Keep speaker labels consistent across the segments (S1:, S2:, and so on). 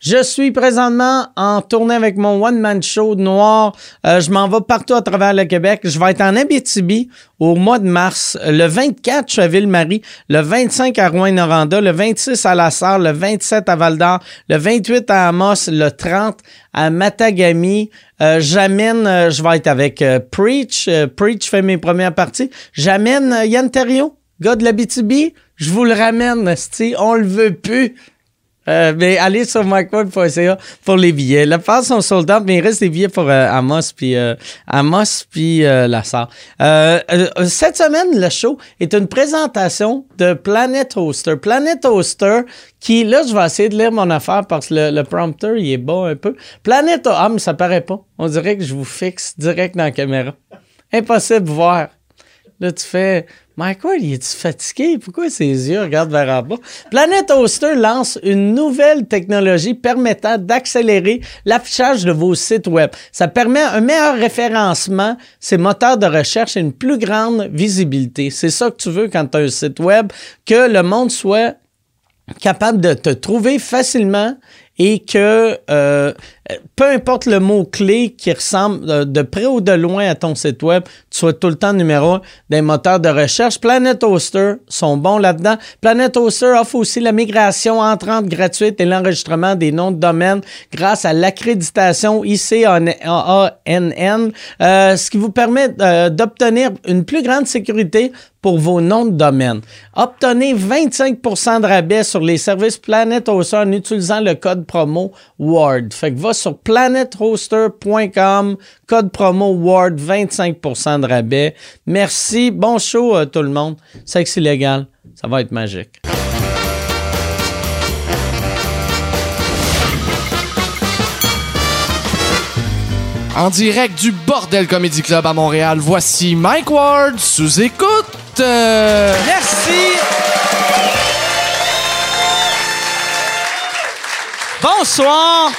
S1: Je suis présentement en tournée avec mon one-man show de noir. Euh, je m'en vais partout à travers le Québec. Je vais être en Abitibi au mois de mars, le 24 Chaville-Marie, le 25 à Rouen-Noranda, le 26 à La Sarre, le 27 à Val-d'Or, le 28 à Amos, le 30 à Matagami. Euh, j'amène, euh, je vais être avec euh, Preach. Euh, Preach fait mes premières parties. J'amène euh, Yann Terriot, gars de l'Abitibi. Je vous le ramène, esti. on le veut plus. Euh, mais allez sur micweb.ca pour les billets. La phase sont sold out, mais il reste des billets pour euh, Amos puis euh, Amos puis euh, la Sarre. Euh, euh, euh, cette semaine, le show est une présentation de Planet Hoster. Planet Hoster qui, là, je vais essayer de lire mon affaire parce que le, le prompteur, il est bas un peu. Planet Ah, mais ça paraît pas. On dirait que je vous fixe direct dans la caméra. Impossible de voir. Là, tu fais Michael, il est-tu fatigué? Pourquoi ses yeux regardent vers en bas? Planet Hoster lance une nouvelle technologie permettant d'accélérer l'affichage de vos sites web. Ça permet un meilleur référencement, ces moteurs de recherche et une plus grande visibilité. C'est ça que tu veux quand tu as un site web, que le monde soit capable de te trouver facilement et que euh, peu importe le mot-clé qui ressemble euh, de près ou de loin à ton site web, tu sois tout le temps numéro un des moteurs de recherche. Planet Hoster sont bons là-dedans. Planet Hoster offre aussi la migration entrante gratuite et l'enregistrement des noms de domaine grâce à l'accréditation ICANN, euh, ce qui vous permet euh, d'obtenir une plus grande sécurité pour vos noms de domaine. Obtenez 25 de rabais sur les services Planet Hoster en utilisant le code promo WARD. Fait que va sur planethoster.com, code promo WARD, 25 de rabais. Merci. Bon show, euh, tout le monde. Sexe illégal, ça va être magique.
S2: En direct du Bordel Comedy Club à Montréal, voici Mike Ward sous écoute. Euh,
S1: Merci. Bonsoir.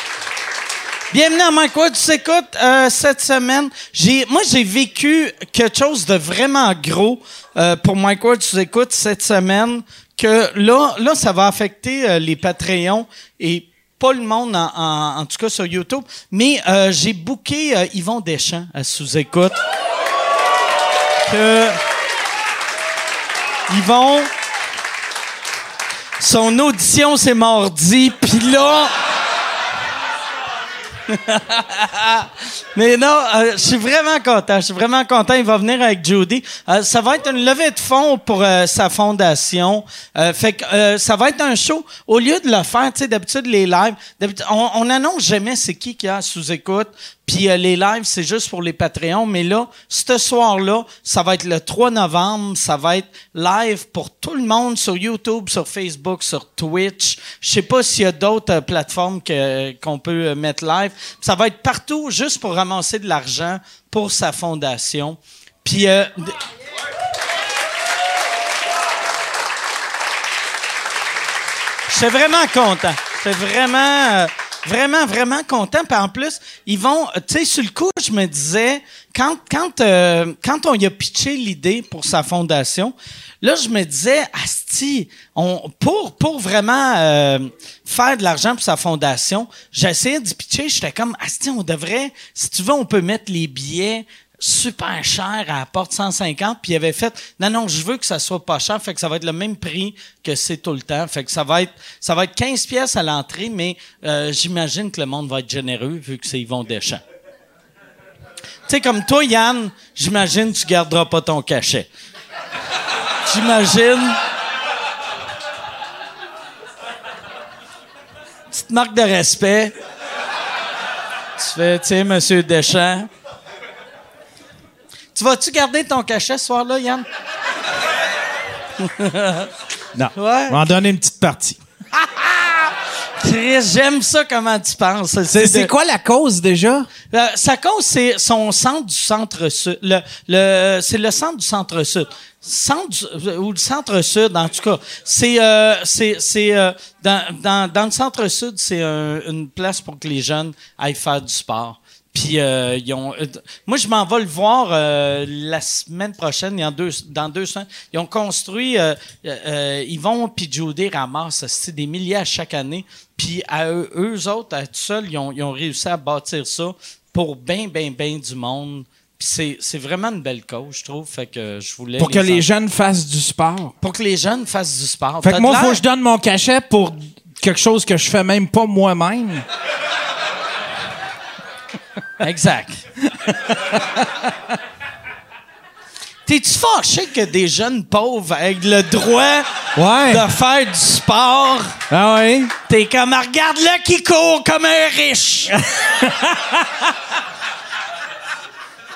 S1: Bienvenue à Mike Ward. Tu s'écoutes euh, cette semaine. J'ai, moi, j'ai vécu quelque chose de vraiment gros euh, pour Mike Ward. Tu écoutes cette semaine que là, là, ça va affecter euh, les Patreons et pas le monde, en, en- en tout cas sur YouTube. Mais euh, j'ai booké euh, Yvon Deschamps à sous-écoute. Que Yvon, son audition c'est mardi, puis là. Mais non, euh, je suis vraiment content. Je suis vraiment content. Il va venir avec Judy. Euh, ça va être une levée de fonds pour euh, sa fondation. Euh, fait que euh, ça va être un show. Au lieu de le faire, tu sais, d'habitude les lives, d'habitude, on, on annonce jamais c'est qui qui a sous écoute. Puis euh, les lives, c'est juste pour les Patreons. Mais là, ce soir-là, ça va être le 3 novembre. Ça va être live pour tout le monde sur YouTube, sur Facebook, sur Twitch. Je sais pas s'il y a d'autres euh, plateformes que- qu'on peut euh, mettre live. Ça va être partout juste pour ramasser de l'argent pour sa fondation. Puis euh, d- J'étais vraiment content. J'étais vraiment, euh, vraiment, vraiment content. Puis en plus, ils vont, euh, tu sais, sur le coup, je me disais, quand, quand, euh, quand on y a pitché l'idée pour sa fondation, là, je me disais, Asti, on, pour, pour vraiment euh, faire de l'argent pour sa fondation, j'essayais d'y pitcher. J'étais comme, Asti, on devrait, si tu veux, on peut mettre les billets super cher à la porte 150 puis il avait fait non non je veux que ça soit pas cher fait que ça va être le même prix que c'est tout le temps fait que ça va être ça va être 15 pièces à l'entrée mais euh, j'imagine que le monde va être généreux vu que c'est Yvon Deschamps tu sais comme toi Yann j'imagine que tu garderas pas ton cachet j'imagine petite marque de respect tu fais tu sais monsieur Deschamps tu vas-tu garder ton cachet ce soir-là, Yann?
S3: Non.
S1: Ouais.
S3: On va en donner une petite partie.
S1: Chris, j'aime ça comment tu penses.
S4: C'est c'est quoi la cause déjà?
S1: Euh, sa cause, c'est son centre du centre-sud. Le, le, c'est le centre du centre-sud. Centre du- euh, ou le centre-sud, en tout cas. C'est, euh, c'est, c'est, euh, dans, dans, dans le centre-sud, c'est un- une place pour que les jeunes aillent faire du sport. Puis, euh, ils ont. euh, moi, je m'en vais le voir euh, la semaine prochaine, dans deux, dans deux semaines. Ils ont construit. Euh, euh, euh, Yvon puis Judy ramassent c'est des milliers à chaque année. Puis, à eux, eux autres, à tout seuls, ils ont, ils ont réussi à bâtir ça pour ben, ben, ben du monde. Puis, c'est- c'est vraiment une belle cause, je trouve. Fait que je voulais.
S2: Pour que
S1: en-
S2: les jeunes fassent du sport.
S1: Pour que les jeunes fassent du sport. T'as
S2: Fait que
S1: de
S2: moi,
S1: l'air-
S2: faut que je donne mon cachet pour quelque chose que je fais même pas moi-même.
S1: Exact. T'es-tu fâché que des jeunes pauvres aient le droit
S2: Ouais.
S1: de faire du sport?
S2: Ah ouais?
S1: T'es comme, regarde-le qui court comme un riche!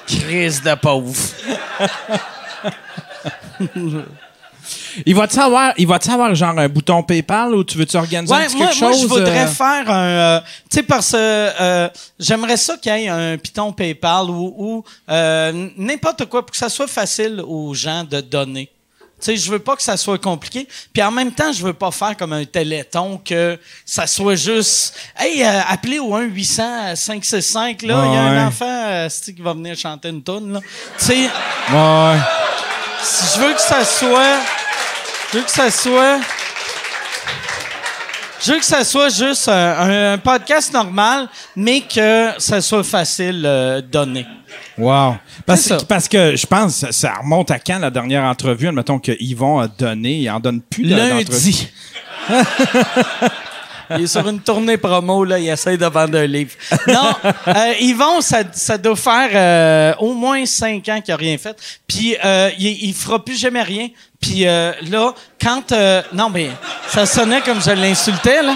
S1: Crise de pauvre.
S2: Il va-tu avoir, il va-tu avoir genre un bouton PayPal ou tu veux-tu organiser un
S1: Ouais,
S2: petit
S1: moi,
S2: quelque
S1: moi,
S2: chose?
S1: je voudrais
S2: euh,
S1: faire un. euh, tu sais, parce que euh, j'aimerais ça qu'il y ait un Python PayPal ou, ou, euh, n'importe quoi pour que ça soit facile aux gens de donner. Tu sais, je veux pas que ça soit compliqué. Puis en même temps, je veux pas faire comme un téléthon que ça soit juste. Hey, euh, appelez au 1 800 565 là, il y a
S2: Ouais.
S1: un enfant euh, c'est-tu, qui va venir chanter une toune là. Tu sais,
S2: Ouais.
S1: si je veux que ça soit. Je veux que ça soit. Je veux que ça soit juste euh, un, un- un podcast normal, mais que ça soit facile euh, donné.
S2: Wow.
S5: Parce,
S1: C'est ça.
S5: parce que je pense ça, ça remonte à quand la dernière entrevue, admettons que Yvon a donné, il en donne plus de- d'entrevue.
S1: Lundi. Il est sur une tournée promo, là, il essaie de vendre un livre. Non, euh, Yvon, ça, ça doit faire euh, au moins cinq ans qu'il n'a rien fait. Puis euh, il, il fera plus jamais rien. Puis euh, là, quand... euh, non, mais ça sonnait comme je l'insultais, là.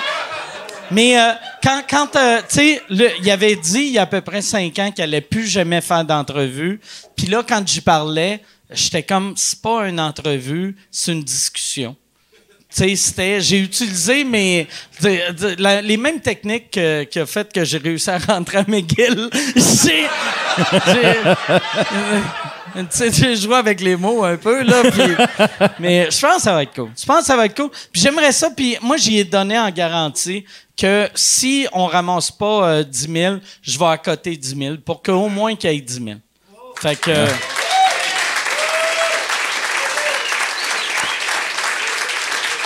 S1: Mais euh, quand, quand euh, tu sais, le- il avait dit il y a à peu près cinq ans qu'il allait plus jamais faire d'entrevue. Puis là, quand j'y parlais, j'étais comme, c'est pas une entrevue, c'est une discussion. Tu sais, c'était, j'ai utilisé mes, de- de- la- les mêmes techniques que, qui a fait que j'ai réussi à rentrer à McGill. j'ai, j'ai- tu sais, j'ai joué avec les mots un peu, là. puis- mais je pense que ça va être cool. Je pense que ça va être cool. Puis j'aimerais ça. Puis moi, j'y ai donné en garantie que si on ramasse pas euh, 10 000, je vais à côté 10 000 pour qu'au moins qu'il y ait 10 000. Fait que.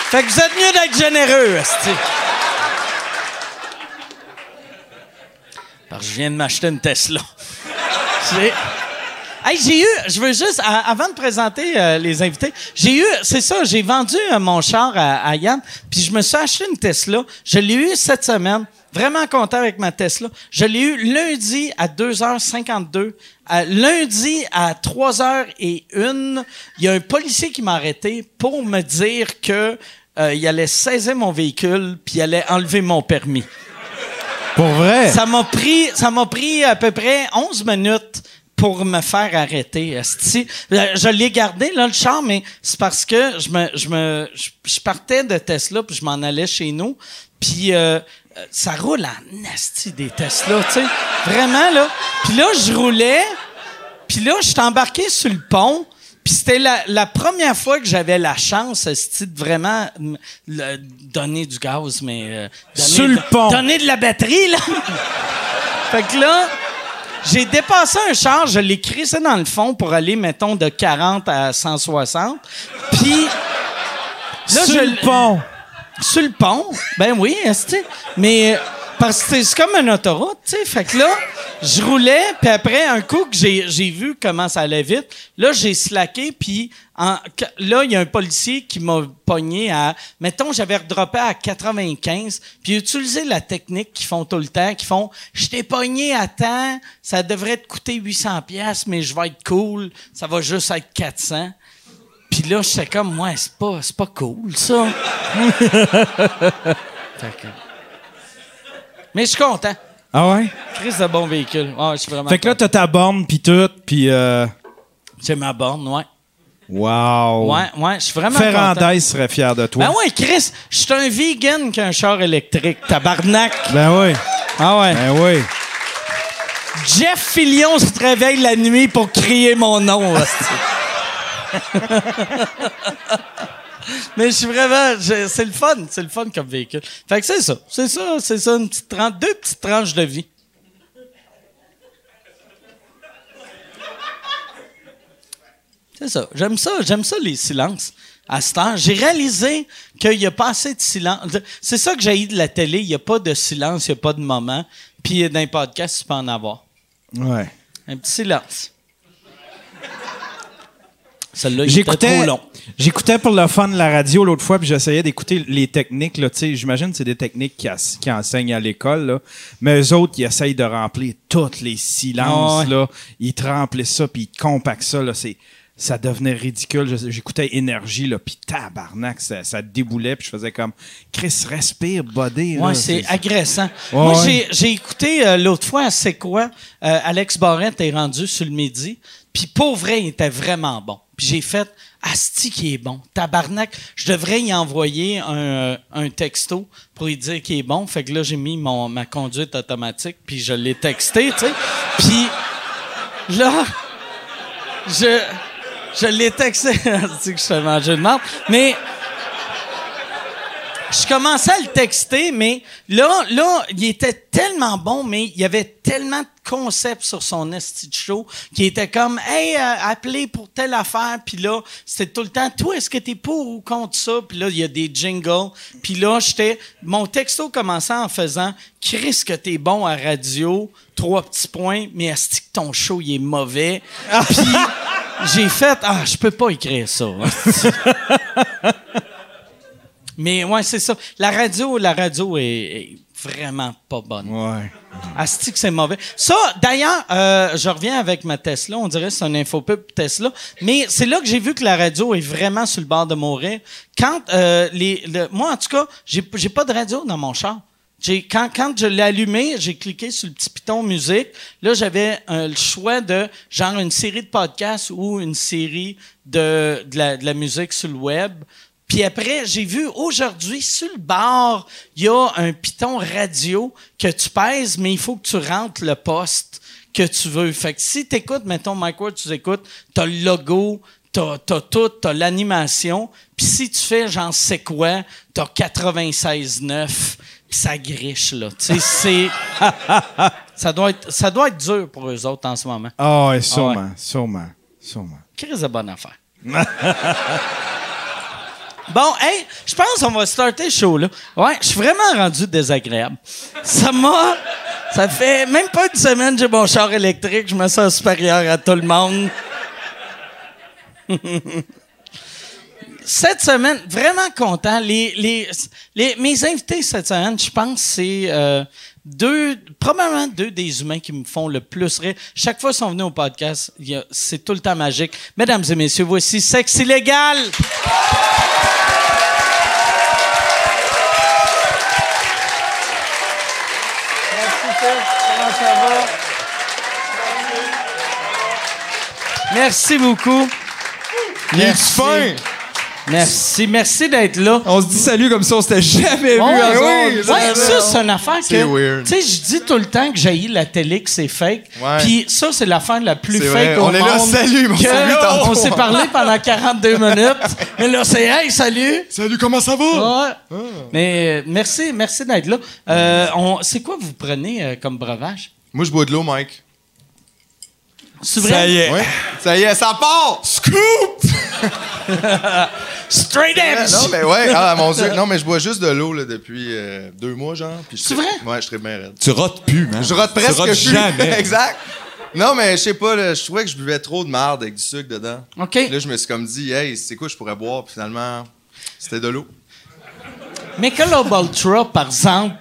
S1: Fait que vous êtes mieux d'être généreux, esti. Parce que je viens de m'acheter une Tesla. J'ai- Hey, j'ai eu, je veux juste, à- avant de présenter euh, les invités, j'ai eu, c'est ça, j'ai vendu euh, mon char à, à Yann, puis je me suis acheté une Tesla. Je l'ai eu cette semaine, vraiment content avec ma Tesla. Je l'ai eu lundi à 2h52. à- Euh, lundi à 3h01, il y a un policier qui m'a arrêté pour me dire que euh, il allait saisir mon véhicule puis il allait enlever mon permis.
S6: Pour vrai?
S1: Ça m'a pris, ça m'a pris à peu près 11 minutes pour me faire arrêter. esti. Euh, Je l'ai gardé, là, le char, mais c'est parce que je me, je me, je, je partais de Tesla puis je m'en allais chez nous. Puis euh, euh, ça roule en esti des Tesla, tu sais. Vraiment, là. Puis là, je roulais. Puis là, je suis embarqué sur le pont. Puis c'était la, la première fois que j'avais la chance, esti, de vraiment mm, le- donner du gaz, mais... euh, donner
S2: Sur le
S1: de-
S2: pont.
S1: Donner de la batterie, là. fait que là, j'ai dépassé un char, je l'ai crissé dans le fond pour aller, mettons, de 40 à 160. Puis... Là,
S2: Sur
S1: je-
S2: le pont.
S1: sur le pont? Ben oui, esti. Mais euh, parce que c'est- c'est comme une autoroute, tu sais. Fait que là, je roulais, puis après, un coup que j'ai j'ai vu comment ça allait vite, là, j'ai slacké, puis en- que- là, il y a un policier qui m'a pogné à... Mettons, j'avais redroppé à 95, puis utilisé la technique qu'ils font tout le temps, qui font « Je t'ai pogné à temps, ça devrait te coûter 800 pièces, mais je vais être cool, ça va juste être 400. » Puis là, j'étais comme, ouais, c'est pas, c'est pas cool, ça. Fait que- Mais je suis content.
S2: Ah ouais?
S1: Chris de bon véhicule. Ouais, je suis vraiment
S5: Fait que là, t'as ta borne puis tout, puis euh,
S1: content. C'est ma borne, ouais.
S5: wow.
S1: Ouais, ouais, je suis vraiment content.
S5: Ferrandez serait fier de toi.
S1: Ben ouais, Chris, je suis un vegan qui a un char électrique, tabarnak.
S5: Ben oui.
S1: Ah ouais.
S5: Ben oui.
S1: Jeff Fillion se réveille la nuit pour crier mon nom. hostie. Mais je suis vraiment, je- c'est le fun, c'est le fun comme véhicule. Fait que c'est ça, c'est ça, c'est ça, une petite tran- deux petites tranches de vie. C'est ça. J'aime ça, j'aime ça les silences. À ce temps, j'ai réalisé qu'il n'y a pas assez de silence. C'est ça que j'ai de la télé. Il n'y a pas de silence, il n'y a pas de moment. Puis dans les podcasts, tu peux en avoir.
S5: Ben
S2: Ouais.
S1: Un petit silence. Celle-là, il était
S2: J'écoutais
S1: trop long.
S2: J'écoutais pour le fun la radio l'autre fois, puis j'essayais d'écouter les techniques. Là, tu sais, J'imagine que c'est des techniques qui, as- qui enseignent à l'école. Là. Mais eux autres, ils essayent de remplir tous les silences.
S1: Ah ouais.
S2: là. Ils te remplissent ça, puis ils compactent ça. Là, c'est, ça devenait ridicule. Je- J'écoutais Énergie, là, puis tabarnak, ça, ça déboulait. Puis je faisais comme, Chris, respire, body. là.
S1: Ouais, c'est agressant.
S2: Ouais,
S1: Moi,
S2: ouais.
S1: j'ai- j'ai écouté euh, l'autre fois, c'est quoi? euh, Alex Barrette est rendu sur le midi. Puis pour vrai, il était vraiment bon. Puis j'ai fait, Asti qui est bon. Tabarnak, je devrais y envoyer un, euh, un texto pour lui dire qu'il est bon. Fait que là, j'ai mis mon, ma conduite automatique, puis je l'ai texté, tu sais. Puis là, je, je l'ai texté. C'est que je fais manger de marde. Mais je commençais à le texter, mais là, là, il était tellement bon, mais il y avait tellement de concepts sur son esti de show qui était comme, hey, euh, appelez pour telle affaire, puis là, c'était tout le temps, toi, est-ce que t'es pour ou contre ça, puis là, il y a des jingles, puis là, j'étais, mon texto commençait en faisant, Chris, que t'es bon à radio, trois petits points, mais esti que ton show, il est mauvais, puis j'ai fait, ah, je peux pas écrire ça. Mais ouais, c'est ça. La radio, la radio est, est vraiment pas bonne.
S2: Ouais.
S1: Asti que c'est mauvais. Ça, d'ailleurs, euh, je reviens avec ma Tesla. On dirait que c'est un infopub Tesla. Mais c'est là que j'ai vu que la radio est vraiment sur le bord de mourir. Quand euh, les, le- moi, en tout cas, j'ai, j'ai pas de radio dans mon char. J'ai, quand, quand je l'ai allumé, j'ai cliqué sur le petit piton musique. Là, j'avais euh, le choix de genre une série de podcasts ou une série de, de la, de la musique sur le web. Puis après, j'ai vu aujourd'hui sur le bar, il y a un piton radio que tu pèses, mais il faut que tu rentres le poste que tu veux. Fait que si t'écoutes, mettons Mike Ward, tu écoutes, t'as le logo, t'as t'as tout, t'as l'animation. Puis si tu fais j'en sais quoi, t'as 96.9, puis ça griche là. Tu sais, c'est ça doit être ça doit être dur pour eux autres en ce moment.
S2: Ah, ouais, sûrement, sûrement, sûrement.
S1: Crise de bonne affaire. bon, hey, je pense qu'on va starter le show, là. Ouais, je suis vraiment rendu désagréable. Ça m'a... Ça fait même pas une semaine que j'ai mon char électrique. Je me sens supérieur à tout le monde. cette semaine, vraiment content. Les, les, les- mes invités cette semaine, je pense, c'est euh, deux, probablement deux des humains qui me font le plus rire. Chaque fois qu'ils sont venus au podcast, il y a- c'est tout le temps magique. Mesdames et messieurs, voici Sexe illégal. Merci beaucoup. Merci. Merci, merci d'être là.
S7: On se dit salut comme si on s'était
S1: Ouais,
S7: jamais vu. avant.
S1: ouais, ça, c'est une affaire
S7: C'est
S1: que.
S7: weird.
S1: Tu sais, je dis tout le temps que j'ai la télé, que c'est fake.
S7: Ouais.
S1: Puis ça, c'est l'affaire la plus
S7: C'est
S1: fake
S7: vrai.
S1: au
S7: On est là,
S1: monde
S7: salut, mon
S1: que
S7: salut, tantôt.
S1: on s'est parlé pendant 42 minutes. mais là, c'est hey, salut.
S7: Salut, comment ça
S8: Oh.
S7: va?
S1: Ouais. Mais euh, merci, merci d'être là. Euh, on- c'est quoi vous prenez euh, comme breuvage?
S7: Moi, je bois de l'eau, Mike.
S1: C'est vrai?
S7: Ouais. Ça y est, ça part! Scoop!
S1: Straight edge!
S7: non, mais ouais, ah mon dieu. Non, mais je bois juste de l'eau là, depuis euh, deux mois, genre. puis je-
S1: C'est vrai?
S7: Ouais, je serais bien raide.
S8: Tu rotes plus, man.
S7: Je rote presque
S8: tu rotes
S7: plus.
S8: jamais.
S7: exact. Non, mais je sais pas, là, je trouvais que je buvais trop de marde avec du sucre dedans.
S1: OK.
S7: Puis Là, je me suis comme dit, hey, c'est quoi je pourrais boire? Puis finalement, c'était de l'eau.
S1: Michelob Ultra, par exemple,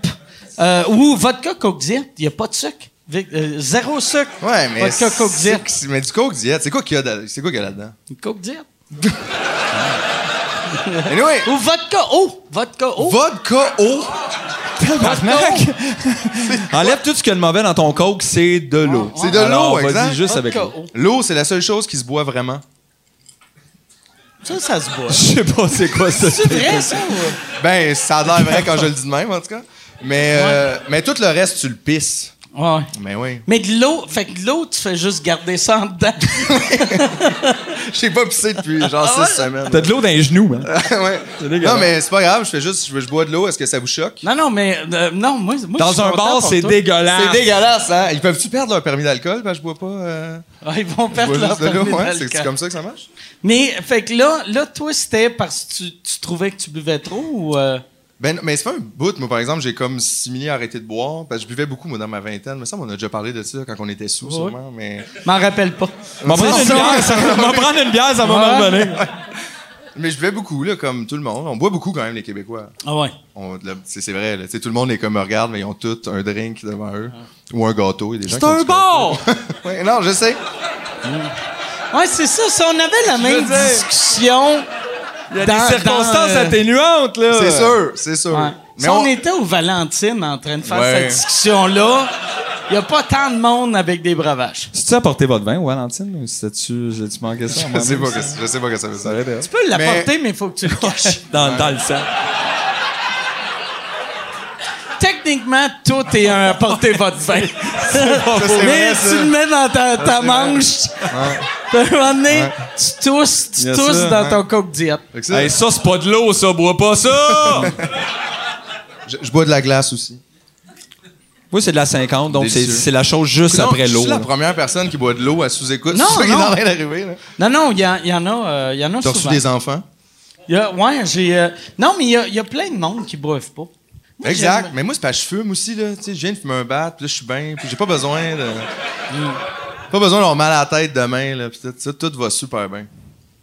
S1: euh, ou vodka Coke Diet, il n'y a pas de sucre. Vi- euh, zéro sucre.
S7: Ouais, mais.
S1: Vodka Coke Diet.
S7: c'est- Mais du coke diète, c'est quoi qu'il y a, de- c'est quoi qu'il y a là-dedans?
S1: Coke Diet.
S7: Anyway,
S1: Ou vodka eau. Vodka eau.
S7: vodka eau.
S8: Tabarnak! Enlève tout ce qu'il y a de mauvais dans ton coke, c'est de l'eau.
S7: C'est de
S8: Alors,
S7: l'eau, exact.
S8: Vas-y juste avec
S1: Vodka
S8: l'eau.
S1: eau.
S7: L'eau, c'est la seule chose qui se boit vraiment.
S1: Ça, ça se boit.
S8: Je sais pas c'est quoi ça.
S1: C'est vrai, ça? ou-
S7: Ben, ça a l'air vrai quand je le dis de même, en tout cas. Mais, euh, mais tout le reste, tu le pisses.
S1: Ouais.
S7: Mais oui.
S1: Mais de l'eau, fait que de l'eau, tu fais juste garder ça en dedans.
S7: J'ai pas pissé depuis genre six semaines.
S8: T'as de l'eau dans les genoux, hein?
S7: Ouais.
S8: dégueulasse.
S7: Non, mais c'est pas grave, je fais juste, je, je bois de l'eau, est-ce que ça vous choque?
S1: non, non, mais euh, non, moi, moi, je
S8: Dans
S1: suis
S8: un
S1: content
S8: bar,
S1: pour
S8: c'est
S1: toi.
S8: dégueulasse.
S7: C'est dégueulasse, hein? Ils peuvent-tu perdre leur permis d'alcool? Ben, je bois pas. euh,
S1: Ouais, Ah, ils vont
S7: je
S1: perdre
S7: bois
S1: leur
S7: juste de l'eau,
S1: permis
S7: ouais.
S1: d'alcool.
S7: C'est c'est comme ça que ça marche?
S1: Mais fait que là, là, toi, c'était parce que tu, tu trouvais que tu buvais trop ou euh,
S7: Ben, mais c'est pas un bout. Moi, par exemple, j'ai comme similé arrêté de boire. Parce que je buvais beaucoup, moi, dans ma vingtaine. Mais ça, on a déjà parlé de ça quand on était sous, sûrement. Mais,
S1: m'en rappelle pas.
S8: M'en prendre une bière, ça m'en prendre une bière, ça va m'en revenir.
S7: mais je buvais beaucoup, là, comme tout le monde. On boit beaucoup, quand même, les Québécois.
S1: Ah ouais.
S7: On- là, C'est c'est vrai, là. Tu sais, tout le monde est comme regarde, mais ils ont tous un drink devant eux. Ou un gâteau. Il y a des gens
S8: C'est
S7: qui ont
S8: un
S7: du
S8: bar!
S7: gâteau. Ouais, non, je sais.
S1: Ouais, c'est ça. Si on avait la même
S8: dire-
S1: discussion,
S8: Il y a
S1: Dans- dans,
S8: des circonstances
S1: euh,
S8: atténuantes, là.
S7: C'est sûr, c'est sûr.
S1: ouais.
S7: Mais
S1: si on...
S7: on-
S1: était au Valentine en train de faire
S7: Ouais.
S1: cette discussion-là, il n'y a pas tant de monde avec des breuvages.
S8: C'est-tu apporté votre vin, Valentine, ou c'était-tu, j'ai-tu manqué ça?
S7: Je sais pas que, je sais pas que ça veut dire.
S1: Tu peux l'apporter, mais il faut que tu le caches.
S8: Dans, dans le sang.
S1: Techniquement, tout est un apporter votre vin.
S7: Ça, c'est
S1: Mais
S7: vrai,
S1: si
S7: ça.
S1: tu le mets dans ta, ta
S7: c'est vrai.
S1: manche, à un moment donné, tu tousses, tu
S8: Bien
S1: tousses
S8: sûr,
S1: dans
S7: ouais.
S1: ton coke diète.
S7: Fait que ça,
S8: Hey, ça, c'est pas de l'eau, ça, bois pas ça!
S7: je, je bois de la glace aussi.
S8: Moi, c'est de la 50, donc c'est
S7: Délicieux.
S8: c'est la chose juste
S7: Non,
S8: après
S7: je
S8: l'eau.
S7: suis la première personne qui boit de l'eau à sous-écoute.
S1: Non,
S7: C'est ça qui est
S1: non.
S7: en train d'arriver. là.
S1: Non, non, il y, en- il y en a, euh, il y en a
S7: T'as
S1: souvent.
S7: reçu des enfants?
S1: Il y a- ouais, j'ai. euh, non, mais il y, a- il y a plein de monde qui ne boivent pas. Moi,
S7: exact.
S1: j'aime-
S7: Mais moi, c'est parce que je fume aussi. Là. Tu sais, je viens de fumer un bat, puis là, je suis bien. Puis j'ai pas besoin de. Mm. Pas besoin d'avoir mal à la tête demain. Là, puis tout, ça, tout va super bien.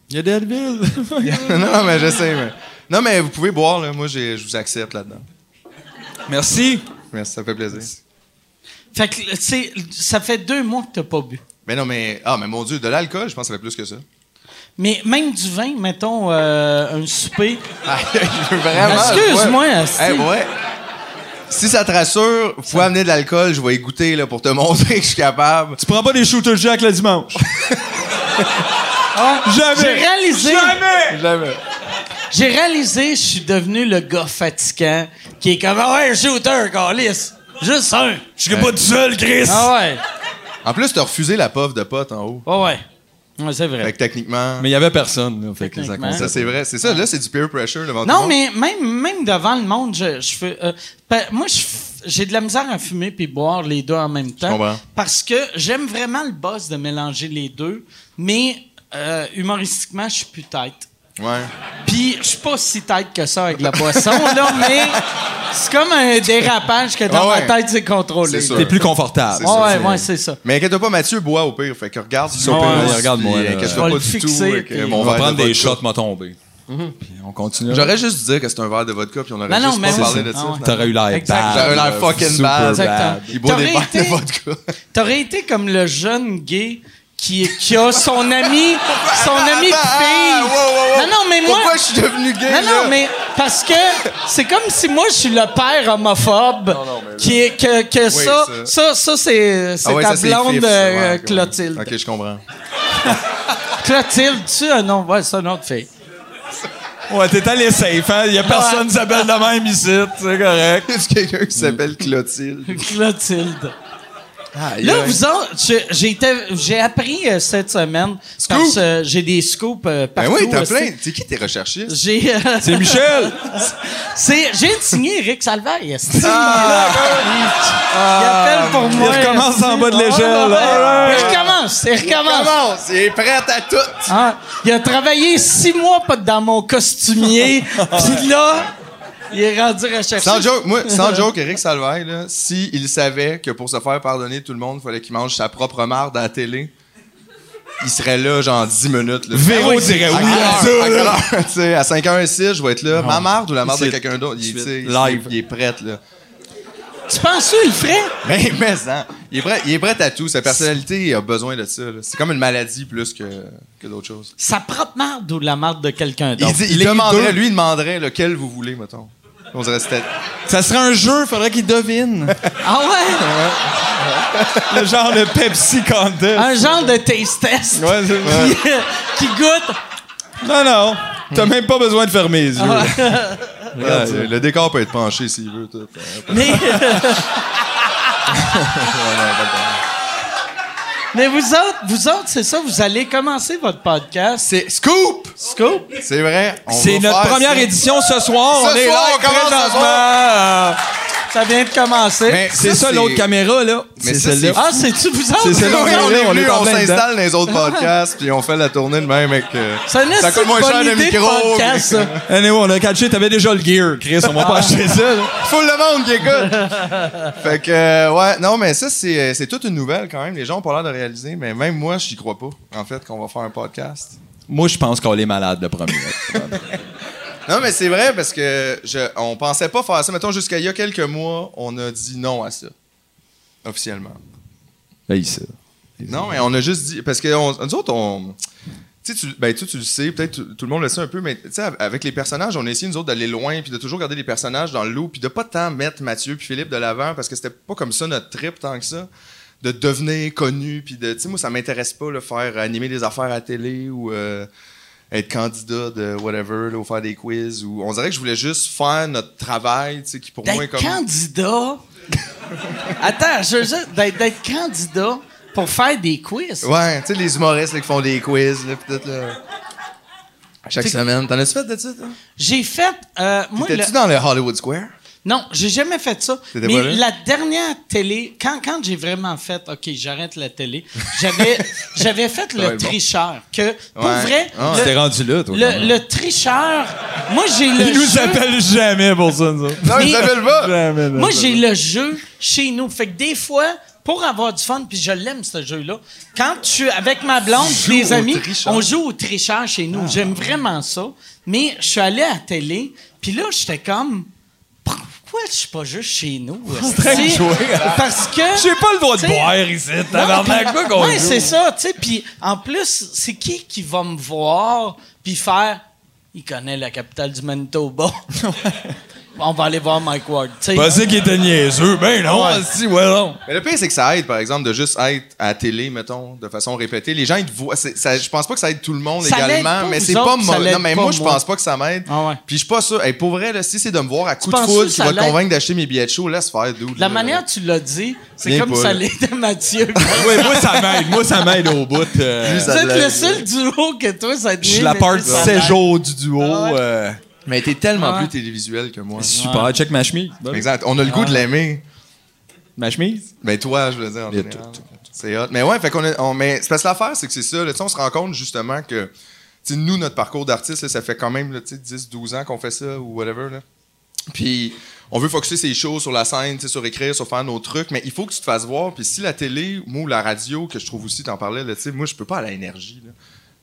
S8: Il y a Delville.
S7: non, non, mais je sais. mais- Non, mais vous pouvez boire. Là. Moi, j'ai- je vous accepte là-dedans.
S8: Merci.
S7: Merci, ça fait plaisir.
S1: Fait que, c'est- ça fait deux mois que tu n'as pas bu.
S7: Mais non, mais. Ah, mais mon Dieu, de l'alcool, je pense que ça fait plus que ça.
S1: Mais même du vin, mettons euh, un souper.
S7: Aïe, aïe, vraiment.
S1: Excuse-moi,
S7: ouais.
S1: asti.
S7: Eh, ouais. Si ça te rassure, faut amener de l'alcool, je vais y goûter là, pour te montrer que je suis capable.
S8: Tu prends pas des shooters Jack le dimanche.
S1: Ah, J'ai
S8: Jamais!
S1: réalisé.
S8: Jamais!
S7: Jamais.
S1: J'ai réalisé, je suis devenu le gars fatigant qui est comme Ah ouais, un shooter, calice. Juste un.
S8: Je suis pas tout seul, Chris!
S1: Ah ouais.
S7: En plus, t'as refusé la puff de pote en haut.
S1: Ah ouais. Ouais, c'est vrai.
S7: Fait que techniquement.
S8: Mais il y avait personne, là, fait que ça
S1: Techniquement.
S8: compte.
S7: Ça, c'est vrai. C'est ça, là, c'est du peer pressure devant tout
S1: Non,
S7: le monde.
S1: mais même, même devant le monde, je, je fais. euh, pa- moi, je f- j'ai de la misère à fumer puis boire les deux en même temps.
S7: comprends.
S1: Parce que j'aime vraiment le boss de mélanger les deux, mais euh, humoristiquement, je suis plus tête.
S7: Ouais.
S1: Puis, je suis pas si tête que ça avec la boisson, là, mais c'est comme un dérapage que dans
S7: Ah ouais.
S1: ma tête, c'est contrôlé. là.
S7: C'est sûr.
S8: T'es plus confortable.
S7: C'est sûr,
S1: ouais,
S7: c'est-
S1: ouais, c'est ça.
S7: Mais inquiète-toi pas, Mathieu boit au pire. Fait que regarde son
S8: ouais,
S7: pire,
S8: ouais, regarde-moi,
S7: puis
S8: là.
S1: On
S7: Inquiète-toi
S1: va
S7: pas
S1: le
S7: du tout.
S1: fixer,
S7: avec,
S1: puis-
S7: euh,
S8: On
S7: mon
S8: va
S7: verre
S8: prendre
S7: de
S8: des
S7: vodka.
S8: shots, m'a tombé. Puis on continue.
S7: J'aurais juste dû dire que c'est un verre de vodka, puis on aurait
S1: Ben non,
S7: juste
S1: mais
S7: pas
S1: oui.
S7: parlé de
S1: Ah
S7: ça.
S1: ouais.
S7: finalement.
S8: T'aurais eu l'air
S1: Exact.
S8: bad. euh,
S7: J'aurais eu l'air fucking
S8: Super
S7: bad.
S1: Exactement.
S7: Il boit des
S1: T'aurais
S7: verres de
S1: été-
S7: vodka.
S1: T'aurais été comme le jeune gay qui, qui a son ami, son
S7: Attends,
S1: ami de
S7: attends,
S1: fille.
S7: ah, wow, wow, wow.
S1: Non, non, mais moi.
S7: Pourquoi je suis devenu gay?
S1: Non,
S7: là?
S1: non, mais parce que c'est comme si moi je suis le père homophobe
S7: mais là-
S1: qui est que, que ça, ça,
S7: ça.
S1: ça, c'est c'est
S7: Ah ouais,
S1: ta
S7: ça, c'est
S1: blonde
S7: fif, ça,
S1: euh,
S7: ouais, ok, ouais.
S1: Clotilde.
S7: Ok, je comprends.
S1: Clotilde, tu as un nom, Ah ouais, c'est un nom de fille.
S8: Ouais, t'es allé safe, hein? Y a personne qui s'appelle de même ici, c'est correct.
S7: C'est quelqu'un qui s'appelle Clotilde.
S1: Clotilde.
S7: Aïe,
S1: Là,
S7: aïe.
S1: vous autres, je- j'ai été- j'ai appris euh, cette semaine parce que euh, j'ai des scoops euh,
S7: Ben
S1: partout.
S7: oui, t'as
S1: aussi.
S7: plein. C'est qui tes recherchistes?
S1: J'ai euh,
S8: C'est Michel!
S1: c'est- j'ai signé Eric Salvaille. esti.
S2: Ah,
S1: il appelle pour moi.
S8: recommence
S1: esti.
S8: en bas de l'échelle.
S1: Ah, ouais.
S8: All right.
S1: Il recommence, il recommence.
S7: Comment? C'est prêt à tout!
S1: Ah, il a travaillé six mois pas dans mon costumier, puis là, il est rendu recherché.
S7: Sans joke, moi, sans joke, Eric Salvaille, là, si il savait que pour se faire pardonner tout le monde, il fallait qu'il mange sa propre marde à la télé, il serait là, genre 10 minutes. Là. Ah
S8: Véro dirait
S7: À
S8: oui
S7: quelle
S8: à
S7: heure?
S8: ça,
S7: À
S8: là.
S7: quelle heure? Tu sais, à 5h06, je vais être là. Ma marde ou la marde de
S8: C'est-
S7: quelqu'un d'autre? Il, tu sais, il-
S8: Live.
S7: il est prêt, là.
S1: Tu penses-tu le ferait?
S7: Mais, mais, hein, il est prêt, il est prêt à tout. Sa personnalité il a besoin de ça. là. C'est comme une maladie plus que, que d'autres choses.
S1: Sa propre marde ou la marde de quelqu'un
S7: Il,
S1: d'autre?
S7: dit- il demanderait, lui, il demanderait lequel vous voulez, mettons. On dirait que c'était-
S8: Ça serait un jeu, faudrait qu'il devine.
S1: Ah ouais?
S8: Le genre de Pepsi Contest.
S1: Un genre de taste test
S8: Ouais, c'est
S1: qui, qui goûte.
S8: Non, non. T'as même pas besoin de fermer les yeux.
S7: Regarde, le décor peut être penché s'il veut. tout.
S1: Mais Mais vous autres, vous autres, c'est ça, vous allez commencer votre podcast.
S7: C'est scoop!
S1: Scoop.
S7: C'est vrai. on
S8: C'est
S7: va
S8: notre
S7: faire
S8: première
S7: ça.
S8: édition ce soir.
S7: Ce
S8: on est
S7: soir,
S8: là
S7: on commence ce
S8: présentement.
S1: Ça vient de commencer.
S7: Mais
S8: C'est ça, l'autre caméra, là.
S7: Mais
S8: C'est
S7: ça,
S8: celle-là.
S7: c'est-
S1: Ah, c'est-tu vous autres?
S8: C'est ça.
S7: C'est là,
S8: on est
S7: on
S8: là,
S7: est
S8: on est
S7: venu,
S8: en
S7: on
S8: plein
S7: s'installe dans les autres podcasts, puis on fait la tournée de même avec. euh,
S1: C'est une
S7: ça coûte moins
S1: bonne
S7: cher le
S1: idée de
S7: micro.
S1: podcast, ça.
S8: Anyway, on a catché, t'avais déjà le gear, Chris. On va pas acheter ça, là.
S7: Full le monde qui écoute. fait que, euh, ouais, non, mais ça, c'est, c'est toute une nouvelle quand même. Les gens ont pas l'air de réaliser, mais même moi, je n'y crois pas, en fait, qu'on va faire un podcast.
S8: Moi, je pense qu'on est malade, le premier.
S7: Non, mais c'est vrai parce que je, on pensait pas faire ça. Mettons, jusqu'à il y a quelques mois, on a dit non à ça. Officiellement.
S8: Là, ici.
S7: Non, mais on a juste dit. Parce que on- nous autres, on. Tu sais, tu, ben, tu, tu le sais, peut-être tout, tout le monde le sait un peu, mais tu sais, avec les personnages, on a essayé, nous autres, d'aller loin, puis de toujours garder les personnages dans le loup, puis de pas tant mettre Mathieu puis Philippe de l'avant, parce que c'était pas comme ça notre trip tant que ça. De devenir connu, puis de. Tu sais, moi, ça m'intéresse pas, le faire animer des affaires à la télé ou. euh, être candidat de whatever, là, ou faire des quiz. Ou... On dirait que je voulais juste faire notre travail, tu sais, qui pour moi est
S1: D'être
S7: comme.
S1: candidat. Attends, je veux juste. D'être, d'être candidat pour faire des quiz.
S7: Ouais, tu sais, les humoristes là, qui font des quiz, là, peut-être, là. À Chaque semaine. T'en as-tu fait de ça, toi?
S1: J'ai fait. euh, moi, le-
S7: T'étais-tu dans le Hollywood Square?
S1: Non, j'ai jamais fait ça.
S7: T'étais pas là?
S1: Mais la dernière télé, quand, quand j'ai vraiment fait, OK, j'arrête la télé, j'avais, j'avais fait
S7: va
S1: le
S7: être bon.
S1: tricheur. Que, pour
S7: Ouais.
S1: vrai,
S7: Ah,
S8: T'es
S1: le,
S8: rendu là, toi. quand
S1: le-
S8: même.
S1: le tricheur, moi, j'ai le.
S8: Il nous
S1: jeu-
S8: appelle jamais pour ça, nous autres.
S7: Non,
S1: Mais-
S7: ils s'appellent pas!
S8: Jamais, non.
S1: Moi, j'ai le jeu chez nous. Fait que des fois, pour avoir du fun, puis je l'aime, ce jeu-là, quand je suis avec ma blonde, des amis, on joue au tricheur chez
S8: Ah.
S1: nous. J'aime vraiment ça. Mais je suis allé à la télé, puis là, j'étais comme... Pourquoi je suis pas juste chez nous? esti? Parce que...
S8: hein. J'ai pas le droit de
S1: T'sais-
S8: boire ici,
S1: Non,
S8: tabarnak.
S1: puis-
S8: quoi qu'on
S1: ouais,
S8: joue.
S1: c'est ça, tu sais. Puis en plus, c'est qui qui va me voir puis faire Il connaît la capitale du Manitoba. On va aller voir Mike Ward. tu sais.
S8: Je pensais qu'il était niaiseux. Ben non,
S7: Ouais.
S8: si, ouais, non.
S7: Mais le pire, c'est que ça aide, par exemple, de juste être à la télé, mettons, de façon répétée. Les gens, ils te voient. c'est- ça- je pense pas que ça aide tout le monde
S1: Ça l'aide
S7: également,
S1: pas,
S7: mais
S1: vous
S7: c'est
S1: autres,
S7: pas
S1: ça
S7: mauvais.
S1: l'aide
S7: Non, mais
S1: pas,
S7: moi, je
S1: moi.
S7: pense pas que ça m'aide.
S1: Ah ouais.
S7: Puis je suis pas sûr. Hey, pour vrai, là, si c'est de me voir à coup de
S1: penses
S7: foudre
S1: que
S7: qui
S1: ça
S7: va te
S1: l'aide?
S7: convaincre d'acheter mes billets de show, laisse faire, dude.
S1: La
S7: là. euh,
S1: manière que tu l'as dit, c'est
S7: Viens
S1: comme
S7: pas,
S1: ça
S7: là.
S1: l'était Mathieu.
S8: Ouais, moi, ça m'aide. Moi, ça m'aide au bout. euh,
S7: Plus
S1: Vous
S7: ça te
S1: êtes le
S7: l'aide.
S1: seul duo que toi, ça te
S8: Je suis
S1: nuit,
S8: la
S1: mais
S8: part
S1: toi, ça l'aide.
S8: séjour du duo. euh,
S7: Mais t'es tellement
S1: Ah Ouais.
S7: plus télévisuel que moi.
S8: Super. Check ma chemise. Bon.
S7: Exact. On a le goût
S1: Ah
S7: de l'aimer.
S8: Ma chemise?
S7: Ben toi, je veux dire, en
S8: Il y a
S7: général. C'est hot. Mais ouais, fait qu'on est- on, mais c'est parce que l'affaire, c'est que c'est ça. là, tu sais, on se rend compte justement que tu sais, nous, notre parcours d'artiste, là, ça fait quand même là, tu sais, 10, 12 ans qu'on fait ça ou whatever. Là. Puis on veut focuser ces choses sur la scène, tu sais, sur écrire, sur faire nos trucs, mais il faut que tu te fasses voir. Puis si la télé, moi ou la radio, que je trouve aussi, t'en parlais, là, tu sais, moi, je peux pas à la énergie. là.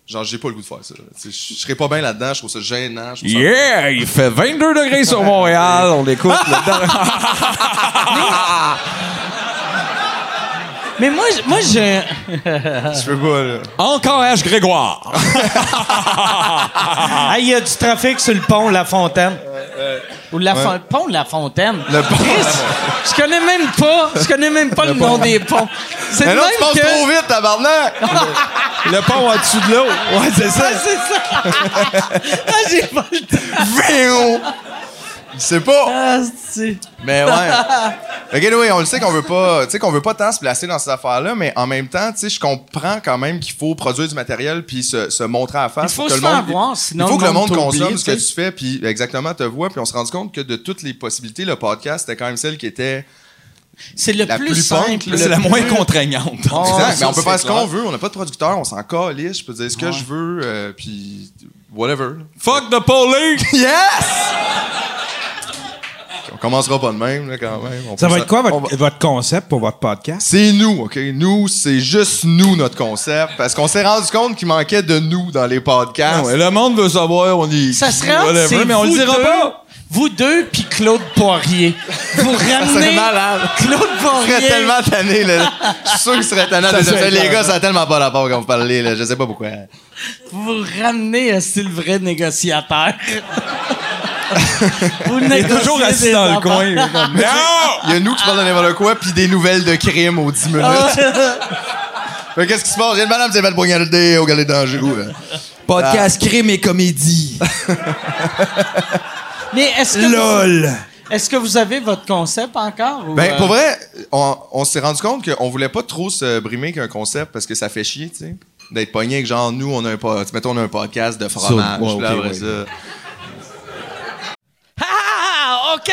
S7: Genre, j'ai pas le goût de faire ça. là. Tu sais, Je je serais pas bien là-dedans, je trouve ça gênant. je trouve ça-
S8: Yeah! Il fait 22 degrés sur Montréal. On l'écoute. là-dedans.
S1: Mais moi, j- moi j'ai.
S7: Je peux pas, là.
S8: Encore H. Grégoire.
S1: Ah, il y a du trafic sur le pont La Fontaine. Ou la Fon- pont La Fontaine.
S7: Le pont.
S1: Ah, Chris, je connais même pas, je connais même pas le, nom des ponts. C'est
S7: Mais
S1: le
S7: non, tu
S1: même
S7: penses
S1: que.
S7: trop vite, tabarnak!
S8: Le pont en dessous de l'eau. Ouais, c'est ça.
S1: Ah, c'est ça. ah, j'ai pas le temps.
S7: Véon! Je sais pas!
S1: Ah, c'est-
S7: Mais ouais. Fait que anyway, on le sait qu'on veut pas, tu sais qu'on veut pas tant se placer dans ces affaires-là, mais en même temps, tu sais, je comprends quand même qu'il faut produire du matériel puis se, se montrer à la face.
S1: Il
S7: pour
S1: faut se
S7: que le monde-
S1: faire voir, sinon
S7: il faut
S1: le
S7: que le
S1: monde
S7: monde
S1: t'oublie,
S7: consomme ce que
S1: tu sais.
S7: tu fais puis exactement te voit puis on se rend compte que de toutes les possibilités, le podcast c'était quand même celle qui était.
S1: C'est le
S7: La
S1: plus,
S7: plus punk,
S1: simple.
S7: là,
S8: C'est
S1: le-
S8: la moins contraignante.
S2: Ah,
S7: Exact, mais
S8: Ça,
S7: on peut
S8: c'est
S7: faire ce
S8: clair.
S7: qu'on veut, on n'a pas de producteur, on s'en calisse, je peux dire ce que je veux euh, puis whatever.
S8: Fuck the police!
S7: Yes! on commencera pas de même là, quand même. On
S2: Ça
S7: peut
S2: va
S7: s'a-
S2: être quoi
S7: on va-
S2: votre, votre concept pour votre podcast?
S7: C'est nous, OK? Nous, c'est juste nous, notre concept. Parce qu'on s'est rendu compte qu'il manquait de nous dans les podcasts.
S8: Ah ouais, le monde veut savoir, on est.
S1: Ça serait hot,
S8: Whatever,
S1: c'est
S8: mais on le
S1: vous
S8: dira
S1: deux,
S8: pas.
S1: Vous deux puis Claude Poirier. Vous ramenez Claude
S7: Il serait
S1: Poirier.
S7: tellement tanné, là. Je suis sûr qu'il serait tanné. de
S8: serait
S7: dire, les
S8: clair.
S7: gars, ça a tellement pas rapport quand vous parlez, là. Je sais pas pourquoi.
S1: Vous ramenez un style vrai négociateur. vous Il
S8: Toujours assis dans le coin. là, comme- Non!
S7: Il y a nous qui parlons n'importe quoi, puis des nouvelles de crimes aux 10 minutes. Fait que Qu'est-ce qui se passe? J'ai une madame qui s'est fait poignarder au hein. galet dangereux. là.
S8: Podcast crime et comédie.
S1: Mais est-ce que,
S8: LOL!
S1: Est-ce que vous avez votre concept encore? ou,
S7: Ben,
S1: euh,
S7: pour vrai, on, on s'est rendu compte qu'on voulait pas trop se brimer qu'un concept parce que ça fait chier, tu sais. D'être pogné avec genre, nous, on a un, po- mettons, on a un podcast de fromage.
S8: ouais,
S7: puis là,
S8: ok,
S7: après
S8: ouais.
S7: ça.
S1: Ah, OK!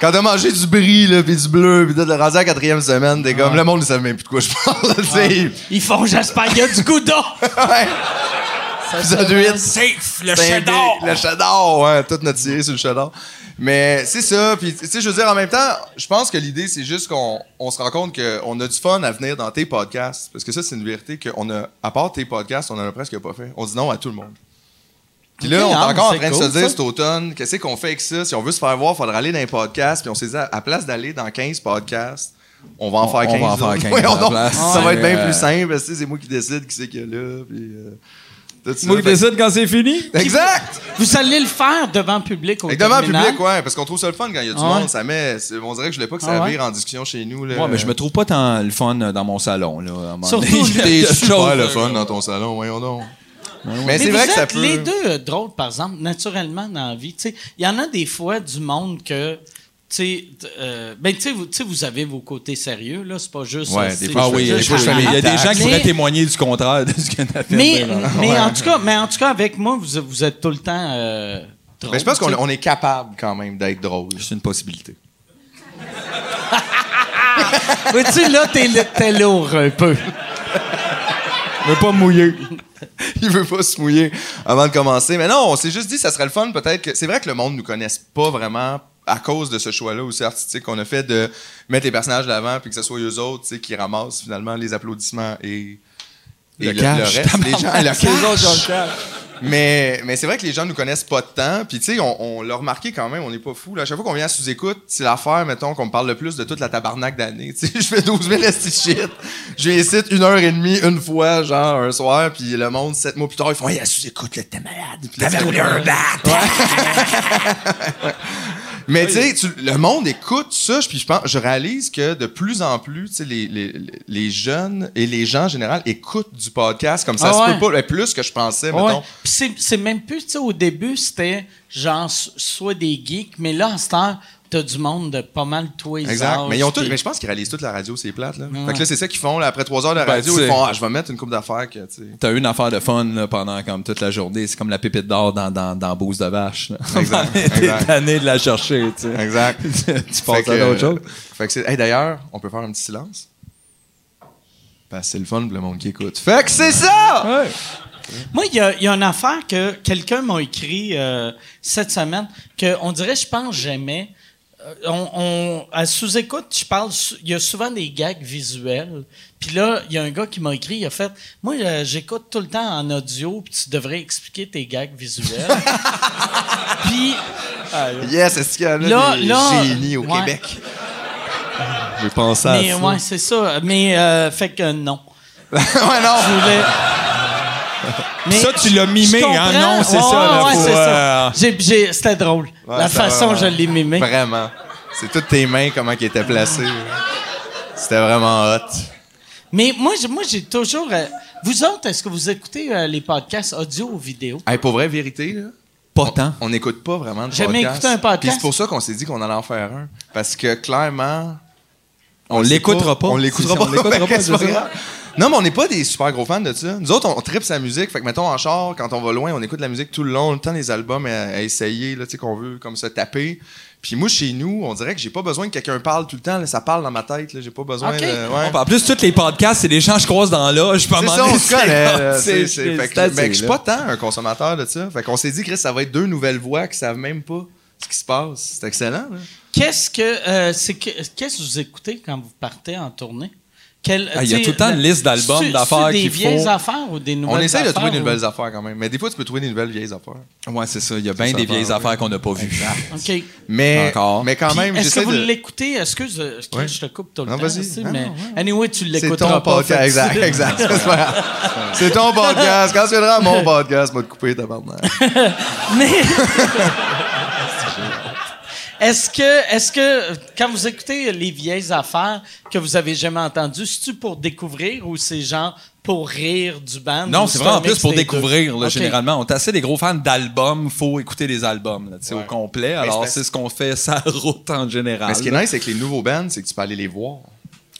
S7: Quand t'as mangé du brie, là, pis du bleu, pis t'as le rendu à la quatrième semaine, t'es comme, le monde, ils savent même plus de quoi je parle, tu sais.
S1: euh, Ils font, j'espère, il y a du goudon!
S7: Ouais. Épisode 8.
S4: Safe, le
S7: C'est un
S4: cheddar.
S7: dé- Le cheddar, ouais, toute notre série sur le cheddar. Mais c'est ça, puis tu sais, je veux dire, en même temps, je pense que l'idée, c'est juste qu'on on se rend compte qu'on a du fun à venir dans tes podcasts, parce que ça, c'est une vérité qu'on a, à part tes podcasts, on en a presque pas fait. On dit non à tout le monde. Puis
S1: Ok,
S7: là, on est
S1: ah,
S7: encore en
S1: c'est
S7: train de
S1: cool,
S7: se
S1: ça.
S7: dire cet automne, qu'est-ce qu'on fait avec ça? Si on veut se faire voir, il faudra aller dans les podcasts, puis on s'est dit, à, à place d'aller dans 15 podcasts, on va en faire 15.
S8: on va en faire
S7: autres.
S8: 15
S7: Ouais,
S8: à la
S7: on-
S8: place.
S7: Ça va
S8: Ouais,
S7: être bien
S8: euh,
S7: plus simple, parce que c'est moi qui décide qui c'est qu'il y a là, puis... euh, tout ça.
S8: Moi qui
S7: Fait-
S8: décide quand c'est fini.
S7: Exact!
S1: Vous allez le faire devant public au
S7: Fait que devant le
S1: terminal.
S7: public, ouais, parce qu'on trouve ça le fun quand il y a du
S1: Ah ouais.
S7: monde, ça met. c'est- On dirait que je voulais pas que ça
S1: Ah ouais.
S7: vire en discussion chez nous. Là.
S8: Ouais, mais je me trouve pas tant le fun euh, dans mon salon, là. à un moment
S1: Surtout,
S8: donné, il y a des
S1: le-
S8: choses,
S7: Ouais, le
S8: euh,
S7: fun dans ton salon, voyons donc. Mais,
S1: Ah Mais
S7: c'est
S1: vous
S7: vrai que ça
S1: êtes
S7: peut.
S1: Les deux euh, drôles, par exemple, naturellement dans la vie. Tu sais, Il y en a des fois du monde que. tu sais, t- euh, ben, tu sais, vous, tu sais, vous avez vos côtés sérieux, là. C'est pas juste.
S7: Ouais,
S1: euh,
S7: des
S1: c'est-
S7: fois,
S8: Ah
S1: c'est
S8: oui,
S1: juste
S8: des fois, je fais
S1: la
S8: des- il y a des
S1: attaque.
S8: gens qui pourraient
S1: Mais-
S8: témoigner du contraire de ce qu'on a fait.
S1: Mais, mais, en tout cas, mais en tout cas, avec moi, vous, vous êtes tout le temps euh, drôle.
S7: Mais je pense qu'on
S1: tu sais.
S7: on est capable quand même d'être drôle.
S8: c'est une possibilité.
S1: Mais tu sais, là, t'es, t'es lourd un peu.
S7: Il veut pas mouiller. il veut pas se mouiller avant de commencer. Mais non, on s'est juste dit, ça serait le fun peut-être que. C'est vrai que le monde nous connaisse pas vraiment à cause de ce choix-là aussi artistique qu'on a fait de mettre les personnages de l'avant puis que ce soit eux autres tu sais, qui ramassent finalement les applaudissements et. et le,
S8: cash,
S7: le reste, les gens, le cash. Mais, mais c'est vrai que les gens nous connaissent pas de temps. Puis, tu sais, on, on l'a remarqué quand même, on n'est pas fou. À chaque fois qu'on vient à sous-écoute, c'est l'affaire, mettons, qu'on me parle le plus de toute la tabarnak d'année. Tu sais, je fais 12 000 esti de shit. Je viens ici une heure et demie, une fois, genre, un soir. Puis le monde, sept mois plus tard, ils font, hey, à sous-écoute, là, t'es malade. Puis là, c'est comme- mais tu sais, tu- le monde écoute ça, puis je pense, je réalise que de plus en plus, tu sais, les, les, les jeunes et les gens en général écoutent du podcast comme ça.
S1: Ah
S7: se
S1: ouais. Ah
S7: peut pas, mais plus que je pensais,
S1: Ouais.
S7: mettons.
S1: Puis c'est, c'est même plus, tu sais, au début, c'était genre so- soit des geeks, mais là, en ce temps, t'as du monde de pas mal tous les
S7: Exact.
S1: âges,
S7: Mais, ils ont tout-
S1: puis-
S7: mais je pense qu'ils réalisent toute la radio, c'est plate. Là.
S1: Ouais.
S7: Fait que là, c'est ça qu'ils font. Là, après trois heures de
S8: Ben,
S7: radio,
S8: tu
S7: ils
S8: sais.
S7: font Ah, je vais mettre une coupe d'affaires. Que, tu sais.
S8: T'as eu une affaire de fun là, pendant comme toute la journée. C'est comme la pépite d'or dans, dans, dans Bouse de Vache. là.
S7: Exact,
S8: T'es
S7: exact.
S8: tanné de la chercher, tu sais.
S7: Exact.
S8: tu
S7: Fait
S8: penses
S7: que,
S8: à d'autres
S7: euh,
S8: choses?
S7: Fait que c'est. Hey, d'ailleurs, on peut faire un petit silence. Parce que c'est le fun pour le monde qui écoute. Fait que c'est ça!
S1: Moi, il y a, il y a une affaire que quelqu'un m'a écrit euh, cette semaine que on dirait, je pense, j'aimais. Euh, on, on- à sous-écoute, je parle, sou- il y a souvent des gags visuels. Puis là, il y a un gars qui m'a écrit, il a fait Moi, euh, j'écoute tout le temps en audio, puis tu devrais expliquer tes gags visuels. puis
S7: Yes, c'est ce qu'il Ah, y a là,
S1: Là,
S7: des
S1: là,
S7: génies au
S1: ouais.
S7: Québec. Ah, J'ai pensé à
S1: Mais
S7: ça.
S1: ouais, c'est ça. Mais euh, fait que non.
S7: ouais, non.
S1: Je voulais- Mais
S8: Ça, tu l'as
S1: je
S8: mimé, hein?
S1: comprends.
S8: Non, c'est
S1: Ouais,
S8: ça. là,
S1: ouais,
S8: faut,
S1: c'est
S8: euh,
S1: ça. J'ai- j'ai- C'était drôle.
S7: Ouais,
S1: La
S7: ça va,
S1: façon
S7: ouais.
S1: je l'ai mimé.
S7: Vraiment. C'est toutes tes mains, comment qui étaient placées. C'était vraiment hot.
S1: Mais moi, j'ai- moi j'ai toujours. euh, vous autres, est-ce que vous écoutez euh, les podcasts audio ou vidéo?
S7: Hey, pour vraie vérité, là,
S8: Pas tant.
S7: on n'écoute pas vraiment de podcast.
S1: Jamais écouté un podcast.
S7: Puis c'est pour ça qu'on s'est dit qu'on allait en faire un. Parce que clairement.
S8: On
S7: sait
S8: l'écoutera pas.
S7: On l'écoutera
S8: C'est
S7: pas.
S8: ça, on l'écoutera pas,
S7: C'est
S8: c'est ça.
S7: grave. Non, mais on n'est pas des super gros fans de ça. Nous autres, on, on tripe sa musique. Fait que, mettons, en char, quand on va loin, on écoute la musique tout le long, le temps des albums à, à essayer, là, tu sais, qu'on veut comme ça taper. Puis moi, chez nous, on dirait que j'ai pas besoin que quelqu'un parle tout le temps. là. ça parle dans ma tête. là. J'ai pas besoin.
S1: Ok.
S7: de- ouais.
S8: En plus, tous les podcasts, c'est des gens que je croise dans là. Je peux
S7: C'est
S8: m'en
S7: ça, on se connaît. là, tu sais,
S8: C'est
S7: c'est- fait que- Mais que je suis pas tant un consommateur de ça. Fait qu'on s'est dit, Chris, ça va être deux nouvelles voix qui savent même pas ce qui se passe. C'est excellent. là.
S1: Qu'est-ce que, euh, c'est que, qu'est-ce que vous écoutez quand vous partez en tournée? Quel-
S8: Ah, il y a
S1: tu sais,
S8: tout le temps une
S1: le-
S8: liste d'albums,
S1: c'est-tu
S8: d'affaires
S1: des
S8: qu'il
S1: vieilles
S8: faut.
S1: affaires ou des nouvelles
S7: On essaye de
S1: affaires
S7: trouver des
S1: ou-
S7: nouvelles affaires quand même. Mais des fois, tu peux trouver des nouvelles vieilles affaires.
S8: Ouais, c'est ça. Il y a bien
S7: ça,
S8: des vieilles
S7: ouais.
S8: affaires qu'on n'a pas vues.
S1: OK.
S7: Mais,
S8: Encore.
S7: mais quand
S1: Puis,
S7: même,
S1: Est-ce que
S7: j'essaie
S1: vous
S7: de.
S1: l'écoutez? Excuse, euh, je-
S7: Ouais.
S1: je te coupe tout le
S7: Non,
S1: temps.
S7: vas-y.
S1: tu sais,
S7: Non,
S1: mais
S7: non,
S1: anyway, tu
S7: C'est
S1: l'écouteras pas,
S7: ton podcast.
S1: fait-
S7: Exact, exact. C'est pas grave. C'est ton podcast. Quand tu viendras à mon podcast, va te couper ta barbe.
S1: Mais est-ce que, est-ce que quand vous écoutez les vieilles affaires que vous avez jamais entendues, c'est-tu pour découvrir ou c'est genre pour rire du band?
S8: Non,
S1: ou
S8: c'est vraiment
S1: un
S8: en plus
S1: mix
S8: pour
S1: des deux?
S8: découvrir, là,
S1: OK.
S8: généralement. On est assez des gros fans d'albums, faut écouter les albums là, tu sais, au complet. Alors,
S7: c'est-
S8: c'est ce qu'on fait ça route en général.
S7: Mais ce qui est nice avec les nouveaux bands, c'est que tu peux aller les voir.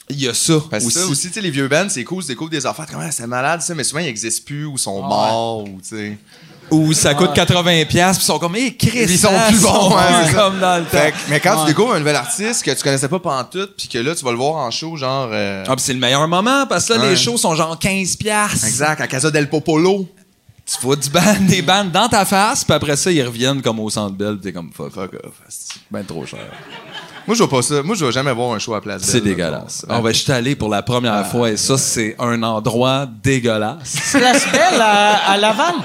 S8: Il y a ça
S7: Parce que
S8: aussi.
S7: ça aussi, tu sais, les vieux bands, c'est cool, tu découvres des affaires, comment c'est malade, ça, mais souvent ils n'existent plus ou sont morts ou tu sais.
S8: Où ça coûte 80$, puis ils sont comme, hé, Chris,
S7: Ils sont
S8: hein,
S7: plus bons, hein,
S8: plus
S7: c'est ça.
S8: comme dans le temps.
S7: Fait que- mais quand
S1: Ouais.
S7: tu découvres un nouvel artiste que tu connaissais pas pantoute, puis que là tu vas le voir en show, genre euh,
S8: Ah, puis c'est le meilleur moment, parce que là,
S7: Ouais.
S8: les shows sont genre 15$.
S7: exact, à Casa del Popolo.
S8: Tu vois du ban- des bandes dans ta face, puis après ça, ils reviennent comme au centre Bell, puis t'es comme, fuck,
S7: Fuck off. asti.
S8: ben trop cher.
S7: Moi je vois pas ça. Moi je vais jamais voir un show à place.
S8: C'est
S7: Belle,
S8: dégueulasse.
S7: je pense.
S8: Ah, ben, je suis allé pour la première
S7: Ah,
S8: fois, et ça, c'est un endroit dégueulasse.
S1: Place Belle à, à Laval.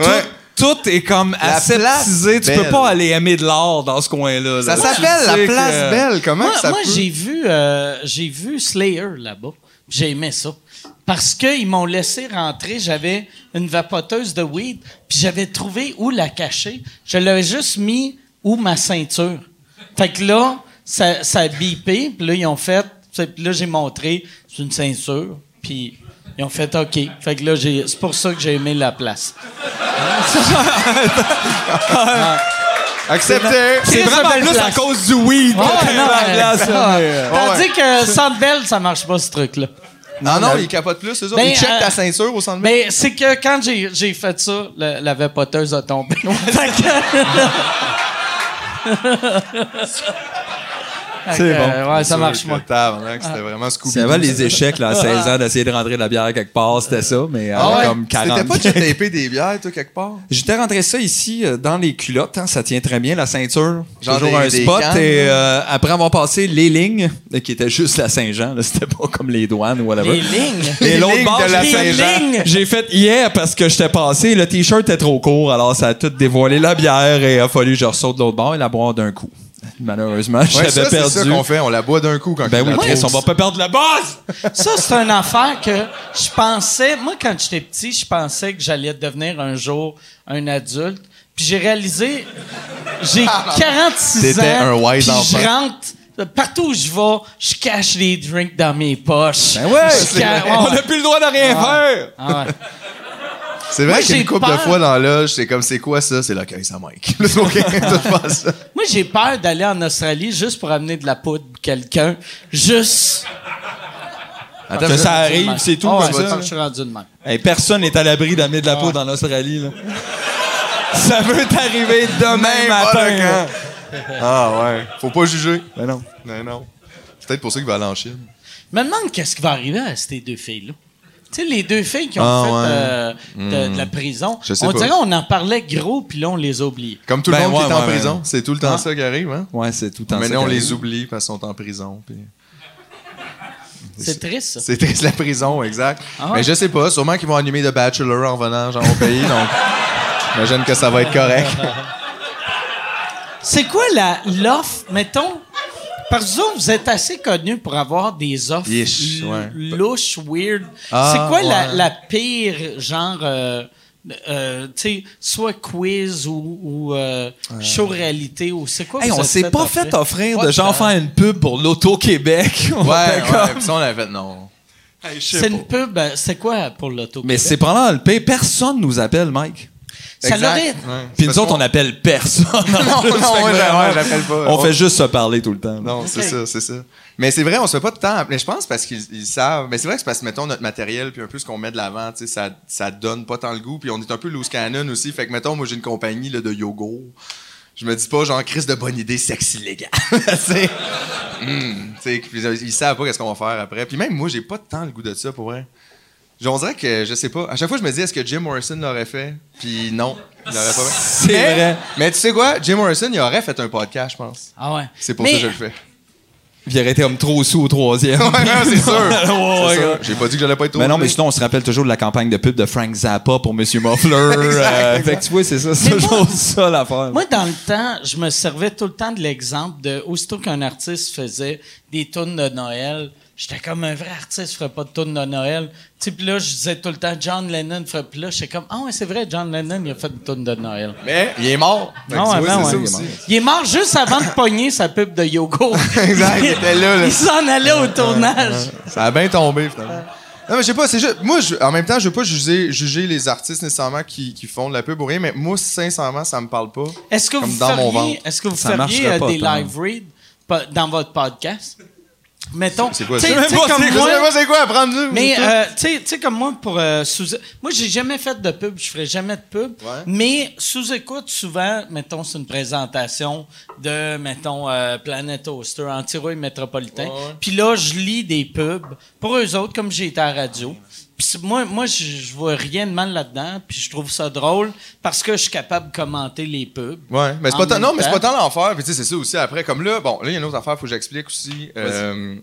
S7: Ouais.
S8: Tout est comme
S7: La
S8: aseptisé.
S7: place
S8: Tu peux
S7: belle.
S8: pas aller aimer de l'art dans ce coin-là. là.
S7: Ça
S8: Tu
S7: s'appelle
S8: sais
S7: la
S8: que-
S7: place Belle. Comment
S1: Moi,
S7: que ça
S1: moi,
S7: peut?
S1: j'ai vu, euh, j'ai vu Slayer là-bas. J'ai aimé ça. Parce qu'ils m'ont laissé rentrer. J'avais une vapoteuse de weed, puis j'avais trouvé où la cacher. Je l'avais juste mis où ma ceinture. Fait que là, ça, ça a bipé, puis là, ils ont fait. Puis là, j'ai montré, c'est une ceinture, puis ils ont fait OK. Fait que là, j'ai- c'est pour ça que j'ai aimé la place.
S7: Accepté.
S1: Très
S8: C'est vraiment
S1: belle
S8: plus à
S1: place.
S8: cause du weed.
S7: Ah,
S1: Ouais,
S8: que
S1: Ah, non,
S8: la
S1: mais-
S8: place, là, mais, euh,
S1: Tandis que Sandbell, ça marche pas, ce truc-là.
S7: Non Ah non, ils capotent plus eux autres.
S1: Ben,
S7: ils checkent
S1: euh,
S7: ta ceinture au centre Bell.
S1: Mais c'est que quand j'ai, j'ai fait ça, la, la vapoteuse a tombé. Fait que- Fait que,
S8: bon.
S1: ouais, ça marche pas.
S7: Tabarnak,
S1: Ah.
S7: C'était vraiment Scooby.
S8: Ça va les échecs là, à 16 ans d'essayer de rentrer de la bière quelque part, c'était ça, mais euh,
S7: Ah ouais?
S8: comme 40.
S7: C'était pas de taper des bières toi quelque part.
S8: J'étais rentré ça ici euh, dans les culottes, hein, ça tient très bien la ceinture.
S7: Genre
S8: toujours
S7: des-
S8: un
S7: des
S8: spot
S7: cannes, hein.
S8: et euh, après avoir passé les lignes euh, qui étaient juste la Saint-Jean, là, c'était pas comme les douanes ou whatever.
S1: Les lignes.
S8: Et
S7: Les
S8: l'autre
S7: lignes
S8: bord,
S7: de la
S8: j'ai-
S1: Saint-Jean.
S8: les lignes. J'ai fait hier parce que j'étais passé, le t-shirt était trop court, alors ça a tout dévoilé la bière et il a fallu que je ressaute de l'autre bord et la boire d'un coup. Malheureusement,
S7: Ouais,
S8: j'avais
S7: ça, c'est ça
S8: perdu.
S7: qu'on fait, on la boit d'un coup quand
S8: Ben
S7: tu
S8: oui,
S7: la
S8: Chris, on
S7: trouves.
S8: va pas perdre la base!
S1: Ça, c'est une affaire que je pensais. Moi, quand j'étais petit, je pensais que j'allais devenir un jour un adulte. Puis j'ai réalisé, j'ai 46 ans.
S7: T'étais un wise
S1: puis Je
S7: enfant.
S1: rentre. Partout où je vais, je cache les drinks dans mes poches.
S8: Ben ouais,
S1: Je cache-
S8: on n'a plus le droit de rien faire!
S1: Ah ouais.
S7: C'est
S1: Moi,
S7: vrai qu'il y a
S1: j'ai
S7: une couple de
S1: peur.
S7: fois dans la loge, c'est comme c'est quoi ça? C'est l'accueil ça Mike. Là, c'est ok, tout passe.
S1: Moi, j'ai peur d'aller en Australie juste pour amener de la poudre pour quelqu'un. Juste.
S8: Attends, que ça arrive, c'est tout.
S1: Ah ouais,
S8: comme ça,
S1: c'est
S8: là.
S1: que je suis rendu de même.
S8: Hey, personne n'est à l'abri d'amener de la
S1: Ah.
S8: poudre en Australie. là. ça peut t'arriver demain
S7: Même pas
S8: matin.
S7: le
S8: là.
S7: Ah ouais. Faut pas juger.
S8: Ben non.
S7: Non, non. C'est Peut-être pour ça qu'il va aller en Chine.
S1: Je me demande qu'est-ce qui va arriver à ces deux filles-là. Tu sais, les deux filles qui ont
S7: Ah,
S1: fait
S7: ouais. Hmm.
S1: euh, de- de, la prison.
S7: Je sais
S1: on
S7: pas.
S1: dirait qu'on en parlait gros, puis là, on les a oubliés.
S7: Comme tout le
S8: Ben
S7: monde qui
S8: ouais,
S7: est en
S8: ouais,
S7: prison,
S8: ouais.
S7: c'est tout le temps ça qui arrive, hein?
S8: Ouais, c'est tout en
S7: Mais
S8: ça
S7: là, on
S8: qu'elle-
S7: les oublie parce qu'ils sont en prison. puis-
S1: C'est triste, ça.
S7: C'est triste, la prison, exact.
S1: Ah ouais.
S7: Mais je sais pas, sûrement qu'ils vont animer The Bachelor en venant genre, au pays, donc j'imagine que ça va être correct.
S1: C'est quoi la l'offre, mettons? Parce que vous autres, vous êtes assez connus pour avoir des offres
S7: Ish,
S1: l-
S7: ouais.
S1: louches, weird.
S7: Ah,
S1: c'est quoi la,
S7: ouais.
S1: la pire, genre, euh, euh, tu sais, soit quiz ou, ou, euh, show réalité ou c'est quoi?
S8: Hey,
S1: vous
S8: on
S1: êtes
S8: s'est pas fait offrir
S1: What
S8: de genre
S1: the-
S8: faire une pub pour l'Auto-Québec. On
S7: Ouais,
S8: était comme-
S7: ouais. Puis ça, on l'avait fait, non.
S1: C'est une pub, euh, c'est quoi pour l'auto?
S8: Mais c'est pendant le P. Personne nous appelle, Mike.
S1: Ça
S7: Exact.
S1: l'aurait.
S7: Ouais.
S8: Puis
S7: Parce
S8: nous autres,
S7: qu'on-
S8: on appelle personne. En
S7: Non,
S8: plus,
S7: non,
S8: fait que
S7: ouais,
S8: vraiment,
S7: ouais, j'appelle pas.
S8: On
S7: On-
S8: fait juste se parler tout le temps.
S7: Non, c'est
S1: Ok.
S7: ça, c'est ça. Mais c'est vrai, on se fait pas de temps. Mais je pense parce qu'ils ils savent. Mais c'est vrai que c'est parce que, mettons, notre matériel, puis un peu ce qu'on met de l'avant, tu sais, ça, ça donne pas tant le goût. Puis on est un peu loose canon aussi. Fait que, mettons, moi, j'ai une compagnie là, de yogourt. Je me dis pas, genre, Chris de bonne idée, sexy légal. tu sais, Hmm, tu sais, puis, euh, ils savent pas qu'est-ce qu'on va faire après. Puis même moi, j'ai pas tant le goût de ça pour vrai. On dirait que, je sais pas, à chaque fois, je me dis, est-ce que Jim Morrison l'aurait fait? Puis non, il l'aurait pas fait.
S8: C'est
S7: Mais-
S8: vrai.
S7: Mais tu sais quoi? Jim Morrison, il aurait fait un podcast, je pense.
S1: Ah ouais.
S7: C'est pour
S1: Mais-
S7: ça que je le fais.
S8: Puis il aurait été comme trop sous au troisième.
S7: Ouais, non, c'est sûr.
S8: ouais,
S7: C'est sûr.
S8: ouais.
S7: J'ai pas dit que j'allais pas être trop.
S8: Mais non, mais
S7: gelé.
S8: sinon, on se rappelle toujours de la campagne de pub de Frank Zappa pour Monsieur Muffler. Euh, fait que tu vois, c'est ça, c'est
S1: Mais moi-
S8: toujours ça l'affaire.
S1: Moi, dans le temps, je me servais tout le temps de l'exemple de aussitôt qu'un artiste faisait des tunes de Noël, j'étais comme un vrai artiste, ferait pas de tunes de Noël. Tu sais, puis là, je disais tout le temps John Lennon ferait. Puis là, j'étais comme ah ouais, c'est vrai, John Lennon il a fait une tune de Noël.
S7: Mais il est mort. Fait que
S1: Ah ouais,
S7: tu vois,
S1: ben
S7: c'est
S1: ouais.
S7: ça aussi.
S1: Il est mort juste avant de pogner sa pub de Yoko.
S7: Exact, il était là, là.
S1: Il s'en allait au tournage.
S7: Ça a bien tombé, finalement. Non, mais je sais pas, c'est juste. Moi, je- en même temps, je veux pas juger, juger les artistes nécessairement qui, qui font de la pub ou rien, mais moi, sincèrement, ça me parle pas.
S1: Est-ce que,
S7: Comme
S1: vous
S7: dans mon
S1: feriez,
S7: ventre.
S1: est-ce que vous
S8: Ça
S1: feriez
S8: marcherait
S1: euh,
S8: pas,
S1: des
S8: Tom.
S1: live reads pa- dans votre podcast? Mettons.
S7: C'est quoi
S1: t'sais-
S7: ça?
S1: t'sais, comme
S7: Je
S1: moi-
S7: sais pas c'est quoi, apprendre-nous.
S1: Mais euh, tu sais- tu sais comme moi pour euh, sous moi j'ai jamais fait de pub, je ferai jamais de pub.
S7: Ouais.
S1: Mais sous écoute souvent, mettons c'est une présentation de mettons euh, Planet Oster, Antirouille Métropolitain. Puis là je lis des pubs pour eux autres comme j'ai été à la radio. Puis c'est- moi moi je je vois rien de mal là-dedans, puis je trouve ça drôle parce que je suis capable de commenter les pubs.
S7: Ouais, mais c'est
S1: En
S7: pas tant,
S1: même
S7: non, mais c'est
S1: temps.
S7: pas tant l'enfer. Puis tu sais, c'est ça aussi après. Comme là, bon, là, il y a une autre affaire, faut que j'explique aussi. Euh,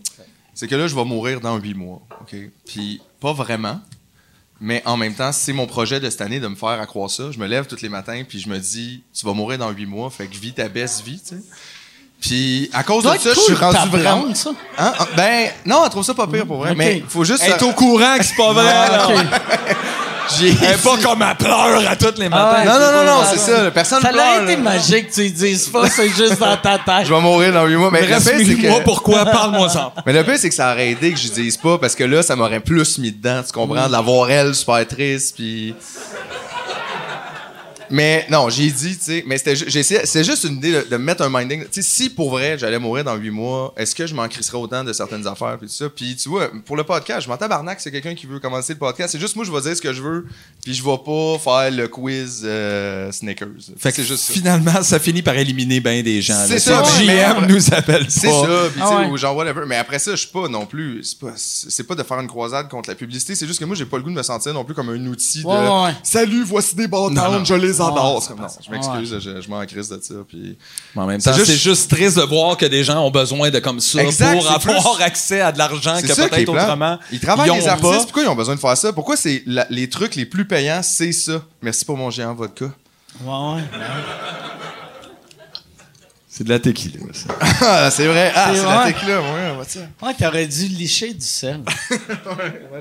S7: c'est que là, je vais mourir dans huit mois. OK? Puis pas vraiment. Mais en même temps, c'est mon projet de cette année de me faire accroître ça. Je me lève tous les matins, puis je me dis, tu vas mourir dans huit mois, fait que vis ta baisse vie, tu sais. Puis à cause de
S1: doit
S7: ça,
S1: être
S7: je suis
S1: cool, ta
S7: rendu vraiment.
S1: blonde, ça.
S7: Hein? Ah, Ben, non, elle trouve ça pas pire pour vrai.
S1: Ok.
S7: Mais faut juste.
S8: Elle est au courant que c'est
S7: Ah,
S8: pas
S7: ben,
S8: vrai.
S1: Ah,
S8: là.
S7: J'ai-
S8: Elle est pas comme elle pleure à toutes les matins.
S7: Ah, non, non, non, non, c'est ça. Personne
S1: Ça
S7: pleure.
S1: aurait été
S7: là.
S1: magique que tu y dises pas, c'est juste dans ta tête.
S7: Je vais mourir dans huit mois. Mais le
S8: Reste
S7: pire, c'est que-
S8: moi pourquoi parle-moi ça.
S7: Mais le pire, c'est que ça aurait aidé que je dise pas, parce que là, ça m'aurait plus mis dedans, tu comprends, de la voir elle super triste, puis... Mais non, j'ai dit, tu sais, mais c'était ju- j'ai essayé- c'est juste une idée de, de mettre un minding. Tu sais, si pour vrai, j'allais mourir dans huit mois, est-ce que je m'en crisserais autant de certaines affaires, puis tout ça? Puis tu vois, pour le podcast, je m'en tabarnak, c'est quelqu'un qui veut commencer le podcast. C'est juste moi, je vais dire ce que je veux, puis je vais pas faire le quiz euh, Snickers.
S8: Fait que
S7: c'est juste ça.
S8: finalement, ça finit par éliminer bien des gens. là.
S7: C'est
S8: Si
S7: ça,
S8: le
S7: mais-
S8: GM nous appelle pas.
S7: C'est ça, puis tu
S1: Ah
S7: sais,
S1: ouais.
S7: ou genre whatever. Mais après ça, je suis pas non plus. C'est pas, c'est pas de faire une croisade contre la publicité. C'est juste que moi, j'ai pas le goût de me sentir non plus comme un outil
S1: Ouais,
S7: de.
S1: ouais, ouais.
S7: Salut, voici des
S8: Non,
S7: bâtards,
S8: non.
S7: je les
S1: Ouais,
S7: adore.
S1: c'est
S7: Comme,
S1: pas
S7: non,
S1: ça.
S7: je m'excuse, je, je m'en crise de ça. Puis...
S8: Mais en même temps,
S7: C'est
S8: c'est
S7: juste-
S8: juste... triste de voir que des gens ont besoin de comme ça
S7: Exact,
S8: pour
S7: c'est
S8: avoir accès à de l'argent
S7: C'est
S8: Hein, que
S7: ça qui est
S8: peut-être
S7: plate.
S8: autrement.
S7: Ils travaillent
S8: ils
S7: les
S8: ont
S7: artistes.
S8: pas.
S7: Pourquoi ils ont besoin de faire ça? Pourquoi c'est la- les trucs les plus payants, c'est ça? Merci pour mon géant vodka.
S1: Ouais, ouais.
S8: C'est de la tequila, ça.
S7: Ah, c'est vrai. Ah,
S1: C'est
S7: c'est la
S1: vrai.
S7: tech-là. Ouais, on va dire.
S1: Ouais, t'aurais dû licher du sel.
S7: Ouais,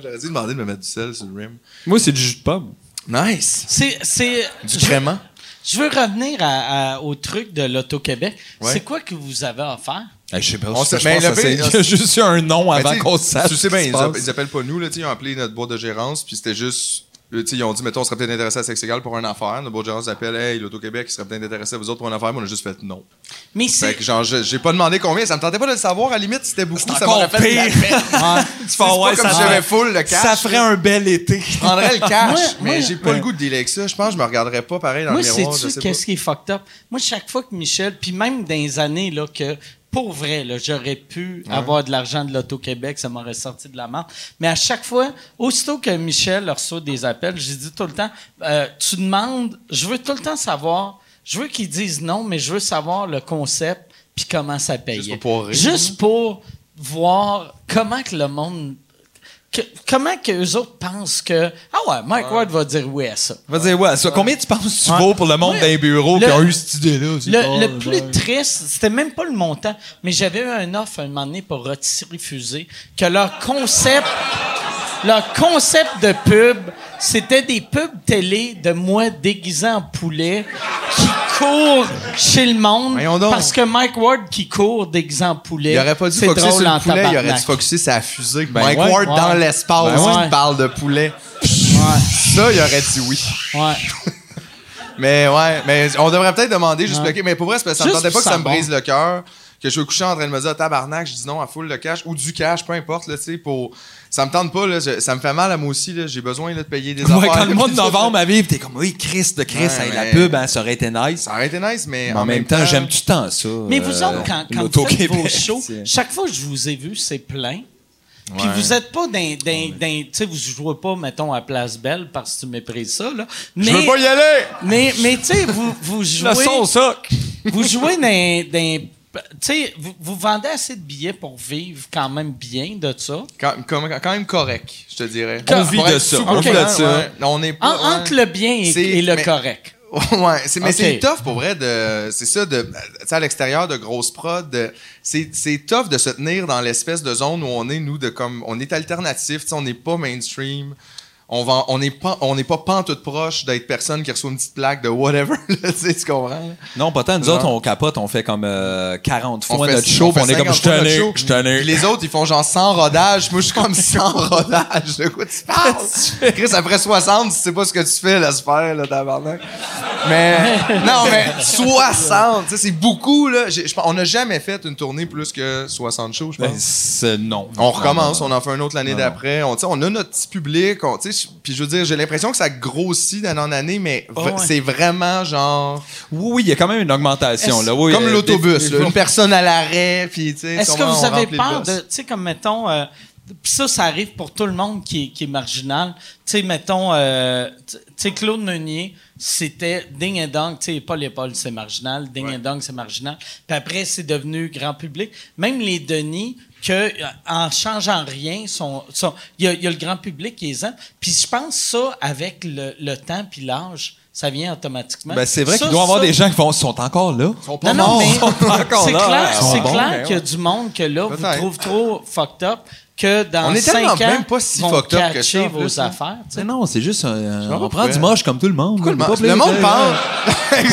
S7: J'aurais dû demander de me mettre du sel sur le rim.
S8: Moi, c'est du jus de pomme.
S7: Nice.
S1: C'est, c'est,
S7: Du
S1: je-
S7: crément.
S1: Je veux revenir à- à- au truc de l'Auto-Québec.
S7: Ouais.
S1: C'est quoi que vous avez offert?
S8: Ben, je sais pas.
S7: On
S8: je
S7: sait-
S8: pense
S7: mais
S8: que
S7: le
S8: ça-
S7: pire-
S8: il y a juste eu un nom
S7: Mais
S8: avant
S7: Ben, tu sais,
S8: qu'on sache.
S7: Tu sais bien,
S8: ce qui
S7: ils,
S8: se
S7: app-
S8: passe.
S7: ils appellent pas nous, là, tu sais, ils ont appelé notre boîte de gérance, puis c'était juste. euh, tu sais, Ils ont dit, mettons, on serait peut-être intéressé à Sexe Égal pour une affaire. Notre boîte de gérance appelle, hey, l'Auto-Québec, ils seraient peut-être intéressés à vous autres pour une affaire, mais on a juste fait non.
S1: Mais
S7: Fait
S1: c'est,
S7: Ben, que, genre, je- j'ai pas demandé combien, ça me tentait pas de le savoir, à la limite, c'était beaucoup, ça m'aurait fait de la peine.
S8: Tu
S7: C'est
S8: fais,
S7: pas
S8: Ah ouais,
S7: comme
S8: ça-
S7: si j'avais full le cash.
S8: Ça ferait un bel été.
S7: Je prendrais le cash,
S1: Moi- moi-
S7: mais j'ai pas le goût de délai avec ça. Je pense que je me regarderais pas pareil dans
S1: moi,
S7: le miroir. je
S1: sais-tu
S7: sais pas.
S1: qu'est-ce qui est fucked up? Moi, chaque fois que Michel, puis même dans les années, là, que pour vrai, là, j'aurais pu avoir de l'argent de l'Auto-Québec, ça m'aurait sorti de la marque. Mais à chaque fois, aussitôt que Michel reçoit des appels, j'ai dit tout le temps, euh, tu demandes, je veux tout le temps savoir, je veux qu'ils disent non, mais je veux savoir le concept puis comment ça paye.
S7: Juste pour pouvoir rire. hein?
S1: Juste pour voir comment que le monde. que- comment que eux autres pensent que. Ah ouais, Mike Ward va dire oui à ça.
S8: On va dire, ouais, ça, combien tu penses que tu
S1: Ouais.
S8: vaux pour le monde
S1: Ouais.
S8: d'un bureau
S1: Le-
S8: qui a eu cette idée-là? C'est
S1: Le,
S8: pas-
S1: le plus triste, c'était même pas le montant, mais j'avais eu un offre un moment donné pour retirer fusée, que leur concept, leur concept de pub, c'était des pubs télé de moi déguisé en poulet qui court chez le monde
S7: Voyons donc.
S1: parce que Mike Ward qui court déguisé en poulet,
S7: Il aurait pas dû
S1: c'est
S7: focusser
S1: drôle
S7: sur
S1: en
S7: le poulet, il aurait
S1: tabarnak.
S7: dû focusser sa fusée. Mike
S8: Ben ouais.
S7: Ward
S1: Ouais.
S7: dans l'espace,
S1: Ben ouais.
S7: il parle de poulet.
S1: Ouais,
S7: Ça, il aurait dit oui.
S1: ouais.
S7: Mais ouais, mais on devrait peut-être demander, juste pour- Mais pour vrai, c'est parce que ça ne me
S1: Juste
S7: tentait pas
S1: pour
S7: que ça me
S1: savoir.
S7: brise le cœur, que je veux coucher en train de me dire tabarnak, je dis non à full le cash ou du cash, peu importe, là, tu sais, pour. Ça me tente pas, là, je- ça me fait mal à moi aussi, là, j'ai besoin là, de payer des
S8: Ouais,
S7: affaires.
S8: quand le mois de
S7: Ça,
S8: novembre arrive, t'es comme, oui, Chris de Chris,
S7: Ouais,
S8: hey, la
S7: mais-
S8: pub, hein, ça aurait été nice.
S7: Ça aurait été nice, mais
S8: Mais en, même, temps, j'aime tout le temps ça.
S1: Mais vous
S8: euh,
S1: autres, quand, quand vous faites
S8: l'Auto-Québec,
S1: vos shows,
S8: c'est-
S1: chaque fois que je vous ai vu, c'est plein. Puis
S7: Ouais.
S1: vous êtes pas d'un. d'un- d'un- Tu sais, vous jouez pas, mettons, à Place Belle parce que tu méprises ça, là. Mais,
S7: Je veux pas y aller!
S1: mais, mais tu sais, vous, vous jouez.
S8: Le son, ça.
S1: vous jouez dans. dans- tu sais, vous, vous vendez assez de billets pour vivre quand même bien de ça.
S7: Quand, comme- quand même correct, je te dirais.
S8: On vit
S7: Pour
S8: de
S7: être
S8: ça,
S7: sous-
S8: on vit de
S7: ouais,
S8: ça.
S7: ouais. On est pas.
S1: En-
S7: ouais.
S1: Entre le bien et,
S7: C'est-
S1: et le
S7: mais-
S1: correct.
S7: ouais, c'est, mais
S1: Ok.
S7: c'est tough pour vrai de. C'est ça, de, tu sais, à l'extérieur de grosses prod, de- c'est, c'est tough de se tenir dans l'espèce de zone où on est, nous, de comme. On est alternatif, tu sais, on n'est pas mainstream. On va, on n'est pas, on n'est pas pantoute proche d'être personne qui reçoit une petite plaque de whatever, là, tu sais, tu comprends? là?
S8: Non, pas tant. Nous
S7: Non.
S8: autres, on capote, on fait comme euh, 40 fois
S7: fait-
S8: notre show,
S7: fait
S8: puis on est comme,
S7: 50
S8: je
S7: fois notre
S8: tenais,
S7: show.
S8: je tenais.
S7: Puis les autres, ils font genre 100 rodages. Moi, je suis comme 100 rodages. De quoi tu parles? Chris, après 60, tu sais pas ce que tu fais, là, super, là, tabarnak. Mais, non, mais 60, tu sais, c'est beaucoup, là. J'ai- je pense- on n'a jamais fait une tournée plus que 60 shows, je pense.
S8: Ben, c'est- non.
S7: On recommence,
S8: Non,
S7: on en fait un autre l'année d'après. On, tu sais, on a notre petit public. on- tu sais, je- Puis je veux dire, j'ai l'impression que ça grossit d'année en année, mais v-
S1: ouais.
S7: c'est vraiment genre.
S8: non. Oui, oui, il y a quand même une augmentation. Là, oui,
S7: comme
S8: euh,
S7: l'autobus,
S8: des-
S7: là, une personne à l'arrêt. Puis, tu sais,
S1: Est-ce que
S7: sûrement,
S1: vous
S7: on
S1: avez
S7: remplit le
S1: peur
S7: bus.
S1: de, tu sais, comme mettons, euh, pis ça, ça arrive pour tout le monde qui, est- qui est marginal. Tu sais, mettons, euh, tu tu sais, Claude Meunier, c'était ding et dong, tu sais, Paul et Paul, c'est marginal, ding et dong, c'est marginal. Puis après, c'est devenu grand public. Même les Denis, que euh, en changeant rien, sont, sont- il y, a- il y a le grand public qui les aime. Puis je pense ça, avec le, le temps puis l'âge, ça vient automatiquement.
S8: Ben, c'est vrai
S1: Ça,
S8: qu'il doit y avoir
S1: ça,
S8: des gens qui font, sont encore là.
S7: Ils sont pas
S1: non, non,
S7: morts.
S1: mais
S8: encore
S1: c'est
S8: là. hein. Ah
S1: clair,
S8: Ils sont
S1: c'est
S8: bons,
S1: clair
S8: mais
S1: qu'il y a du monde que là, vous
S7: ben, Peut-être.
S1: trouve trop fucked up que dans
S7: On est
S1: 5
S7: tellement
S1: ans,
S7: même pas si
S1: vont
S7: fucked up que
S1: catcher
S7: ça, en
S1: vos
S7: plus, hein.
S1: affaires. tu sais.
S8: Mais non, c'est juste, euh,
S7: vois
S8: on
S7: pas
S8: prend du
S7: pourquoi.
S8: moche comme tout le monde.
S7: Pourquoi
S8: On est pas
S7: le,
S8: obligé
S7: monde
S8: de-
S7: parle.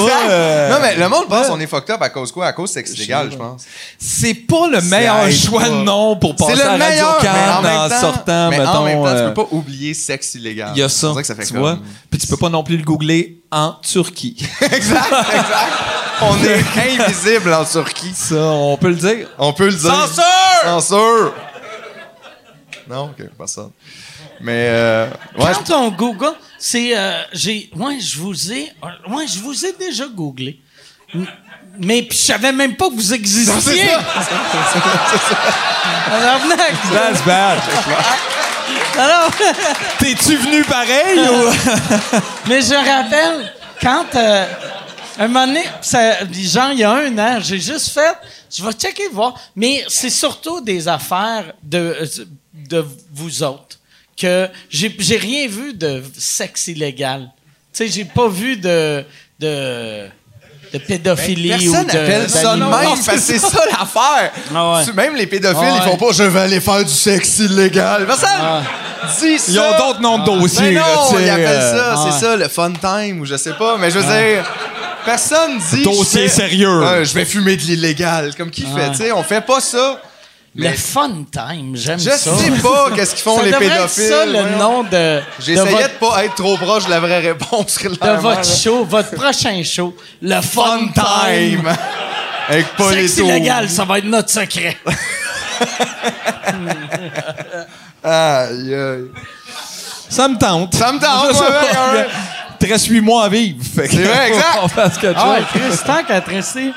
S7: exact.
S8: euh,
S7: Non, mais le monde pense
S8: ouais.
S7: on est fucked up à cause quoi? À cause sexe légal, je pense.
S8: C'est pas le meilleur
S7: aide
S8: choix
S7: pas.
S8: de nom pour
S7: C'est
S8: passer
S7: le
S8: à radio
S7: meilleur, mais en,
S8: Cannes
S7: même
S8: en
S7: temps,
S8: sortant,
S7: mais en même
S8: mettons.
S7: temps,
S8: euh,
S7: tu peux pas oublier sexe illégal.
S8: Il y a ça,
S7: C'est vrai que ça fait
S8: tu
S7: comme-
S8: vois. Puis tu peux pas non plus le googler en Turquie.
S7: exact, exact. On est invisible en Turquie.
S8: Ça, on peut le dire.
S7: On peut le dire.
S8: Censure!
S7: Censure! Non, ok, personne. Mais, euh, ouais, je-
S1: Quand on Google, c'est. euh, j'ai, ouais, je vous ai. euh, ouais, je vous ai déjà googlé. M- Mais puis je savais même pas que vous existiez. Alors, venez.
S8: That's bad.
S1: Alors,
S8: T'es-tu venu pareil ou.
S1: Mais je rappelle, quand. euh, un moment donné, ça- genre, il y a un an, j'ai juste fait. Je vais checker, voir. Mais c'est surtout des affaires de, de vous autres. Que j'ai j'ai rien vu de sexe illégal. Tu sais, j'ai pas vu de. de de pédophilie
S7: personne
S1: ou de
S7: appelle ça de même,
S1: d'animaux.
S7: parce que c'est ça l'affaire.
S1: Ah ouais.
S7: Tu- Même les pédophiles,
S1: Ah
S7: ils font
S1: ouais. Ah.
S7: pas « je vais aller faire du sexe illégal ». Personne dit ça.
S8: Ils ont d'autres nombres de dossiers.
S7: Mais
S8: là,
S7: non,
S8: tu sais,
S7: ils appellent
S8: euh,
S7: ça,
S1: ouais. Ah.
S7: c'est ça, le fun time, ou je sais pas, mais je veux dire, personne dit...
S8: Dossier
S7: je fais-
S8: sérieux.
S7: Euh, je vais fumer de l'illégal, comme qui
S1: Ah.
S7: fait, tu sais, on fait pas ça.
S1: Le
S7: Mais
S1: fun time, j'aime
S7: je
S1: ça.
S7: sais pas qu'est-ce qu'ils font
S1: Ça
S7: les
S1: devrait
S7: pédophiles.
S1: être ça le
S7: voyons.
S1: nom de. de
S7: J'essayais
S1: votre-
S7: de pas être trop proche de la vraie réponse.
S1: de
S7: clairement, là.
S1: votre show, votre prochain show, le Fun Time.
S7: time. Avec Paul et
S1: Sexe illégal, ça va être notre secret.
S7: Aïe, aïe.
S8: Ça me tente.
S7: Ça me tente,
S8: Je sais
S7: ouais,
S8: pas,
S7: ouais, ouais.
S8: il te reste 8 mois à vivre. Fait que-
S7: C'est vrai, exact.
S8: on fasse quelque
S1: Ah ouais,
S8: chose.
S1: Chris, tant qu'à te rester.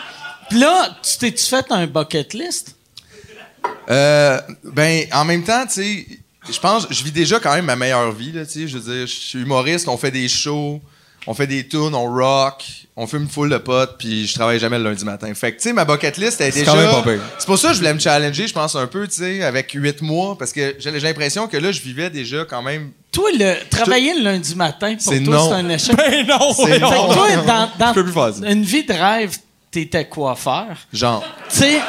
S1: Puis là, tu t'es-tu fait un bucket list?
S7: Euh, ben, en même temps, tu sais, je pense, je vis déjà quand même ma meilleure vie, là, tu sais. Je veux dire, je suis humoriste, on fait des shows, on fait des tunes, on rock, on fume full de potes, puis je travaille jamais le lundi matin. Fait que, tu sais, ma bucket list, elle est déjà.
S8: quand même pas pire.
S7: C'est pour ça que je voulais me challenger, je pense, un peu, tu sais, avec huit mois, parce que j'ai j'ai l'impression que là, je vivais déjà quand même.
S1: Toi, le, travailler le lundi matin, pour
S7: C'est
S1: toi,
S7: non.
S1: c'est un échec.
S8: Ben non,
S7: C'est
S8: ben
S1: Fait
S8: non.
S1: que toi, dans, dans
S8: Je peux plus faire ça.
S1: une vie de rêve, t'étais coiffeur.
S7: Genre.
S1: Tu sais,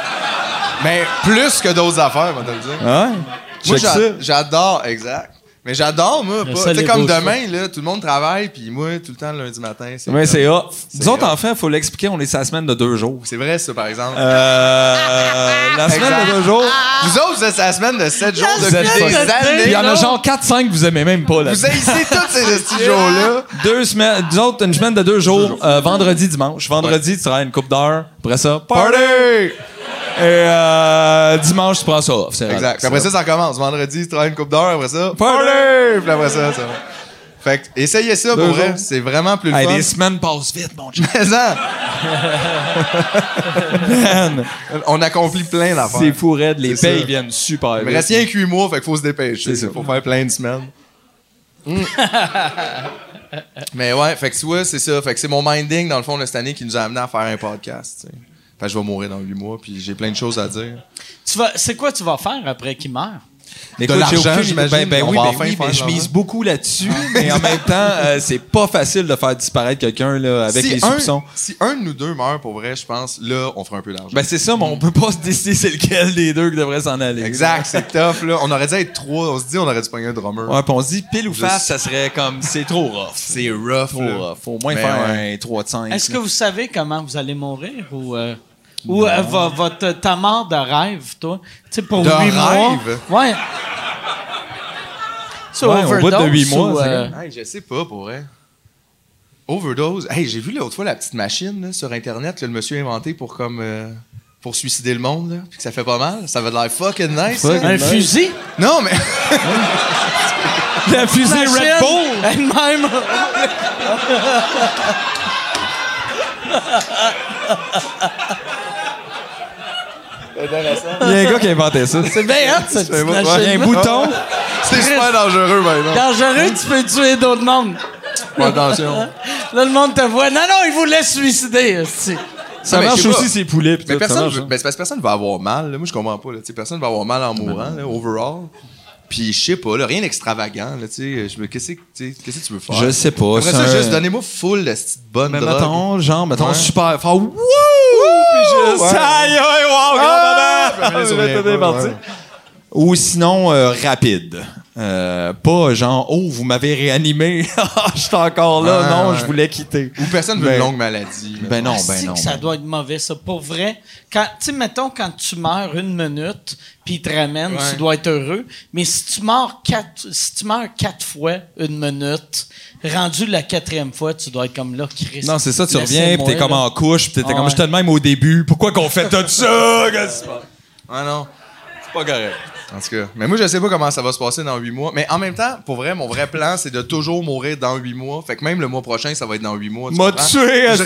S7: Mais plus que d'autres affaires, va te le dire.
S8: Ouais.
S7: Moi,
S8: Hein? Check ça.
S7: j'a- j'adore, exact. Mais j'adore, moi.
S1: Le
S7: pas-
S1: seul
S7: Tu sais,
S1: est
S7: comme
S1: beau,
S7: demain, là, tout le monde travaille, puis moi, tout le temps, le lundi matin. C'est
S8: Mais c'est off.
S7: C'est
S8: Disons,
S7: off.
S8: enfant, faut l'expliquer, on est sa semaine de deux jours.
S7: C'est vrai, ça, par exemple.
S8: Euh, la semaine
S7: Exact.
S8: de deux jours,
S7: Vous autres, vous êtes la semaine de 7 jours
S8: vous
S7: depuis
S8: êtes
S7: des
S8: fucked.
S7: années.
S8: Il y en a genre 4-5 que vous aimez même pas. Là.
S7: Vous haïssez tous ces petits jours-là.
S8: Deux semaines, disons, t'as une semaine de deux jours, euh, vendredi, dimanche. Vendredi, tu travailles une coupe d'heure. Après ça, party!
S7: Party!
S8: Et euh, dimanche, tu prends ça off. c'est relax.
S7: Exact. Puis après ça, ça recommence. Vendredi, tu travailles une coupe d'heure, après ça,
S8: Party!
S7: party! Puis après ça, ça va. Fait que, essayez ça, pour
S8: Deux
S7: vrai.
S8: jours.
S7: C'est vraiment plus le
S8: Hey,
S7: fun.
S8: les semaines passent vite, mon chum.
S7: Mais ça- On accomplit plein d'affaires.
S8: C'est fou, raide. Les
S7: C'est
S8: payes
S7: ça.
S8: viennent super
S7: Il me
S8: vite.
S7: reste rien que 8 mois, fait qu'il faut se dépêcher.
S8: C'est ça.
S7: Pour faire plein de semaines. Mm. Mais ouais, fait que tu vois, c'est ça. Fait que c'est mon minding, dans le fond, de cette année qui nous a amené à faire un podcast. tu sais. Fait que je vais mourir dans 8 mois, puis j'ai plein de choses à dire.
S1: Tu vas, c'est quoi tu vas faire après qu'il meurt?
S8: Mais
S7: De
S8: écoute, j'ai
S7: l'argent,
S8: aucune idée.
S7: j'imagine.
S8: Ben, ben
S7: On
S8: oui,
S7: va
S8: ben
S7: enfin
S8: oui,
S7: faire
S8: mais
S7: de
S8: je mise
S7: l'argent.
S8: beaucoup là-dessus.
S7: Ah.
S8: mais en même temps, euh, c'est pas facile de faire disparaître quelqu'un là, avec les
S7: un,
S8: soupçons.
S7: si un de nous deux meurt pour vrai, je pense, là, on fera un peu d'argent.
S8: Ben c'est ça, mais on peut pas se décider c'est lequel des deux qui devrait s'en aller.
S7: exact, c'est tough, là. On aurait dû être trois. On se dit, on aurait dû pogner un drummer.
S8: Ouais, puis on se dit pile ou
S7: Je
S8: face,
S7: sais.
S8: ça serait comme c'est trop rough.
S7: C'est rough,
S8: trop
S7: là.
S8: rough. Faut au moins
S7: Mais
S8: faire
S7: ouais.
S8: un 3 de 5.
S1: Est-ce que vous savez comment vous allez mourir ou euh, ou euh, va- votre ta mort de rêve, toi? Tu sais, pour
S7: De
S1: huit
S7: rêve?
S1: mois. Ouais. C'est
S8: Ouais, au bout de
S1: overdose
S8: huit mois,
S1: ou,
S8: c'est
S1: euh,
S7: Hey, je sais pas, pour vrai. Overdose. Hey, j'ai vu l'autre fois la petite machine là, sur Internet que le monsieur a inventé pour comme euh, pour suicider le monde, là, puis que ça fait pas mal. Ça avait l'air fucking nice. ça.
S1: un fusil?
S7: Non, mais
S8: la fusée Red Bull?
S1: Elle-même.
S8: Il y a un gars qui a inventé ça.
S1: C'est bien hot, cette petite
S8: Il y a un
S1: machine.
S8: bouton.
S7: c'est super dangereux maintenant.
S1: Dangereux, tu peux tuer d'autres mondes.
S7: Fais attention.
S1: Là, le monde te voit. Non, non, il voulait se suicider. esti.
S8: Ça
S7: mais
S8: marche
S7: je sais
S8: aussi
S7: pas.
S8: ses poulets. puis
S7: Mais
S8: tout, ça
S7: personne,
S8: marche,
S7: veut-
S8: hein. Ben
S7: ben, c'est parce que personne va avoir mal. là. Moi, je comprends pas. Là, Tu sais, personne va avoir mal en mourant, là, overall. Puis je sais pas, là, rien d'extravagant. là, tu sais, je me- Qu'est-ce que tu sais, qu'est-ce que tu veux faire?
S8: Je sais pas.
S7: Après
S8: c'est
S7: ça,
S8: un-
S7: juste donnez-moi full de cette bonne
S8: Mais
S7: drogue.
S8: mettons, genre, mettons,
S7: Ouais.
S8: super fort. Wouh! Puis juste,
S7: Ouais.
S8: aïe, aïe, wow,
S7: Ah!
S8: grand maman!
S7: Je me souviens
S8: Tout est
S7: pas,
S8: parti.
S7: ouais.
S8: Ou sinon, euh, rapide. Euh, pas genre, oh, vous m'avez réanimé, Ah, je suis encore là,
S7: Ouais,
S8: non,
S7: ouais.
S8: je voulais quitter.
S7: Ou personne veut
S8: Ben-
S7: une longue maladie. là.
S8: Ben non, ben
S1: Esti Ah,
S8: non.
S1: que ça doit être mauvais, ça. Pour vrai, quand, tu sais, mettons, quand tu meurs une minute, puis ils te ramènent,
S7: Ouais.
S1: tu dois être heureux. Mais si tu meurs quatre, si tu meurs quatre fois une minute, rendu la quatrième fois, tu dois être comme là, Christ.
S8: Non, c'est ça, tu reviens,
S1: laissez-moi,
S8: pis t'es comme
S1: là.
S8: en couche, pis t'es
S1: Ah
S8: comme,
S1: ouais.
S8: j'étais de même au début, pourquoi qu'on fait tout ça? Qu'est-ce que c'est?
S7: Ah non.
S8: C'est pas correct.
S7: En tout cas, mais moi, je sais pas comment ça va se passer dans huit mois. Mais en même temps, pour vrai, mon vrai plan, c'est de toujours mourir dans huit mois. Fait que même le mois prochain, ça va être dans huit mois. tu
S8: M'a
S7: comprends?
S8: tué, assis,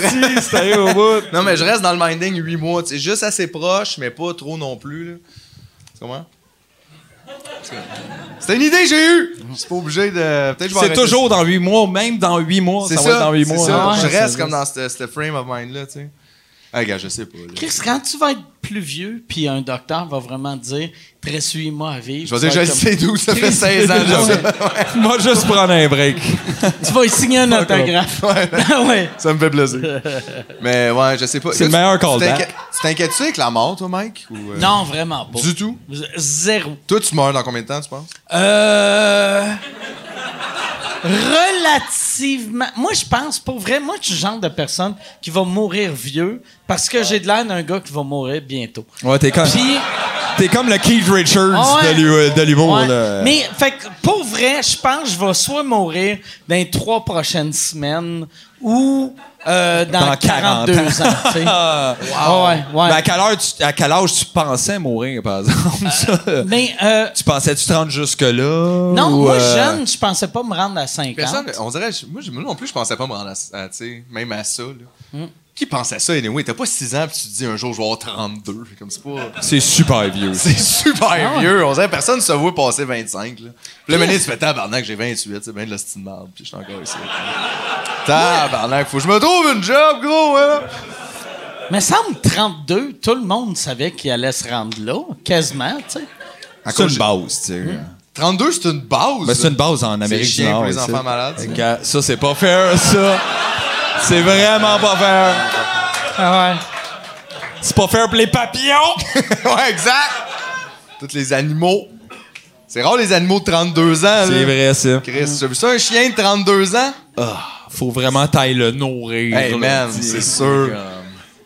S8: c'est arrivé au bout.
S7: Non, mais je reste dans le minding huit mois. C'est juste assez proche, mais pas trop non plus. Là. Tu comprends? C'était une idée que j'ai eue. Je suis pas obligé de. Peut-être que je vais
S8: C'est
S7: arrêter
S8: toujours dans huit mois, même dans huit mois,
S7: ça.
S8: ça,
S7: C'est ça.
S8: va être dans huit
S7: c'est
S8: mois.
S7: ça.
S8: hein.
S7: je
S8: Ouais, ça
S7: reste
S8: va.
S7: comme dans ce ce frame of mind-là, tu sais. Ah, gars, je sais pas. là.
S1: Chris, quand tu vas être plus vieux, puis un docteur va vraiment te dire, très suis-moi à vivre.
S7: Je vais dire,
S1: tu
S7: je
S1: vas
S7: le
S1: être
S7: sais d'où ça fait 16 ans. là.
S8: Moi, juste prendre un break.
S1: comme- Tu vas y signer un autographe. Ah ouais.
S7: Ça me fait plaisir. Mais ouais, je sais pas.
S8: C'est le
S7: Là,
S8: meilleur
S7: tu- tu
S8: callback.
S7: t'inquiè- Tu t'inquiètes-tu avec la mort, toi, Mike? ou, euh,
S1: Non, vraiment pas.
S7: Du tout.
S1: Zéro.
S7: Toi, tu meurs dans combien de temps, tu penses?
S1: Euh. Relativement. Moi, je pense, pour vrai, moi, je suis le genre de personne qui va mourir vieux parce que j'ai de l'air d'un gars qui va mourir bientôt.
S8: Ouais, t'es comme,
S1: Puis.
S8: t'es comme le Keith Richards
S1: Ah ouais.
S8: de l'hu- de l'humour.
S1: Ouais.
S8: là.
S1: Mais, fait que, pour vrai, je pense que je vais soit mourir dans les trois prochaines semaines ou euh, dans,
S8: Dans 40
S1: 42 ans. tu sais. Ah ouais, ouais.
S8: Mais Euh, ben, à quelle, heure tu- à quel âge tu pensais mourir, par exemple? ça?
S1: Mais, euh,
S8: Tu pensais-tu te rendre jusque-là?
S1: non,
S8: ou,
S1: moi,
S8: euh,
S1: jeune, je pensais pas me rendre à 50.
S7: Personne, on dirait, je- moi, je- moi non plus, je pensais pas me rendre à, à, tu sais, même à ça. là. Qui pense à ça, anyway? T'as pas 6 ans, puis tu te dis un jour, je vais avoir 32. Comme c'est pas.
S8: C'est super vieux. ça.
S7: C'est super vieux. On dirait, personne se voit passer 25. Là. Puis là, maintenant, tu fais tabarnak, j'ai 28, c'est bien de l'hostie de marde, puis je suis encore ici. Tabarnak, faut que je me trouve une job, gros, hein?
S1: Mais semble 32, tout le monde savait qu'il allait se rendre là, quasiment, tu sais.
S8: C'est une base, tu sais.
S7: 32, c'est une base.
S8: Ben, c'est une base en Amérique du
S7: chiant
S8: Nord.
S7: pour les
S8: ici.
S7: enfants malades, ça.
S8: Regarde, Ça, c'est pas fair, ça. C'est vraiment pas fair.
S1: Ah ouais.
S8: C'est pas fair pour les papillons.
S7: ouais, exact. Tous les animaux. C'est rare les animaux de 32 ans. là.
S8: C'est vrai, ça.
S7: Chris, tu as vu ça, un chien de 32 ans?
S8: Faut vraiment taille le nourrir.
S7: Hey,
S8: là,
S7: man,
S8: tu sais.
S7: c'est sûr.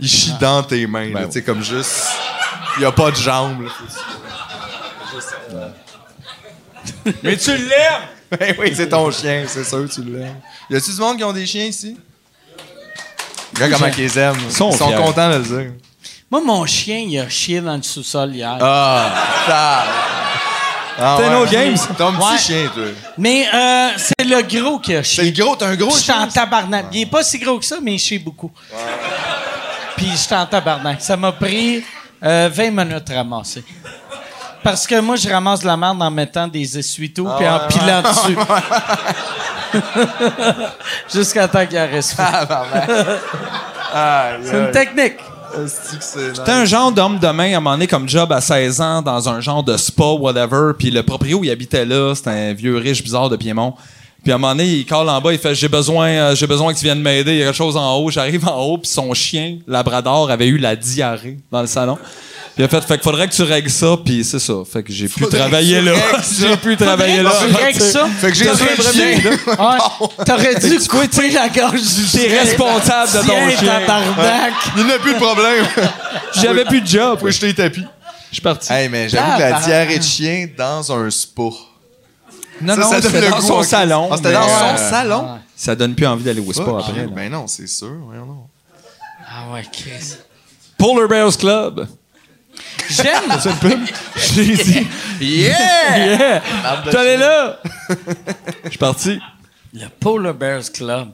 S7: Il chie dans tes mains, là, tu sais, comme juste. Il a pas de jambes. là.
S8: Mais tu l'aimes!
S7: Ben oui, c'est ton chien, c'est sûr, tu l'aimes. Y a-tu du monde qui ont des chiens ici? Regarde comment ils les aiment. Ils
S8: sont
S7: sont,
S8: fiers.
S7: contents de le dire.
S1: Moi, mon chien, il a chié dans le sous-sol hier.
S7: Ah, ça. Ah,
S8: T'es
S7: ouais.
S8: un autre game, ça.
S7: Ton petit
S1: Ouais.
S7: chien, toi.
S1: Mais euh, c'est le gros qui a
S7: C'est
S1: chié.
S7: le gros, t'as un gros
S1: J'étais
S7: chien.
S1: en tabarnak. Il est pas si gros que ça, mais il chie beaucoup. Puis j'étais en tabarnak. Ça m'a pris euh, 20 minutes à ramasser. Parce que moi, je ramasse de la merde en mettant des essuie-tout puis
S8: Ah,
S1: en pilant dessus. Jusqu'à temps qu'il en reste.
S8: Ah,
S1: c'est une technique.
S7: Est-ce Ah, que c'est
S8: T'es un genre d'homme de main à un moment donné comme job à 16 ans dans un genre de spa, whatever. Puis le proprio, il habitait là. C'était un vieux riche bizarre de Piémont. Puis à un moment donné, il colle en bas, il fait J'ai besoin, euh, j'ai besoin que tu viennes m'aider. Il y a quelque chose en haut. J'arrive en haut, puis son chien, Labrador, avait eu la diarrhée dans le salon. Puis il a fait Fait qu'il faudrait que tu règles ça. Puis c'est ça. Fait que j'ai pu
S7: Faudrait
S8: travailler
S7: que
S8: là.
S7: tu règles ça.
S8: j'ai pu travailler là.
S1: Tu règles ça.
S7: Fait que j'ai
S8: T'as
S7: tué le
S8: fait
S7: chien.
S8: bien, là.
S1: Ouais. T'aurais dû couper la gorge du chien.
S8: T'es responsable de ton
S1: Tiens,
S8: chien.
S1: tabarnak.
S7: Il n'a plus de problème.
S8: J'avais plus de job.
S7: Faut jeter les tapis.
S8: Je suis parti.
S7: Hey, mais j'avoue que la
S1: Tabarnak.
S7: diarrhée de chien dans un spa.
S8: Non,
S7: Ça,
S8: non,
S7: ça donne
S8: c'était
S7: le
S8: dans
S7: goût,
S8: son
S7: hein.
S8: salon.
S7: Ah, c'était
S8: mais,
S7: dans son
S8: euh,
S7: salon?
S8: Ça donne plus envie d'aller au spa
S7: Fuck
S8: après.
S7: you.
S8: là.
S7: Ben non, c'est sûr. voyons donc.
S1: Ah ouais, Chris.
S8: Polar Bears Club.
S1: J'aime.
S8: Je l'ai dit.
S7: Yeah!
S8: Yeah! T'allais là! Je suis parti.
S1: Le Polar Bears Club.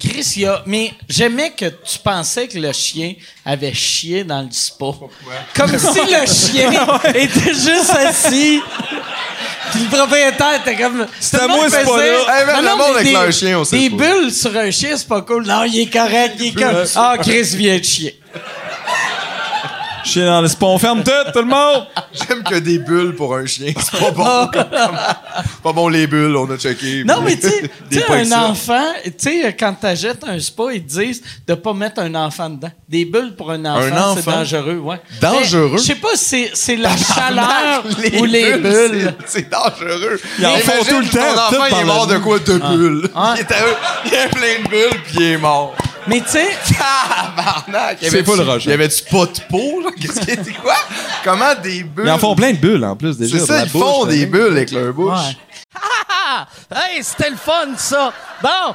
S1: Chris, il y a... Mais j'aimais que tu pensais que le chien avait chié dans le spa. Comme si le chien était juste assis. Puis le propriétaire était comme...
S8: C'est
S1: Tout le
S8: à moi,
S1: monde
S8: c'est pas
S1: faisait-
S8: là.
S7: Hey, man, le monde
S1: mais
S7: avec
S1: des-
S7: leur chien, on sait
S1: Des
S7: pas.
S1: bulles sur un chien, c'est pas cool. Non, il est correct, il est correct. Ah, Chris vient de chier.
S8: Je suis dans le spa. On ferme tout, tout le monde!
S7: J'aime que des bulles pour un chien. C'est pas bon. pas bon les bulles, on a checké.
S1: Ah. Non, mais tu
S7: Puis-
S1: sais,
S7: Des
S1: tu sais,
S7: points de
S1: un
S7: ça.
S1: enfant, tu sais, quand t'achètes un spa, ils te disent de pas mettre un enfant dedans. Des bulles pour un enfant,
S7: Un
S1: c'est
S7: enfant?
S1: dangereux, ouais.
S7: Dangereux?
S1: Mais Je sais pas si c'est- c'est la chaleur ou les
S7: bulles,
S1: bulles.
S7: C'est c'est dangereux.
S8: Ils en
S7: Imagine
S8: font tout le
S7: ton
S8: temps, tout
S7: enfant, il
S8: par
S7: est
S8: la
S7: mort de
S8: nuit.
S7: quoi? De bulles.
S1: Ah.
S7: Il, est à eux, il a plein de bulles, puis il est mort.
S1: Mais tu sais,
S7: Tabarnak!
S8: C'est pas le rush,
S7: Il y
S8: hein.
S7: avait-tu pas de peau, là? Qu'est-ce que c'est quoi? Comment des bulles?
S8: Ils en font plein de bulles en plus déjà.
S7: C'est
S8: pour
S7: ça,
S8: la
S7: ils
S8: bouche,
S7: font
S8: là.
S7: des bulles avec leur bouche.
S1: Ouais. Ah! Hey, c'était le fun, ça! Bon!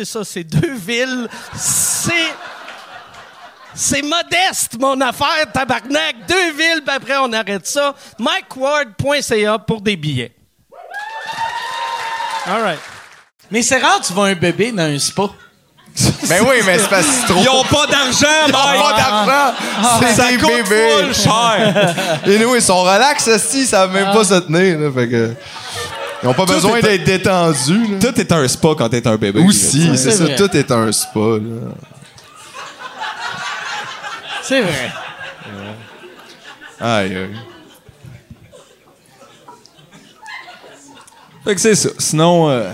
S1: ça, c'est deux villes. C'est. C'est modeste, mon affaire, tabarnak. Deux villes, puis après, on arrête ça. MikeWard.ca pour des billets. All right. Mais c'est rare, tu vois un bébé dans un spa.
S7: Ben oui, mais c'est parce que c'est trop.
S8: Ils ont pas d'argent,
S7: Ils ont
S8: Mike!
S7: pas d'argent!
S8: Ça
S7: c'est des
S8: coûte
S7: bébés!
S8: full cher!
S7: Et nous, ils sont relax, si ça va même pas se tenir. Là, fait que, ils n'ont pas besoin
S8: est-
S7: d'être détendus. là.
S8: Tout est un spa quand t'es un bébé.
S7: Aussi,
S1: C'est
S7: c'est ça,
S1: vrai.
S7: tout est un spa. Là.
S1: C'est vrai.
S7: Aïe, aïe.
S8: Fait que c'est ça. Sinon. euh,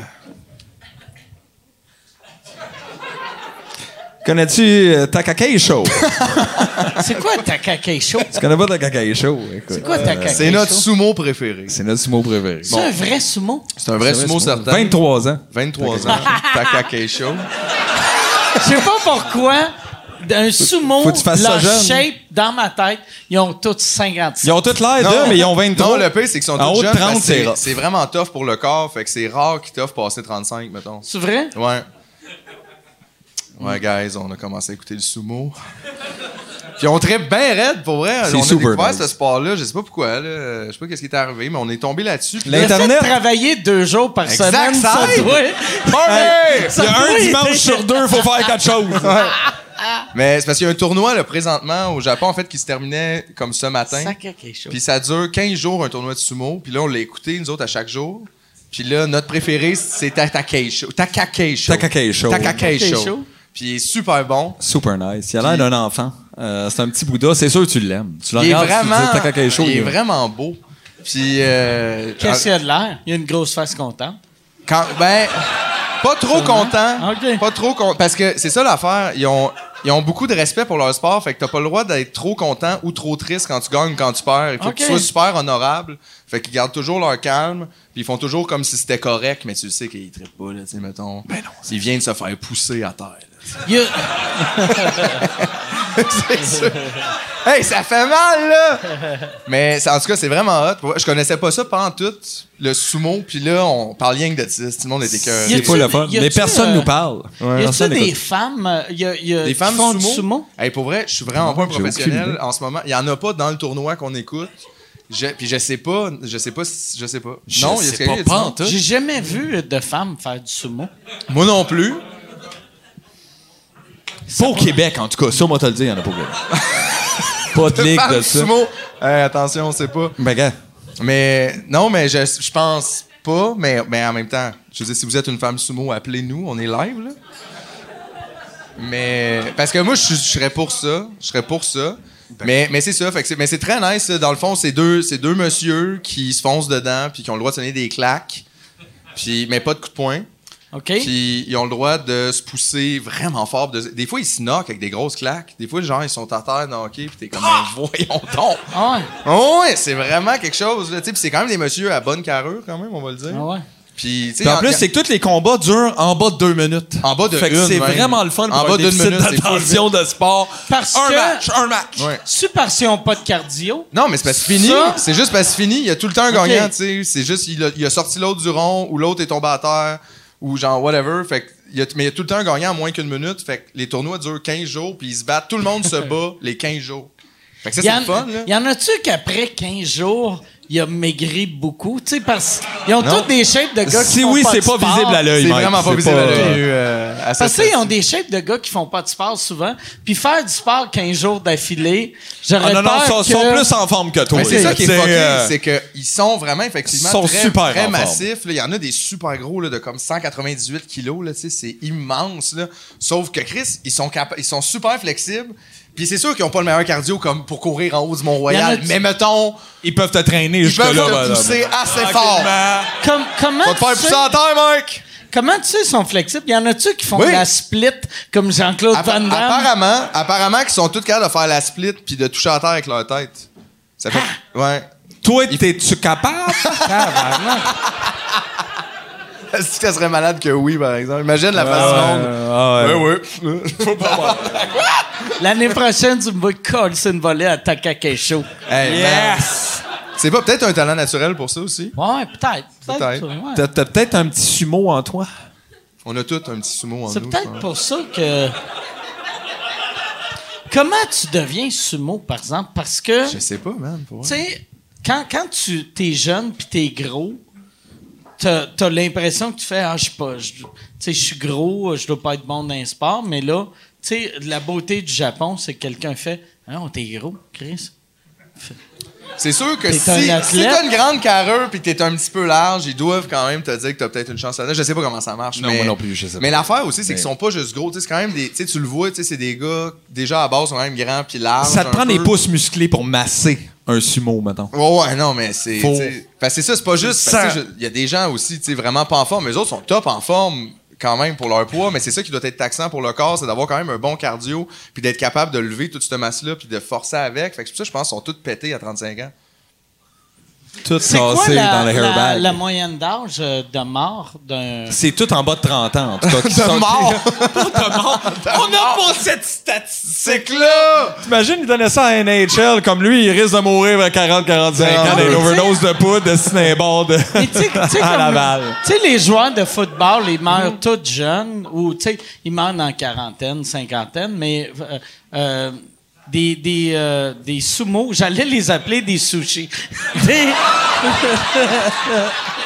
S8: Connais-tu euh, Takakei Show?
S1: C'est quoi ta cacaille show?
S8: tu connais pas Takakei Show? écoute.
S1: C'est quoi ta cacaille
S7: Euh, C'est notre sumo préféré.
S8: C'est notre sumo préféré.
S1: C'est un vrai sumo?
S7: C'est un vrai sumo certain.
S8: 23 ans.
S7: 23 ans. Takake Show.
S1: Je sais pas pourquoi, d'un sumo,
S8: Faut que tu fasses ça
S1: leur
S8: jeune.
S1: shape, dans ma tête, ils ont tous 56.
S8: Ils ont toutes l'air d'eux, mais ils ont 23.
S7: Non, le pire, c'est qu'ils sont
S8: En
S7: tous
S8: haut de
S7: jeunes.
S8: 30,
S7: parce que
S8: c'est
S7: c'est-
S8: rough.
S7: C'est vraiment tough pour le corps. Fait que c'est rare qu'ils t'offrent passer 35, mettons.
S1: C'est vrai?
S7: Ouais. Ouais, guys, on a commencé à écouter le sumo. Puis on très bien raide, pour vrai.
S8: C'est
S7: on a
S8: super
S7: découvert
S8: nice.
S7: ce sport-là, je sais pas pourquoi, là. je sais pas qu'est-ce qui est arrivé, mais on est tombé là-dessus. Puis là,
S8: L'Internet.
S1: Le fait de travailler deux jours par
S7: Exact,
S1: semaine,
S7: ça
S1: ça
S7: aide.
S1: doit...
S8: Hey,
S1: Ça
S8: Il y a
S1: doit
S8: un
S1: aider.
S8: dimanche sur deux, faut faire quatre choses.
S7: Mais c'est parce qu'il y a un tournoi là, présentement au Japon en fait qui se terminait comme ce matin.
S1: Sacré quelque chose.
S7: Puis ça dure 15 jours un tournoi de sumo. Puis là, on l'a écouté, nous autres, à chaque jour. Puis là, notre préféré, c'est Takakeisho. Takakeisho.
S8: Takakeisho.
S7: Takakeisho.
S1: Takakeisho.
S7: Puis il est super bon.
S8: Super nice. Il a l'air d'un enfant. Euh, c'est un petit Bouddha. C'est sûr que tu l'aimes. Tu le
S7: Il est
S8: regardes, tu te dis,
S7: vraiment,
S8: Takakeisho,
S7: il est
S8: il-
S7: vraiment beau. Puis euh,
S1: Qu'est-ce qu'il y a de l'air? Il y a une grosse face contente.
S7: quand, ben, pas trop content.
S1: Ok.
S7: Pas trop con- Parce que c'est ça l'affaire. Ils ont, ils ont beaucoup de respect pour leur sport. Fait que t'as pas le droit d'être trop content ou trop triste quand tu gagnes, quand tu perds. Il faut que tu
S1: Ok.
S7: sois super honorable. Fait qu'ils gardent toujours leur calme. Puis ils font toujours comme si c'était correct. Mais tu sais qu'ils trippent pas, là, tu sais, mettons. Ben non. Ils viennent se faire pousser à terre.
S1: Il y a-
S7: C'est sûr. Hey, ça fait mal, là! Mais c'est- en tout cas, c'est vraiment hot. Pour vrai, Je connaissais pas ça pendant tout, le sumo, puis là, on parle rien que de ça. Tout le monde était cœur.
S1: Y a-
S8: C'est pas le fun.
S1: y a-tu,
S8: Mais personne
S1: euh,
S8: nous parle.
S1: y a-tu
S8: Personne
S1: des
S8: n'écoute.
S1: femmes, euh, y a- y a-
S7: Des
S1: qui
S7: femmes
S1: font du
S7: sumo?
S1: sumo?
S7: Hey, pour vrai, je suis vraiment pas un
S8: j'ai aucune
S7: professionnel
S8: idée.
S7: en ce moment. Il y en a pas dans le tournoi qu'on écoute. Je, puis je sais pas, je sais pas, si- je sais pas. non, il y a
S8: sais
S7: quelqu'un
S8: pas,
S7: qui a dit non.
S8: pantoute.
S1: J'ai jamais vu de femmes faire du sumo.
S7: Moi non plus.
S8: Pas au Québec, en tout cas. Ça, moi, te le dis, il y en a pas au Québec. Pas de ligue
S7: Femme
S8: de ça.
S7: sumo. Hey, attention, on sait pas.
S8: Ben, gars,
S7: Mais non, mais je, je pense pas, mais, mais en même temps, je veux dire, si vous êtes une femme sumo, appelez-nous, on est live, là. Mais parce que moi, je, suis- je serais pour ça. Je serais pour ça. Mais, mais c'est ça, fait que c'est- mais c'est très nice. là. Dans le fond, c'est deux, c'est deux messieurs qui se foncent dedans, puis qui ont le droit de donner des claques, puis, mais pas de coups de poing.
S1: OK?
S7: Puis ils ont le droit de se pousser vraiment fort. De- Des fois, ils se knockent avec des grosses claques. Des fois, genre, ils sont à terre dans le hockey, puis t'es comme, voyons donc.
S1: Ah ouais.
S7: Oh ouais, c'est vraiment quelque chose. là, tu sais, puis c'est quand même des messieurs à bonne carrure, quand même, on va le dire.
S1: Ah ouais.
S7: Puis, tu sais,
S8: Puis en plus, c'est que tous les combats durent en bas de deux minutes.
S7: En bas de
S8: Fait que
S7: une,
S8: c'est
S7: même.
S8: vraiment le fun pour
S7: En bas
S8: un
S7: d'une
S8: déficit
S7: minute, c'est full
S8: d'attention de sport.
S1: Parce
S8: un
S1: que-
S8: match, un match.
S7: Ouais.
S1: C'est parce qu'ils n'ont pas de cardio.
S7: Non, mais c'est parce que fini.
S1: Ça-
S7: C'est juste parce que fini. Il y a tout le temps un
S1: Ok.
S7: gagnant, tu sais. C'est juste, il a, il a sorti l'autre du rond, ou l'autre est tombé à terre, ou genre whatever. Fait que, il y a, mais il y a tout le temps un gagnant en moins qu'une minute. Fait que les tournois durent 15 jours, puis ils se battent. Tout le monde se bat les 15 jours. Fait que ça,
S1: Il y,
S7: c'est
S1: en,
S7: le fun, là.
S1: y en a-tu qu'après 15 jours, il a maigri beaucoup? Tu sais, parce qu'ils ont toutes des shapes de gars qui
S8: Si
S1: font
S8: oui,
S1: pas
S8: c'est
S1: de
S8: pas
S1: sport.
S8: visible à l'œil.
S7: C'est
S8: Mike.
S7: vraiment pas visible à
S8: euh,
S7: l'œil, euh, à
S1: Parce
S7: cette-
S1: qu'ils ont des shapes de gars qui font pas de sport souvent. Puis faire du sport 15 jours d'affilée,
S8: Ah
S1: j'aurais
S8: non, non,
S1: peur
S8: ils sont,
S1: que...
S8: sont plus en forme que toi.
S7: Mais c'est ça
S8: là,
S7: qui est
S8: tu sais,
S7: fucké,
S8: euh,
S7: c'est qu'ils sont vraiment effectivement
S8: ils sont
S7: très,
S8: super en
S7: très
S8: forme.
S7: massifs. là. Il y en a des super gros là, de comme 198 kilos, là, tu sais, c'est immense. là. Sauf que Chris, ils sont, capa- ils sont super flexibles. Puis c'est sûr qu'ils n'ont pas le meilleur cardio comme pour courir en haut du
S1: Il
S7: Mont-Royal.
S1: y en a-
S7: Mais mettons,
S8: Ils peuvent te traîner
S7: ils peuvent
S8: jusque-là.
S7: te
S8: madame.
S7: pousser assez fort.
S1: Com- comment,
S7: Va te faire
S1: tu
S7: pousser en
S1: sais,
S7: terre, Mike!
S1: comment tu sais ils sont flexibles? Il y en a-tu qui font
S7: Oui.
S1: la split comme Jean-Claude
S7: Appa-
S1: Van Damme?
S7: apparemment, apparemment qu'ils sont tous capables de faire la split puis de toucher en terre avec leur tête. Ça fait...
S1: Ah!
S7: Ouais.
S8: Toi, t'es-tu capable?
S7: Est-ce que ça serait malade que oui, par exemple? Imagine la face ronde.
S8: Ah ouais.
S7: Ouais, ouais. Faut pas voir.
S1: L'année prochaine, tu me colles une volée à Takakesho.
S7: Hey, man. C'est pas peut-être un talent naturel pour ça aussi?
S1: Ouais, peut-être.
S7: Peut-être.
S1: Peut-être. ouais.
S8: T'as t'as peut-être un petit sumo en toi.
S7: On a tous un petit sumo en
S1: C'est
S7: nous.
S1: peut-être pour ça que. Comment tu deviens sumo, par exemple? Parce que,
S7: Je
S1: tu
S7: sais pas, man. Pour vrai.
S1: sais, quand, quand tu es jeune puis t'es gros, t'as as, l'impression que tu fais, ah, je suis pas, je- tu sais, je suis gros, je dois pas être bon dans un sport, mais là, tu sais, la beauté du Japon, c'est que quelqu'un fait, ah, t'es gros, Chris.
S7: C'est sûr que
S1: T'es
S7: si,
S1: un athlète.
S7: si t'as une grande carrure puis que t'es un petit peu large, ils doivent quand même te dire que t'as peut-être une chance là-dedans. Je sais pas comment ça marche.
S8: Non,
S7: mais,
S8: moi non plus, je sais pas.
S7: Mais l'affaire aussi, c'est
S8: Mais-
S7: qu'ils sont pas juste gros. Tu sais, c'est quand même des. Tu sais, tu le vois, tu sais, c'est des gars déjà à base sont quand même grands puis larges.
S8: Ça te
S7: Ah, un
S8: prend des
S7: peu.
S8: pouces musclés pour masser un sumo, mettons.
S7: Ouais, ouais, non, mais c'est.
S8: Faut-
S7: t'sais, Parce que c'est ça, c'est pas juste. parce que Il y a des gens aussi, tu sais, vraiment pas en forme. mais Eux autres sont top en forme quand même pour leur poids, mais c'est ça qui doit être taxant pour le corps, c'est d'avoir quand même un bon cardio, puis d'être capable de lever toute cette masse-là, puis de forcer avec. Fait que c'est pour ça, je pense, qu'ils sont tous pétés à 35 ans.
S8: Tout
S1: C'est quoi
S8: cassé
S1: la,
S8: dans le
S1: la-
S8: hairbag.
S1: la moyenne d'âge euh, de mort d'un.
S8: C'est tout en bas de 30 ans, en tout cas. qui sont-
S7: mort!
S8: Pas de mort! On n'a pas cette statistique!
S7: C'est que là!
S8: T'imagines, il donnait ça à NHL, comme lui, il risque de mourir à 40-45
S7: Non,
S8: ans
S7: mais
S8: d'une
S1: tu
S8: overdose de poudre de cinébar de...
S1: Mais tu sais- tu sais,
S8: à
S1: comme-
S8: Laval.
S1: tu sais, les joueurs de football, ils meurent tous jeunes, ou tu sais, ils meurent en quarantaine, cinquantaine, mais euh, euh, des, des, euh, des sumo, j'allais les appeler des sushis. Des-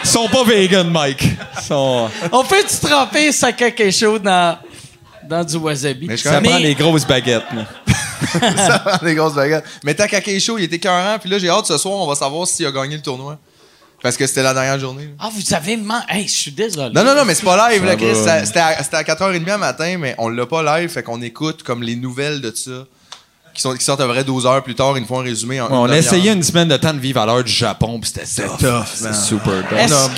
S8: Ils sont pas vegan, Mike. Ils sont...
S1: on peut-tu tremper Sakakesho dans, dans du wasabi.
S7: Mais je
S8: Ça
S7: Mais-
S8: prend des grosses baguettes. là.
S7: ça prend des grosses baguettes. Mais Takake Show, il était écœurant. Puis là, j'ai hâte ce soir, on va savoir s'il a gagné le tournoi. Parce que c'était la dernière journée. là.
S1: Ah, vous avez man... Hey, je suis désolé.
S7: Non, non, non, mais c'est pas live,
S8: Ça
S7: là, Chris.
S8: va.
S7: Ça- C'était à, c'était à 4h30 le matin, mais on l'a pas live, fait qu'on écoute comme les nouvelles de ça. Qui, sont, qui sortent à vrai 12 heures plus tard, ils nous font un résumé en
S8: Ouais,
S7: une
S8: on a
S7: demi-heure.
S8: essayé une semaine de temps de vivre à l'heure du Japon, puis c'était tough. C'était super tough.
S1: Est-ce
S7: Non,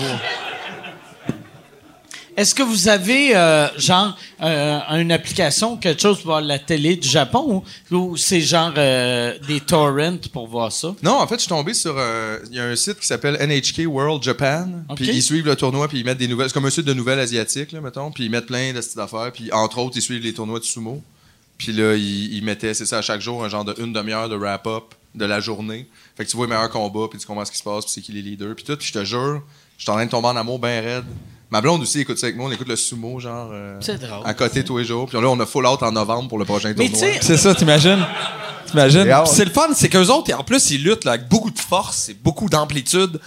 S1: est-ce que vous avez, euh, genre, euh, une application, quelque chose pour voir la télé du Japon ou, ou c'est genre euh, des torrents pour voir ça?
S7: Non, en fait, je suis tombé sur. euh, Il y a un site qui s'appelle NHK World Japan.
S1: Ok.
S7: Puis ils suivent le tournoi, puis ils mettent des nouvelles. C'est comme un site de nouvelles asiatiques, là, mettons. Puis ils mettent plein de petites affaires. Puis entre autres, ils suivent les tournois de sumo. Puis là, ils, ils mettaient, c'est ça, à chaque jour, un genre de une demi-heure de wrap-up de la journée. Fait que tu vois les meilleurs combats, puis tu comprends ce qui se passe, puis c'est qui les leaders, puis tout. Puis je te jure, je suis en train de tomber en amour bien raide. Ma blonde aussi écoute ça avec moi, on écoute le sumo, genre. euh,
S1: C'est drôle.
S7: À côté tous les jours. Puis là, on a full out en novembre pour le prochain
S1: Mais tu
S7: tournoi.
S1: sais,
S8: C'est ça, t'imagines? T'imagines?
S7: J'ai hâte.
S8: Puis C'est le fun, c'est qu'eux autres, en plus, ils luttent là, avec beaucoup de force et beaucoup d'amplitude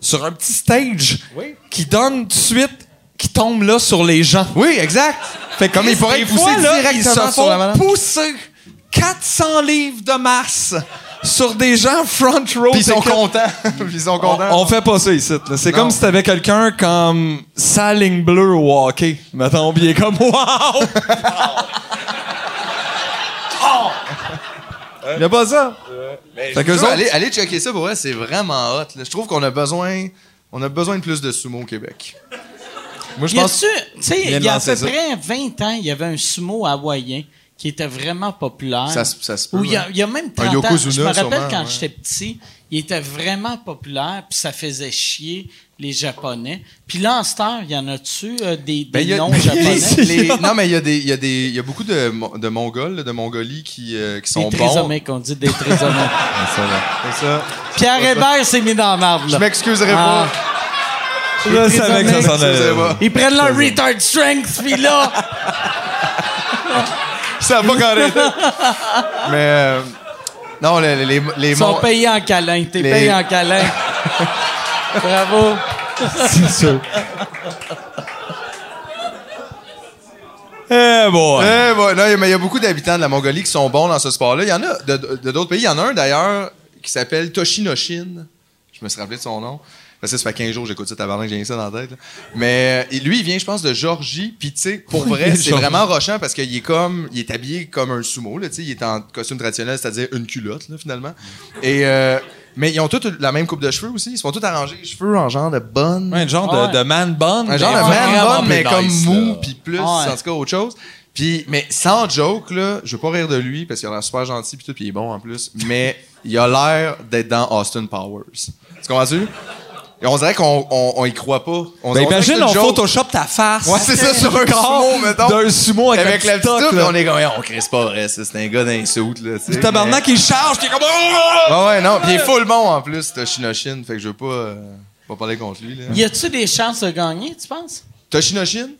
S8: sur un petit stage qui donne tout de suite, qui tombe là sur les gens.
S7: Oui, exact!
S8: Fait que
S7: Comme ils pourraient
S8: des
S7: pousser
S8: fois, là,
S7: directement
S8: ils se
S7: sur la
S8: font
S7: madame.
S8: pousser 400 livres de masse sur des gens front row.
S7: Puis ils sont
S8: Fait que-
S7: contents. Puis ils sont contents.
S8: On, on fait pas ça ici. là. C'est
S7: Non.
S8: comme si t'avais quelqu'un comme sa ligne bleue au hockey. Mettons, pis il est comme Wow!
S7: Ah!
S8: Il y a pas ça.
S7: Fait
S8: Fait
S7: que
S8: qu'eux autres-
S7: allez, allez checker ça pour vrai, c'est vraiment hot. là. Je trouve qu'on a besoin, on a besoin de plus de sumo au Québec. Moi, je
S1: y a
S7: pense.
S1: tu sais,
S8: Viens
S1: il y a à
S8: lancer
S1: peu
S8: ça.
S1: près 20 ans, il y avait un sumo hawaïen qui était vraiment populaire.
S7: Ça se- ça se peut,
S1: Ou il y, a-
S7: ouais.
S1: il y a même 30
S7: Un
S1: ans, je me
S7: Yokozuna,
S1: rappelle
S7: sûrement,
S1: quand
S7: ouais.
S1: j'étais petit, il était vraiment populaire, puis ça faisait chier les Japonais. Puis là, en star, il y en a-tu euh, des, des
S7: Ben, il y a-
S1: noms
S7: il y a
S1: japonais?
S7: des- les- non, mais il y a des, il y a des, il y a beaucoup de, Mo- de Mongols, là, de Mongolie qui, euh, qui sont
S1: Des
S7: bons.
S1: trisomiques, on dit des trisomiques.
S7: C'est ça.
S1: Pierre Hébert s'est mis dans la marde,
S7: Je
S1: là.
S7: m'excuserai
S1: Ah.
S7: pas.
S8: Je savais que ça s'en
S7: Je m'excuserai
S8: allait.
S7: pas.
S1: Ils prennent leur retard strength, puis là...
S7: Ça va pas arrêter. Mais euh, non, les les les
S1: Ils sont
S7: Mon-
S1: payés en câlin. T'es
S7: Les-
S1: payé en câlin. Bravo.
S8: Eh boy!
S7: Eh, ouais, non, mais il y a beaucoup d'habitants de la Mongolie qui sont bons dans ce sport-là. Il y en a de, de- de d'autres pays. Il y en a un d'ailleurs qui s'appelle Toshinoshin. Je me suis rappelé de son nom. Parce que ça fait 15 jours que j'écoute ça, tabarnak, j'ai rien ça dans la tête. là. Mais euh, lui, il vient, je pense, de Georgie. Puis, tu sais, pour vrai, c'est vraiment rochant parce qu'il est comme, il est habillé comme un sumo, là, tu sais. Il est en costume traditionnel, c'est-à-dire une culotte, là, finalement. Et, euh, mais ils ont tous la même coupe de cheveux aussi. Ils se font tous arranger les cheveux en genre de bonne.
S8: Un genre de,
S1: Ah ouais.
S8: de man bun.
S7: Un genre de
S8: mais Ben, vraiment
S7: man bun, mais
S8: plus
S7: comme
S8: nice,
S7: mou,
S8: là. Ben,
S7: puis plus,
S1: Ah ouais.
S7: en tout cas, autre chose. Puis, mais sans joke, là, je veux pas rire de lui, parce qu'il a l'air super gentil, puis tout, puis il est bon en plus, mais il a l'air d'être dans Austin Powers. Tu comprends-tu? Et on dirait qu'on on, on y croit pas. On,
S8: Ben
S7: on dirait que c'est
S8: imagine,
S7: une
S8: on
S7: joke.
S8: photoshop ta face.
S7: Ouais, c'est ça, sur un sumo, mettons.
S8: D'un sumo avec,
S7: Avec la
S8: la
S7: petite,
S8: toque,
S7: là,
S8: là.
S7: on est comme, on crée pas vrai, ça, c'est un gars d'un suit, là, tu sais.
S8: Le tabarnak, il charge, t'es comme... Ah!
S7: Mais- Ouais, ouais, non, puis il est full bon en plus, Toshinoshin, fait que je veux pas, euh, pas parler contre lui, là.
S1: Y a-tu des chances de gagner, tu penses?
S7: Toshinoshin?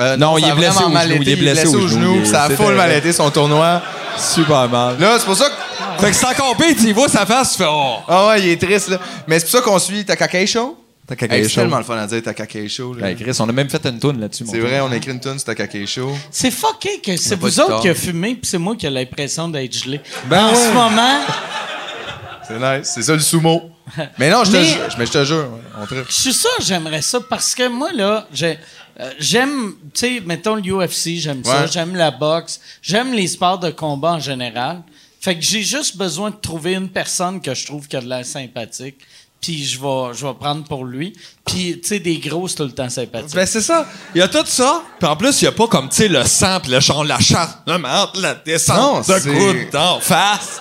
S7: Euh,
S8: Non,
S7: ça
S8: il est
S7: a
S8: blessé
S7: vraiment
S8: au
S7: mal
S8: genou,
S7: été, Il est blessé au genou. puis Ça a
S8: c'est
S7: full mal
S8: terrible.
S7: été son tournoi.
S8: Super mal.
S7: Là, c'est pour ça que.
S8: Fait que c'est encore pire, tu y vois sa face, tu fais... Oh.
S7: Ah ouais, il est triste, là. Mais c'est pour ça qu'on suit Takakei Show.
S8: Takakei
S7: Hey, c'est
S8: Show.
S7: tellement le fun à dire Takakei Show. là.
S8: Ben, Chris, on a même fait une toune là-dessus. mon
S7: C'est
S8: gars.
S7: vrai, on a écrit une tune sur Takakei Show.
S1: C'est fucké que c'est
S7: a pas
S1: vous
S7: de
S1: autres
S7: tort.
S1: qui a fumé, puis c'est moi qui ai l'impression d'être gelé.
S8: Ben
S1: en
S8: ouais.
S1: ce moment,
S7: C'est nice. C'est ça le sumo. Mais non, je te
S1: Mais-
S7: jure. Mais je te jure. ouais, On tripe.
S1: je suis sûr que j'aimerais ça parce que moi, là, j'ai- euh, j'aime, tu sais, mettons le UFC, j'aime ça,
S7: Ouais.
S1: j'aime la boxe, j'aime les sports de combat en général. Fait que j'ai juste besoin de trouver une personne que je trouve qui a de l'air sympathique, puis je vais, je vais prendre pour lui. Puis, tu sais, des gros, c'est tout le temps sympathique.
S8: Ben c'est ça. Il y a tout ça. Puis en plus, il y a pas comme, tu sais, le sang, puis le chant, l'acharnement, la descente
S7: Non,
S8: de
S7: c'est-
S8: coude d'en face.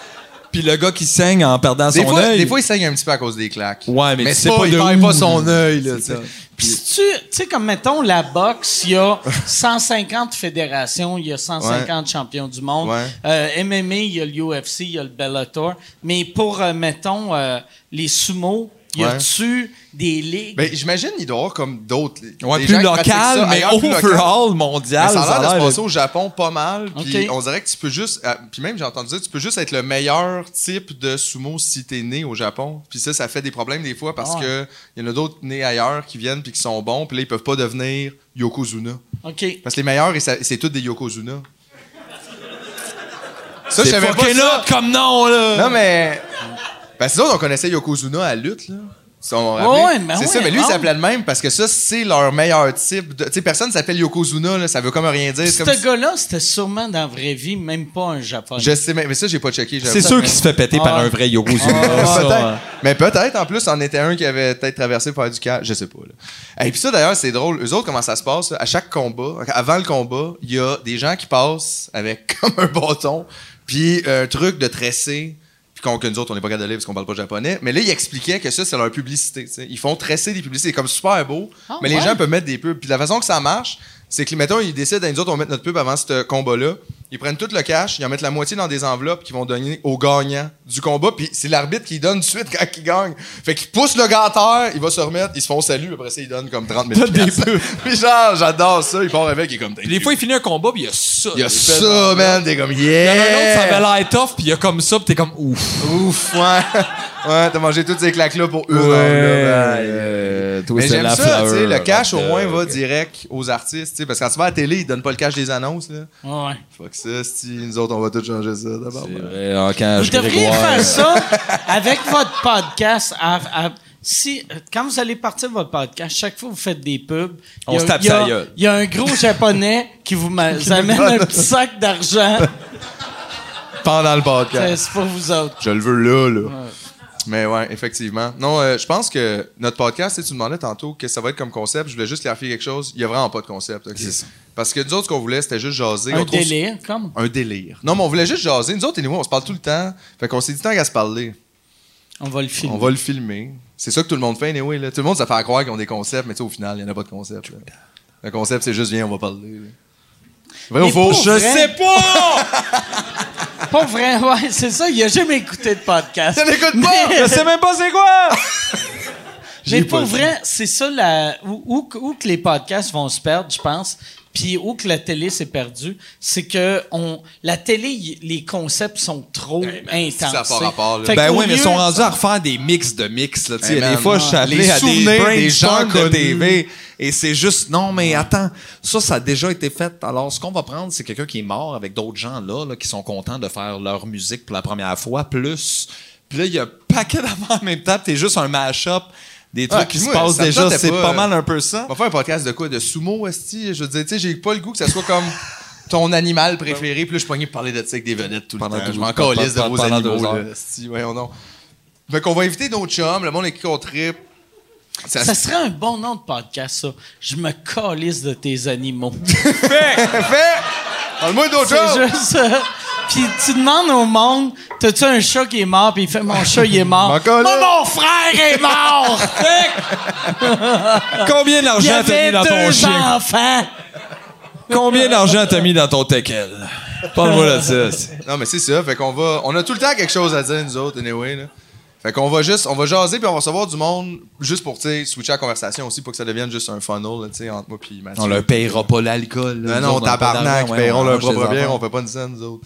S8: Puis le gars qui saigne en perdant
S7: Des
S8: son
S7: fois,
S8: œil.
S7: des fois, il saigne un petit peu à cause des claques.
S8: Ouais, mais tu
S7: c'est
S8: sais
S7: pas,
S8: pas
S7: il
S8: de
S7: perd
S8: où.
S7: pas son œil, là,
S8: C'est
S7: tu sais.
S8: ça.
S1: Puis si tu tu sais comme mettons la boxe, il y a 150 fédérations, il y a 150 champions du monde.
S7: Ouais.
S1: Euh, MMA, il y a l'UFC, il y a le Bellator, mais pour euh, mettons euh, les sumo, Y
S7: Ouais.
S1: a-tu des ligues?
S7: Ben, j'imagine qu'il doit y avoir comme d'autres.
S8: Ouais,
S7: des gens qui
S8: plus
S7: pratiquent
S8: local,
S7: ça
S8: mais
S7: ailleurs, plus local.
S8: overall, mondial.
S7: Mais ça a l'air de se
S8: l'air-
S7: passer au Japon pas mal. Puis
S1: Ok.
S7: on dirait que tu peux juste. ah, Puis même, j'ai entendu dire, tu peux juste être le meilleur type de sumo si t'es né au Japon. Puis ça, ça fait des problèmes des fois parce que il y en a d'autres nés ailleurs qui viennent puis qui sont bons. Puis là, ils peuvent pas devenir Yokozuna.
S1: OK.
S7: Parce que les meilleurs, et ça- c'est tous des Yokozuna. Ça, je
S8: C'est
S7: savais pas.
S8: fucking
S7: ça.
S8: up comme nom, là.
S7: Non, mais. Parce que nous autres, Ben, on connaissait Yokozuna à lutte, là. Ils sont rappelés.
S1: Ouais, ouais, mais
S7: c'est
S1: ouais,
S7: ça, mais lui, il
S1: non.
S7: s'appelait le même parce que ça, c'est leur meilleur type. De... Tu sais, personne s'appelle Yokozuna, là. Ça veut comme rien dire. C'est
S1: Ce
S7: comme si-
S1: gars-là, c'était sûrement dans la vraie vie, même pas un japonais.
S7: Je sais, mais, mais ça, j'ai pas checké. j'avoue.
S8: C'est sûr qu'il se fait péter par un vrai Yokozuna. ça,
S7: Euh, Peut-être.
S8: hein.
S7: Mais peut-être, en plus, en était un qui avait peut-être traversé pour faire du cas. Je sais pas. là. Et puis ça, d'ailleurs, c'est drôle. Eux autres, comment ça se passe? là? À chaque combat, avant le combat, il y a des gens qui passent avec comme un bâton, puis un truc de tressé, puis qu'on, que nous autres, on n'est pas capable de lire parce qu'on parle pas japonais. Mais là, ils expliquaient que ça, c'est leur publicité. tu sais. Ils font tresser des publicités. C'est comme super beau, mais les gens peuvent mettre des pubs. Puis la façon que ça marche, c'est que, mettons, ils décident, nous autres, on va mettre notre pub avant ce combat-là. Ils prennent tout le cash, ils en mettent la moitié dans des enveloppes qu'ils vont donner aux gagnants du combat, puis c'est l'arbitre qui donne de suite quand il gagne. Fait qu'il pousse le gars à terre, il va se remettre, ils se font salut, après ça, ils donnent comme 30 minutes. Puis genre, j'adore ça, il part avec, il est comme...
S8: Puis Des fois, il finit un combat, puis il y a ça.
S7: il y a ça, man, t'es comme...
S8: Il y en a un autre,
S7: Yeah!
S8: ça avait l'air tough, puis il y a comme ça, puis t'es comme ouf.
S7: Ouf, ouais. ouais, t'as mangé toutes ces claques-là pour eux.
S8: Euh,
S7: Mais j'aime ça, tu sais, le cash au moins va direct aux artistes, tu sais, parce que quand tu vas à la télé, ils donnent pas le cash des annonces, là.
S1: Ouais.
S7: Fuck ça, si nous autres, on va tout changer ça d'abord.
S8: C'est vrai, hein, quand
S1: Vous
S8: je
S1: devriez
S8: Grégoire-
S1: faire ça avec votre podcast. à- à- si, quand vous allez partir votre podcast, chaque fois que vous faites des pubs,
S8: On
S1: il y a-
S8: se tape
S1: il y a-
S8: sa gueule.
S1: Il y a un gros japonais qui vous, ma- vous amène un petit sac d'argent.
S7: Pendant le
S1: C'est
S7: podcast.
S1: c'est pour vous autres.
S7: Je le veux là, là. Mais ouais, effectivement. Non, euh, je pense que notre podcast, tu sais, tu demandais tantôt que ça va être comme concept. Je voulais juste clarifier quelque chose. Il n'y a vraiment pas de concept. ok? Parce que nous autres, ce qu'on voulait, c'était juste jaser.
S1: Un
S7: On trouve-
S1: délire, comme.
S7: Un délire. Non, mais on voulait juste jaser. Nous autres, et nous, on se parle tout le temps. Fait qu'on s'est dit tant qu'à se parler.
S1: On va le filmer.
S7: On va le filmer. C'est ça que tout le monde fait, anyway. Là. Tout le monde, ça fait à croire qu'ils ont des concepts, mais tu sais, au final, il n'y en a pas de concept. là. Le concept, c'est juste, viens, on va parler. là. Vrai ou
S1: Mais
S7: faux?
S1: pour
S7: Je
S1: vrai-
S7: sais
S8: pas!
S1: Pas vrai, ouais, c'est ça. Il a jamais écouté de podcast.
S7: Je l'écoute pas!
S1: Mais-
S8: Je sais même pas c'est quoi!
S1: Mais
S7: J'ai pas
S1: pour
S7: vu.
S1: vrai, c'est ça la, où, où que- où que les podcasts vont se perdre, je pense, puis où que la télé s'est perdue, c'est que on, la télé, y- les concepts sont trop intenses.
S7: Eh ben, ça a pas rapport, là.
S1: Fait
S8: Ben
S1: qu'au
S8: oui, mais ils
S1: mieux-
S8: sont rendus à refaire des mix de mix. Là, tu sais,
S7: Hey, man,
S8: des fois,
S7: ouais.
S8: je suis appelé
S7: Les
S8: à des
S7: souvenirs des gens
S8: brainstorms de
S7: connus.
S8: TV et c'est juste, non, mais attends, ça, ça a déjà été fait. Alors, ce qu'on va prendre, c'est quelqu'un qui est mort avec d'autres gens là, là, qui sont contents de faire leur musique pour la première fois, plus. Puis là, il y a un paquet d'avant en même temps, puis t'es juste un mash-up des trucs
S7: Ah,
S8: qui
S7: puis
S8: se
S7: moi,
S8: passent
S7: ça me
S8: déjà.
S7: tentait
S8: C'est
S7: pas,
S8: pas
S7: euh,
S8: mal un peu ça.
S7: On va faire un podcast de quoi? De sumo, esti? Je veux dire, tu sais, j'ai pas le goût que ça soit comme ton animal préféré. Puis là, je pognais pour parler de ça avec des vedettes tout
S8: Pendant
S7: le temps.
S8: deux-
S7: Je m'en calisse de
S8: pendant-
S7: vos
S8: pendant
S7: animaux,
S8: deux
S7: là,
S8: heures.
S7: esti. Voyons donc. Fait qu'on va inviter nos chums, le monde avec qui on tripe. Ça,
S1: Ça
S7: se
S1: serait un bon nom de podcast, ça. Je me calisse de tes animaux.
S7: fait! Parle-moi de nos
S1: c'est
S7: chums!
S1: juste ça. Puis tu demandes au monde, t'as-tu un chat qui est mort? Puis il fait, mon chat, il est mort.
S7: M'en calisse.
S1: Moi, mon frère est mort!
S8: Combien
S1: Il y
S8: d'argent t'as
S1: avait
S8: mis dans ton
S1: deux
S8: chien?
S1: enfants!
S8: Combien d'argent t'as mis dans ton teckel? Parle-moi de ça. c'est-
S7: Non, mais c'est ça. Fait qu'on va. On a tout le temps quelque chose à dire, nous autres, anyway, là. Fait qu'on va juste, on va jaser puis on va recevoir du monde juste pour, tu sais, switcher la conversation aussi pour que ça devienne juste un funnel, là, tu sais, entre moi puis Mathieu.
S8: On leur payera pas
S7: Non,
S8: l'alcool. là. Nous
S7: Ben non,
S8: autres, on a pas
S7: tabarnak,
S8: d'argent, ouais,
S7: mais on leur
S8: mange des
S7: propre bien,
S8: enfants.
S7: on fait pas une scène, nous autres.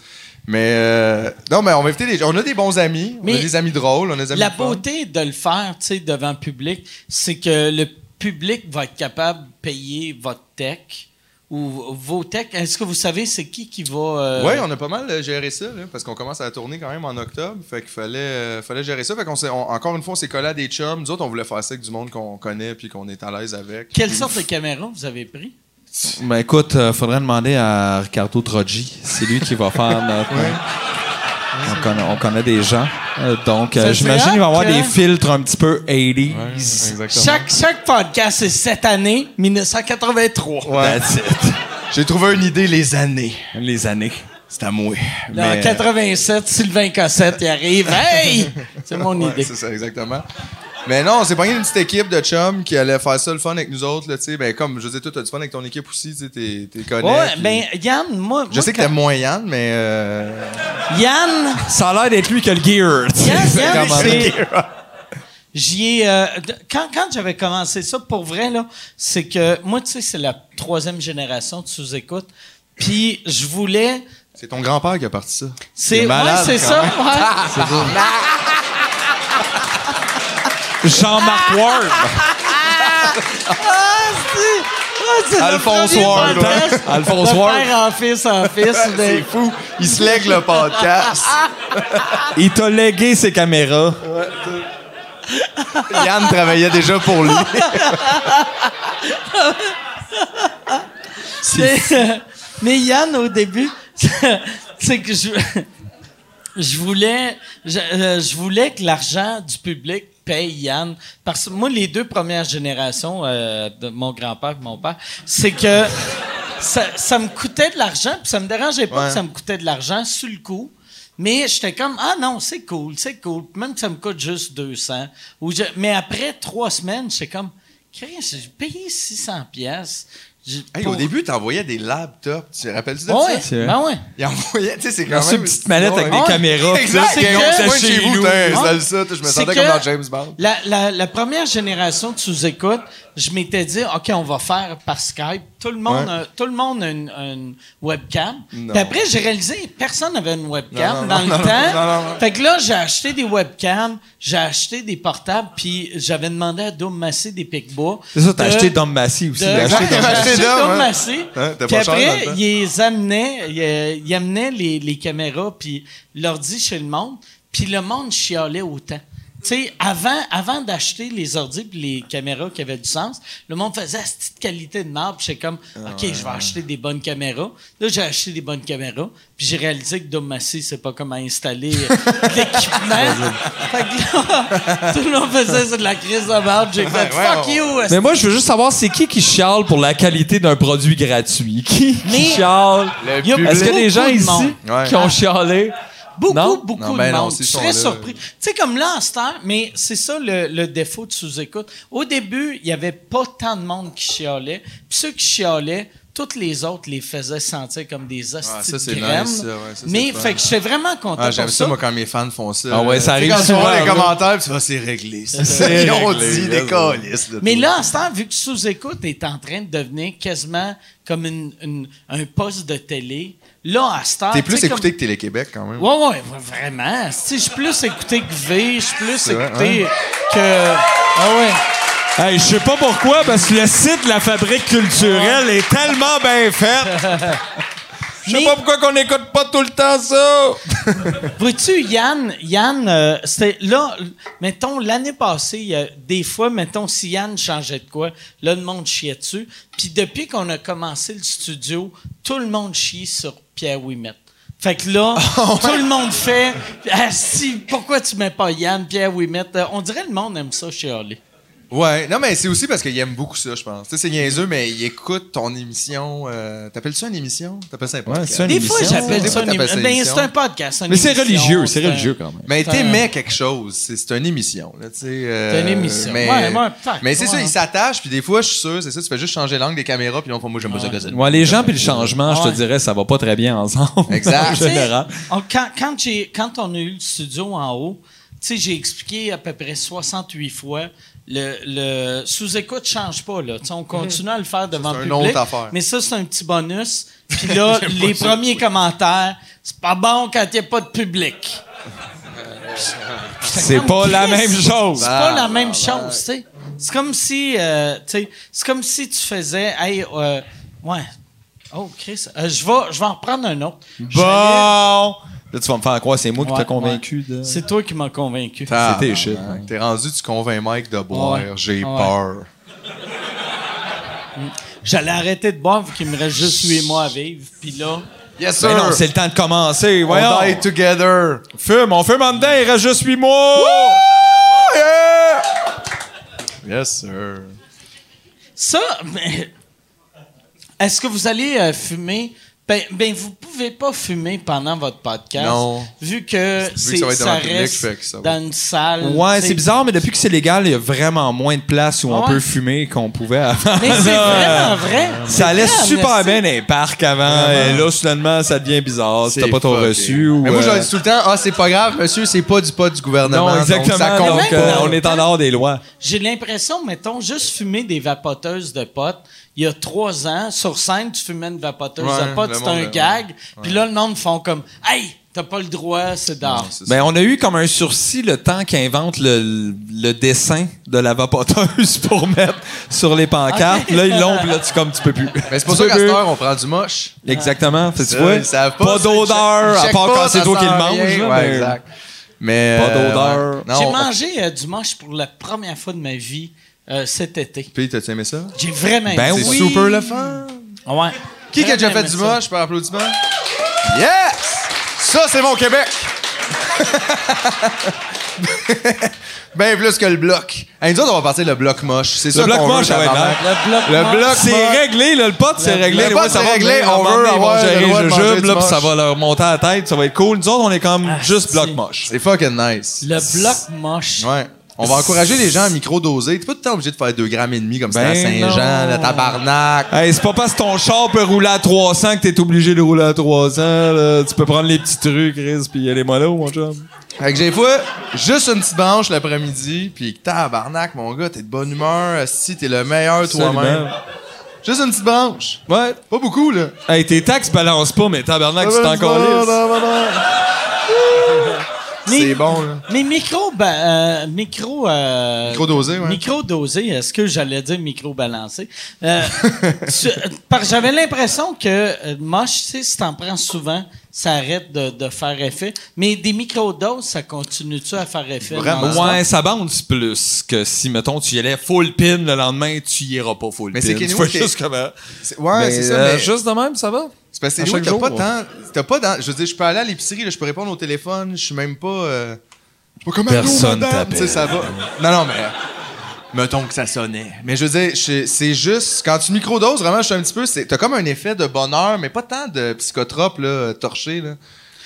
S7: Mais euh, non, mais on va éviter les. On a des bons amis, on
S1: Mais
S7: a des amis drôles, on a des amis.
S1: La
S7: le fun.
S1: beauté de le faire, tu sais, devant public, c'est que le public va être capable de payer votre tech ou vos tech. Est-ce que vous savez c'est qui qui va... euh,
S7: Ouais, on a pas mal euh, géré ça, là, parce qu'on commence à tourner quand même en octobre. Fait qu'il fallait, euh, fallait gérer ça. Fait qu'on s'est- on- encore une fois, on s'est collé à des chums. Nous autres, on voulait faire ça avec du monde qu'on connaît puis qu'on est à l'aise avec.
S1: Quelle sorte de caméra vous avez pris?
S8: Ben écoute, euh, faudrait demander à Ricardo Troggi. C'est lui qui va faire notre. On, connaît, on connaît des gens. Euh, donc, euh,
S1: Ça, c'est
S8: j'imagine qu'il va y avoir
S1: hot,
S8: des
S1: hein?
S8: filtres un petit peu 80s.
S7: Exactement.
S1: Chaque, chaque podcast, c'est cette année, 1983.
S7: Ouais.
S8: That's it.
S7: J'ai trouvé une idée, les années.
S8: Les années.
S7: C'est à moi.
S1: Là,
S7: euh,
S1: En 87, Sylvain Cossette, il arrive. Hey! C'est mon
S7: Ouais,
S1: idée.
S7: C'est ça, exactement. Mais non, on s'est pogné une petite équipe de chums qui allait faire ça le fun avec nous autres. Là, tu sais. ben, comme je disais, toi, t'as du fun avec ton équipe aussi, tu sais, t'es- t'es connais.
S1: Ouais,
S7: puis-
S1: ben, Yann, moi.
S7: je
S1: moi,
S7: sais que t'aimes moins Yann, mais. euh,
S1: quand- Yann,
S8: Ça a l'air d'être lui qui a le gear. tu sais.
S1: Yann,
S7: C'est
S1: Yann,
S7: quand même-
S1: c'est- J'y ai, euh, de- quand quand j'avais commencé ça, pour vrai, là, c'est que moi, tu sais, c'est la troisième génération de sous-écoute. Puis je voulais.
S7: C'est ton grand-père qui a parti ça.
S1: C'est
S7: Il est
S1: ouais,
S7: malade,
S1: c'est
S7: quand
S1: ça.
S7: même.
S1: ouais.
S8: Jean-Marc Ward.
S1: Ah, si! Ah, c'est le
S7: Alphonse
S1: premier
S7: Ward,
S1: podcast
S7: ouais. Alphonse
S1: de
S7: Ward.
S1: Père en fils, en fils. ou
S7: C'est
S1: de-
S7: fou. Il se lègue le podcast.
S8: Il t'a légué ses caméras.
S7: Yann travaillait déjà pour lui.
S1: Mais, mais Yann, au début, c'est que je, je voulais, je, euh, je voulais que l'argent du public paye Yann. Parce que moi, les deux premières générations euh, de mon grand-père et mon père, c'est que ça, ça me coûtait de l'argent, puis ça me dérangeait pas
S7: Ouais.
S1: que ça me coûtait de l'argent sur le coup. Mais j'étais comme, ah non, c'est cool, c'est cool. Même que ça me coûte juste 200. Ou je- mais après trois semaines, j'étais comme, Chris, j'ai payé 600 pièces.
S7: Hey, au début, t'envoyais des laptops. Tu te rappelles-tu de
S1: Ouais,
S7: ça?
S1: ben ouais.
S7: Il envoyait, tu sais, c'est quand
S8: Dans
S7: même...
S8: une petite mallette avec
S1: Ouais.
S8: des caméras. puis là,
S7: Exact.
S1: C'est
S8: c'est
S1: que-
S8: qu'on était
S7: Moi,
S8: chez
S7: chez vous,
S8: nous.
S7: t'es,
S1: Ouais.
S7: c'est ça, je me
S1: hein. C'est
S7: sentais
S1: que
S7: comme dans James Bond.
S1: La, la- la première génération de sous-écoute, je m'étais dit, OK, on va faire par Skype. Tout le monde,
S7: Ouais.
S1: a, tout le monde a une, une webcam.
S7: Non.
S1: Puis après, j'ai réalisé, personne n'avait une webcam
S7: Non, non,
S1: dans
S7: non,
S1: le
S7: non,
S1: temps.
S7: non, non, non.
S1: Fait que là, j'ai acheté des webcams, j'ai acheté des portables, puis j'avais demandé à Dom Massé des Picbois.
S8: C'est ça, t'as
S1: de-
S8: acheté Dom Massy aussi.
S1: de-
S8: t'as acheté
S7: Exact.
S8: Dom
S7: J'ai acheté
S1: acheté
S7: Dom,
S1: Dom
S7: hein.
S1: Massé.
S7: Hein, t'as
S1: Puis
S7: pas cher dans
S1: après,
S7: le temps.
S1: ils les amenaient, ils, euh, ils amenaient les, les caméras puis l'ordi chez le monde, puis le monde chialait autant. Tu sais, avant, avant d'acheter les ordi puis les caméras qui avaient du sens, le monde faisait cette petite qualité de marbre. J'étais comme,
S7: Ah
S1: OK, je vais acheter des bonnes caméras. Là, j'ai acheté des bonnes caméras. Puis j'ai réalisé que Dom Massé, c'est pas comment installer euh, l'équipement. fait que là, tout le monde faisait ça de la crise de marbre. J'ai fait,
S7: ouais,
S1: fuck
S7: on-
S1: you!
S8: Mais moi, je veux juste savoir, c'est qui qui chiale pour la qualité d'un produit gratuit? Qui, qui
S1: Mais-
S8: chiale?
S7: Le
S1: y a-
S7: public.
S8: Est-ce qu'il y a des gens
S1: Beaucoup de
S8: ici
S1: monde.
S7: Ouais.
S8: qui ont chialé?
S1: Beaucoup,
S8: Non?
S1: beaucoup
S7: Non, ben
S1: de
S7: non,
S1: monde.
S7: c'est
S1: Je
S7: sûr,
S1: serais
S7: là.
S1: surpris. Tu sais, comme là, en cette heure, mais c'est ça le, le défaut de sous-écoute. Au début, il n'y avait pas tant de monde qui chialait. Puis ceux qui chialaient, toutes les autres les faisaient sentir comme des hosties
S7: Ah, ça, c'est
S1: de graines.
S7: nice, ça, ouais, ça, c'est
S1: mais,
S7: fun.
S1: fait que j'étais vraiment content
S7: Ah,
S1: pour
S7: j'aime
S1: ça.
S7: ça, moi, quand mes fans font ça.
S8: Ah ouais, ça
S7: Tu sais,
S8: arrive
S7: Quand tu vois
S8: souvent,
S7: les
S8: là.
S7: commentaires, tu vois, c'est réglé. ça.
S8: C'est
S7: Ils ont
S8: réglé,
S7: dit
S8: là,
S7: des
S8: ça.
S7: colis.
S1: mais là, en ce temps, vu que sous-écoute est en train de devenir quasiment comme une- une- un poste de télé, là, à cette heure...
S7: T'es
S1: ah, tu
S7: plus
S1: sais, comme-
S7: écouté que Télé-Québec, quand même.
S1: Ouais, ouais, ouais, vraiment. Si je suis plus écouté que V, je suis plus
S7: vrai,
S1: écouté que. Ah ouais.
S8: Hey, je sais pas pourquoi, parce que le site de la fabrique culturelle est tellement bien fait. Je sais
S1: Mais-
S8: pas pourquoi qu'on n'écoute pas tout le temps ça.
S1: Vois-tu, Yann, Yann, euh, c'était là, l- mettons, l'année passée, il y a des fois, mettons, si Yann changeait de quoi, là, le monde chiait dessus. Puis depuis qu'on a commencé le studio, tout le monde chie sur Pierre Ouimet. Fait que là, tout le monde fait ah, si, pourquoi tu mets pas Yann, Pierre Ouimet? Euh, On dirait le monde aime ça chez Olé.
S7: Ouais, non, mais c'est aussi parce qu'ils aiment beaucoup ça, je pense. Tu sais, c'est niaiseux, mais ils écoutent ton émission. euh, T'appelles ça une émission? T'appelles ça un podcast?
S8: c'est une
S1: Des fois,
S8: émission, hein?
S1: j'appelle
S7: Des
S1: ça
S7: fois,
S1: une
S7: t'appelles
S1: émission.
S7: ça une
S1: Ben,
S7: émission.
S1: c'est un podcast. une
S8: Mais c'est
S1: émission,
S8: religieux, c'est
S1: un-
S8: religieux quand même.
S7: Mais
S1: C'est un-
S7: t'aimais quelque chose, c'est c'est une émission. là, tu sais, euh,
S1: C'est une émission.
S7: Mais,
S1: Ouais, ouais, peut-être.
S7: mais c'est
S1: Ouais.
S7: ça, ils s'attachent, puis des fois, je suis sûr, c'est ça, tu fais juste changer l'angle des caméras, puis on fait, moi, j'aime pas ça que ça.
S8: Ouais, les gens puis le changement, je
S1: Ouais.
S8: te dirais, ça va pas très bien ensemble.
S7: Exact.
S8: en
S1: Tu sais,
S8: général.
S1: on- quand, quand j'ai- quand on a eu le studio en haut, tu sais, j'ai expliqué à peu près 68 fois. Le, le sous-écoute change pas, là. Tu
S8: Mm-hmm.
S1: sais, on continue à le faire devant
S7: c'est
S1: le
S7: une
S1: public.
S7: autre affaire.
S1: Mais ça, c'est un petit bonus. Puis là, les
S7: ça,
S1: premiers commentaires, c'est pas bon quand il n'y a pas de public.
S8: C'est pas la même chose.
S1: C'est pas
S7: Ah,
S1: la même chose, tu sais. C'est comme si, euh, tu sais, c'est comme si tu faisais, hey, euh, ouais, oh Chris, euh, je vais, je vais en prendre un autre. Je
S8: Bon!
S1: vais aller-
S8: Là, tu vas me faire croire, c'est moi qui
S1: Ouais,
S8: t'ai convaincu de.
S1: C'est toi qui m'as convaincu.
S8: C'était shit, ouais.
S7: Ah, T'es rendu, tu convaincs Mike de boire,
S1: Ouais.
S7: j'ai
S1: Ouais.
S7: peur.
S1: J'allais arrêter de boire vu qu'il me reste juste 8 mois à vivre. Puis là,
S7: Yes, sir!
S8: Mais Ben non, c'est le temps de commencer.
S7: on
S8: Voyons.
S7: die together!
S8: Fume, on fume en dedans, il reste juste 8 mois.
S7: Yes, sir!
S1: ça, mais- est-ce que vous allez euh, fumer Ben, ben, vous pouvez pas fumer pendant votre podcast.
S7: Non.
S1: Vu que,
S7: Vu
S1: c'est-
S7: que
S1: ça,
S7: ça va être dans le public,
S1: reste
S7: fait que ça va.
S1: dans une salle.
S8: Ouais,
S1: tu sais.
S8: c'est bizarre, mais depuis que c'est légal, il y a vraiment moins de places où on
S1: Ah Ouais.
S8: peut fumer qu'on pouvait avant.
S1: Mais c'est vraiment vrai. C'est
S8: Ça allait
S1: vrai,
S8: super
S1: Amnesty.
S8: bien dans les parcs avant, et là, soudainement, ça devient bizarre. Si t'as pas ton
S7: fucké.
S8: reçu ou.
S7: Mais moi,
S8: euh,
S7: je leur dis tout le temps, ah, c'est pas grave, monsieur, c'est pas du pot du gouvernement.
S8: Non,
S7: Donc,
S8: exactement.
S7: ça compte
S8: donc,
S1: pas.
S8: euh, on est en dehors des lois.
S1: J'ai l'impression, mettons, juste fumer des vapoteuses de potes. Il y a trois ans, sur scène, tu fumais une vapoteuse
S7: Ouais,
S1: de potes,
S7: le
S1: c'était
S7: monde,
S1: un
S7: ouais.
S1: gag. Puis là, le monde font comme Hey, t'as pas le droit, c'est d'art.
S7: C'est ça.
S8: Ben, on a eu comme un sursis le temps qu'invente le, le dessin de la vapoteuse pour mettre sur les pancartes. Là, ils l'ont, puis là, tu, comme, tu peux plus.
S7: Mais c'est pour ça qu'à cette heure, on prend du moche.
S8: Exactement. Fais-tu
S7: Ça,
S8: quoi?
S7: ils savent ça,
S8: Pas
S7: ils
S8: d'odeur,
S7: checkent-
S8: à
S7: ils
S8: part
S7: checkent
S8: quand
S7: pas,
S8: c'est
S7: ça
S8: toi qui
S7: sent
S8: le manges.
S7: rien.
S8: là,
S7: Ouais,
S8: mais-
S7: exact. Mais,
S8: Pas
S7: euh,
S8: d'odeur.
S7: ouais.
S1: J'ai
S7: Non,
S1: mangé euh, du moche pour la première fois de ma vie euh, cet été.
S7: Puis, t'as-tu aimé ça?
S1: J'ai vraiment
S8: Ben
S1: aimé
S7: C'est
S1: ça. Ah
S8: oui.
S7: super le fun.
S1: Ouais.
S7: Qui qui a déjà
S1: Vraiment
S7: fait du
S1: aimé ça.
S7: moche par applaudissement? Yes! Ça, c'est mon Québec! ben plus que le bloc. Hey, nous autres, on va partir le bloc moche. C'est ça
S8: Le bloc
S7: qu'on veut,
S8: moche, ah ouais,
S7: tabarnak.
S8: ben,
S1: Le bloc.
S7: Le bloc
S8: C'est
S7: moche.
S8: réglé, là, le pote, c'est réglé.
S7: Le
S8: Les
S7: pote,
S8: ouais, ça
S7: c'est
S8: va
S7: réglé,
S8: venir,
S7: on
S8: à un moment
S7: veut
S8: donné, ils vont
S7: avoir le
S8: gérer
S7: droit de manger
S8: jujube,
S7: du
S8: là, puis
S7: moche.
S8: ça va leur monter à la tête, ça va être cool. Nous autres, on est comme juste bloc
S1: Ah, si.
S8: moche.
S7: C'est fucking nice.
S1: Le bloc moche.
S7: Ouais. On va encourager les gens à micro-doser. T'es pas tout le temps obligé de faire 2 grammes et demi comme
S8: Ben
S7: c'était à Saint-Jean,
S8: non.
S7: la tabarnak.
S8: Hey, c'est pas parce que ton char peut rouler à 300 que t'es obligé de rouler à 300. Là. Tu peux prendre les petits trucs, Chris, pis aller mollo, mon chum.
S7: Fait que j'ai fois juste une petite branche l'après-midi, puis tabarnak, mon gars, t'es de bonne humeur, si t'es le meilleur toi-même.
S8: Absolument.
S7: Juste une petite branche.
S8: Ouais.
S7: Pas beaucoup, là.
S8: Hey, tes taxes balancent pas, mais tabarnak, c'est encore lisse.
S1: Mais-
S7: C'est bon, là.
S1: Mais micro. ba- euh, micro. euh,
S7: Micro-dosé, ouais.
S1: Micro-dosé, est-ce que j'allais dire micro-balancé? Euh, tu- parce que j'avais l'impression que euh, moche, tu sais, si t'en prends souvent, ça arrête de, de faire effet. Mais des micro-doses, ça continue-tu à faire effet?
S7: Vraiment.
S1: non-stop?
S8: Ouais, ça bounce plus que si, mettons, tu y allais full pin le lendemain, tu y iras pas full
S7: Mais
S8: pin.
S7: c'est
S8: Tu
S7: qu'anyway,
S8: fais
S7: t'es-
S8: juste comme... euh,
S7: C'est- Ouais,
S8: mais,
S7: c'est ça,
S8: euh,
S7: mais.
S8: Juste de même, ça va?
S7: C'est parce que
S8: à
S7: oui,
S8: chaque
S7: t'as
S8: jour,
S7: pas
S8: ouais.
S7: tant. T'as pas dans. Je veux dire, je peux aller à l'épicerie, là, je peux répondre au téléphone, je suis même pas. euh, Je suis pas comme allô,
S8: Personne
S7: madame,
S8: t'appelle.
S7: tu sais, ça va. Non, non, mais. Mettons que ça sonnait. Mais je veux dire, je- c'est juste. Quand tu microdoses, vraiment, je suis un petit peu. c'est- T'as comme un effet de bonheur, mais pas tant de psychotrope, là, torché, là.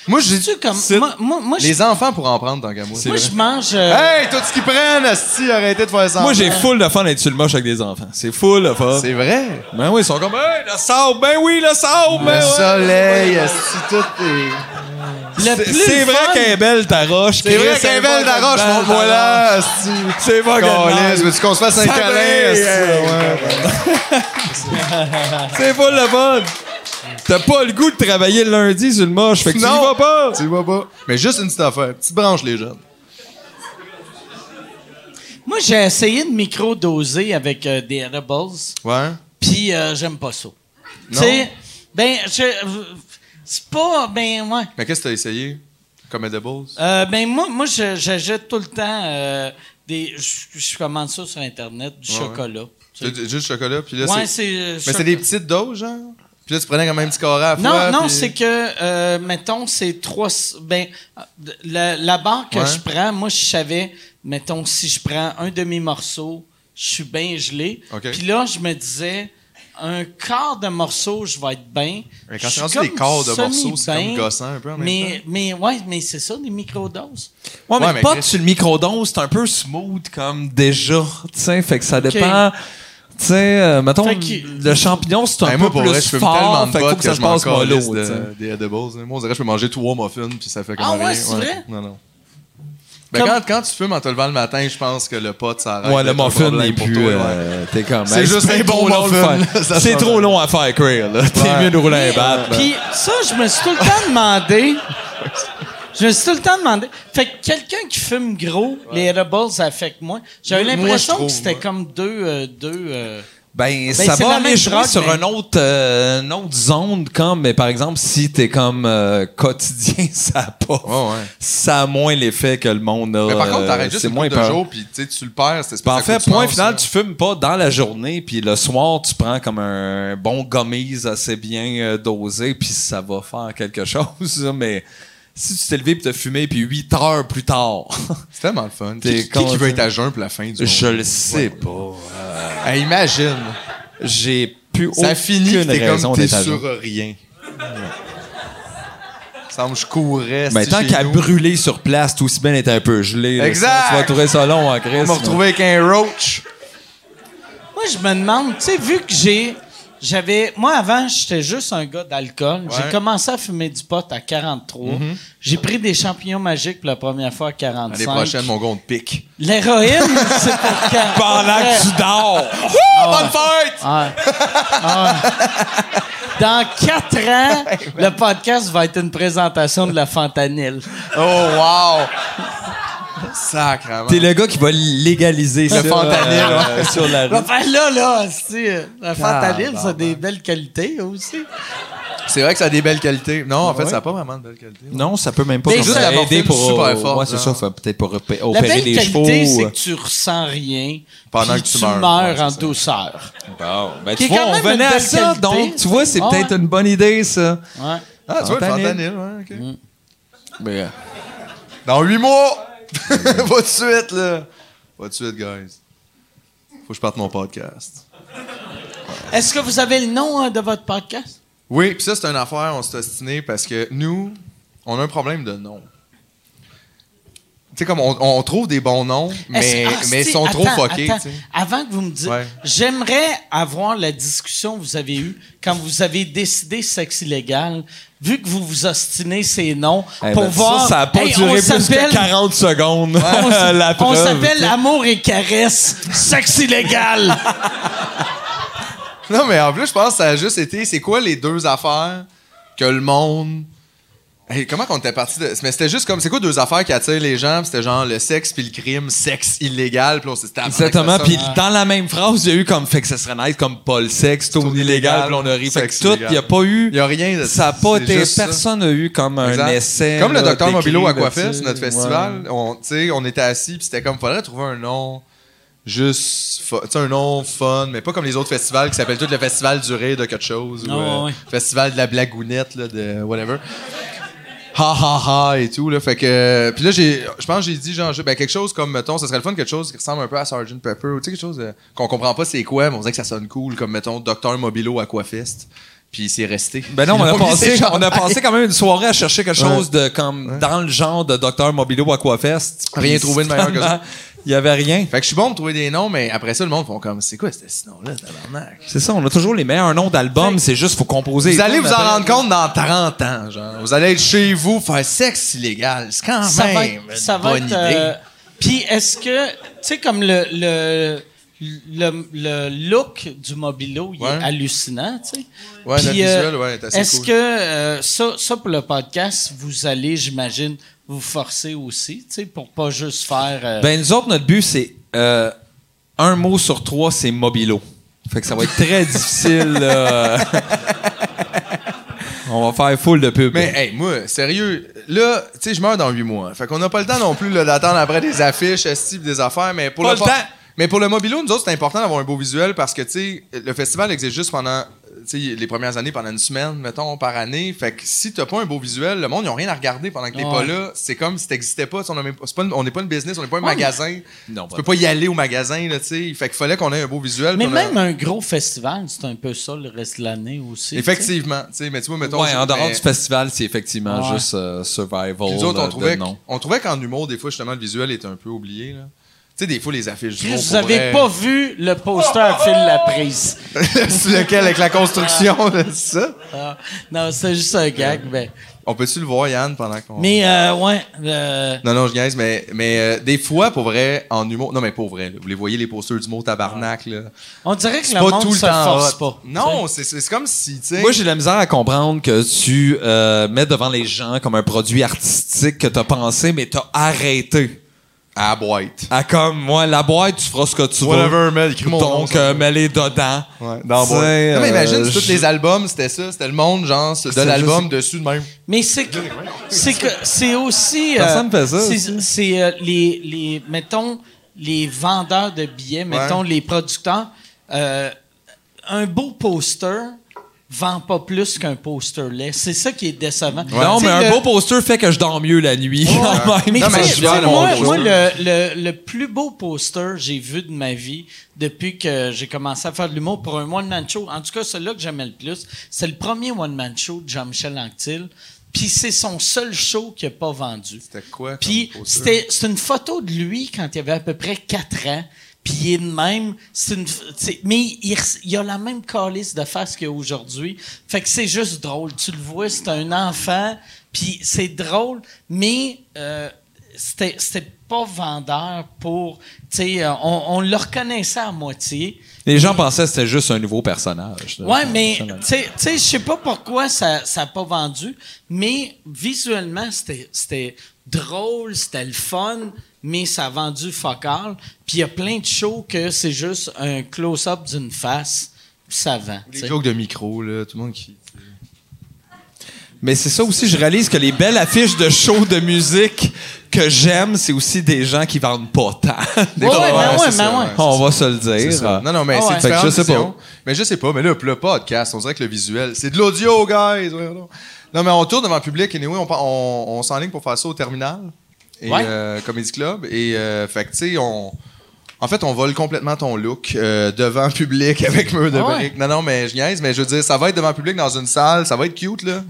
S7: Moi, j'ai.
S1: Tu sais, comme, moi, moi, moi, je,
S7: Les Ah, enfants pour en prendre, tant qu'à moi.
S1: moi, je mange. euh,
S7: Hey, tout ce qu'ils prennent, Asti, arrêtez de faire ça.
S8: Moi, j'ai full de fun d'être sur le moche avec des enfants. C'est full de fun.
S7: C'est vrai.
S8: Ben oui, ils sont comme, hey, le sable, ben oui, le sable, ben
S7: Le
S8: ouais.
S7: soleil, Asti, tout est.
S1: le
S8: C'est-
S1: plus
S8: C'est vrai
S1: fun-
S8: qu'elle est belle, ta roche.
S7: C'est vrai
S8: Chris,
S7: qu'elle est
S8: elle
S7: belle, la
S8: fucking
S7: roche,
S8: belle,
S7: mon
S8: ta
S7: voilà, asti.
S8: C'est pas
S7: Calisse, veux-tu qu'on se fasse un
S8: Ça brille,
S7: câlin? asti,
S8: hey.
S7: ouais.
S8: C'est pas le fun. T'as pas le goût de travailler le lundi sur le moche, fait que tu y
S7: Non.
S8: vas pas.
S7: Tu vois pas? Mais juste une petite affaire. Petite branche, les jeunes.
S1: Moi, j'ai essayé de micro-doser avec euh, des edibles,
S7: Ouais.
S1: puis euh, j'aime pas ça. Tu sais, ben, je. C'est pas. Ben, ouais.
S7: Mais qu'est-ce que t'as essayé? Comme edibles?
S1: Euh, ben moi, moi je- j'achète tout le temps euh, des. Je je commande ça sur Internet, du
S7: Ouais, ouais.
S1: chocolat.
S7: T'as du- Juste du chocolat, puis là,
S1: Ouais,
S7: c'est...
S1: c'est. euh,
S7: Mais
S1: chocolat.
S7: c'est des petites doses, genre? Puis là, tu prenais quand même un petit carré à la
S1: Non,
S7: fois,
S1: non,
S7: puis-
S1: c'est que, euh, mettons, c'est trois. Ben, euh, la, la barre que
S7: Ouais.
S1: je prends, moi, je savais, mettons, si je prends un demi-morceau, je suis bien gelé.
S7: OK.
S1: Puis là, je me disais, un quart de morceau, je vais être bien.
S7: Mais quand
S1: Je
S7: c'est
S1: suis
S7: rendu
S1: comme
S7: des quarts de morceaux, c'est
S1: semi-bien,
S7: comme gossant un peu en même
S1: mais, Mais, ouais, mais c'est ça, des microdoses.
S8: Ouais,
S7: Ouais,
S8: mais le
S7: mais
S8: pot
S7: Chris-
S8: sur le micro-dose, c'est un peu smooth comme déjà. T'sais, fait que ça dépend. T'sais, euh, mettons,
S1: Fait que-
S8: le champignon, c'est un
S7: Hey,
S8: peu
S7: Ben, moi, pour
S8: plus
S7: vrai, je fume
S8: fort,
S7: tellement de
S8: fait qu'il faut
S7: potes
S8: que
S7: que,
S8: ça se
S7: je m'en
S8: passe pas
S7: calisse
S8: l'eau.
S7: de- des edibles. Moi, on dirait que je peux manger trois muffins, puis ça fait comme
S1: Ah ouais,
S7: rien.
S1: c'est vrai?
S7: Non, non. Ben,
S1: Comme-
S7: quand, quand tu fumes en te levant le matin, je pense que le pot, ça arrête.
S8: Ouais, le
S7: d'être un
S8: muffin
S7: problème
S8: n'est
S7: pour
S8: plus.
S7: toi, ouais.
S8: euh, T'es comme.
S7: C'est
S8: hey,
S7: juste
S8: bien
S7: un bon
S8: long de
S7: muffin,
S8: faire.
S7: là, ça
S8: C'est
S7: change.
S8: trop long à faire, Craig. là. T'es
S7: Ouais.
S8: mieux de rouler un
S1: Mais,
S8: bat. là.
S1: Puis ça, je me suis tout le temps demandé. Je me suis tout le temps demandé. Fait que quelqu'un qui fume gros, les edibles, ça affecte moins. J'avais
S7: Moi, moi, je
S1: l'impression
S7: trouve,
S1: que c'était
S7: moi.
S1: comme deux. euh, deux euh,
S8: Ben, ça
S1: c'est
S8: va
S1: la
S8: aller
S1: même
S8: jouer
S1: drogue,
S8: sur
S1: mais-
S8: une autre, euh, une autre zone, comme, mais par exemple, si t'es comme euh, quotidien, ça a pas.
S7: Ouais, ouais.
S8: Ça a moins l'effet que le monde a.
S7: Mais par contre,
S8: euh,
S7: t'arrêtes juste
S8: c'est
S7: une couple
S8: moins
S7: de
S8: peur.
S7: jours, puis tu sais, tu le perds. c'est
S8: Ben, en
S7: ça que
S8: fait,
S7: tu
S8: point
S7: penses,
S8: final,
S7: là.
S8: tu fumes pas dans la journée, puis le soir, tu prends comme un bon gommise assez bien euh, dosé, puis ça va faire quelque chose, là, mais si tu t'es levé puis t'as fumé, puis 8 heures plus tard,
S7: C'est tellement le fun.
S8: T'es
S7: Qui, qui, qui
S8: content.
S7: veut être à jeun pour la fin du
S8: je
S7: monde?
S8: le sais pas.
S7: Hey, imagine.
S8: J'ai plus
S7: Ça
S8: aucune
S7: finit, puis t'es
S8: raison
S7: comme, t'es
S8: d'être à jour.
S7: sur rien. Semble que je courais.
S8: Ben,
S7: si,
S8: tant
S7: chez
S8: qu'à
S7: nous.
S8: brûler sur place, tout bien était un peu gelé. là.
S7: Exact.
S8: Tu vas trouver ça long hein, en
S7: On
S8: Christ.
S7: m'a retrouvé avec un roach.
S1: Moi, je me demande, tu sais, vu que j'ai. J'avais. Moi, avant, j'étais juste un gars d'alcool. J'ai
S7: Ouais. Mm-hmm.
S1: commencé à fumer du pot à 43. J'ai pris des champignons magiques pour la première fois à 45.
S7: L'année prochaine, mon gars, on te pique.
S1: L'héroïne, c'est pour quand?
S8: Pendant que tu dors. Wouh,
S7: Ah,
S8: Bonne fête!
S1: Ouais. Ouais. Ah. Dans quatre ans, le podcast va être une présentation de la fentanyl.
S7: Oh, wow! Sacrement.
S8: ah. T'es le gars qui va légaliser ça,
S7: fentanyl,
S8: euh, sur la rue.
S1: Enfin, là, là, c'est, euh, la fentanyl, ça a des belles qualités aussi.
S7: C'est vrai que ça a des belles qualités. Non, en fait, ça n'a pas vraiment de belles qualités.
S8: Non, ça peut même pas
S1: Mais
S8: comme
S7: juste
S8: ça
S7: la
S8: aider
S7: morphine,
S8: pour.
S7: super
S8: euh,
S7: fort,
S8: ouais, c'est
S7: hein.
S8: ça, fait peut-être pour opé-
S1: La
S8: opérer
S1: belle
S8: les
S1: qualité,
S8: chevaux.
S1: c'est
S8: euh.
S1: que tu ressens rien.
S7: Pendant
S1: puis
S7: que tu
S1: tu
S7: meurs.
S1: meurs,
S7: Ouais, c'est
S1: en
S7: ça.
S1: douceur.
S8: Bon, ben,
S1: Qui est
S8: tu vois,
S1: quand
S8: on
S1: même une
S8: venait à
S1: belle
S8: ça,
S1: qualité.
S8: donc tu vois, c'est
S1: Ah
S8: peut-être
S1: ouais.
S8: une bonne idée, ça.
S1: Ouais.
S7: Ah, tu vois, le
S8: Fentanyl.
S7: fentanyl, ouais, OK. Mais, euh, dans huit mois! Pas de suite, là. Pas de suite, guys. Faut que je parte mon podcast.
S1: Est-ce que vous avez le nom hein, de votre podcast?
S7: Oui, puis ça, c'est une affaire, on s'est ostiné parce que nous, on a un problème de nom. Tu sais, comme on, on trouve des bons noms, mais,
S1: Est-ce- ah,
S7: mais ils
S1: si,
S7: sont trop
S1: attends,
S7: fuckés.
S1: attends.
S7: tu sais.
S1: Avant que vous me dites,
S7: Ouais.
S1: j'aimerais avoir la discussion que vous avez eue quand vous avez décidé sexe illégal, vu que vous vous ostinez ces noms,
S8: Eh
S1: pour
S8: ben,
S1: voir.
S8: Ça, ça a pas
S1: Hey, on
S8: duré plus
S1: s'appelle-
S8: que 40 secondes.
S1: on s-
S8: la
S1: on
S8: preuve.
S1: s'appelle Amour et Caresse, sexe illégal.
S7: Non, mais en plus, je pense que ça a juste été. C'est quoi les deux affaires que le monde. Hey, comment qu'on était parti de. Mais c'était juste comme. C'est quoi deux affaires qui attirent les gens? Puis c'était genre le sexe puis le crime, sexe illégal. Puis on s'est tapé.
S8: Exactement.
S7: avec ça,
S8: Puis dans la même phrase, il y a eu comme fait que ça serait nice comme Paul Sex, Tony illégal, puis on a ri. Fait que
S7: Sexe
S8: tout, il
S7: illégal.
S8: n'y a pas eu.
S7: Il y a rien de
S8: Ça n'a pas
S7: c'est
S8: été.
S7: juste ça.
S8: Personne n'a eu comme un
S7: Exact.
S8: essai.
S7: Comme le
S8: là,
S7: docteur
S8: d'écrit
S7: Mobilo
S8: là-dessus.
S7: Aquafest, notre
S8: Ouais.
S7: festival, on, tu sais, on était assis, puis c'était comme, faudrait trouver un nom juste, fu- tu sais, un nom fun, mais pas comme les autres festivals qui s'appellent tout le festival du rire de quelque chose, ou
S1: Ah,
S7: euh,
S1: ouais, ouais.
S7: festival de la blagounette, là, de whatever. Ha ha ha et tout, là. Fait que. Puis là, j'ai, je pense que j'ai dit, genre, je- ben, quelque chose comme, mettons, ça serait le fun, quelque chose qui ressemble un peu à Sgt. Pepper, ou tu sais, quelque chose euh, qu'on comprend pas c'est quoi, mais on dirait que ça sonne cool, comme, mettons, Docteur Mobilo Aquafest. Puis c'est resté.
S8: Ben non,
S7: Ils
S8: on a,
S7: l'ont mis
S8: passé,
S7: ces
S8: on a
S7: chandails.
S8: passé quand même une soirée à chercher quelque chose de comme dans le genre de Docteur Mobilo Aquafest.
S7: Rien
S8: Puis
S7: trouvé de meilleur que ça.
S8: finalement, Il n'y avait rien.
S7: Fait que je suis bon pour trouver des noms, mais après ça, le monde font comme c'est quoi c'était ce nom-là, tabarnak?
S8: C'est ça, on a toujours les meilleurs noms d'albums, c'est juste faut composer.
S7: Vous
S8: les
S7: allez
S8: noms,
S7: vous en
S8: mais après-
S7: rendre compte dans 30 ans, genre. Vous allez être chez vous, faire sexe illégal. C'est quand
S1: ça
S7: même
S1: va être,
S7: Ben, une
S1: ça va
S7: bonne
S1: être,
S7: idée.
S1: euh, Puis est-ce que, tu sais, comme le, le, le, le look du mobilo, il
S7: Ouais.
S1: est hallucinant, tu sais.
S7: Ouais,
S1: Puis, euh,
S7: le visuel, ouais, est assez
S1: Est-ce
S7: cool.
S1: que euh, ça, ça, pour le podcast, vous allez, j'imagine, vous forcer aussi, tu sais, pour pas juste faire. euh,
S8: Ben, nous autres, notre but, c'est euh, un mot sur trois, c'est mobilo. Fait que ça va être très difficile. euh, On va faire full de pub.
S7: Mais hey, moi, sérieux, là, tu sais, je meurs dans 8 mois. Fait qu'on n'a pas le temps non plus là, d'attendre après des affiches, esti, pis des affaires, mais pour
S8: Pas
S7: le,
S8: le
S7: po-
S8: temps.
S7: Mais pour le mobilo, nous autres, c'est important d'avoir un beau visuel parce que tu sais, le festival existe juste pendant tu sais, les premières années, pendant une semaine, mettons, par année. Fait que si t'as pas un beau visuel, le monde, ils ont rien à regarder pendant que t'es
S1: Ouais.
S7: pas là. C'est comme si t'existais pas. Tu sais, On n'est pas, on n'est pas une business, on n'est pas un magasin.
S8: Non,
S7: Tu peux pas y aller au magasin, là, tu sais. Fait qu'il fallait qu'on ait un beau visuel.
S1: mais
S7: puis on a-
S1: même un gros festival, c'est un peu ça le reste de l'année aussi.
S7: Effectivement, tu sais, mais tu vois, mettons.
S8: ouais, en dehors
S7: mais-
S8: du festival, c'est effectivement
S1: Ouais.
S8: juste euh, survival.
S7: Puis
S1: Oh,
S7: nous autres,
S1: ben,
S7: on
S8: euh, de
S7: trouvait,
S8: nom.
S7: on trouvait qu'en humour, des fois, justement, le visuel est un peu oublié. là. Tu sais, des fois, les affiches
S1: tu sais.
S7: d'humour.
S1: Chris, vous
S7: pour
S1: avez
S7: vrai-
S1: pas vu le poster à fil la prise.
S7: C'est lequel avec la construction, là, c'est ça?
S1: Ah, non, c'est juste un gag, mais.
S7: On peut-tu le voir, Yann, pendant qu'on.
S1: Mais, euh, ouais. euh,
S7: Non, non, je niaise, mais, mais euh, des fois, pour vrai, en humour. Non, mais pour vrai, là, vous les voyez, les posters du mot tabarnak, là.
S1: On dirait que
S7: C'est
S1: le
S7: pas
S1: monde
S7: tout le
S1: se
S7: temps.
S1: force
S7: hot.
S1: pas.
S7: Non, c'est c'est comme si, tu sais.
S8: Moi, j'ai de la misère à comprendre que tu euh, mets devant les gens comme un produit artistique que t'as pensé, mais t'as arrêté.
S7: À la boîte.
S8: À comme, moi, la boîte, tu feras ce que tu veux.
S7: Whatever, man, écris mon nom,
S8: Donc,
S7: ça.
S8: euh, mets-les dedans.
S7: Ouais, dans la boîte.
S8: T'sais,
S7: Non, mais imagine
S8: euh,
S7: si tous
S8: je-
S7: les albums, c'était ça. C'était le monde, genre, de
S8: C'est
S7: l'album dessus de même.
S1: Mais c'est que c'est que c'est aussi euh,
S8: Personne fait ça,
S1: C'est, c'est, euh, les les mettons les vendeurs de billets, mettons les producteurs euh, un beau poster vend pas plus qu'un poster laid. C'est ça qui est décevant.
S8: Non,
S1: Tu sais,
S8: mais un
S1: le-
S8: beau poster fait que je dors mieux la nuit. quand même.
S1: Mais
S8: Non,
S1: tu
S8: mais
S1: sais,
S8: je viens
S1: tu sais,
S8: à mon
S1: moi,
S8: jeu.
S1: moi, le, le- le plus beau poster que j'ai vu de ma vie depuis que j'ai commencé à faire de l'humour pour un one-man show, en tout cas celui-là que j'aimais le plus, c'est le premier one-man show de Jean-Michel Anctil. Puis c'est son seul show qui n'a pas vendu.
S7: C'était quoi comme
S1: Puis
S7: poster?
S1: c'était c'est une photo de lui quand il avait à peu près 4 ans. Puis il est de même. C'est une, f- c'est- mais il, res- il a la même calice de face qu'aujourd'hui. Fait que c'est juste drôle. Tu le vois, c'est un enfant. Puis c'est drôle, mais euh, c'était c'était pas vendeur pour. Tu sais, euh, on, on le reconnaissait à moitié.
S8: Les gens pensaient que c'était juste un nouveau personnage. là.
S1: Ouais, mais tu sais, tu sais, je sais pas pourquoi ça n'a pas vendu, mais visuellement, c'était- c'était drôle, c'était le fun, mais ça a vendu focal. Puis il y a plein de shows que c'est juste un close-up d'une face, puis ça vend. tu
S7: Les
S1: sais.
S7: jokes de micro, là, tout le monde qui.
S8: Mais c'est ça aussi, je réalise que les belles affiches de shows de musique que j'aime, c'est aussi des gens qui vendent pas tant. Des
S1: Ouais,
S8: fois,
S1: ouais, ben ouais,
S7: c'est
S1: ben
S7: ça,
S1: ouais.
S7: ouais.
S8: On va se le dire.
S7: C'est ça. Non, non, mais
S1: Ah ouais.
S7: c'est
S8: Fait
S7: différent.
S8: que je sais pas.
S7: Mais je sais pas. Mais là, le podcast, on dirait que le visuel, c'est de l'audio, guys. voyons donc. Non, mais on tourne devant le public. Et anyway, on, par- on, on s'enligne pour faire ça au terminal. Et,
S1: Ouais.
S7: euh, Comedy Club. Et, euh, fait que, tu sais, on. En fait, on vole complètement ton look euh, devant public avec Meur de
S1: Ah ouais.
S7: Brick. Non, non, mais je niaise, mais je veux dire, ça va être devant public dans une salle, ça va être cute, là.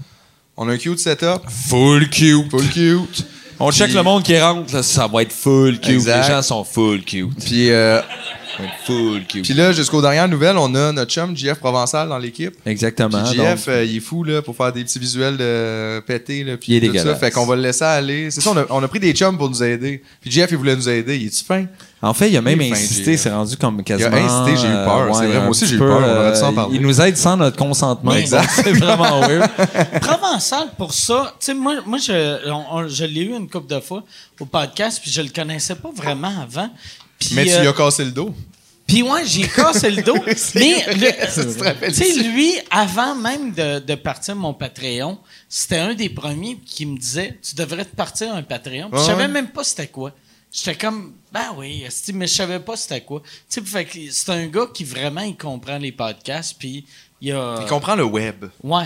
S7: On a un cute setup.
S8: Full cute.
S7: Full cute.
S8: On check
S7: Puis-
S8: le monde qui rentre, là, ça va être full cute.
S7: Exact.
S8: Les gens sont full cute.
S7: Puis, euh,
S8: Ça va être Full cute.
S7: puis là, jusqu'aux dernières nouvelles, on a notre chum, JF Provençal, dans l'équipe.
S8: Exactement.
S7: Puis
S8: donc.
S7: JF, euh, il est fou là, pour faire des petits visuels de pété. Là, puis
S8: Il est
S7: tout
S8: dégueulasse.
S7: Ça. Fait qu'on va le laisser aller. C'est ça, on a, on a pris des chums pour nous aider. Puis JF, il voulait nous aider. Il est-tu fin?
S8: En fait, il a même
S7: Il est fin,
S8: insisté,
S7: JF.
S8: c'est rendu comme quasiment.
S7: insisté, j'ai eu peur.
S8: euh,
S7: C'est vrai,
S8: un
S7: moi aussi,
S8: petit
S7: j'ai eu
S8: peu,
S7: peur, on aurait dû s'en
S8: euh,
S7: parler.
S8: Il nous aide sans notre consentement.
S1: Mais-
S8: Exact. C'est vraiment weird.
S1: Provençal, pour ça, tu sais, moi, moi je, on- on- je l'ai eu une couple de fois au podcast, puis je le connaissais pas vraiment avant. Puis,
S7: Mais tu
S1: euh,
S7: lui as cassé le dos.
S1: Puis ouais, j'ai cassé le dos. mais
S7: ça, tu te
S1: le-
S7: rappelles
S1: tu sais, lui, avant même de, de partir mon Patreon, c'était un des premiers qui me disait Tu devrais te partir un Patreon. Puis je
S7: Ouais,
S1: savais
S7: ouais.
S1: même pas c'était quoi. J'étais comme Ben oui, esti, mais je savais pas c'était quoi. Tu sais, fait que c'est un gars qui vraiment il comprend les podcasts, puis il a.
S7: Il comprend le web.
S1: Ouais.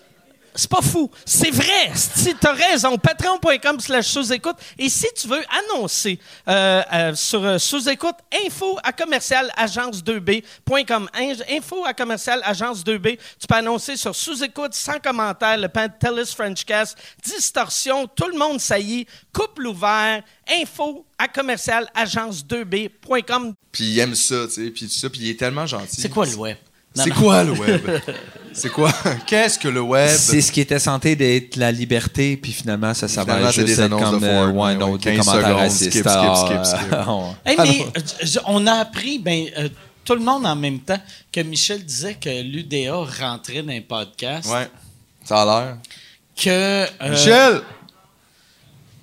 S9: C'est pas fou. C'est vrai. Si t'as raison, patreon.com slash sous-écoute. Et si tu veux annoncer euh, euh, sur euh, sous-écoute, info à commercial agence2b.com. Inge- Info à commercial agence2b. Tu peux annoncer sur sous-écoute, sans commentaire, le pan TELUS Frenchcast, distorsion, tout le monde saillit, couple ouvert, info à commercial agence2b.com.
S7: Puis il aime ça, tu sais. Puis tout ça. Puis il est tellement gentil.
S1: C'est quoi le web? Non,
S7: C'est
S1: non.
S7: quoi le web? c'est quoi? Qu'est-ce que le web?
S8: C'est ce qui était censé d'être la liberté, puis finalement, ça
S7: Finalement,
S8: s'avère
S7: c'est
S8: juste
S7: des
S8: être
S7: annonces
S8: comme
S7: de
S8: euh,
S7: Ford,
S8: ouais,
S7: ouais,
S8: donc, des
S7: 15
S8: commentaires
S7: secondes,
S8: racistes.
S7: skip, skip,
S8: ah,
S7: skip, skip.
S8: ouais.
S1: Hey, mais euh, je- on a appris, ben, euh, tout le monde en même temps, que Michel disait que l'UDA rentrait dans un podcast.
S7: Ouais. Ça a l'air.
S1: Que, euh,
S7: Michel!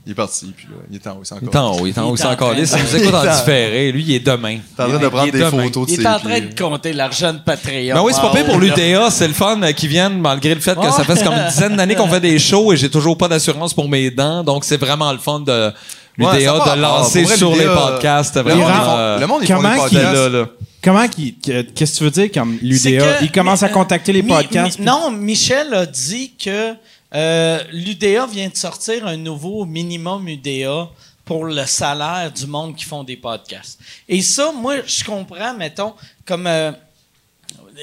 S7: Il est parti, puis là, il est en haut, il s'en
S8: Il est
S7: colle.
S8: en haut, il est en
S1: Il
S8: haut,
S1: est
S8: c'est
S1: en
S8: encore
S1: train-
S8: lisse. Il nous écoute en différé. Lui, il est demain.
S7: T'es en train de prendre des photos de
S1: Il
S7: ses
S1: est en train
S7: pieds.
S1: de compter l'argent de Patreon.
S8: Ben oui, c'est pas
S1: Ah,
S8: pire pour
S1: là.
S8: l'UTA, c'est le fun euh, qu'ils viennent, malgré le fait que ça fait comme une dizaine d'années qu'on fait des shows et j'ai toujours pas d'assurance pour mes dents, donc c'est vraiment le fun de l'UTA
S7: Ouais, ça va,
S8: de
S7: ah,
S8: lancer
S7: pour vrai,
S8: sur les
S7: l'UDA,
S8: podcasts.
S7: Le monde,
S8: Vraiment,
S7: ils font-
S8: euh,
S7: le monde, ils font des
S2: comment
S7: podcasts.
S2: qu'il-
S8: là, là.
S2: Comment qui que- qu'est-ce que tu veux dire comme
S1: C'est
S2: l'UDA
S1: que-
S2: Il commence à
S1: mais,
S2: contacter les
S1: mi-
S2: podcasts.
S1: mi- non, Michel a dit que euh, l'UDA vient de sortir un nouveau minimum UDA pour le salaire du monde qui font des podcasts. Et ça, moi, je comprends, mettons, comme... euh,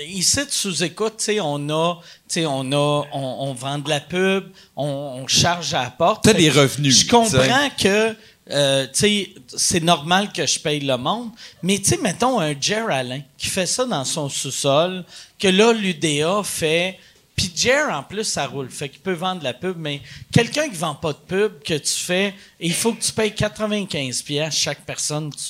S1: Ici, de sous-écoute, tu sais, on a, tu sais, on a, on, on vend de la pub, on, on charge à la porte.
S8: T'as
S1: Fait
S8: des
S1: que
S8: revenus,
S1: Je comprends
S8: tu
S1: que, euh, tu sais, c'est normal que je paye le monde, mais tu sais, mettons un Jer Alain qui fait ça dans son sous-sol, que là, l'UDA fait. Puis Jer, en plus, ça roule. Fait qu'il peut vendre de la pub, mais quelqu'un qui vend pas de pub, que tu fais, il faut que tu payes 95$ piastres chaque personne que tu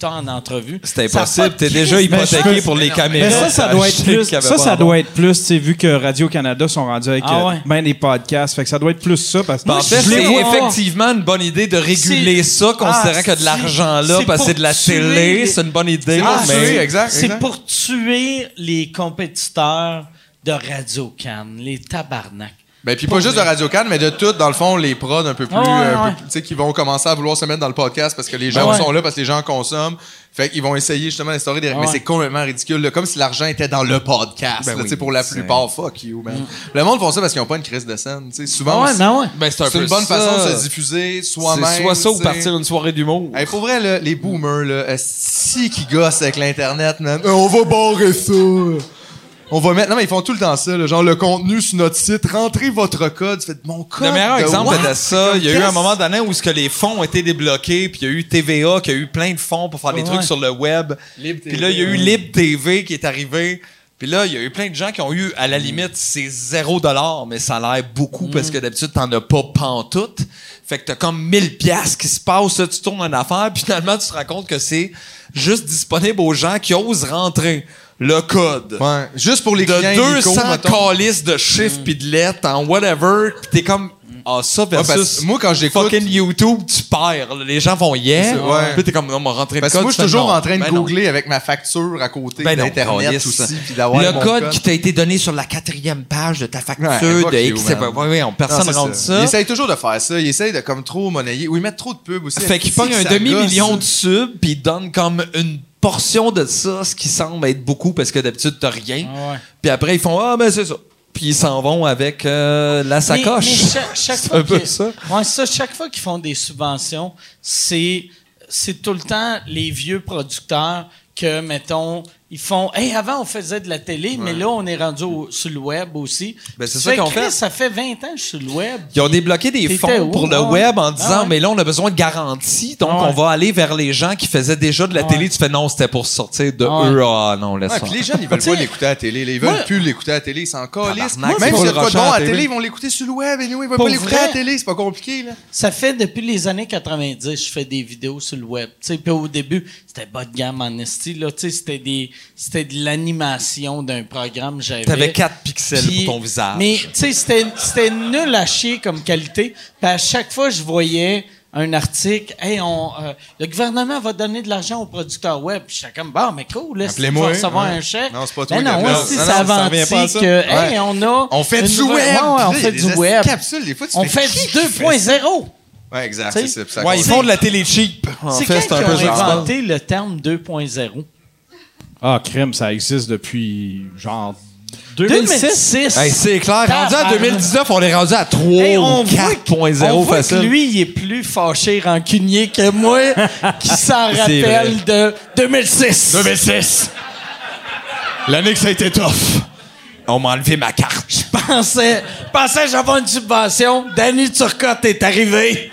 S1: producteur en entrevue.
S8: C'était
S1: Ça a
S8: impossible.
S1: pas de
S8: T'es
S1: crise.
S8: déjà hypothéqué
S2: peux-
S8: pour les caméras.
S2: Mais ça, ça doit être plus. Ça, ça doit être plus, tu sais, vu que Radio-Canada sont rendus avec
S1: Ah
S2: euh,
S1: ouais.
S2: ben des podcasts. Fait que ça doit être plus ça parce que.
S8: en fait,
S2: je les
S8: c'est
S2: vois-
S8: effectivement une bonne idée de réguler ça, considérant
S1: Ah,
S8: que de
S1: si.
S8: l'argent-là,
S1: C'est
S8: parce que c'est de la
S1: pour tuer
S8: télé,
S1: les-
S8: c'est une bonne idée.
S7: Ah,
S8: mais...
S7: oui, exact.
S1: ben C'est
S7: exact.
S1: pour tuer les compétiteurs de Radio Cannes, les tabarnak.
S7: Ben, puis pas juste de Radio Cannes, mais de tout, dans le fond, les prods un peu plus.
S1: Ouais, ouais,
S7: euh, un peu
S1: ouais. Ben
S7: plus- tu sais, qui vont commencer à vouloir se mettre dans le podcast parce que les gens
S1: ouais.
S7: sont là, parce que les gens consomment. Fait qu'ils vont essayer justement d'instaurer des.
S1: Ouais,
S7: Mais
S1: ouais.
S7: c'est complètement ridicule, là, comme si l'argent était dans le podcast,
S8: Ben
S7: là, tu sais, pour la plupart. Fuck you, man. Le monde font ça parce qu'ils n'ont pas une crise de scène, tu sais. Souvent,
S1: Mm. Ouais,
S7: c'est-
S1: ben ouais.
S8: Ben, c'est un
S7: c'est
S8: peu
S7: une bonne
S8: ça.
S7: façon de se diffuser soi-même.
S8: C'est soit ça ou
S7: tu sais.
S8: partir une soirée d'humour.
S7: Hey, pour vrai, là, les boomers, là, euh, si qui gossent avec l'Internet, man. Euh, on va barrer ça. On va mettre. Non, mais ils font tout le temps ça, là, genre le contenu sur notre site. Rentrez votre code. Faites mon code. Ben
S8: Le meilleur
S7: de
S8: exemple
S7: what?
S8: de ça, il y a eu
S7: Qu'est-ce-
S8: un moment donné où ce que les fonds ont été débloqués, puis il y a eu TVA qui a eu plein de fonds pour faire des trucs sur le web. Puis là, il y a eu Libre TV qui est arrivé. Puis là, il y a eu plein de gens qui ont eu, à
S7: Hmm.
S8: la limite, c'est zéro dollar, mais ça a l'air beaucoup parce que d'habitude, t'en as pas pantoute. Fait que t'as comme 1000 piastres qui se passent, là, tu tournes en affaire, puis finalement, tu te rends compte que c'est juste disponible aux gens qui osent rentrer le code
S7: Ouais, juste pour les clients
S8: de
S7: illico,
S8: 200
S7: mettons. Mm.
S8: calices de chiffres pis de lettres en whatever, pis t'es comme ah ça
S7: Ouais, parce
S8: versus
S7: que moi, quand j'écoute.
S8: fucking YouTube, tu perds. là. Les gens vont yeah,
S7: C'est- ouais.
S8: pis t'es comme on m'a rentré
S7: Parce que
S8: le code.
S7: moi, je suis
S8: tu fais,
S7: toujours
S8: non.
S7: en train de
S8: Ben non.
S7: googler avec ma facture à côté
S8: Ben non,
S7: d'Internet,
S8: câlisse.
S7: tout ça. Puis d'avoir
S8: le
S7: mon
S8: code, qui t'a été donné sur la quatrième page de ta facture
S7: Ouais, fuck
S8: de
S7: you,
S8: X,
S7: man.
S8: ouais, ouais, on-
S7: Non,
S8: personne
S7: c'est
S8: ne rentre
S7: Ils
S8: ça.
S7: essayent toujours de faire ça. Ils essayent de comme trop monnayer. Ou ils mettent trop de pubs aussi.
S8: Fait qu'il
S7: Si
S8: pogne un
S7: ça
S8: demi-million
S7: gosse.
S8: de subs pis il donne comme une portion de ça, ce qui semble être beaucoup parce que d'habitude t'as rien. Puis après ils font ah ben c'est ça. Puis ils s'en vont avec euh, la
S1: Mais-
S8: sacoche.
S1: mais cha- chaque
S8: C'est
S1: fois
S8: un peu
S1: qu'ils-
S8: ça.
S1: Ouais, c'est ça. Chaque fois qu'ils font des subventions, c'est, c'est tout le temps les vieux producteurs que, mettons, ils font. Hey, avant, on faisait de la télé, mais là, on est rendu au- sur le web aussi.
S8: Ben, c'est
S1: Tu
S8: ça
S1: fais,
S8: qu'on
S1: Chris,
S8: fait.
S1: Ça fait 20 ans que je suis sur le web.
S8: Ils ont débloqué des
S1: T'étais
S8: fonds
S1: où?
S8: pour le
S1: Ah ouais.
S8: web en
S1: Ah
S8: disant,
S1: ouais. Ah
S8: mais là, on a besoin de garantie, donc on va aller vers les gens qui faisaient déjà de la télé. Tu fais, non, c'était pour sortir de
S1: Ah ouais.
S8: eux. Ah non, laisse
S7: Ouais,
S8: faire.
S7: puis les jeunes, ils veulent
S1: Tu sais,
S7: pas l'écouter à la télé. là. Ils veulent
S1: moi-
S7: plus l'écouter à la télé. Ils s'en calissent.
S8: Tabarnak,
S7: Même
S8: c'est
S7: si c'est
S8: pas
S7: pas
S8: le
S7: de bon
S8: rushant
S7: à
S8: à
S7: la
S8: la
S7: télé, ils vont l'écouter sur le web. Anyway, ils veulent
S1: Pour
S7: pas l'écouter
S1: vrai?
S7: à la télé. C'est pas compliqué. Là.
S1: Ça fait depuis les années 90, je fais des vidéos sur le web. Tu sais, puis au début, c'était bas de gamme en esti, là. Tu sais, c'était des, c'était de l'animation d'un programme que j'avais.
S8: T'avais 4 pixels
S1: Puis-
S8: pour ton visage.
S1: Mais tu sais, c'était, c'était nul à chier comme qualité. Puis à chaque fois, je voyais un article, hey, on, euh, le gouvernement va donner de l'argent aux producteurs web. Puis j'étais comme, bah, mais cool, là, tu
S7: Appelez-moi,
S1: vas
S7: hein.
S1: recevoir
S7: Ouais.
S1: un chèque.
S7: Non, c'est pas toi
S1: Ben
S7: qui
S1: non,
S7: appelle.
S1: si
S7: Non,
S1: ça
S7: non, ça revient
S1: aventit
S7: pas à ça.
S1: que, hey,
S7: Ouais.
S1: on a.
S7: On fait
S1: une
S7: du
S1: nouvelle-
S7: web.
S1: Ah Ouais, ouais, on
S7: Puis là,
S1: fait
S7: il y a
S1: du
S7: des
S1: web.
S7: capsules, des fois, tu
S1: On
S7: fais,
S1: fait
S7: qui
S1: du
S7: fait ça?
S1: 2.0.
S7: Ouais, exact.
S1: Tu sais,
S7: c'est ça, puis ça
S8: ouais, ils
S7: compte.
S8: font de la télé cheap. En
S1: C'est
S8: fait,
S1: quand
S8: c'est un
S1: qui
S8: peu
S1: a
S8: ça.
S1: inventé le terme 2.0?
S2: Ah, crème, ça existe depuis genre 2006.
S1: 2006.
S8: Hey, c'est clair. Rendu en
S1: Tabarnak.
S8: 2019, on est rendu à 3
S1: Hey,
S8: ou
S1: on voit que- on
S8: 4.0
S1: voit que
S8: facile.
S1: lui, il est plus fâché, rancunier que moi, qui s'en rappelle de 2006.
S8: 2006. L'année que ça a été tough. On m'a enlevé ma carte.
S1: Je pensais, je pensais que j'avais une subvention. Danny Turcotte est arrivé.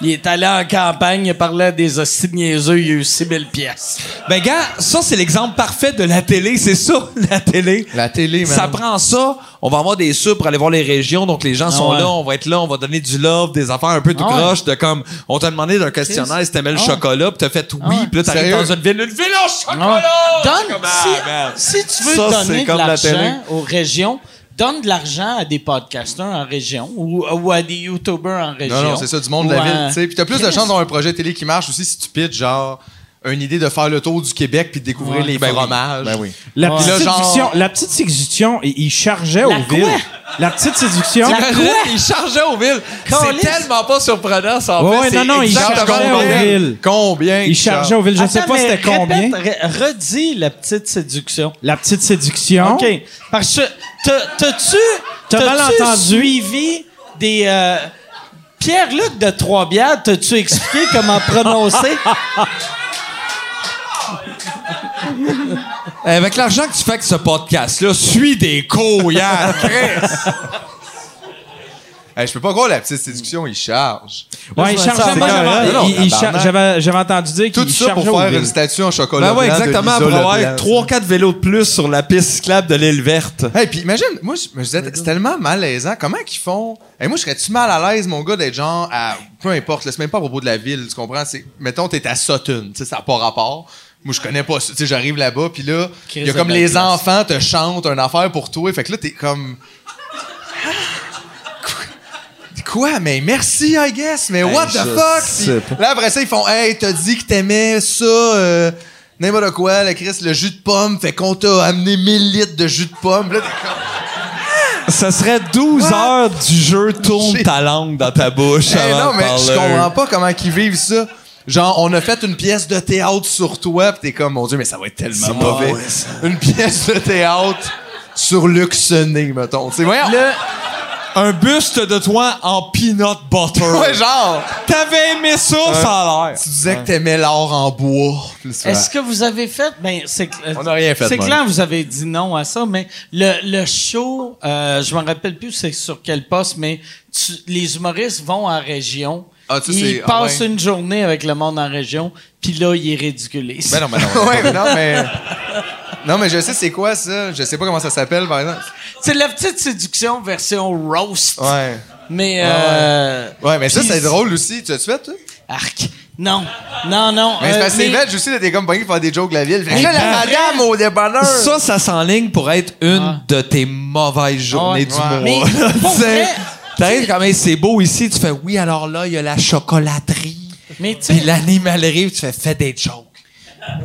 S1: Il est allé en campagne, il parlait à des hosties de niaiseux, il a eu 6000 pièces.
S8: Ben, gars, ça, c'est l'exemple parfait de la télé. C'est ça, la télé.
S7: La télé, man.
S8: Ça prend ça. On va avoir des subs pour aller voir les régions. Donc, les gens
S2: Ah
S8: sont
S1: ouais.
S8: là. On va être là. On va donner du love, des affaires un peu tout
S1: Ah ouais.
S8: croche. De comme, on t'a demandé d'un questionnaire si
S2: Ah.
S8: t'aimais le chocolat. Puis t'as fait oui. Puis là, t'arrives
S7: Sérieux?
S8: dans une ville. Une ville au
S1: Ouais.
S2: Ah
S8: chocolat!
S1: Donne,
S8: Comme, ah, man.
S1: si, si tu veux
S8: Ça, c'est
S1: donner de
S8: comme la télé.
S1: l'argent aux régions, donne de l'argent à des podcasters en région ou, ou à des YouTubers en région.
S7: Non, non, c'est ça, du monde de
S1: Ou
S7: la
S1: à-
S7: ville. tu sais. Puis t'as plus de
S1: Chris.
S7: chances d'avoir un projet télé qui marche aussi si tu pitches, genre, une idée de faire le tour du Québec puis de
S2: Ah
S7: découvrir les fromages. Ben oui.
S2: La
S7: Puis
S2: petite,
S7: là, genre-
S2: séduction, la petite séduction, il il chargeait
S1: La
S2: aux
S1: quoi?
S2: villes. La petite séduction.
S8: T'imagines, Ils chargeaient aux villes.
S1: Caliste.
S8: C'est tellement pas surprenant, ça.
S2: Ouais,
S8: En
S2: ouais,
S8: fait,
S2: non, non, ils
S8: exactement
S2: chargeaient aux
S8: combien-
S2: villes.
S7: Combien?
S2: Il chargeait aux villes. Je sais
S1: Attends,
S2: pas
S1: mais
S2: c'était combien.
S1: répète, re- redis la petite séduction.
S2: La petite séduction.
S1: OK. Parce que t'as- t'as-tu
S2: Ah. T'as mal
S1: t'as-tu
S2: entendu.
S1: suivi des euh, Pierre-Luc de Trois-Bières, t'as-tu expliqué comment prononcer
S8: Avec l'argent que tu fais avec ce podcast-là, suis des cours, hier.
S7: Hey, je peux pas croire la petite séduction, il charge.
S4: Ouais, il chargeait. Moi,
S7: C'est correct. Non,
S4: j'avais-
S7: non,
S4: il- il
S7: tabarnak.
S4: char- j'avais j'avais entendu dire
S7: Tout
S4: qu'il
S7: ça
S4: chargeait
S7: pour
S4: au
S7: faire
S4: dé.
S7: une statue en chocolat.
S8: Ben ouais,
S7: blanc de
S8: exactement.
S7: Lisa
S8: Pour avoir
S7: Leblanc.
S8: 3-4 vélos de plus sur la piste cyclable de l'île verte.
S7: Hey, puis imagine, moi, je me disais, c'est tellement malaisant. Comment qu'ils font? Hey, moi, je serais-tu mal à l'aise, mon gars, d'être genre à. Peu importe, laisse même pas à propos de la ville, tu comprends? C'est, mettons, t'es à Sutton, tu sais, ça n'a pas rapport. Moi, je connais pas ça. Tu sais, j'arrive là-bas, puis là, il y a comme les enfants te chantent un affaire pour toi. Fait que là, t'es comme. Quoi? Mais merci, I guess. Mais what the
S8: je
S7: fuck?
S8: sais
S7: Puis là, après ça, ils font Hey, t'as dit que t'aimais ça, euh, n'importe quoi, le Chris, le jus de pomme. Fait qu'on t'a amené 1000 litres de jus de pomme. Puis Là, t'es comme,
S8: Ça serait 12
S7: What?
S8: heures du jeu tourne
S7: J'ai-
S8: ta langue dans ta bouche.
S7: Hey,
S8: avant
S7: Eh non,
S8: de
S7: mais je
S8: parler.
S7: comprends pas comment qu'ils vivent ça. Genre, on a fait une pièce de théâtre sur toi, pis t'es comme, mon Dieu, mais ça va être tellement mauvais. une pièce de théâtre sur Luc Sené, mettons. C'est voyons.
S8: Un buste de toi en peanut butter.
S7: Ouais, genre,
S8: T'avais aimé ça, ça a l'air.
S7: tu disais que t'aimais l'or en bois. Puis c'est
S1: Est-ce que vous avez fait. Ben, c'est, cl-
S7: On n'a rien fait,
S1: C'est
S7: moi.
S1: clair, vous avez dit non à ça, mais le, le show, euh, je me rappelle plus c'est sur quel poste, mais tu- les humoristes vont en région.
S7: Ah, tu sais,
S1: ils
S7: c'est- ah
S1: passent
S7: ouais.
S1: une journée avec le monde en région, puis là, il est ridiculé.
S7: Ben non, ben non. ouais, mais non, mais. Non, mais je sais c'est quoi ça. Je sais pas comment ça s'appelle, par exemple.
S1: C'est la petite séduction version roast.
S7: Ouais.
S1: Mais. Euh,
S7: Ouais, mais ça,
S1: Puis-
S7: c'est drôle aussi. Tu as-tu fait, toi?
S1: Arc. Non. Non, non.
S7: Mais
S1: euh,
S7: c'est parce que c'est
S1: mais-
S7: bête, aussi, là, t'es comme pogné pour faire des jokes de la ville. Fait que
S1: Mais
S7: là, la
S1: ben-
S7: madame au dépanneur.
S8: Ça, ça s'enligne pour être une
S1: Ah.
S8: de tes mauvaises journées
S1: Ouais.
S8: du
S7: Ouais.
S1: Mais
S8: mois.
S1: pour
S8: Tu sais,
S1: vrai,
S8: T'arrives quand même, c'est beau ici, tu fais oui, alors là, il y a la chocolaterie,
S1: Mais tu sais-
S8: puis l'animalerie, tu fais fais des jokes.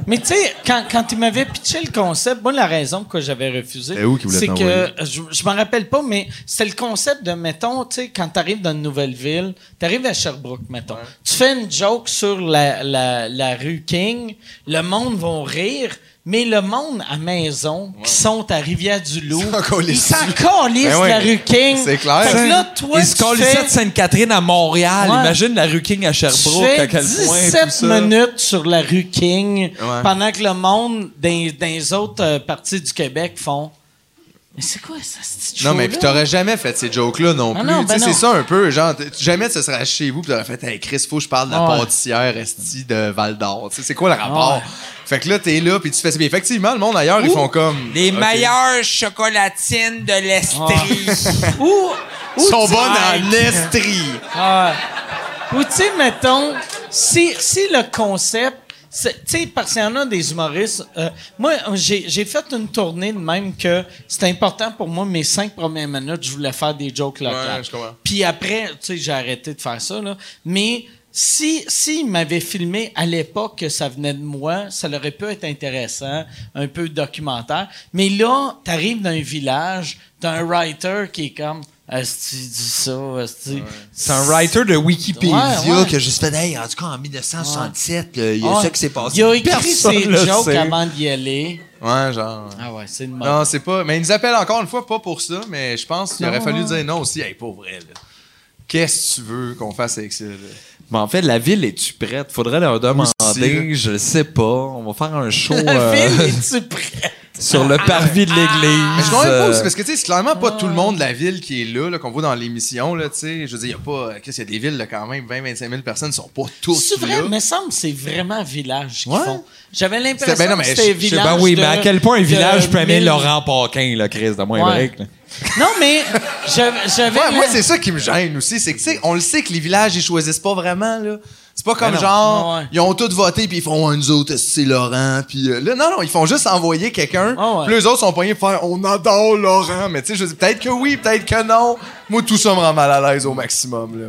S1: Mais tu sais, quand, quand il m'avait pitché le concept, moi, la raison pourquoi j'avais refusé,
S7: Ben, où qu'il voulait
S1: c'est que
S7: t'envoyer?
S1: euh, je, je m'en rappelle pas, mais c'est le concept de, mettons, tu sais, quand tu arrives dans une nouvelle ville, tu arrives à Sherbrooke, mettons, tu fais une joke sur la, la, la rue King, le monde va rire, mais le monde à maison, qui sont à Rivière-du-Loup,
S7: Ils s'en
S1: ils
S7: calissent.
S1: s'en calissent
S7: Ben
S1: de la
S7: oui.
S1: rue King.
S7: C'est clair.
S1: Fait que là, toi,
S8: Ils se
S1: tu
S8: colissaient
S1: fais...
S8: de Sainte-Catherine à Montréal.
S1: Ouais.
S8: Imagine la rue King à Sherbrooke,
S1: Tu fais
S8: à quel point. tout
S1: 17
S8: ça.
S1: minutes sur la rue King pendant que le monde dans, dans les autres euh, parties du Québec font. Mais c'est quoi ça, cette
S7: Non, mais puis t'aurais jamais fait ces jokes-là non
S1: Ah
S7: plus.
S1: non,
S7: Tu sais,
S1: ben non.
S7: c'est ça un peu. Genre, t- jamais tu serais chez vous, puis t'aurais fait, hey, Chris, faut que je parle de la
S1: Ouais.
S7: pâtissière Esti de Val d'Or. Tu sais, c'est quoi le rapport? Fait que là, t'es là, puis tu fais. Mais effectivement, le monde ailleurs, ils font comme.
S10: Les
S7: OK.
S10: meilleures chocolatines de
S8: Ah,
S10: l'Estrie.
S1: Ou, ou
S7: Ils sont
S1: tu-
S7: bonnes en Estrie.
S1: Ah. Ou tu sais, mettons, si, si le concept. c'est- Tu sais, parce qu'il y en a des humoristes. euh, moi, j'ai j'ai fait une tournée de même que c'était important pour moi, mes cinq premières minutes, je voulais faire des jokes locales.
S7: je comprends.
S1: Puis après, tu sais, j'ai arrêté de faire ça, là. Mais si, s'ils m'avaient filmé à l'époque que ça venait de moi, ça aurait pu être intéressant, un peu documentaire. Mais là, t'arrives dans un village, t'as un writer qui est comme, est-ce que tu dis ça, est-ce que tu-
S8: C'est un writer de Wikipédia
S1: Ouais, ouais.
S8: que je fait, hey, en tout cas, en 1967, là, il y a
S1: Ah,
S8: ça qui s'est passé.
S1: Il a écrit
S8: Personne le
S1: ses jokes
S8: sait.
S1: avant d'y aller.
S7: Ouais, genre.
S1: Ah ouais, c'est une mode.
S7: Non, c'est pas. Mais ils nous appellent encore une fois, pas pour ça, mais je pense qu'il aurait fallu dire non aussi. Hey, pour vrai, là. Qu'est-ce que tu veux qu'on fasse avec ça, là?
S8: Mais en fait, la ville est-tu prête? Faudrait leur demander,
S7: Aussi.
S8: je le sais pas. On va faire un show euh,
S1: Phil, es-tu prêt?
S8: sur le parvis de l'église.
S1: Ah.
S7: Mais je comprends pas
S8: Euh,
S7: aussi, parce que tu sais, c'est clairement pas tout le monde de la ville qui est là, là, qu'on voit dans l'émission, là, tu sais. Je veux dire, il y a pas. Qu'est-ce qu'il y a des villes, là, quand même, 20-25 000 personnes ne sont pas toutes
S1: C'est vrai,
S7: là.
S1: mais semble que c'est vraiment village qu'ils
S7: Ouais.
S1: font. J'avais l'impression
S7: C'est- ben non,
S1: que
S7: mais
S1: c'était
S7: je-
S8: je sais
S1: village.
S8: ben oui,
S1: de-
S8: mais à quel point un
S1: de
S8: village peut aimer
S1: mille-
S8: Laurent Paquin, là, Chris, de moins
S1: Ouais.
S8: break, là.
S1: Non, mais j'avais. j'avais
S7: Ouais, moi,
S1: la-
S7: c'est ça qui me gêne aussi. C'est que, tu sais, on le sait que les villages, ils choisissent pas vraiment, là. C'est pas comme
S1: non.
S7: genre,
S1: Ouais, ouais.
S7: ils ont tous voté, puis ils font un nous autres, c'est Laurent, puis euh, là, non, non, ils font juste envoyer quelqu'un.
S1: Ah ouais.
S7: Puis les autres sont poignés pour faire, on adore Laurent, mais tu sais, je dis, peut-être que oui, peut-être que non. Moi, tout ça me rend mal à l'aise au maximum, là.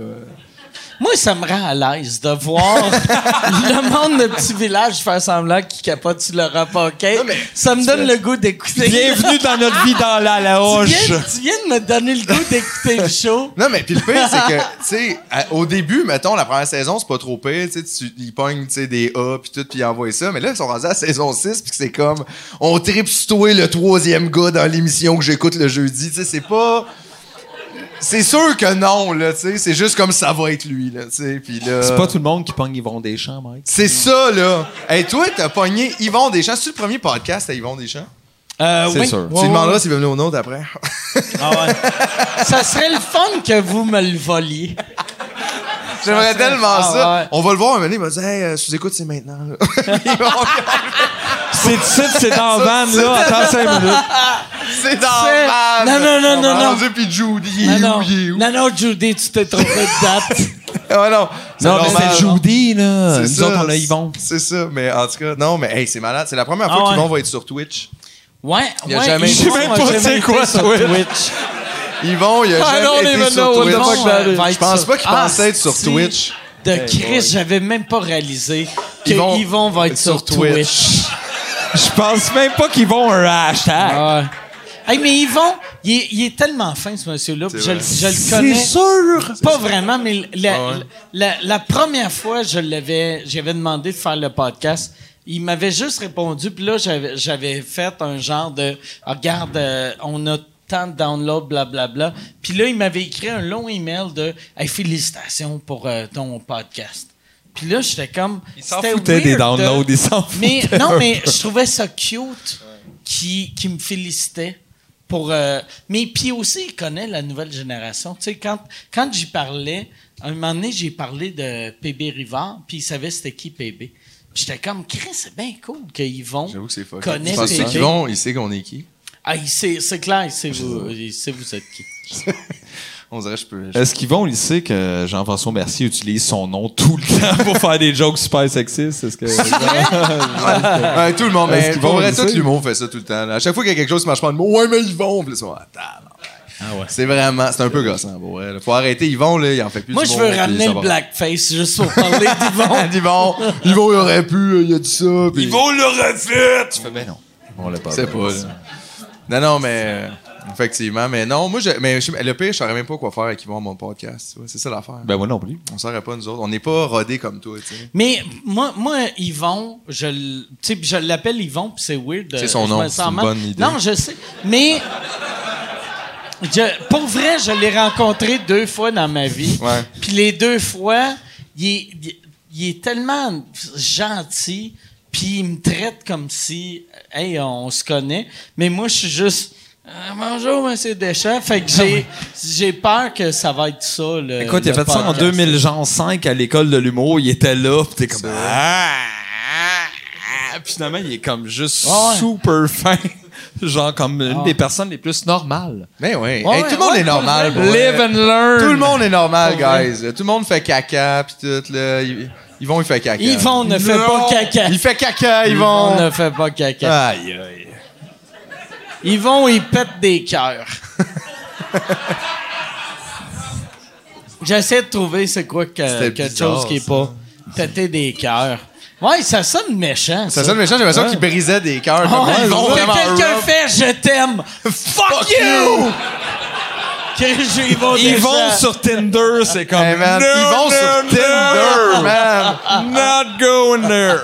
S1: Moi, ça me rend à l'aise de voir le monde de petit village faire semblant qu'il capote sur le repas, OK? ça me donne le goût d'écouter.
S8: Bienvenue dans notre vie dans la la
S1: tu,
S8: hoche.
S1: viens, tu viens de me donner le goût d'écouter le show.
S7: Non, mais puis le pire, c'est que, tu sais, à- au début, mettons, la première saison, c'est pas trop pire. Tu sais, tu- ils pognent, tu sais, des A, puis tout, puis ils envoient ça. Mais là, ils sont rendus à la saison 6, puis que c'est comme, on tripe sur toi le troisième gars dans l'émission que j'écoute le jeudi. Tu sais, c'est pas. C'est sûr que non, là, tu sais. C'est juste comme ça va être lui, là, tu sais. Puis là.
S8: C'est pas tout le monde qui pogne Yvon Deschamps, Mike.
S7: C'est ça, là. Hey, toi, t'as pogné Yvon Deschamps. C'est-tu le premier podcast à Yvon Deschamps?
S1: Euh,
S7: C'est
S1: oui.
S7: sûr.
S1: Ouais,
S7: tu lui
S1: ouais.
S7: demanderas s'il veut venir au nôtre après.
S1: Ça serait le fun que vous me le voliez.
S7: J'aimerais tellement
S1: Ah,
S7: ça.
S1: ouais.
S7: On va le voir un moment, il va dire Hey, euh, sous-écoute, c'est maintenant. là. Ils vont-
S8: C'est ici, c'est dans la van, là. Attends 5 minutes.
S7: c'est dans
S1: C'est-
S7: la
S1: Non, non, non, non, non.
S7: Puis Judy,
S1: Non,
S7: il est
S1: non.
S7: où, il est où?
S1: non, non, Judy, tu t'es trompé de date.
S7: Ah, non. C'est
S8: Non, mais
S7: normal.
S8: c'est Judy, là.
S7: C'est
S8: Nous
S7: ça.
S8: autres, on a Yvon.
S7: C'est ça, mais en tout cas, non, mais hey, c'est malade. C'est la première fois
S1: Ah,
S7: qu'Yvon
S1: ouais.
S7: va être sur Twitch.
S1: Ouais,
S7: Il a
S1: ouais,
S7: jamais-
S1: Yvon
S7: Je sais même
S1: a
S7: pas
S1: jamais
S7: c'est
S1: été
S7: quoi,
S1: sur
S7: Twitch.
S1: Twitch.
S7: Yvon, il a
S1: I
S7: jamais
S1: don't
S7: été
S1: even
S7: sur
S1: know what the
S7: Twitch.
S1: fuck that is.
S7: Je pense pas qu'il
S1: Ah,
S7: pensait être sur
S1: si.
S7: Twitch.
S1: De Chris, j'avais même pas réalisé que
S7: Yvon-
S1: Yvon, va être sur,
S7: sur Twitch.
S1: Twitch.
S8: Je pense même pas qu'ils vont un hashtag.
S7: Ah.
S1: Ouais. Hey, mais Yvon, il est, il est tellement fin, ce monsieur-là. puis Je,
S7: vrai.
S1: le- je le connais.
S8: sûr!
S1: Pas vraiment, mais la,
S7: Ah ouais.
S1: la- la première fois, je l'avais, j'avais demandé de faire le podcast. Il m'avait juste répondu, puis là, j'avais, j'avais fait un genre de Ah, Regarde, euh, on a tant de downloads, blablabla. Puis là, il m'avait écrit un long email de Hey, Félicitations pour euh, ton podcast. Puis là, j'étais comme.
S8: Ils s'en
S1: c'était
S8: foutaient des
S1: weird de-
S8: downloads, ils s'en foutaient.
S1: mais non, mais je trouvais ça cute qui, qui me félicitait pour. euh, mais puis aussi, il connaît la nouvelle génération. Tu sais, quand, quand j'y parlais, à un moment donné, j'ai parlé de PB Rivard, puis il savait c'était qui PB. Puis j'étais comme, Chris, c'est bien cool que Yvon
S7: J'avoue que c'est fuck.
S1: connaît
S7: Je pense que
S1: PB.
S7: qu'Yvon, il sait qu'on est qui.
S1: Ah, il sait- c'est clair, il sait, vous, il sait vous êtes qui.
S7: On dirait que je peux. je-
S8: Est-ce qu'ils vont, il sait que Jean-François Mercier utilise son nom tout le temps pour faire des jokes super sexistes? Est-ce que.
S7: Ouais, tout le monde,
S8: Est-ce
S7: mais
S8: qu'ils
S7: pour
S8: vont
S7: vrai,
S8: le
S7: tout
S8: dire?
S7: l'humour fait ça tout le temps. là. À chaque fois qu'il y a quelque chose qui marche pas, on dit Ouais, mais Yvon, puis là, c'est Attends, ah ouais. C'est vraiment, c'est un peu gossant, pour vrai. là. Faut arrêter Yvon, là, il en fait plus.
S1: Moi, je veux ramener le
S7: blague.
S1: blackface juste pour parler d'Yvon.
S7: Yvon, Yvon, il aurait pu, euh, il a dit ça. Puis...
S8: vont le refaire! Tu fais, ben non.
S7: On l'a pas. C'est pas. là. Non, non, mais. euh, Effectivement, mais non, moi, je, mais je- le pire, je saurais même pas quoi faire avec Yvon à mon podcast. tu vois, C'est ça l'affaire.
S8: Ben moi non plus.
S7: on saurait pas, nous autres. On n'est pas rodés comme toi, tu sais.
S1: Mais moi, moi Yvon, je, l- tu sais, puis je l'appelle Yvon, puis c'est weird. euh,
S7: C'est son
S1: je
S7: nom,
S1: me
S7: c'est
S1: sens
S7: une
S1: mal.
S7: bonne idée.
S1: Non, je sais. Mais je- pour vrai, je l'ai rencontré deux fois dans ma vie.
S7: Ouais.
S1: Puis les deux fois, il est, il- il est tellement gentil, puis il me traite comme si, hey, on se connaît. Mais moi, je suis juste. Ah, bonjour, monsieur Deschamps. Fait que j'ai,
S7: Ah
S1: j'ai peur que ça va être ça. Le,
S8: Écoute,
S7: Euh,
S8: il a
S1: le
S8: fait ça en
S1: podcast.
S8: 2000, genre 5 à l'école de l'humour. Il était là, pis t'es comme. Ah, ah. Puis finalement, il est comme juste
S7: Ah
S1: Ouais.
S8: super fin. Genre comme une des personnes les plus normales.
S7: Mais oui.
S1: Ouais,
S7: Hey, tout le monde
S1: ouais,
S7: est normal. pour vrai.
S8: Live and learn!
S7: Tout le monde est normal, guys. Tout le monde fait caca, puis tout, là. Ils ils vont, ils font caca.
S1: Yvon ne fait
S7: Non!
S1: pas caca.
S7: Il fait caca,
S1: Yvon
S7: Yvon.
S1: ne fait pas caca.
S7: Aïe, aïe.
S1: Yvon, il pète des cœurs. J'essaie de trouver c'est quoi que,
S7: C'était
S1: quelque
S7: bizarre,
S1: chose qui
S7: ça.
S1: est pas péter des cœurs. Ouais, ça sonne méchant. Ça,
S7: Ça sonne méchant, j'ai l'impression qu'il brisait des cœurs. comme
S8: Ah,
S1: Ouais,
S7: ils vont
S1: que
S7: vraiment
S1: quelqu'un
S7: rough.
S1: fait je t'aime. Fuck you. Que- Yvon,
S8: Ils vont
S1: Deschamps.
S8: sur Tinder, c'est comme.
S7: Hey, man.
S8: No,
S7: Ils vont
S8: no,
S7: sur
S8: no,
S7: Tinder, man.
S8: Not going there.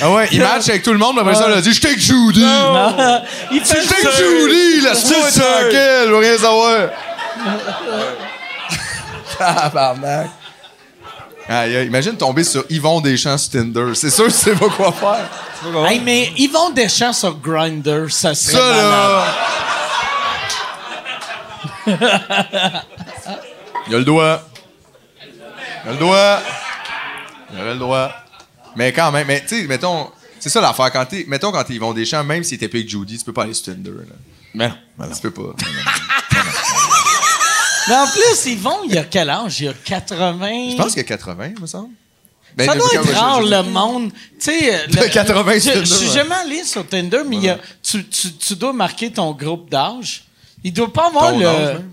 S7: Ah ouais, il match avec tout le monde, mais après ça, il a dit Je t'ai que Judy.
S1: Il fait
S7: Je t'ai
S1: ça.
S7: que Judy, laisse-moi
S8: C'est sûr.
S7: tranquille, je veux rien savoir. Tabarnak. Aïe, aïe, imagine tomber sur Yvon Deschamps sur Tinder. C'est sûr que tu sais pas quoi faire.
S1: Hey, mais Yvon Deschamps sur Grindr, ça serait
S7: Ça,
S1: malade.
S7: là. Il a le doigt. Il a le doigt. Il a le doigt. Mais quand même, mais tu sais, mettons, c'est ça l'affaire. Quand t'es, mettons, quand ils vont des champs, même si t'es avec Judy, tu peux pas aller sur Tinder. Là.
S8: Mais non.
S7: Ben Tu peux pas.
S1: Mais en plus, Yvon, il a quel âge? Il a 80.
S7: Je pense qu'il y a 80, il me semble. Ben,
S1: Ça
S7: de-
S1: doit
S7: quand-
S1: être rare,
S7: je- je-
S1: le monde. Tu sais, le-
S7: 80
S1: je-
S7: sur
S1: je,
S7: Tinder,
S1: suis
S7: ouais.
S1: jamais allé sur Tinder, mais il y a- tu, tu- tu dois marquer ton groupe d'âge. Il doit pas avoir
S7: Ton
S1: le.
S7: âge, même.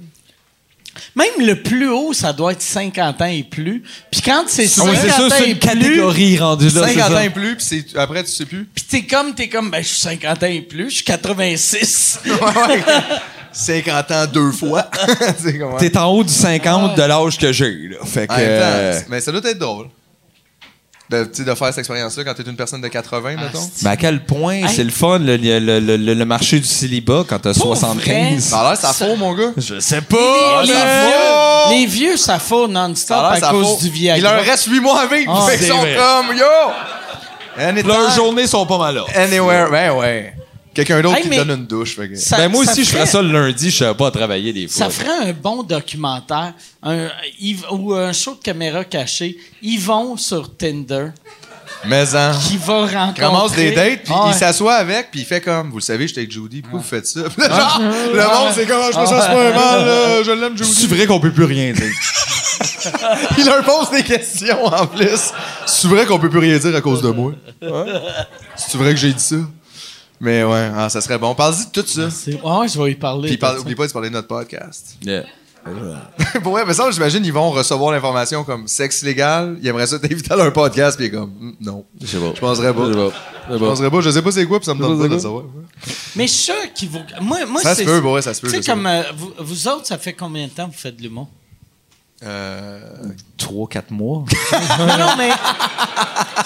S1: Même le plus haut, ça doit être 50 ans et plus. Puis quand c'est
S7: Ah
S1: 50
S8: Oui, c'est sûr,
S1: ans
S8: c'est
S1: et
S8: une
S1: plus,
S8: catégorie rendue là. c'est
S7: 50 ans
S8: ça.
S7: et plus, puis c'est- après, tu sais plus.
S1: puis t'es comme, t'es comme, ben, je suis 50 ans et plus, je suis 86.
S7: Ouais, ouais. 50 ans deux fois. c'est comment?
S8: T'es en haut du 50 de l'âge que j'ai, là. Fait que.
S7: En même
S8: euh,
S7: temps, mais ça doit être drôle. De, tu sais, de faire cette expérience-là quand t'es une personne de 80,
S1: Ah,
S7: mettons.
S8: Mais à quel point
S1: Hey.
S8: c'est le fun, le, le- le- le- le marché du célibat quand t'as
S1: Pour
S8: 75?
S7: Ça a l'air, ça faux, mon gars.
S8: Ah, Je sais pas!
S1: les,
S8: là.
S1: vieux, les vieux, ça faut non-stop
S7: Ah, Ça a l'air,
S1: à
S7: ça
S1: cause
S7: faut.
S1: du
S7: Il
S1: Viagra.
S7: leur reste 8 mois à vivre.
S1: Ah,
S7: fait qu'ils
S8: c'est
S7: sont
S8: vrai.
S7: comme, yo! Anytime,
S8: Leurs journées sont pas mal là.
S7: Anywhere. Ben ouais. Quelqu'un d'autre
S1: Hey,
S7: qui
S1: mais-
S7: donne une douche. fait que-
S1: Ça-
S8: ben moi
S1: ça
S8: aussi, je ferais
S1: ferait-
S8: ça le lundi, je serais pas à travailler des fois.
S1: Ça ferait un bon documentaire un- Yves- ou un show de caméra cachée. Yvon sur Tinder
S7: Mais en.
S1: qui va rencontrer.
S7: Il ramasse des dates, puis
S1: Ah
S7: il
S1: ouais.
S7: s'assoit avec, puis il fait comme, vous le savez, j'étais avec Judy, pourquoi vous faites ça? Genre, le monde, c'est comme, Ah, je me sens super mal, euh, je l'aime, Judy.
S8: C'est vrai qu'on peut plus rien dire.
S7: Il leur pose des questions en plus. C'est vrai qu'on peut plus rien dire à cause de moi. Hein? C'est vrai que j'ai dit ça. Mais ouais, ah, ça serait bon. Parle-y de tout ça.
S1: C'est- Ouais, je vais y parler.
S7: Puis
S1: de
S7: parle-
S1: ça.
S7: oublie pas de parler de notre podcast.
S8: Yeah.
S7: Pour vrai, mais ça, j'imagine, ils vont recevoir l'information comme sexe légal. Ils aimeraient ça t'inviter à leur podcast, puis comme, Hum, non.
S8: Je sais pas.
S7: Je penserais pas.
S8: Je sais
S7: Je
S8: pas. Je sais pas.
S7: penserais pas. Je sais pas c'est quoi, puis ça me donne pas de le savoir.
S1: Mais ceux qui vous. Moi, moi
S7: Ça
S1: c'est-
S7: se peut, pour vrai, ça se peut.
S1: Tu sais,
S7: je sais
S1: comme
S7: pas.
S1: euh, vous, vous autres, ça fait combien de temps que vous faites de l'humour?
S7: Euh,
S8: 3-4 mois.
S1: non, non, mais.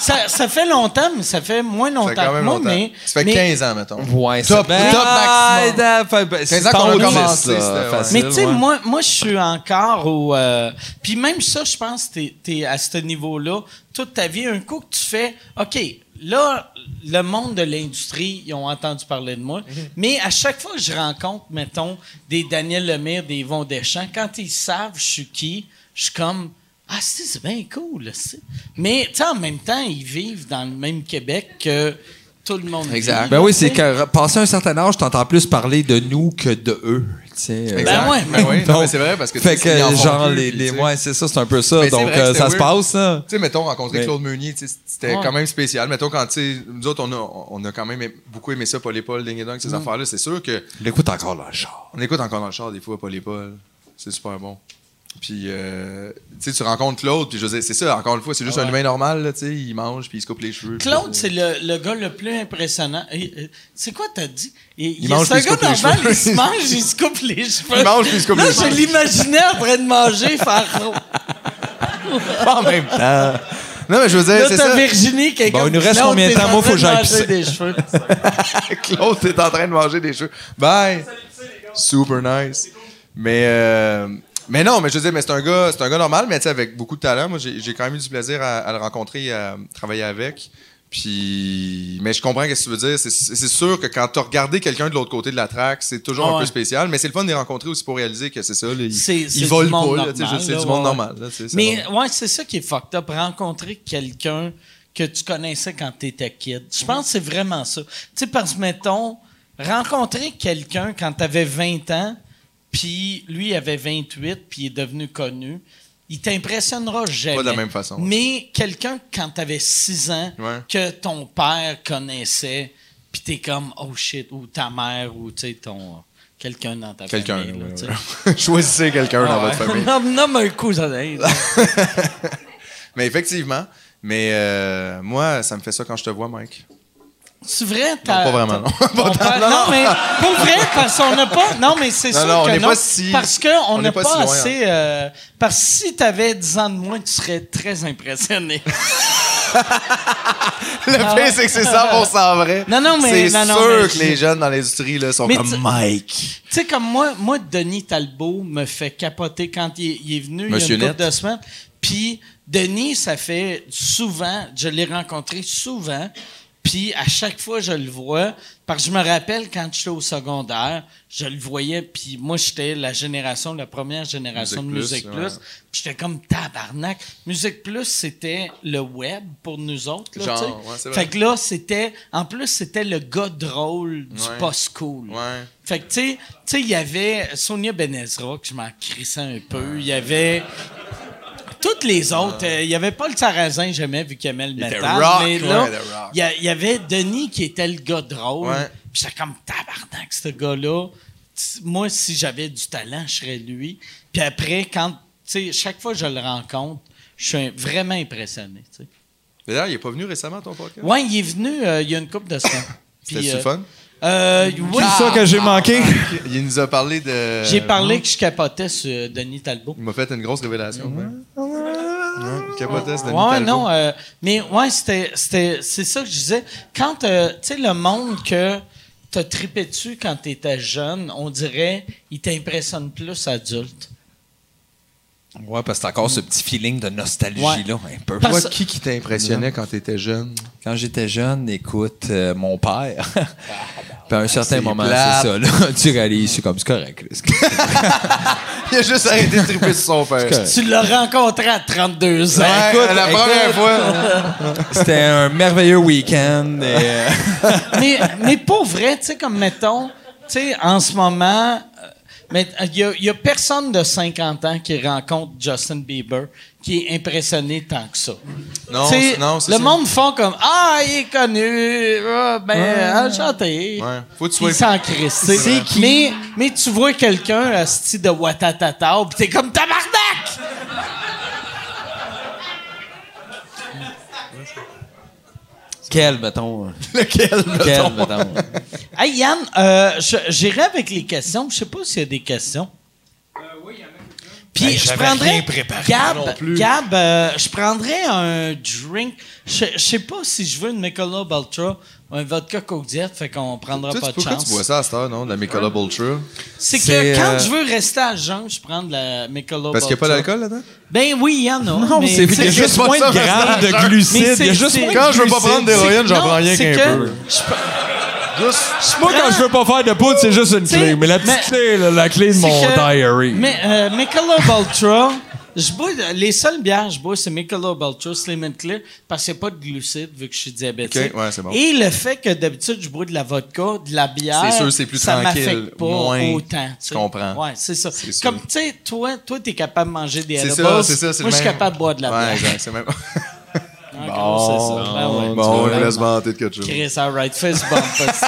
S1: Ça, ça fait longtemps, mais ça fait moins
S7: Ça
S1: longtemps
S7: fait quand
S1: que
S7: même
S1: moi,
S7: longtemps.
S1: mais.
S7: Ça fait
S1: mais-
S7: 15 ans, mettons.
S8: Ouais,
S7: Top-
S8: ben,
S7: top maximum.
S8: ah, fait- ben, c'est
S7: 15 ans qu'on
S8: en
S7: a
S8: haut,
S7: commencé, c'était,
S8: ça,
S7: ouais.
S8: facile,
S1: Mais tu sais,
S8: ouais.
S1: moi, moi je suis encore au. euh, Puis même ça, je pense que t'es- t'es à ce niveau-là toute ta vie. Un coup que tu fais, OK, là, le monde de l'industrie, ils ont entendu parler de moi.
S8: Mhm.
S1: Mais à chaque fois que je rencontre, mettons, des Daniel Lemire, des Yvon Deschamps, quand ils savent je suis qui, je suis comme. Ah, si, c'est bien cool. là, c'est- Mais tu sais, en même temps, ils vivent dans le même Québec que tout le monde. vit,
S8: Ben oui, c'est
S1: tu sais.
S8: que passé un certain âge, t'entends plus parler de nous que de eux. tu sais. Euh,
S1: Ben ouais, mais-
S7: Ben oui, non,
S8: Donc,
S7: mais c'est vrai parce que
S8: fait
S7: tu
S8: que
S7: sais, ils en font
S8: genre
S7: plus,
S8: les,
S7: puis
S8: les
S7: tu sais.
S8: ouais c'est ça c'est un peu ça
S7: Mais c'est
S8: donc
S7: vrai que
S8: euh,
S7: c'était
S8: ça se
S7: weird.
S8: passe ça
S7: Tu sais, mettons, rencontrer
S8: Mais-
S7: Claude Meunier, tu sais, c'était
S1: Ben- Ouais.
S7: quand même spécial. Mettons, quand, tu sais, nous autres, on a, on a quand même aim- beaucoup aimé ça, Paul et Paul, Ding et
S1: Mm.
S7: Dong, ces affaires-là. C'est sûr que
S8: l'écoute encore dans le char
S7: on écoute encore dans le char des fois, Paul et Paul. C'est super bon. Puis, euh, tu sais, tu rencontres Claude, puis je veux dire, c'est ça, encore une fois, c'est juste un humain normal, là, tu sais, il mange, puis il se coupe les cheveux. puis-
S1: Ah Claude, c'est le, le gars le plus impressionnant. Et, euh, C'est quoi t'as dit? Et- y a-
S7: mange
S1: C'est un
S7: puis
S1: gars
S7: il se coupe les
S1: normal,
S7: cheveux.
S1: il se mange, il se coupe les cheveux.
S7: Il mange puis il se coupe
S1: Là,
S7: les
S1: je
S7: cheveux.
S1: l'imaginais en train de manger, faire...
S7: en même temps. Non, mais je veux dire,
S1: Là,
S7: c'est
S1: t'as
S7: ça.
S1: Virginie qui est
S8: Bon,
S1: comme,
S8: il nous reste
S1: Claude,
S8: combien de
S1: t'es
S8: temps?
S1: en
S8: Moi, faut
S1: train
S8: que
S1: de manger
S8: j'aille pisser.
S1: des cheveux.
S7: Claude est en train de manger des cheveux. Bye. Super nice. Mais euh, mais non, mais je veux dire, mais c'est un gars, c'est un gars normal, mais tu sais, avec beaucoup de talent. Moi, j'ai j'ai quand même eu du plaisir à, à le rencontrer, et à travailler avec. Puis, mais je comprends ce que tu veux dire. C'est- C'est c'est sûr que quand tu as regardé quelqu'un de l'autre côté de la traque, c'est toujours
S1: Ah
S7: un
S1: ouais.
S7: peu spécial. Mais c'est le fun de les rencontrer aussi pour réaliser que c'est ça. là, ils,
S1: C'est-
S7: ils
S1: c'est du
S7: volent
S1: monde
S7: pas. là, tu sais,
S1: normal,
S7: je- C'est
S1: là,
S7: du
S1: ouais,
S7: monde
S1: ouais.
S7: normal. là, tu sais, c'est
S1: Mais
S7: normal.
S1: ouais, c'est ça qui est fucked up. Rencontrer quelqu'un que tu connaissais quand tu étais kid. Je pense que c'est vraiment ça. Tu sais, parce que, mettons, rencontrer quelqu'un quand tu avais 20 ans, puis lui il avait 28, puis il est devenu connu, il t'impressionnera jamais.
S7: Pas de la même façon, ouais.
S1: Mais quelqu'un quand tu avais 6 ans,
S7: Ouais.
S1: que ton père connaissait, puis t'es comme, oh shit, ou ta mère, ou tu sais, ton. Quelqu'un dans ta
S7: Quelqu'un.
S1: famille. là,
S7: ouais,
S1: tu sais. Ah,
S7: ouais. Choisissez quelqu'un dans votre famille.
S1: Nomme- nomme un coup, j'en ai.
S7: Mais effectivement. Mais euh, moi, ça me fait ça quand je te vois, Mike.
S1: C'est vrai,
S7: Non,
S1: t'as-
S7: pas vraiment, non.
S1: t'as- on parle- non, mais pour vrai, parce qu'on n'a pas. Non, mais c'est
S7: Non,
S1: sûr
S7: non, on
S1: que
S7: n'est
S1: non,
S7: pas si-
S1: parce
S7: on
S1: qu'on
S7: n'est
S1: n'a
S7: pas
S1: pas,
S7: si loin, hein.
S1: assez. euh, parce que si t'avais 10 ans de moins, tu serais très impressionné.
S7: Le pire, c'est que c'est 100% vrai.
S1: Ah Non, non, mais-
S7: C'est
S1: non, non,
S7: sûr
S1: mais
S7: que
S1: je-
S7: les jeunes dans l'industrie là, sont
S1: Mais
S7: comme
S1: tu-
S7: Mike.
S1: Tu sais, comme moi, moi, Denis Talbot me fait capoter quand il, est- il est venu
S7: Monsieur
S1: il y a une
S7: Net.
S1: couple de semaines. Puis, Denis, ça fait souvent, je l'ai rencontré souvent, puis à chaque fois, je le vois, parce que je me rappelle quand j'étais au secondaire, je le voyais, puis moi, j'étais la génération, la première génération
S7: Musique
S1: de
S7: Plus,
S1: Musique Plus.
S7: ouais.
S1: Puis j'étais comme tabarnak. Musique Plus, c'était le web pour nous autres. Là,
S7: Genre,
S1: tu sais.
S7: ouais, c'est vrai.
S1: fait que là, c'était, en plus, c'était le gars drôle du
S7: Ouais.
S1: post-cool.
S7: Ouais.
S1: Fait que, tu sais- tu sais, il y avait Sonia Benezra, que je m'en crissais un peu. Il y avait. Toutes les autres, euh, il y avait Paul Sarrazin, jamais vu qu'il aimait le
S7: était
S1: métal.
S7: rock,
S1: mais
S7: ouais,
S1: là,
S7: il était rock.
S1: il y a- il y, avait Denis qui était le gars drôle.
S7: Ouais.
S1: Puis j'étais comme tabarnak, ce gars-là. T- Moi, si j'avais du talent, je serais lui. Puis après, quand, tu sais, chaque fois que je le rencontre, je suis vraiment impressionné. tu sais.
S7: Mais D'ailleurs, il est pas venu récemment à ton podcast.
S1: Ouais, il est venu euh, il y a une couple de semaines. Puis,
S7: C'était-tu
S1: euh,
S7: fun?
S1: euh, oui.
S11: ça que j'ai manqué.
S7: Il nous a parlé de. hein?
S1: J'ai parlé que je capotais sur Denis Talbot.
S7: Il m'a fait une grosse révélation. ouais. Ouais, il capotait, c'était
S1: Mm-hmm. Ouais,
S7: Nitalbo.
S1: non, euh, mais ouais, c'était, c'était, c'est ça que je disais. Quand, euh, tu sais, le monde que t'as trippé dessus quand t'étais jeune, on dirait, il t'impressionne plus adulte.
S8: ouais parce que t'as encore ce petit feeling de nostalgie
S1: Ouais.
S8: là un peu
S1: Parce-
S7: Toi, qui qui t'impressionnait quand t'étais jeune?
S8: Quand j'étais jeune, écoute, euh, mon père. Puis à un certain moment,
S7: Ah, ben, plate.
S8: c'est ça. Là, tu réalises, c'est comme, c'est correct. là.
S7: Il a juste arrêté de triper sur son père.
S8: correct.
S1: Tu l'as rencontré à 32 ans.
S7: Ouais,
S8: Écoute,
S7: la
S8: écoute.
S7: première fois.
S8: C'était un merveilleux week-end. et, euh,
S1: mais, mais pour vrai, tu sais, comme mettons, tu sais, en ce moment, euh, mais il n'y a, personne de 50 ans qui rencontre Justin Bieber qui est impressionné tant que ça.
S7: Non,
S1: Tu sais,
S7: c'est- non, c'est
S1: Le
S7: ça.
S1: monde font comme Ah, il est connu, ah, ben, enchanté.
S7: Ouais. Faut que tu sois-
S1: Il s'en crisse. C'est qui? Mais, mais tu vois quelqu'un, à style de Watatata, pis t'es comme tabarnak!
S8: quel, mettons. Lequel, Quel, mettons.
S1: Hey Yann, euh, je- j'irai avec les questions. Je sais pas s'il y a des questions. Puis
S10: Ben,
S1: je
S10: j'avais
S1: prendrais
S10: rien préparé
S1: Gab,
S10: non
S1: Gab, euh, je prendrais un drink. Je je sais pas si je veux une Michelob Ultra ou un vodka Coke Diet, fait qu'on prendra
S7: Toi,
S1: pas de
S7: tu- pourquoi tu bois
S1: chance.
S7: ça à cette heure, non? De la Michelob Ultra?
S1: C'est que
S8: C'est,
S1: quand
S8: euh,
S1: je veux rester à jeun, je prends de la Michelob
S7: Parce qu'il n'y a
S1: Ultra.
S7: pas d'alcool là-dedans?
S1: Ben oui, il y en a.
S8: Non,
S1: mais
S8: c'est
S1: tu
S8: il y a
S1: sais,
S8: juste
S7: c'est
S8: moins
S7: moins
S8: de
S7: de
S8: grammes de
S1: mais
S8: glucides.
S1: c'est-
S8: Il y a juste
S1: c'est-
S8: moins de
S7: Quand je veux pas
S8: glucides.
S7: prendre d'héroïne, j'en
S1: non,
S7: prends rien
S1: c'est
S7: qu'un
S1: que
S7: peu.
S1: je
S7: Juste.
S8: Moi, quand je veux pas faire de poudre, c'est juste une
S1: T'sais,
S8: clé. Mais la petite
S1: mais-
S8: clé, là, la clé de
S1: C'est
S8: mon
S1: que-
S8: diary.
S1: Mais, euh, Michelob Ultra, je bois, les seules bières que je bois, c'est Michelob Ultra, Slim and Clear, parce qu'il n'y a pas de glucides vu que je suis diabétique.
S7: Ok, ouais, c'est bon.
S1: Et le fait que d'habitude, je bois de la vodka, de la bière,
S7: C'est sûr, c'est plus
S1: ça
S7: tranquille,
S1: m'affecte pas
S7: moins.
S1: autant.
S7: Je
S1: tu sais.
S7: comprends.
S1: Ouais, c'est ça.
S7: C'est sûr.
S1: Comme, tu sais, toi, toi, t'es capable de manger des
S7: C'est
S1: edibles.
S7: ça, c'est ça. c'est
S1: Moi,
S7: le
S1: je suis
S7: même.
S1: capable de boire de la
S7: Ouais,
S1: bière.
S7: exact, c'est même.
S1: En gros, c'est ça. Ben ouais,
S7: Bon,
S1: tu
S7: on
S1: vois.
S7: laisse vanter de quelque chose.
S1: Chris, all right, fist bump. parce que-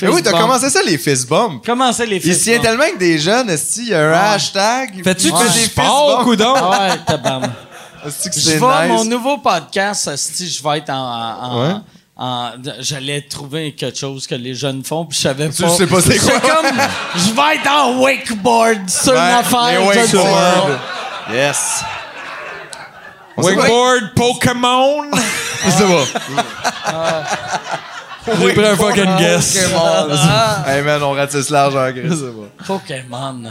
S7: Mais oui,
S1: fist
S7: t'as
S1: bump.
S7: commencé ça, les fist bumps.
S1: Comment ça, les
S7: Il
S1: fist
S7: se tient
S1: bump?
S7: tellement que des jeunes, est il y a un hashtag?
S8: Fais-tu
S7: Ouais.
S8: du
S7: Des fist
S8: sport,
S7: bumps.
S8: coudon?
S1: Ah ouais, tabarnak.
S7: Est-ce que
S1: Je vais
S7: c'est nice?
S1: mon nouveau podcast, si je vais être en. en-
S7: Ouais.
S1: en- J'allais trouver quelque chose que les jeunes font, puis je savais pas.
S7: Tu sais pas c'est quoi?
S1: J'étais comme, je vais être en wakeboard sur
S7: Ouais,
S1: l'affaire.
S7: les
S1: je sais pas.
S7: wakeboard. Yes. On sait pas.
S8: Wakeboard Pokémon!
S7: Je sais pas.
S8: J'ai pris un
S1: Ah,
S8: fucking guess.
S7: Hey man, on ratisse large en gris, c'est bon.
S1: Pokémon.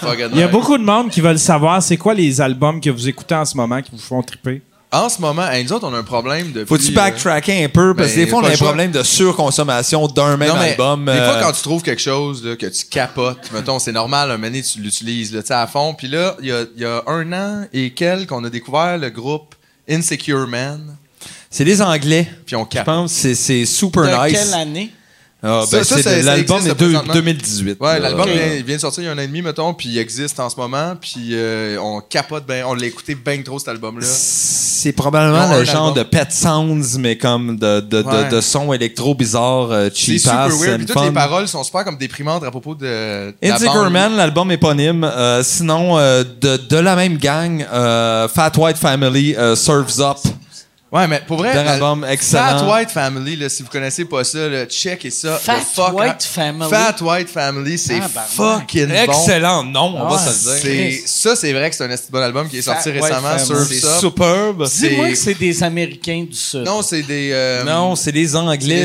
S7: Fucking
S4: Il y a
S7: nice.
S4: beaucoup de monde qui veulent savoir c'est quoi les albums que vous écoutez en ce moment qui vous font triper.
S7: En ce moment, hey, nous autres, on a un problème de.
S8: Faut-tu backtracker un peu? Parce que
S7: Ben,
S8: des fois, on
S7: pas
S8: a
S7: le
S8: un
S7: choix.
S8: problème de surconsommation d'un même
S7: Non, mais
S8: album.
S7: Des fois,
S8: euh,
S7: quand tu trouves quelque chose là, que tu capotes, mettons, c'est normal, un mané, tu l'utilises là, tu sais, à fond. Puis là, il y a, il y a un an et quelques, on a découvert le groupe Insecure Man.
S8: C'est des Anglais.
S7: Puis on
S8: Je
S7: capote.
S8: pense c'est c'est super
S1: De
S8: nice.
S1: quelle année?
S8: Ah,
S7: Ça,
S8: ben,
S7: ça,
S8: c'est
S7: ça,
S8: de-
S7: ça
S8: l'album
S7: existe
S8: est de-
S7: présentement.
S8: 2018.
S7: Ouais,
S8: là.
S7: l'album
S8: Euh,
S7: vient, il vient de sortir il y a un an et demi, mettons, puis il existe en ce moment, puis euh, on capote, ben, on l'a écouté ben trop cet album-là.
S8: C'est
S7: Ils
S8: probablement
S7: ont
S8: le
S7: un
S8: genre
S7: album.
S8: de pet sounds, mais comme de, de, de,
S7: Ouais.
S8: de sons électro bizarres, euh,
S7: C'est
S8: cheap
S7: super
S8: ass,
S7: weird, puis
S8: and
S7: toutes
S8: fun.
S7: les paroles sont super comme déprimantes à propos de. de la
S8: Insecure
S7: banlieue.
S8: Man, l'album éponyme. Euh, sinon, euh, de, de la même gang, euh, Fat White Family, euh, Surf's Up.
S7: Ouais, mais pour vrai,
S8: Dernier
S7: euh,
S8: album, excellent.
S7: Fat White Family, là, si vous connaissez pas ça, là, check et ça.
S1: Fat
S7: le fuck,
S1: White
S7: hein.
S1: Family.
S7: Fat White Family, c'est
S1: Ah, bah,
S7: fucking bon.
S8: Excellent nom, on va
S1: Ah,
S8: se le dire.
S7: C'est- Ça, c'est vrai que c'est un esti bon album qui est sorti
S8: Fat White
S7: récemment sur
S8: Family. C'est superbe.
S1: Dis-moi que c'est des Américains du Sud.
S7: Non, c'est des. euh,
S8: Non, c'est les Anglais,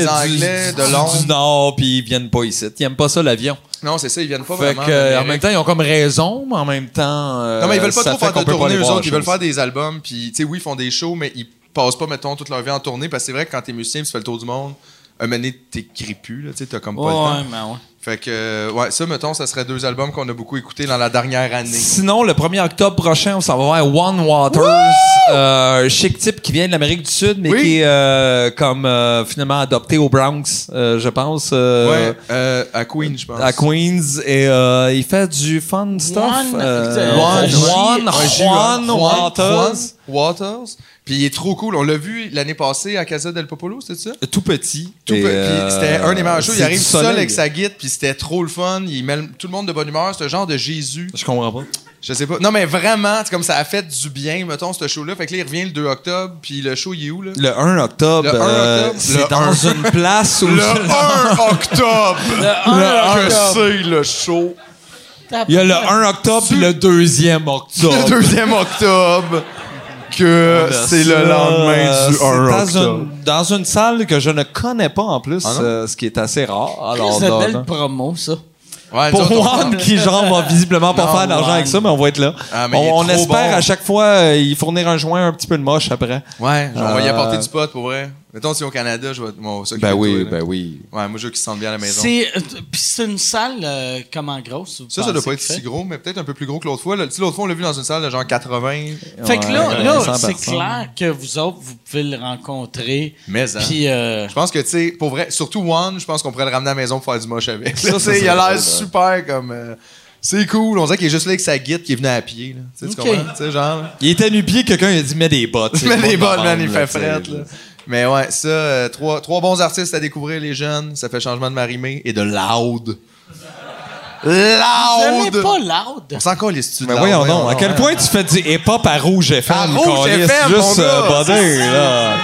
S7: les
S8: du-
S7: Anglais
S8: du,
S7: de Londres.
S8: du Nord, puis ils viennent pas ici. Ils aiment pas ça, l'avion.
S7: non, c'est ça, ils viennent pas
S8: Fait
S7: vraiment.
S8: que, euh, en
S7: d'Amérique.
S8: même temps, ils ont comme raison, mais en même temps. euh,
S7: Non, mais ils veulent pas
S8: ça
S7: trop
S8: fait
S7: faire
S8: qu'on
S7: de
S8: peut pas
S7: tournée,
S8: les
S7: eux
S8: voir,
S7: autres. Ils
S8: je
S7: veulent
S8: pense.
S7: faire des albums, puis, tu sais, oui, ils font des shows, mais ils passent pas, mettons, toute leur vie en tournée, parce que c'est vrai que quand t'es musicien, puis tu fais le tour du monde, un moment donné, t'écris plus, là, tu sais, t'as comme pas
S1: Ouais,
S7: le temps.
S1: mais ouais.
S7: Fait que, euh, ouais, ça, mettons, ça serait deux albums qu'on a beaucoup écoutés dans la dernière année.
S8: Sinon, le 1er octobre prochain, on s'en va voir One Waters, euh, un chic type qui vient de l'Amérique du Sud, mais
S7: Oui.
S8: qui est euh, comme euh, finalement adopté au Bronx, euh, je pense, euh,
S7: ouais, euh, à Queen, je pense.
S8: à Queens, et euh, il fait du fun stuff.
S1: Juan,
S8: euh,
S1: euh,
S8: Juan,
S1: Juan-
S8: Juan, Juan Waters,
S7: Juan Waters. Puis il est trop cool. On l'a vu l'année passée à Casa del Popolo, c'était ça?
S8: tout petit,
S7: Tout
S8: Et,
S7: peu-
S8: euh,
S7: puis c'était un des meilleurs shows. Il
S8: c'est
S7: arrive
S8: du
S7: seul
S8: soleil.
S7: avec sa guide, puis c'était trop le fun. Il met le- tout le monde de bonne humeur. C'est un genre de Jésus.
S8: Je comprends pas.
S7: Je sais pas. Non, mais vraiment, c'est comme ça a fait du bien, mettons, ce show-là. Fait que là, il revient le 2 octobre, puis le show, il est où, là?
S8: Le 1 octobre,
S7: Le 1
S8: euh,
S7: octobre.
S8: c'est
S7: Le
S8: dans une place où
S7: Le 1 octobre!
S1: un
S7: Le
S1: octobre.
S7: Que c'est le show?
S8: il y a le 1 octobre puis le 2e octobre.
S7: Le deuxième octobre! Que c'est le lendemain
S8: Euh,
S7: du
S8: c'est
S7: 1
S8: dans
S7: octobre.
S8: Une, dans une salle que je ne connais pas en plus,
S7: Ah non?
S8: euh, ce qui est assez rare. Alors,
S1: C'est une
S8: non,
S1: belle
S7: hein.
S8: non.
S1: promo, ça.
S7: Ouais, nous
S8: Pour
S7: autres, on-
S8: Juan, qui genre va visiblement pas
S7: Non,
S8: faire d'argent
S7: Juan.
S8: avec ça, mais on va être là.
S7: Ah, mais il est
S8: on on
S7: trop
S8: espère
S7: bon.
S8: à chaque fois euh, y fournir un joint un petit peu de moche après.
S7: Ouais, genre, on va y
S8: Euh,
S7: apporter du pot pour vrai. Mettons, si au Canada, je vais mon s'occuper
S8: Ben
S7: de
S8: oui,
S7: toi, là.
S8: ben oui.
S7: Ouais, moi, je veux qu'ils se sentent bien à la maison.
S1: C'est euh, puis c'est une salle euh, comment grosse? vous
S7: Ça, ça doit
S1: pensez
S7: pas être
S1: que fait?
S7: si gros, mais peut-être un peu plus gros que l'autre fois. là. Tu sais, L'autre fois, on l'a vu dans une salle de genre 80.
S1: Fait que là,
S8: Ouais,
S1: là
S8: 100
S1: c'est
S8: personnes.
S1: clair que vous autres, vous pouvez le rencontrer.
S7: Mais, hein.
S1: Puis, euh,
S7: Je pense que, tu sais, pour vrai, surtout One, je pense qu'on pourrait le ramener à la maison pour faire du moche avec. Là, tu sais, il a l'air super comme. euh, c'est cool. On dirait qu'il est juste là avec sa guide qui est venu à pied. Là. Tu sais, tu
S1: Ok.
S7: comprends? Tu sais, genre.
S8: Il était nu-pied, quelqu'un a dit mets des bottes.
S7: Tu mets des bottes, man, il fait
S8: fret.
S7: fret. Là. Mais ouais, ça, euh, trois, trois bons artistes à découvrir, les jeunes. Ça fait changement de marimée et de loud.
S1: vous
S7: Loud!
S1: aimez pas loud?
S7: On s'en colle les studios. hein,
S8: Mais Ben voyons donc, à quel point tu fais du hip-hop à Rouge FM,
S7: À Rouge
S8: câlisse,
S7: FM, mon
S8: juste
S7: gars,
S8: euh,
S7: c'est
S8: body, là.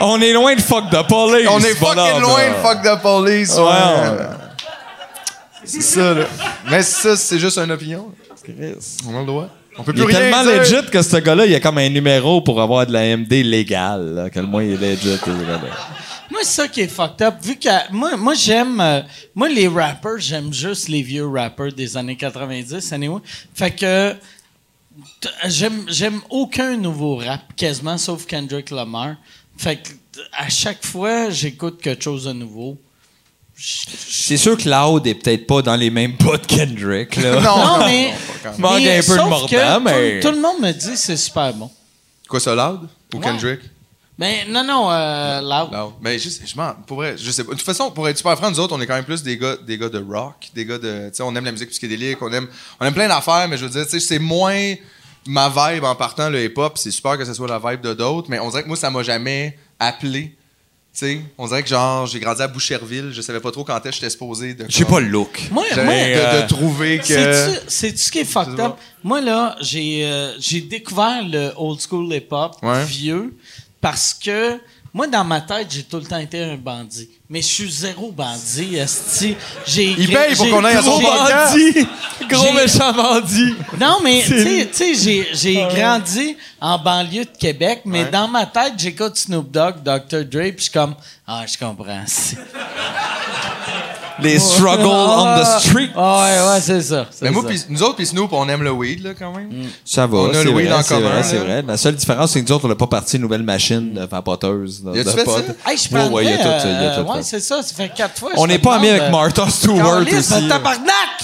S8: On est loin de fuck de police.
S7: On est fucking
S8: bonhomme,
S7: loin
S8: là.
S7: de fuck the police.
S8: Ouais,
S7: ouais. C'est ça, là. Mais ça, c'est juste une opinion. On a le droit. On peut
S8: Il
S7: plus
S8: est
S7: rien
S8: tellement
S7: dire.
S8: legit que ce gars-là, il a comme un numéro pour avoir de la MD légale. là, que le moins il est legit. ce gars-là.
S1: Moi, c'est ça qui est fucked up. Vu que moi, moi j'aime. euh, moi, les rappers, j'aime juste les vieux rappers des années 90, anyway. Fait que. t- J'aime, j'aime aucun nouveau rap, quasiment, sauf Kendrick Lamar. Fait que, t- à chaque fois, j'écoute quelque chose de nouveau.
S8: C'est sûr que Loud est peut-être pas dans les mêmes pas de Kendrick.
S7: Non,
S8: Là.
S1: Non,
S7: non,
S1: mais.
S8: Manque
S1: mais
S8: un peu de
S1: sauf
S8: mordant,
S1: que tout-
S8: mais-
S1: Tout, le monde me dit que c'est super bon.
S7: Quoi, ça, loud? Ou
S1: Ouais.
S7: Kendrick?
S1: Mais non, non, euh, Loud.
S7: Loud. Mais je, sais- je m'en. Pour vrai, je sais pas. De toute façon, pour être super franc, nous autres, on est quand même plus des gars, des gars de rock, des gars de. Tu sais, on aime la musique psychédélique, on aime, on aime plein d'affaires, mais je veux dire, tu sais, c'est moins ma vibe en partant le hip-hop. C'est super que ce soit la vibe de d'autres, mais on dirait que moi, ça m'a jamais appelé. Tu sais, on dirait que genre, j'ai grandi à Boucherville, je savais pas trop quand est-ce que j'étais exposé de.
S8: J'ai pas le look.
S1: Moi,
S7: J'avais-
S1: moi,
S7: euh, de, de trouver que.
S1: C'est-tu- C'est-tu ce qui est fucked up? Moi, là, j'ai euh, j'ai découvert le old school hip-hop
S7: Ouais.
S1: vieux parce que moi, dans ma tête, j'ai tout le temps été un bandit. Mais je suis zéro bandit, esti. J'ai-
S7: Il paye pour
S1: j'ai-
S7: qu'on aille à son
S1: j'ai-
S7: podcast.
S1: Gros méchant
S8: bandit.
S1: Non, mais tu sais- tu sais, j'ai- j'ai grandi en banlieue de Québec, mais dans ma tête, j'écoute Snoop Dogg, Dr. Dre, puis je suis comme, ah, je comprends.
S8: Les struggles on the street.
S1: Ah, ouais, ouais, c'est ça. c'est
S7: Mais moi,
S1: ça.
S7: pis- nous autres, puis Snoop, on aime le weed, là, quand même.
S8: Ça va,
S7: On a
S8: c'est
S7: le
S8: vrai,
S7: weed en
S8: c'est
S7: commun,
S8: vrai,
S7: là.
S8: c'est vrai. La seule différence, c'est que nous autres, on n'a pas parti une nouvelle machine de vapoteuse. là,
S7: Y a-tu
S8: de
S7: fait
S8: pot.
S7: ça?
S1: Hey, je
S8: Ouais,
S1: prendrais,
S8: ouais, y a tout,
S1: euh,
S8: ça, y a tout
S1: ouais,
S8: fait.
S1: c'est ça. Ça fait quatre fois.
S8: On n'est pas amis avec
S1: euh,
S8: Martha Stewart aussi.
S1: Chris, tabarnak!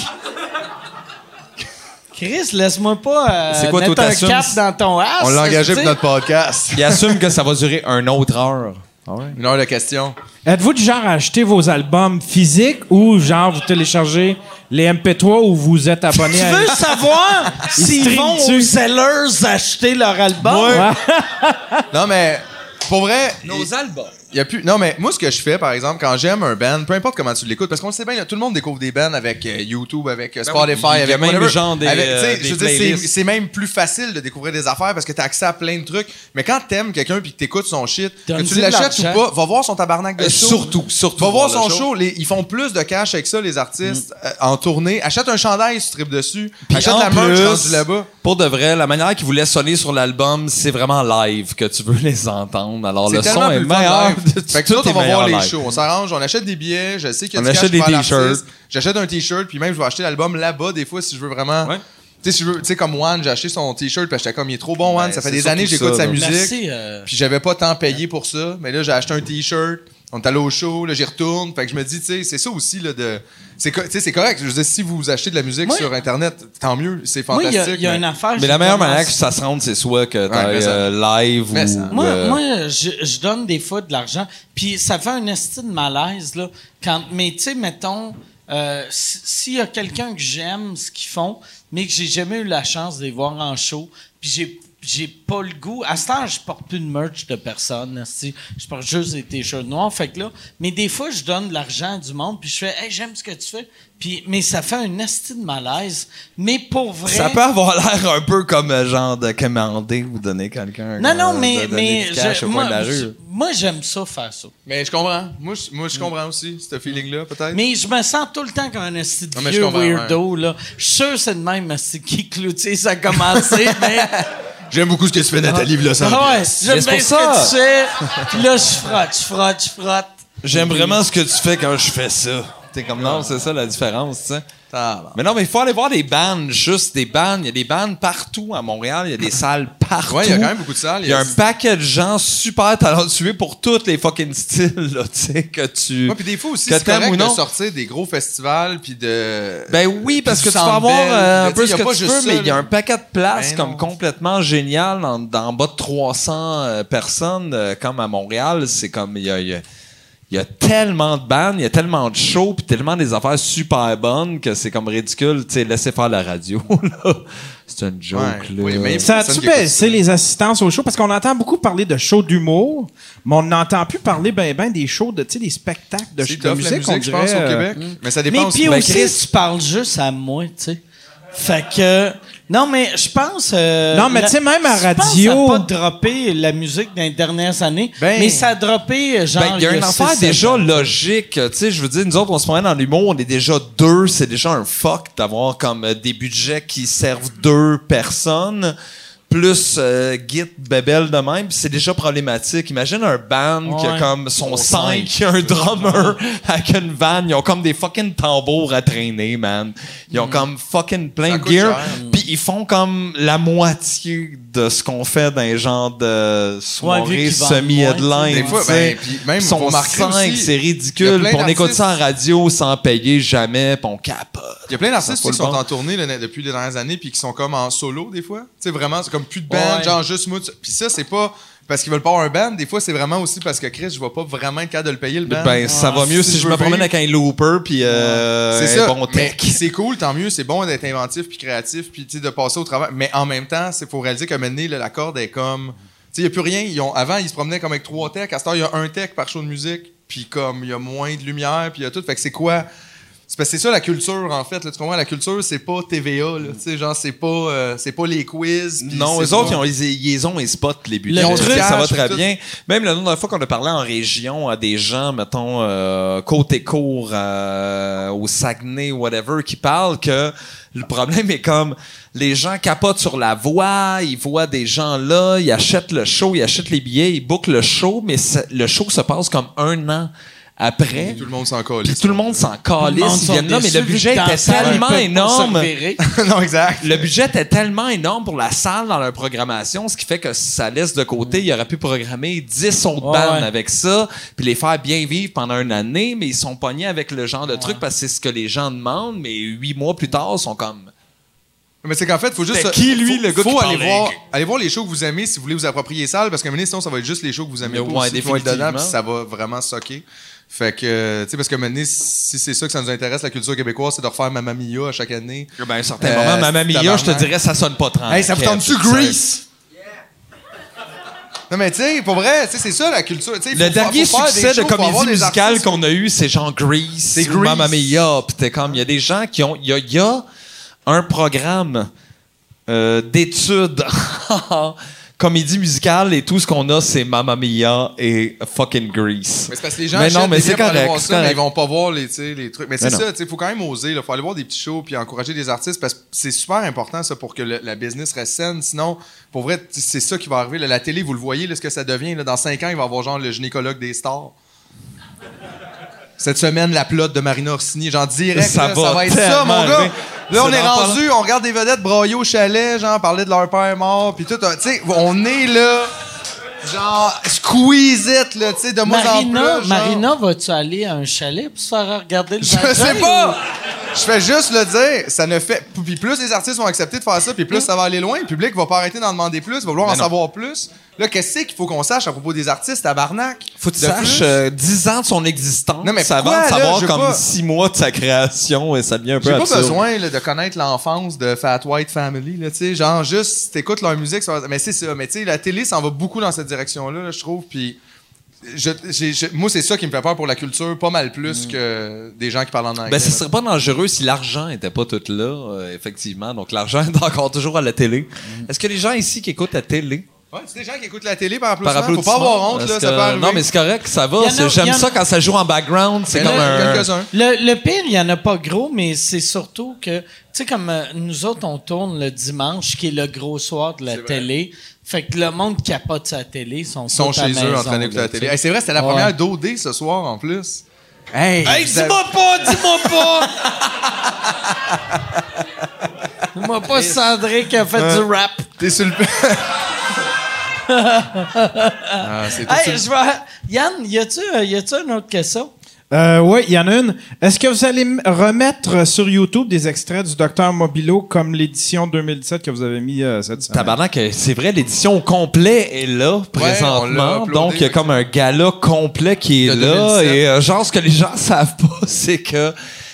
S1: Chris, laisse-moi pas euh,
S8: C'est quoi, toi,
S1: mettre un
S8: t'assumes-
S1: cap dans ton ass.
S7: On l'a engagé
S1: tu
S7: pour
S1: sais.
S7: notre podcast.
S8: Il assume que ça va durer une autre heure.
S7: Une heure de questions.
S4: Êtes-vous du genre à acheter vos albums physiques ou genre vous téléchargez les MP3 ou vous êtes abonné
S1: Tu
S4: à
S1: veux savoir s'ils
S4: stream
S1: vont aux
S4: dessus.
S1: sellers acheter leur album?
S7: Non, mais pour vrai, il-
S8: albums.
S7: il y a plus. Non, mais moi, ce que je fais, par exemple, quand j'aime un band, peu importe comment tu l'écoutes, parce qu'on le sait bien, là, tout le monde découvre des bands avec euh, YouTube, avec euh, Spotify,
S8: Ben oui, il y a
S7: avec
S8: même
S7: whatever.
S8: genre des,
S7: Avec, tu
S8: euh,
S7: sais,
S8: des
S7: je veux dire, c'est-
S8: playlists.
S7: c'est même plus facile de découvrir des affaires parce que t'as accès à plein de trucs. Mais quand t'aimes quelqu'un puis que t'écoutes son shit, que
S1: Donne-lui
S7: tu
S1: de
S7: l'achètes ou
S1: l'argent.
S7: pas, va voir son tabarnak de
S8: Euh,
S7: show.
S8: surtout, surtout
S7: Va voir
S8: voir
S7: son
S8: le
S7: show.
S8: show.
S7: les- ils font plus de cash avec ça, les artistes, euh, en tournée. Achète un chandail si tu tripes dessus.
S8: Puis
S7: Achète
S8: en
S7: la merch
S8: plus,
S7: rendue là-bas.
S8: Pour de vrai, la manière qu'ils voulaient sonner sur l'album, c'est vraiment live que tu veux les entendre. Alors
S7: C'est
S8: le
S7: tellement
S8: son est
S7: plus le fun
S8: meilleur.
S7: live. fait que
S8: Tout
S7: nous autres,
S8: est
S7: on va voir
S8: meilleur
S7: les
S8: live.
S7: shows. On s'arrange, on achète des billets. Je sais qu'il y a
S8: On
S7: du cash
S8: achète des
S7: pour l'artiste.
S8: t-shirts.
S7: J'achète un t-shirt, puis même je vais acheter l'album là-bas des fois si je veux vraiment.
S8: Ouais.
S7: Tu sais, si je veux, tu sais, comme One, j'ai acheté son t-shirt parce que j'étais comme il est trop bon, One.
S8: Ben,
S7: ça fait
S8: c'est
S7: des
S8: surtout
S7: années que j'écoute
S8: ça,
S7: sa
S8: là.
S7: musique.
S1: Merci. euh,
S7: Puis j'avais pas tant payé pour ça. Mais là, j'ai acheté un t-shirt. On est allé au show, là, j'y retourne. Fait que je me dis, tu sais, c'est ça aussi, là, de. C'est co- tu sais, c'est correct. Je veux dire, si vous achetez de la musique
S1: Moi-
S7: sur Internet, tant mieux. C'est
S1: Moi, il y
S7: fantastique.
S1: a, il y a
S7: mais-
S1: une affaire.
S8: Mais
S1: j'ai
S8: la meilleure manière
S1: commencé-
S8: que ça se rende, c'est soit que
S7: Ouais, mais
S8: t'ailles
S7: ça-
S8: euh, live
S7: mais ça-
S8: ou.
S1: Moi,
S8: euh,
S1: moi je, je donne des fois de l'argent, puis ça fait un esti de malaise, là. Quand, mais tu sais, mettons, euh, si- s'il y a quelqu'un que j'aime ce qu'ils font, mais que j'ai jamais eu la chance de les voir en show, puis j'ai j'ai pas le goût. À ce temps, je porte plus de merch de personne. esti. Je porte juste des t-shirts noirs. Fait que là, mais des fois, je donne de l'argent à du monde, puis je fais, hey, j'aime ce que tu fais. Puis, mais ça fait un esti de malaise. Mais pour vrai.
S8: Ça peut avoir l'air un peu comme euh, genre de commander ou donner quelqu'un.
S1: Non, non,
S8: euh,
S1: mais,
S8: de donner
S1: mais
S8: du cash
S1: je-
S8: au coin
S1: moi,
S8: de la rue.
S1: je- moi, j'aime ça faire ça.
S7: Mais je comprends. Moi, je, moi, je comprends aussi, ce feeling-là, peut-être.
S1: Mais je me sens tout le temps comme un esti de
S7: Ah, mais je
S1: vieux
S7: comprends,
S1: weirdo, là. Je suis sûr que c'est le même esti qui cloutier, ça a commencé, mais...
S7: J'aime beaucoup ce que tu fais, Nathalie, le
S1: Ah ouais,
S8: Mais
S1: j'aime
S8: c'est
S1: bien ce
S8: pour
S1: que
S8: ça.
S1: tu fais. Puis là, je frotte, je frotte, je frotte.
S8: J'aime vraiment ce que tu fais quand je fais ça. T'es comme non, c'est ça la différence, tu sais.
S7: Ah, bon.
S8: Mais non, mais il faut aller voir des bands, juste des bands. Il y a des bands partout à Montréal. Il y a des salles partout.
S7: Ouais, il y a quand même beaucoup de salles.
S8: Il y a un paquet de gens super talentueux pour tous les fucking styles, là, tu sais, que tu.
S7: Ouais, puis des fois aussi,
S8: Que
S7: c'est
S8: t'aimes
S7: correct
S8: ou non.
S7: de sortir des gros festivals, puis de...
S8: Ben oui, parce que
S7: Puis
S8: tu
S7: du
S8: vas
S7: Centre
S8: avoir
S7: Bell,
S8: euh, un
S7: mais
S8: peu
S7: Ben, tu sais,
S8: ce
S7: y a
S8: que
S7: pas
S8: tu
S7: juste
S8: veux,
S7: ça,
S8: mais il y a
S7: là.
S8: un paquet de places
S7: Ben
S8: comme
S7: non.
S8: complètement génial en, en bas de 300 euh, personnes, euh, comme à Montréal. C'est comme, il y a, il y a- il y a tellement de bandes, il y a tellement de shows, puis tellement des affaires super bonnes que c'est comme ridicule. Tu sais, laissez faire la radio, là. C'est une joke,
S7: Ouais.
S8: là.
S7: Oui, mais-
S4: Ça
S7: Personne
S4: a-tu
S7: qui écoute
S4: baissé les assistances aux shows? Parce qu'on entend beaucoup parler de shows d'humour, mais on n'entend plus parler ben ben des shows, de, tu sais, des spectacles de,
S7: C'est
S4: de
S7: tough,
S4: musique,
S7: la
S4: on
S7: musique, je
S4: dirait,
S7: pense, au
S4: euh,
S7: Québec. Mais ça
S1: Mais
S7: dépend
S1: puis
S7: Ben,
S1: aussi,
S7: Chris,
S1: tu parles juste à moi, tu sais. Fait que. Non, mais je pense. euh,
S4: Non, mais
S1: la-
S4: tu sais, même à
S1: je pense
S4: radio-
S1: que Ça n'a pas droppé la musique dans les dernières années.
S7: Ben-
S1: mais ça a droppé, euh, genre.
S8: Ben, il y a une
S1: six,
S8: affaire
S1: sept
S8: déjà
S1: ans.
S8: logique. Tu sais, je veux dire, nous autres, on se promène dans l'humour, on est déjà deux. C'est déjà un fuck d'avoir comme euh, des budgets qui servent deux personnes. Plus euh, Git Bebel de même, puis c'est déjà problématique. Imagine un band qui a comme son cinq, un drummer avec une van. Ils ont comme des fucking tambours à traîner, man. Ils ont comme fucking plein
S7: Ça
S8: de
S7: coûte
S8: gear.
S7: cher.
S8: Puis ils font comme la moitié de ce qu'on fait dans les genres de soirées
S1: qu'ils vendent moins,
S8: semi-headline.
S7: Des fois,
S8: tu sais.
S7: ben, puis même,
S8: Ils
S7: faut
S8: sont
S7: marquer
S8: cinq,
S7: aussi,
S8: c'est
S7: y a
S8: ridicule.
S7: plein
S8: Puis on écoute
S7: d'artistes-
S8: ça en radio sans payer jamais, puis on capote.
S7: Il y a plein
S8: Ça
S7: d'artistes
S8: fout
S7: qui
S8: le
S7: sont
S8: bon.
S7: en tournée là, depuis les dernières années puis qui sont comme en solo des fois. Tu sais, vraiment, c'est comme plus de band,
S1: Ouais.
S7: genre juste moi. tu- Puis ça, c'est pas parce qu'ils veulent pas avoir un band. Des fois, c'est vraiment aussi parce que Chris, je vais pas vraiment être capable de le payer le band.
S8: Ben, ça va mieux si, je,
S7: ah,
S8: me
S7: veux
S8: promène
S7: vivre.
S8: avec un looper, puis euh,
S7: C'est
S8: un
S7: ça.
S8: bon
S7: mais
S8: tech.
S7: c'est cool, tant mieux. C'est bon d'être inventif puis créatif puis tu sais, de passer au travail. Mais en même temps, c'est faut réaliser que maintenant, là, la corde est comme. Tu sais, il n'y a plus rien. Ils ont, avant, ils se promenaient comme avec trois techs. À ce temps, il y a un tech par show de musique. Puis comme, il y a moins de lumière, puis il y a tout. Fait que c'est quoi? C'est parce que c'est ça la culture, en fait. Là, tu comprends? La culture, c'est pas TVA. Là, tu sais, genre, c'est pas, euh, c'est pas les quiz. puis
S8: Non,
S7: c'est
S8: eux autres,
S7: pas-
S8: ils ont, ils, ils ont les spots, les budgets.
S7: Le
S8: Ils ont
S7: truc,
S8: dit, ça
S7: cash,
S8: va très
S7: tout.
S8: bien. Même la dernière fois qu'on a parlé en région à des gens, mettons, euh, côté court, euh, au Saguenay, whatever, qui parlent que le problème est comme les gens capotent sur la voie, ils voient des gens là, ils achètent le show, ils achètent les billets, ils bookent le show, mais ça- le show se passe comme un an après.
S7: Tout le monde s'en colle.
S8: Puis tout le monde s'en
S1: Le monde
S8: calisse, ils
S1: sont
S8: viennent là, mais
S1: déçus,
S8: le budget
S1: vu que
S8: était
S1: dans la salle, ils
S8: tellement
S1: peuvent pas se
S8: énorme
S1: revirer.
S7: non, exact.
S8: le budget était tellement énorme pour la salle dans leur programmation, ce qui fait que ça laisse de côté, ils auraient pu programmer 10 autres bandes avec ça, puis les faire bien vivre pendant une année, mais ils sont pognés avec le genre de truc parce que c'est ce que les gens demandent, mais huit mois plus tard, ils sont comme...
S7: Mais c'est qu'en fait, faut juste.
S8: C'était qui, lui,
S7: faut,
S8: le gars
S7: faut
S8: qui
S7: aller
S8: parlait?
S7: voir, aller voir les shows que vous aimez si vous voulez vous approprier les salles, parce que maintenant, sinon, ça va être juste les shows que vous aimez
S8: Mais
S7: pas
S8: ouais,
S7: aussi, qui vont être dedans,
S8: définitivement.
S7: puis ça va vraiment socker. Fait que, euh, tu sais, parce que maintenant, si c'est ça que ça nous intéresse, la culture québésoise, c'est de refaire Mamma Mia à chaque année.
S8: Ben, à un certain
S7: Euh,
S8: moment, Mamma Mia, je te
S7: tabarnak.
S8: dirais, ça sonne pas tranquille.
S7: hey, ça vous tente-tu Grease? Non, mais tu sais, pour vrai, tu sais, c'est ça la culture. Tu sais,
S8: Le
S7: faut-
S8: dernier
S7: faut faire des
S8: succès de
S7: shows, faut avoir
S8: comédie
S7: des
S8: musicale
S7: artistes.
S8: qu'on a eu, c'est genre Grease,
S7: C'est
S8: ou Mamma
S7: Grease.
S8: Mia, puis t'es comme, il y a des gens qui ont, il y a, il y a un programme euh, d'études en comédie musicale et tout ce qu'on a, c'est Mamma Mia et fucking Grease.
S7: Mais c'est parce que les gens
S8: Mais non,
S7: achètent
S8: mais
S7: des
S8: c'est
S7: billets pour aller
S8: correct,
S7: voir
S8: c'est
S7: ça, mais
S8: correct.
S7: ils vont pas voir les, tu sais, les trucs. Mais c'est
S8: non.
S7: ça, il faut quand même oser. Il faut aller voir des petits shows puis encourager des artistes parce que c'est super important ça pour que le- la business reste saine. Sinon, pour vrai, t- c'est ça qui va arriver. là. la télé, vous le voyez, là, ce que ça devient. là. dans cinq ans, il va y avoir genre le gynécologue des stars. Cette semaine, la plot de Marina Orsini, genre direct,
S8: Ça
S7: là,
S8: va
S7: être ça,
S8: tellement
S7: mon gars.
S8: arriver.
S7: Là, on
S8: C'est
S7: est
S8: dans pas
S7: rendu, on regarde des vedettes broyer au chalet, genre parler de leur père mort, puis tout. euh, Tu sais, on est là, genre squeeze it, là, tu sais, de moi en plus.
S1: Marina,
S7: genre.
S1: Marina vas-tu aller à un chalet pour se faire regarder le
S7: Je
S1: vagin
S7: sais
S1: ou-
S7: pas. Je fais juste le dire, ça ne fait. Puis plus les artistes vont accepter de faire ça, puis plus ça va aller loin. Le public va pas arrêter d'en demander plus, va vouloir en savoir plus. Là, qu'est-ce qu'il faut qu'on sache à propos des artistes à Barnac?
S8: Faut que tu saches euh, 10 ans de son existence
S7: Non, mais
S8: avant
S7: pourquoi,
S8: de
S7: là?
S8: savoir
S7: J'ai
S8: comme
S7: pas-
S8: 6 mois de sa création et ça devient un peu
S7: J'ai pas
S8: absurde.
S7: besoin là, de connaître l'enfance de Fat White Family. Là, tu sais, genre, juste, si t'écoutes leur musique. ça va- Mais c'est ça. Mais tu sais, la télé s'en va beaucoup dans cette direction-là, là, je trouve. Puis. je- j'ai- je- moi, c'est ça qui me fait peur pour la culture, pas mal plus que des gens qui parlent en anglais.
S8: Ben, ce
S7: là.
S8: serait pas dangereux si l'argent était pas tout là, euh, effectivement. Donc, l'argent est encore toujours à la télé.
S7: Mm.
S8: Est-ce que les gens ici qui écoutent la télé,
S7: Ouais, c'est des gens qui écoutent la télé par
S8: par
S7: applaudissement. Faut pas avoir honte,
S8: parce
S7: là,
S8: que-
S7: ça peut arriver.
S8: Non, mais c'est correct, ça va.
S1: Il y en a-
S8: c'est-
S1: il y
S8: J'aime
S1: en a-
S8: ça quand ça joue en background. C'est
S7: Il y
S8: comme
S7: en a
S8: un.
S7: quelques-uns.
S1: Le, le pire, il n'y en a pas gros, mais c'est surtout que, tu sais, comme euh, nous autres, on tourne le dimanche, qui est le gros soir de la télé. Fait que le monde capote sa télé, sont,
S7: Ils sont
S1: tous à
S7: chez
S1: la
S7: eux en
S1: maison,
S7: train d'écouter
S1: là,
S7: la
S1: tu
S7: télé.
S1: sais.
S7: Hey, c'est vrai, c'était la
S1: Ouais.
S7: première d'OD ce soir en plus.
S1: Hey,
S7: vous avez-
S1: dis-moi pas, dis-moi pas! dis-moi pas Sandré qui a fait du rap.
S7: T'es sur le. Ah, c'est tout ça.
S1: Hey, je vais- Yann, y a-tu euh, y a-tu une autre question?
S2: Euh, oui, il y en a une. Est-ce que vous allez m- remettre sur YouTube des extraits du Docteur Mobilo comme l'édition 2017 que vous avez mis euh, cette semaine?
S8: Tabarnak, euh, c'est vrai, l'édition complète est là, présentement.
S7: on l'a uploadé,
S8: donc, il y a comme un gala complet qui est
S7: De
S8: là.
S7: 2017.
S8: Et euh, genre, ce que les gens savent pas, c'est que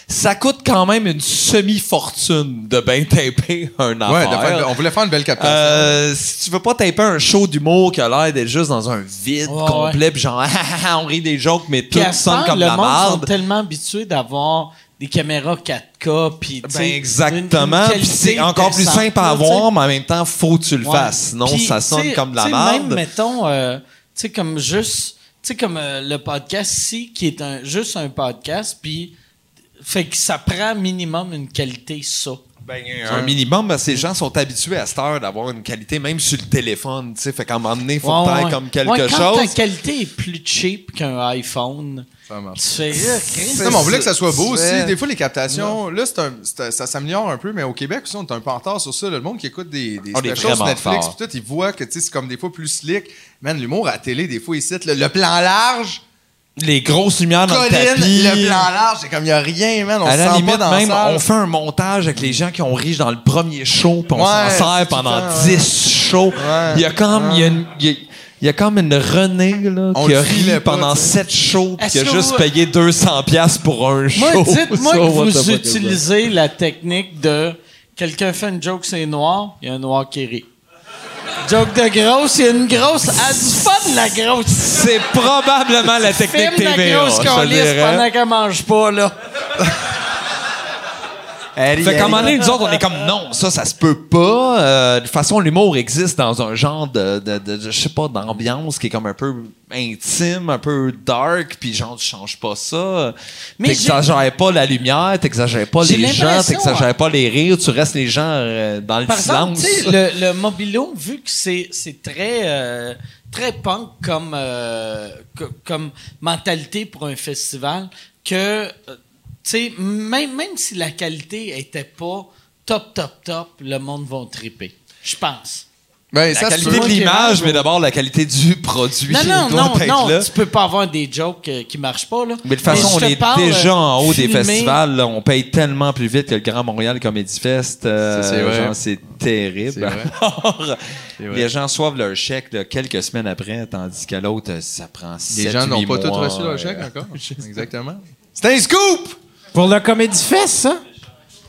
S8: ça coûte quand même une semi-fortune de bien taper un affaire.
S7: Ouais, de faire- on voulait faire une belle captation.
S8: Euh, si tu veux pas taper un show d'humour qui a l'air d'être juste dans un vide complet, pis genre, on rit des jokes, mais tout
S1: Puis à ce
S8: sonne
S1: temps,
S8: comme
S1: le
S8: la
S1: monde sont
S8: marde.
S1: tellement habitués d'avoir des caméras 4K, puis tu
S8: Ben
S1: sais,
S8: exactement.
S1: une- une
S8: Puis c'est
S1: qualité
S8: encore plus
S1: décente,
S8: simple à
S1: là, tu sais.
S8: avoir, mais en même temps, faut que tu le
S1: Ouais.
S8: fasses. Sinon,
S1: Puis,
S8: ça
S1: tu
S8: sonne
S1: sais-
S8: comme de la
S1: tu sais, Même,
S8: merde.
S1: mettons, euh, tu sais, comme juste, tu sais, comme euh, le podcast ici, qui est un, juste un podcast, puis fait que ça prend minimum une qualité ça.
S8: Un minimum, ben, ces gens sont habitués à cette heure d'avoir une qualité, même sur le téléphone. Tu sais, fait qu'à un moment donné, faut que t'ailles comme quelque
S1: Ouais, quand ta
S8: chose.
S1: qualité est plus cheap qu'un iPhone,
S7: Ça marche.
S1: tu fais là, Chris.
S7: Non, mais on voulait que ça soit beau
S8: C'est-
S7: aussi. Des fois, les captations, là, c'est un- c'est un- ça s'améliore un peu, mais au Québec aussi, on est un peu en retard sur ça. là. Le monde qui écoute des, des
S8: On est
S7: specials sur
S8: Ah, vraiment
S7: Netflix,
S8: fort.
S7: pis tout, ils voient que tu sais, c'est comme des fois plus slick. Man, l'humour à la télé, des fois, ils citent le, le plan large.
S8: Les grosses lumières dans
S7: Colin,
S8: le tapis.
S7: le plan large, c'est comme il n'y a rien, man. On
S8: à
S7: se
S8: la
S7: sent
S8: limite,
S7: pas dans la
S8: même,
S7: salle.
S8: on fait un montage avec les gens qui ont ri dans le premier show, puis on
S7: Ouais,
S8: s'en sert
S7: c'est
S8: pendant
S7: tout le temps,
S8: 10
S7: ouais.
S8: shows.
S7: Ouais,
S8: il y a comme, il y a une, il y a- il y a comme une Renée là,
S7: On
S8: qui
S7: le
S8: a ri
S7: filait pas,
S8: pendant
S7: tu sais.
S8: 7 shows, puis qui a
S1: Est-ce que
S8: juste
S1: vous-
S8: payé 200$ piastres pour un show.
S1: Moi, dites-moi
S8: So
S1: que
S8: what the fuck
S1: vous
S8: is
S1: utilisez la technique de quelqu'un fait une joke, c'est noir, il y a un noir qui rit. Joke de grosse, il y a une grosse. Elle dit pas de la grosse.
S8: that? C'est probablement Ah, la technique
S1: Filme la
S8: TV.
S1: grosse
S8: je te
S1: qu'on lisse
S8: dirais.
S1: pendant qu'elle mange pas, là.
S8: Fait qu'à un moment donné, nous autres, on est comme non, ça, ça se peut pas. Euh, de toute façon, l'humour existe dans un genre de, de, de- de- je sais pas, d'ambiance qui est comme un peu intime, un peu dark, puis genre, tu changes pas ça.
S1: Mais
S8: T'exagères pas la lumière, t'exagères pas
S1: J'ai
S8: les gens,
S1: l'impression, hein.
S8: t'exagères pas les rires, tu restes les gens euh, dans le
S1: Par exemple,
S8: silence.
S1: tu sais, le, le Mobilo, vu que c'est, c'est très, euh, très punk comme, euh, co- comme mentalité pour un festival, que, euh, tu sais, même, même si la qualité était pas top, top, top, le monde va triper. Je pense.
S7: Ben,
S8: La
S7: ça, se
S8: qualité de
S7: peut.
S1: moi qui
S8: l'image,
S1: mange,
S8: mais d'abord la qualité du produit.
S1: Non, non,
S8: doit
S1: non,
S8: être
S1: non,
S8: là.
S1: tu peux pas avoir des jokes euh, qui marchent pas, là.
S8: Mais de toute façon, on
S1: je te
S8: est
S1: parle, euh,
S8: déjà en haut des
S1: filmé.
S8: festivals. là. On paye tellement plus vite que le Grand Montréal Comedy Fest. euh,
S7: Ça, c'est vrai.
S8: genre, c'est terrible.
S7: C'est vrai.
S8: Alors,
S7: vrai.
S8: les gens reçoivent leur chèque de quelques semaines après, tandis qu'à l'autre, euh, ça prend
S7: Les
S8: six
S7: gens n'ont pas tous reçu
S8: euh,
S7: leur chèque encore. Exactement. C'est un scoop!
S4: Pour le Comédie Fest, ça?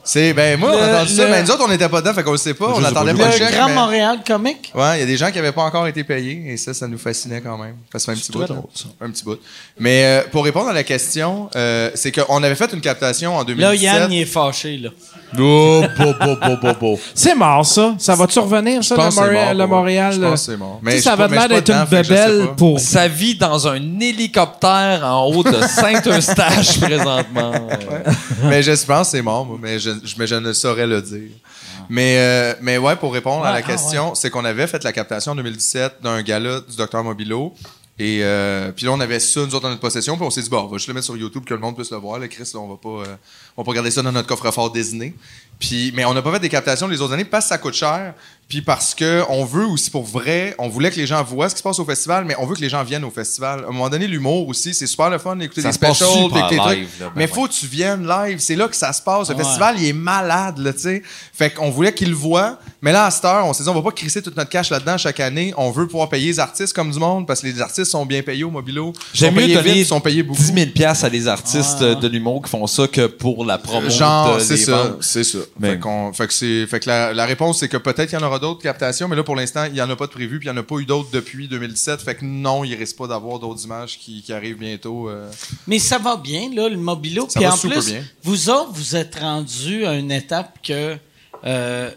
S7: C'est, ben, moi, on
S1: Le-
S7: a entendu ça,
S1: le-
S7: mais nous autres, on n'était pas dedans, fait qu'on le sait pas. on n'attendait pas le
S1: Le
S7: chèque.
S1: Grand
S7: mais-
S1: Montréal comique.
S7: Ouais, il y a des gens qui n'avaient pas encore été payés et ça, ça nous fascinait quand même. Ça se fait un petit bout.
S8: très
S7: là.
S8: drôle, ça.
S7: Un petit bout. Mais euh, pour répondre à la question, euh, c'est qu'on avait fait une captation en 2017.
S1: Là, Yann, il est fâché, là.
S7: Oh, bo, bo, bo, bo, bo.
S4: C'est mort, ça. Ça va-tu revenir, ça,
S7: Je pense
S4: le,
S7: que c'est
S4: Montréal-
S7: mort,
S4: le
S7: ouais.
S4: Montréal?
S7: Je
S4: euh,
S7: pense que c'est mort. Mais
S4: tu sais,
S7: je
S4: ça
S7: suis pas-
S4: avait
S7: mais je
S4: l'air
S7: suis pas
S4: d'être une
S7: dedans, fait que je sais
S4: bebelle
S7: pas.
S4: pour...
S8: Ça vit Oh. dans un hélicoptère en haut de Saint-Eustache présentement.
S7: mais je pense que c'est mort, moi, mais je, je- mais je ne saurais le dire.
S8: Ah.
S7: Mais, euh, mais ouais, pour répondre à la question, c'est qu'on avait fait la captation en 2017 d'un gala du Docteur Mobilo. Et euh, puis là, on avait ça, nous autres, dans notre possession. Puis on s'est dit, bon, on va juste le mettre sur YouTube, que le monde puisse le voir. Le Chris, là, on va pas, euh, on va pas garder ça dans notre coffre-fort Disney. Puis, mais on n'a pas fait des captations les autres années parce que ça coûte cher. Puis parce que on veut aussi, pour vrai, on voulait que les gens voient ce qui se passe au festival, mais on veut que les gens viennent au festival. À un moment donné, l'humour aussi, c'est super le fun d'écouter
S8: Ça
S7: des
S8: se passe
S7: specials,
S8: super
S7: d'écouter des trucs.
S8: live, là, ben
S7: mais
S8: ouais.
S7: faut que tu viennes live. C'est là que ça se passe. Le festival, il est malade, là, tu sais. Fait qu'on voulait qu'il le voient. Mais là, à cette heure, on s'est dit, on va pas crisser toute notre cash là-dedans chaque année. On veut pouvoir payer les artistes comme du monde parce que les artistes sont bien payés au Mobilo. Ils sont
S8: J'aime mieux
S7: payés vite,
S8: donner
S7: ils sont payés beaucoup.
S8: 10 000 piastres à des artistes euh, de l'humour qui font ça que pour la promo.
S7: Ah. Genre,
S8: de-
S7: c'est
S8: des
S7: ça,
S8: ventes.
S7: c'est ça.
S8: Mais-
S7: Fait, qu'on- fait que, c'est- fait que la, la réponse, c'est que peut-être qu'il y en aura d'autres captations, mais là, pour l'instant, il n'y en a pas de prévu, puis il n'y en a pas eu d'autres depuis 2017. Fait que non, il risque pas d'avoir d'autres images qui, qui arrivent bientôt. euh.
S1: Mais ça va bien, là, le mobilo.
S7: Ça
S1: Puis
S7: va
S1: en
S7: super
S1: plus,
S7: bien.
S1: vous autres, vous êtes rendus à une étape que euh,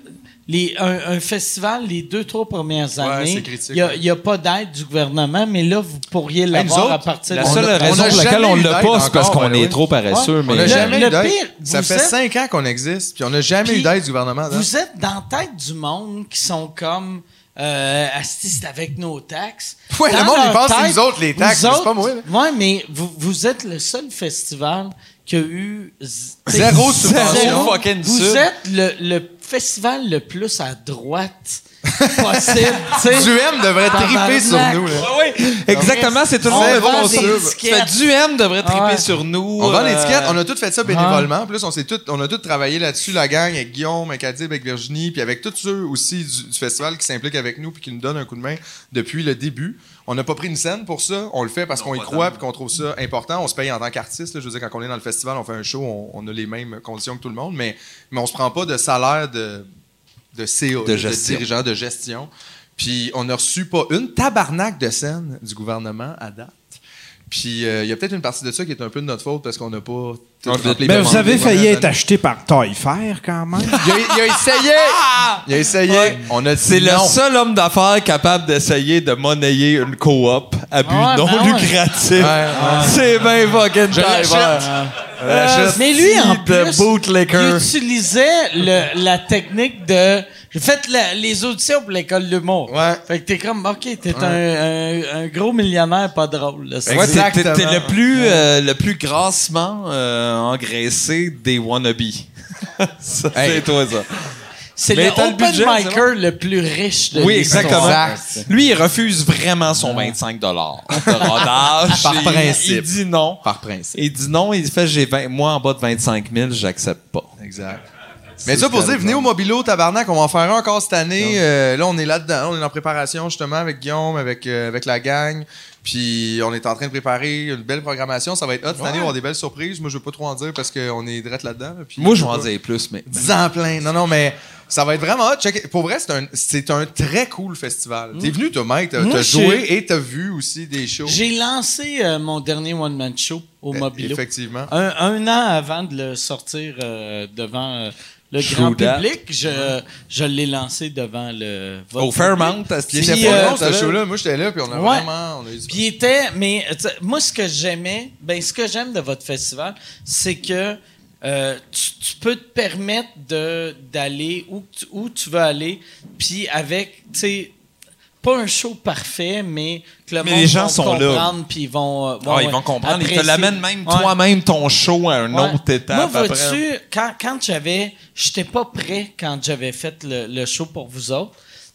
S1: les, un, un festival, les deux, trois premières années,
S7: c'est critique,
S1: il
S7: ouais.
S1: n'y a, pas d'aide du gouvernement, mais là, vous pourriez l'avoir
S7: nous
S1: à
S7: autres,
S1: partir
S8: La
S1: de
S8: seule
S7: On a-
S8: raison
S7: on a
S8: pour laquelle
S7: jamais
S8: on
S7: eu
S8: l'a
S7: d'aide
S8: pas, c'est parce
S7: encore,
S8: qu'on
S7: by the
S8: est
S7: way.
S8: trop paresseux.
S7: On
S8: mais
S7: n'a
S1: le-
S7: jamais
S1: le
S7: eu d'aide.
S1: pire,
S7: Ça
S1: vous
S7: fait
S1: êtes-
S7: cinq ans qu'on existe, puis on n'a jamais
S1: Puis,
S7: eu d'aide Ah, du gouvernement. hein. Adam.
S1: Vous êtes dans la tête du monde qui sont comme euh, Asti, c'est avec nos taxes.
S7: Ouais,
S1: Dans
S7: le monde, il
S1: leur
S7: pense que c'est
S1: tête,
S7: nous autres, les taxes,
S1: vous
S7: mais c'est pas
S1: autres-
S7: moi,
S1: Ouais, mais vous, vous êtes le seul festival qui a eu z-
S7: Zéro
S1: t'sais,
S7: subvention.
S1: zéro.
S8: Fucking
S1: Vous
S8: sub.
S1: êtes le, le festival le plus à droite possible. tu sais.
S7: Du M devrait triper
S1: Tabarnak.
S7: sur nous. là.
S8: Oui, exactement, c'est tout le monde
S7: On
S8: le
S7: vend
S8: bon
S7: des
S8: sub.
S10: étiquettes.
S8: Fait, du M devrait triper
S1: Ouais.
S8: sur nous.
S7: On vend
S8: euh,
S7: l'étiquette, on a tout fait ça bénévolement. En Plus, on, s'est tout, on a tout travaillé là-dessus, la gang, avec Guillaume, avec Adib, avec Virginie, puis avec tous ceux aussi du, du festival qui s'impliquent avec nous puis qui nous donnent un coup de main depuis le début. On n'a pas pris une scène pour ça. On le fait parce qu'on y croit puis qu'on trouve ça important. On se paye en tant qu'artiste. là. Je veux dire, quand on est dans le festival, on fait un show, on, on a les mêmes conditions que tout le monde, mais, mais on se prend pas de salaire de, de CA, de,
S8: gestion.
S7: dirigeant de gestion. Puis on n'a reçu pas une tabarnak de scène du gouvernement à date. Puis euh, il y a peut-être une partie de ça qui est un peu de notre faute parce qu'on n'a pas. tout
S8: On-
S7: rempli les
S2: Mais Ben,
S7: demandes
S2: vous avez
S7: des
S2: failli
S7: premières
S2: être
S7: années.
S2: acheté par Taille Fer quand même.
S7: Il a, il a essayé. Il a essayé. On a dit
S8: Ah! C'est le
S7: non.
S8: seul homme d'affaires capable d'essayer de monnayer une coop à but
S1: Ah ouais,
S8: non
S1: ben ouais.
S8: lucratif.
S7: ouais.
S8: C'est bien fucking driver. hein.
S1: Mais lui, en
S8: de
S1: plus, il
S8: bootlicker.
S1: utilisait le- la technique de... J'ai fait la- les auditions pour l'école d'humour.
S7: Ouais.
S1: Fait que t'es comme, OK, t'es un, un- un gros millionnaire pas drôle. là.
S8: Ouais, t'es- t'es- t'es
S7: Exactement.
S8: le plus, euh, le plus grassement euh, engraissé des wannabes. ça, c'est toi, ça.
S1: C'est
S8: Mais
S1: le
S8: t'as le
S1: open
S8: budget, c'est
S1: micer le plus riche de
S8: Oui,
S1: l'histoire.
S8: exactement. Lui, il refuse vraiment son 25 de rodage.
S7: Par
S8: Il-
S7: principe.
S8: Il dit non.
S7: Par principe.
S8: Il dit non, il fait j'ai 20, moi en bas de 25 000, j'accepte pas.
S7: Exact. Mais ça pour dire, venez au Mobilo, tabarnak, on va en faire un encore cette année. Euh, là, on est là-dedans, on est en préparation justement avec Guillaume, avec, euh, avec la gang. Puis on est en train de préparer une belle programmation. Ça va être hot cette année, on va avoir des belles surprises. Moi, je veux pas trop en dire parce qu'on est direct là-dedans. là, puis-
S8: Moi, je vais en dire plus, mais. ben.
S7: 10 ans plein. Non, non, mais ça va être vraiment hot. Check it. Pour vrai, c'est un, c'est un très cool festival.
S8: Mm.
S7: T'es venu, toi, Mike, t'as,
S1: Moi,
S7: t'as
S1: je-
S7: joué et t'as vu aussi des shows.
S1: J'ai lancé euh, mon dernier one-man show au
S7: Euh,
S1: Mobilo.
S7: Effectivement.
S1: Un, un an avant de le sortir euh, devant euh, le
S8: True
S1: grand
S8: that.
S1: public, je, je l'ai lancé devant le... votre
S8: Au Fairmount, à ce
S7: Puis
S8: qui
S1: Puis,
S7: c'était pas
S1: euh,
S7: long, ce
S1: là-
S7: show-là. Moi, j'étais là, puis on a
S1: Ouais.
S7: vraiment... On a eu du
S1: Puis il était, mais tu sais, moi, ce que j'aimais, ben, ce que j'aime de votre festival, c'est que euh, tu, tu peux te permettre de d'aller où, que tu- où tu veux aller, puis avec, tu sais, pas un show parfait, mais que le
S8: Mais
S1: monde
S8: les gens
S1: vont
S8: sont là.
S1: comprendre, puis ils vont, euh, ouais,
S8: Ah,
S1: ouais,
S8: ils vont comprendre. Ils
S1: apprécier.
S8: te l'amènent même
S1: Ouais.
S8: toi-même ton show à une
S1: Ouais.
S8: autre étape
S1: Moi,
S8: après.
S1: vois-tu, quand, quand j'avais. J'étais pas prêt quand j'avais fait le, le show pour vous autres.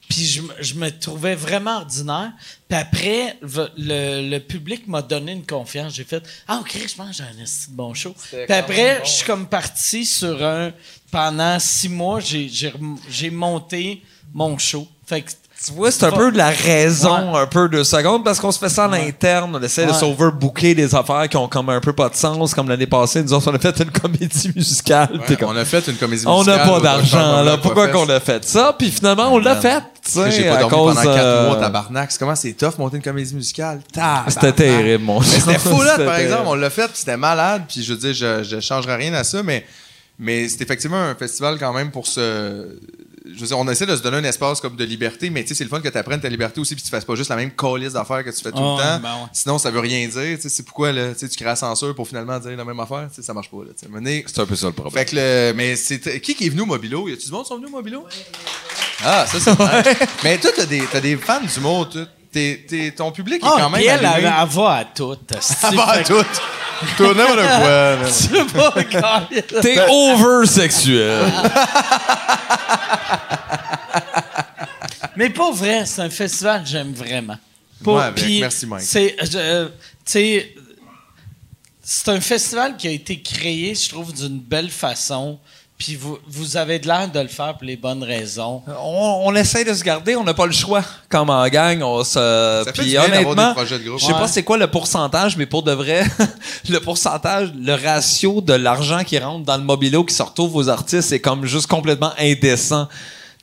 S1: Puis je, me- je me trouvais vraiment ordinaire. Puis après, v- le, le public m'a donné une confiance. J'ai fait Ah, ok, je pense que j'ai un esti de bon show. Puis après, je suis comme parti sur un. Pendant six mois, j'ai- j'ai rem- j'ai monté mon show. Fait que
S8: Tu vois, c'est un peu de la raison, un peu de seconde, parce qu'on se fait ça à l'interne. On essaie de
S1: Ouais.
S8: s'overbooker des affaires qui ont comme un peu pas de sens, comme l'année passée. Nous autres, on a fait une comédie musicale.
S7: Ouais,
S8: T'es comme,
S7: on a fait une comédie
S8: on n'a
S7: musicale,
S8: pas
S7: on a fait un
S8: d'argent, là.
S7: Bob
S8: Pourquoi
S7: Fest.
S8: qu'on a fait ça? Puis finalement, on l'a fait, tu sais,
S7: J'ai pas
S8: à
S7: dormi
S8: cause...
S7: pendant 4
S8: euh,
S7: mois, tabarnak. C'est comment c'est tough monter une comédie musicale.
S8: C'était
S7: Tabarnak.
S8: terrible, mon
S7: Mais c'était fou là, par
S8: C'était
S7: exemple.
S8: terrible.
S7: On l'a fait, puis c'était malade. Puis je veux dire, je, je changerai rien à ça, mais, mais c'est effectivement un festival quand même pour se. Je veux dire, on essaie de se donner un espace comme de liberté, mais tu sais, c'est le fun que tu apprennes ta liberté aussi, puis que tu fasses pas juste la même colisse d'affaires que tu fais tout
S1: Ah,
S7: le temps.
S1: ben ouais.
S7: Sinon, ça veut rien dire. Tu sais, c'est pourquoi là, tu sais, tu crées la censure pour finalement dire la même affaire. Tu sais, ça marche pas. Là, tu sais. Mener-
S8: C'est un peu ça le problème.
S7: fait que le, mais c'est qui qui est venu au Mobilo? Y a-tu du monde qui sont venus au Mobilo? Ah, ça c'est nice. Mais toi, t'as des, t'as des fans du mot, toi. T'es- t'es- ton public est
S1: Ah,
S7: quand même
S1: puis elle, elle,
S7: allumé.
S1: elle va à tout. esti.
S7: Ah, bah,
S1: Fait que
S7: tout. Tout n'importe quoi. là.
S1: tu veux pas regarder.
S8: T'es over-sexuel.
S1: Mais pour vrai, c'est un festival que j'aime vraiment. Pour-
S7: Moi avec,
S1: puis
S7: ben, merci, Mike.
S1: C'est, euh, tu sais, c'est un festival qui a été créé, je trouve, d'une belle façon. Puis vous, vous avez de l'air de le faire pour les bonnes raisons.
S8: on, on essaie de se garder, on n'a pas le choix. Comme en gang, on se.
S7: Ça fait du
S8: Puis
S7: bien d'avoir des
S8: honnêtement,
S7: projets de groupe.
S8: je sais pas
S1: Ouais.
S8: c'est quoi le pourcentage, mais pour de vrai, le pourcentage, le ratio de l'argent qui rentre dans le mobilo qui se retrouve aux artistes est comme juste complètement indécent.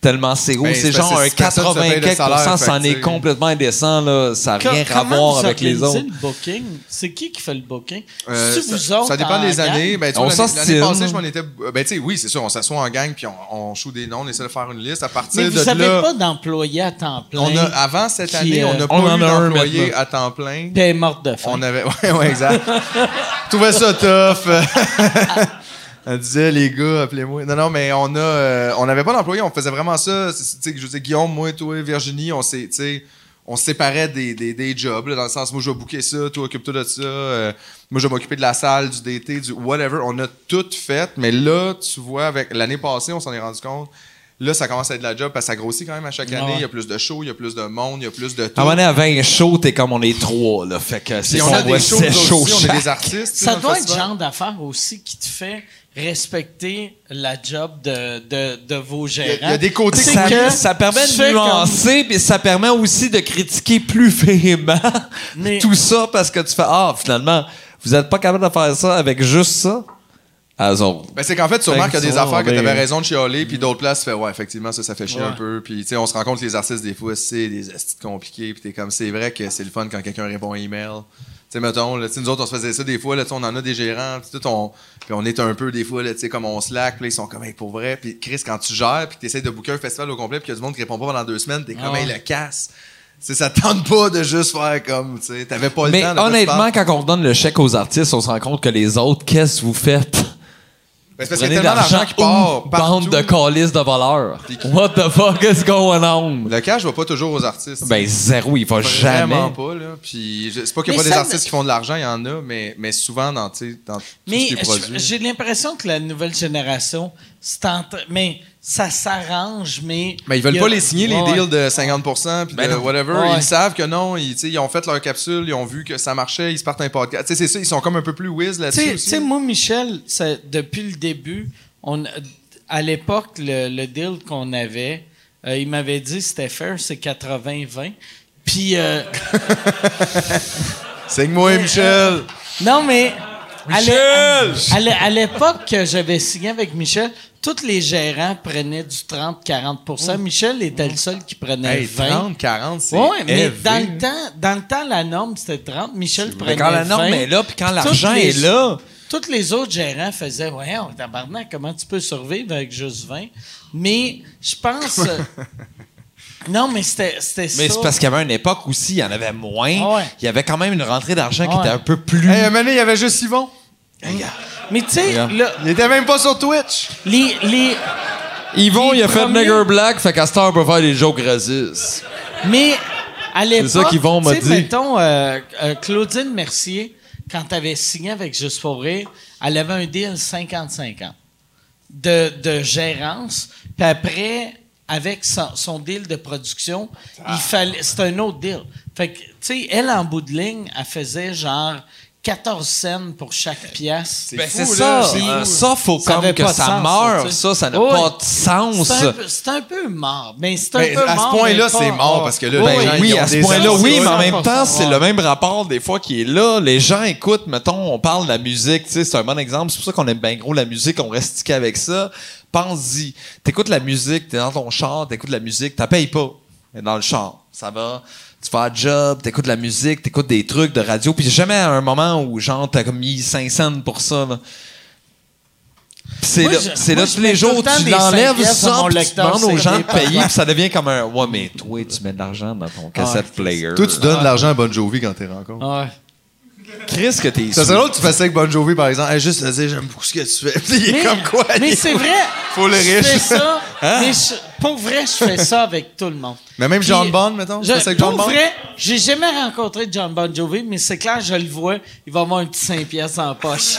S8: Tellement c'est gros.
S7: Ben,
S8: C'est
S7: c'est parce
S8: genre
S7: que
S8: un
S7: c'est personne se paye le
S8: 80
S7: salaire, fait
S8: c'en
S7: que
S8: est
S7: c'est-
S8: complètement indécent, là. Ça n'a
S1: Co-
S8: rien à
S1: comment
S8: voir
S1: vous
S8: avec les
S1: organisez
S8: autres.
S1: le booking? C'est qui qui fait le booking?
S7: Euh,
S1: C'est-tu vous
S7: ça,
S1: autres
S7: ça dépend
S1: en
S7: des
S1: gang?
S7: années. Ben, tu
S8: On
S7: vois, l'année-
S8: s'ostine.
S7: l'année passée, je m'en étais. Ben, tu sais, oui, c'est sûr, on s'assoit en gang, puis on, on choue des noms, on essaie de faire une liste. À partir
S1: Mais vous
S7: de
S1: n'avez
S7: là,
S1: pas d'employés à temps plein.
S7: on a, avant cette
S1: Qui,
S7: année, on
S1: euh,
S7: n'a
S8: on en
S7: pas eu
S8: a un
S7: d'employés
S8: maintenant.
S7: à temps plein.
S1: Puis elle est morte de faim.
S7: On avait. Ouais, ouais, exact. Je trouvais ça tough. Elle disait, les gars, appelez-moi. Non, non, mais on a, euh, on n'avais pas d'employés, on faisait vraiment ça. C'est- c'est- tu sais, Je veux dire, Guillaume, moi, toi, Virginie, on s'est, tu sais, on se séparait des, des, des jobs, là, dans le sens, moi, je vais booker ça, toi, occupe-toi de ça, euh, moi, je vais m'occuper de la salle, du DT, du whatever. On a tout fait, mais là, tu vois, avec l'année passée, on s'en est rendu compte. Là, ça commence à être de la job parce que ça grossit quand même à chaque année. Il y a plus de shows, il y a plus de monde, il y a plus de tout.
S8: À un moment donné, à 20 shows, t'es comme on est trois, là. Fait que c'est
S7: Puis on a des shows, nous autres
S8: shows
S7: aussi, on est
S8: chaque.
S7: des artistes. tu sais,
S1: Ça
S7: dans le
S1: doit être le
S7: festival.
S1: genre d'affaire aussi qui te fait respecter la job de, de, de vos
S7: Il y
S1: gérants.
S7: a- il y a des côtés
S1: C'est
S8: ça,
S1: que
S8: ça permet
S1: tu
S8: de
S1: fais
S8: nuancer, puis ça permet aussi de critiquer plus véhément
S1: Mais-
S8: tout ça parce que tu fais Ah, finalement, vous n'êtes pas capable de faire ça avec juste ça. Ah, À zone.
S7: Ben, c'est qu'en fait, tu remarques qu'il y a des
S8: Fait que
S7: affaires que
S8: ça,
S7: t'avais
S8: ben-
S7: raison de chialer, puis d'autres places, tu fais, ouais, effectivement, ça, ça fait chier un peu. Puis, tu sais, on se rend compte que les artistes, des fois, c'est des astuces compliquées, puis t'es comme, c'est vrai que c'est le fun quand quelqu'un répond à un email. Tu sais, mettons, là, tu sais, nous autres, on se faisait ça des fois, là, tu sais, on en a des gérants, puis tout, on, puis on est un peu, des fois, là, tu sais, comme on slack, puis là, ils sont comme, hey, pour vrai. Puis, Chris, quand tu gères, puis que t'essayes de booker un festival au complet, puis qu'il y a du monde qui répond pas pendant deux semaines, t'es
S1: Ah
S7: comme, hey, le casse. Tu sais, ça te tente pas de juste faire comme, tu sais, t'avais pas le
S8: Mais
S7: temps de
S8: honnêtement, quand on donne le chèque aux artistes, on se rend compte que les autres, qu'est-ce que vous faites?
S7: Ben, c'est parce qu'il y
S8: Prenez
S7: a
S8: de
S7: tellement d'argent
S8: l'argent
S7: qui part.
S8: ou
S7: partout.
S8: bande de calices de voleurs. What the fuck is going on?
S7: Le cash va pas toujours aux artistes.
S8: Ben zéro, il va jamais.
S7: Vraiment pas, là. Puis, je- c'est pas qu'il n'y a
S1: Mais
S7: pas des
S1: ça-
S7: artistes qui font de l'argent, il y en a, mais, mais souvent dans, tu sais, dans tout
S1: Mais
S7: ce qui est
S1: je-
S7: produit.
S1: j'ai l'impression que la nouvelle génération, c'est en train- mais ça s'arrange, mais.
S7: Mais ils veulent
S1: il y a-
S7: pas les signer,
S1: Ouais.
S7: les deals de 50 puis
S8: Ben
S7: de
S8: non.
S7: whatever.
S1: Ouais.
S7: Ils savent que non. Ils, tu sais, ils ont fait leur capsule, ils ont vu que ça marchait, ils se partent un podcast. Tu sais, c'est ça, ils sont comme un peu plus whiz
S1: Tu
S7: là-dessus
S1: sais- tu
S7: aussi.
S1: sais, moi, Michel, ça- depuis le début, on, à l'époque, le, le deal qu'on avait, euh, il m'avait dit c'était fair, c'est 80-20. Puis. euh,
S7: Signe-moi,
S1: euh,
S7: Michel!
S1: Non, mais. à l'é- à l'é- À l'époque que j'avais signé avec Michel, tous les gérants prenaient du 30-40
S8: Mmh.
S1: Michel était le seul qui prenait
S7: Hey,
S1: 20
S7: 30, 40, c'est.
S1: Oui, mais
S7: élevé.
S1: dans le, temps, dans le temps, la norme, c'était 30. Michel prenait
S8: Mais quand la
S1: 20.
S8: norme est là, puis quand
S1: Toutes
S8: l'argent
S1: les-
S8: est là,
S1: Tous les autres gérants faisaient Voyons, tabarnak, comment tu peux survivre avec juste 20 Mais je pense. non, mais c'était c'était ça.
S8: mais c'est parce qu'il y avait une époque aussi, il y en avait moins.
S1: Ah ouais. Ah
S8: Il y avait quand même une rentrée d'argent qui
S1: Ouais.
S8: était un peu plus.
S7: Hey, Mané, il y avait juste Yvon.
S1: Mais tu sais,
S8: Regarde.
S1: là,
S7: Il était même pas sur Twitch.
S1: les. les
S8: Yvon,
S1: les
S8: il a fait
S1: premiers-
S8: Nigger Black, fait qu'à cette heure, on peut faire des jokes racistes.
S1: Mais à l'époque,
S8: ça qu'Yvon m'a
S1: tu sais,
S8: dit.
S1: mettons, euh, euh, Claudine Mercier, quand elle avait signé avec Juste pour rire, elle avait un deal 50-50 de, de gérance. Puis après, avec son, son deal de production,
S7: Ah.
S1: il fallait, c'est un autre deal. Fait que, tu sais, elle, en bout de ligne, elle faisait genre 14 cents pour chaque pièce.
S8: Ben,
S7: fou,
S8: c'est
S7: là.
S8: ça.
S7: C'est
S8: Euh,
S7: fou.
S8: ça, faut
S1: Ça avait
S8: comme que
S1: pas de
S8: ça
S1: sens,
S8: meure.
S1: tu sais.
S8: Ça, ça n'a
S1: Ouais.
S8: pas de sens.
S1: C'est un, peu- c'est un peu mort. Mais c'est un
S7: Ben,
S1: peu
S7: à ce
S1: mort,
S7: point-là,
S1: mais pas-
S7: c'est mort, parce que là,
S1: Oui,
S7: les gens,
S8: Ben
S1: oui.
S7: ils
S8: oui,
S7: ont
S8: à ce
S7: des
S8: point-là,
S1: sens,
S8: oui,
S1: ouais.
S8: mais en même
S1: 100%,
S8: temps, c'est
S1: ouais.
S8: le même rapport des fois qui est là. Les gens écoutent, mettons, on parle de la musique, tu sais, c'est un bon exemple. C'est pour ça qu'on aime bien gros la musique, on reste stické avec ça. Pense-y. T'écoutes la musique, t'es dans ton char, t'écoutes la musique, t'as payes pas. Mais dans le char, ça va. Tu fais un job, t'écoutes la musique, t'écoutes des trucs de radio, puis jamais à un moment où, genre, t'as comme mis 500 pour ça, là. Puis C'est
S1: Moi,
S8: là,
S1: je-
S8: c'est
S1: moi,
S8: là
S1: je
S8: tous
S1: mets
S8: les
S1: tout le
S8: jours,
S1: temps
S8: tu
S1: des cinq
S8: l'enlèves
S1: pièces dans
S8: ça,
S1: mon
S8: puis tu
S1: lecteur
S8: demandes aux
S1: CD,
S8: gens de
S1: par
S8: payer, puis ça devient comme un ouais mais Ah, toi tu mets de l'argent dans ton cassette player.
S7: Toi, tu donnes de l'argent à Bon Jovi quand t'es rencontre.
S1: Ouais.
S8: Ah, Chris que t'es
S7: Ça serait drôle que tu fasses ça avec Bon Jovi, par exemple. Hey, juste, vas-y, j'aime beaucoup ce que tu fais. Puis il est comme quoi?
S1: Mais
S7: il-
S1: c'est vrai.
S7: Faut le
S1: Je
S7: riche. Hein?
S1: fais ça. mais je- pour vrai, je fais ça avec tout le monde.
S7: Mais même
S1: Puis,
S7: John Bond, mettons,
S1: je-
S7: tu fais ça avec
S1: pour
S7: John Bond?
S1: vrai, j'ai jamais rencontré John Bon Jovi, mais c'est clair, je le vois, il va avoir un petit 5 pièces en poche.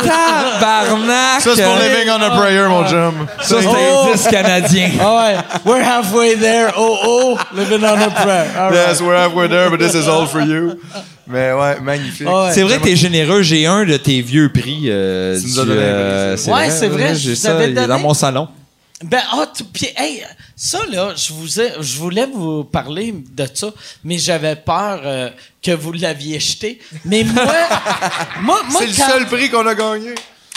S8: Tabarnak!
S7: Ça, c'est pour
S1: Euh,
S7: Living on a Prayer, mon chum. Oh,
S8: Ça, c'est un indice canadien.
S1: Ah ouais, we're halfway there, oh oh, living on a prayer. All right.
S7: Yes, we're halfway there, but this is all for you. Mais ouais, magnifique.
S1: Ah ouais.
S8: C'est vrai que t'es généreux, j'ai un de tes vieux prix. euh,
S7: Tu nous
S8: du,
S7: as donné un
S8: euh,
S7: prix,
S1: Ouais, c'est vrai,
S8: là,
S1: je
S8: j'ai
S1: vous
S8: ça,
S1: avais
S8: il est dans
S1: donné.
S8: mon salon.
S1: Ben, ah, tu- puis, hey, ça, là, je vous ai- je voulais vous parler de ça, mais j'avais peur euh, que vous l'aviez jeté. Mais moi, moi, moi,
S7: C'est le
S1: quand-
S7: seul prix qu'on a gagné.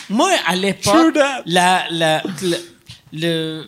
S1: Moi, à l'époque, la, la, le, le-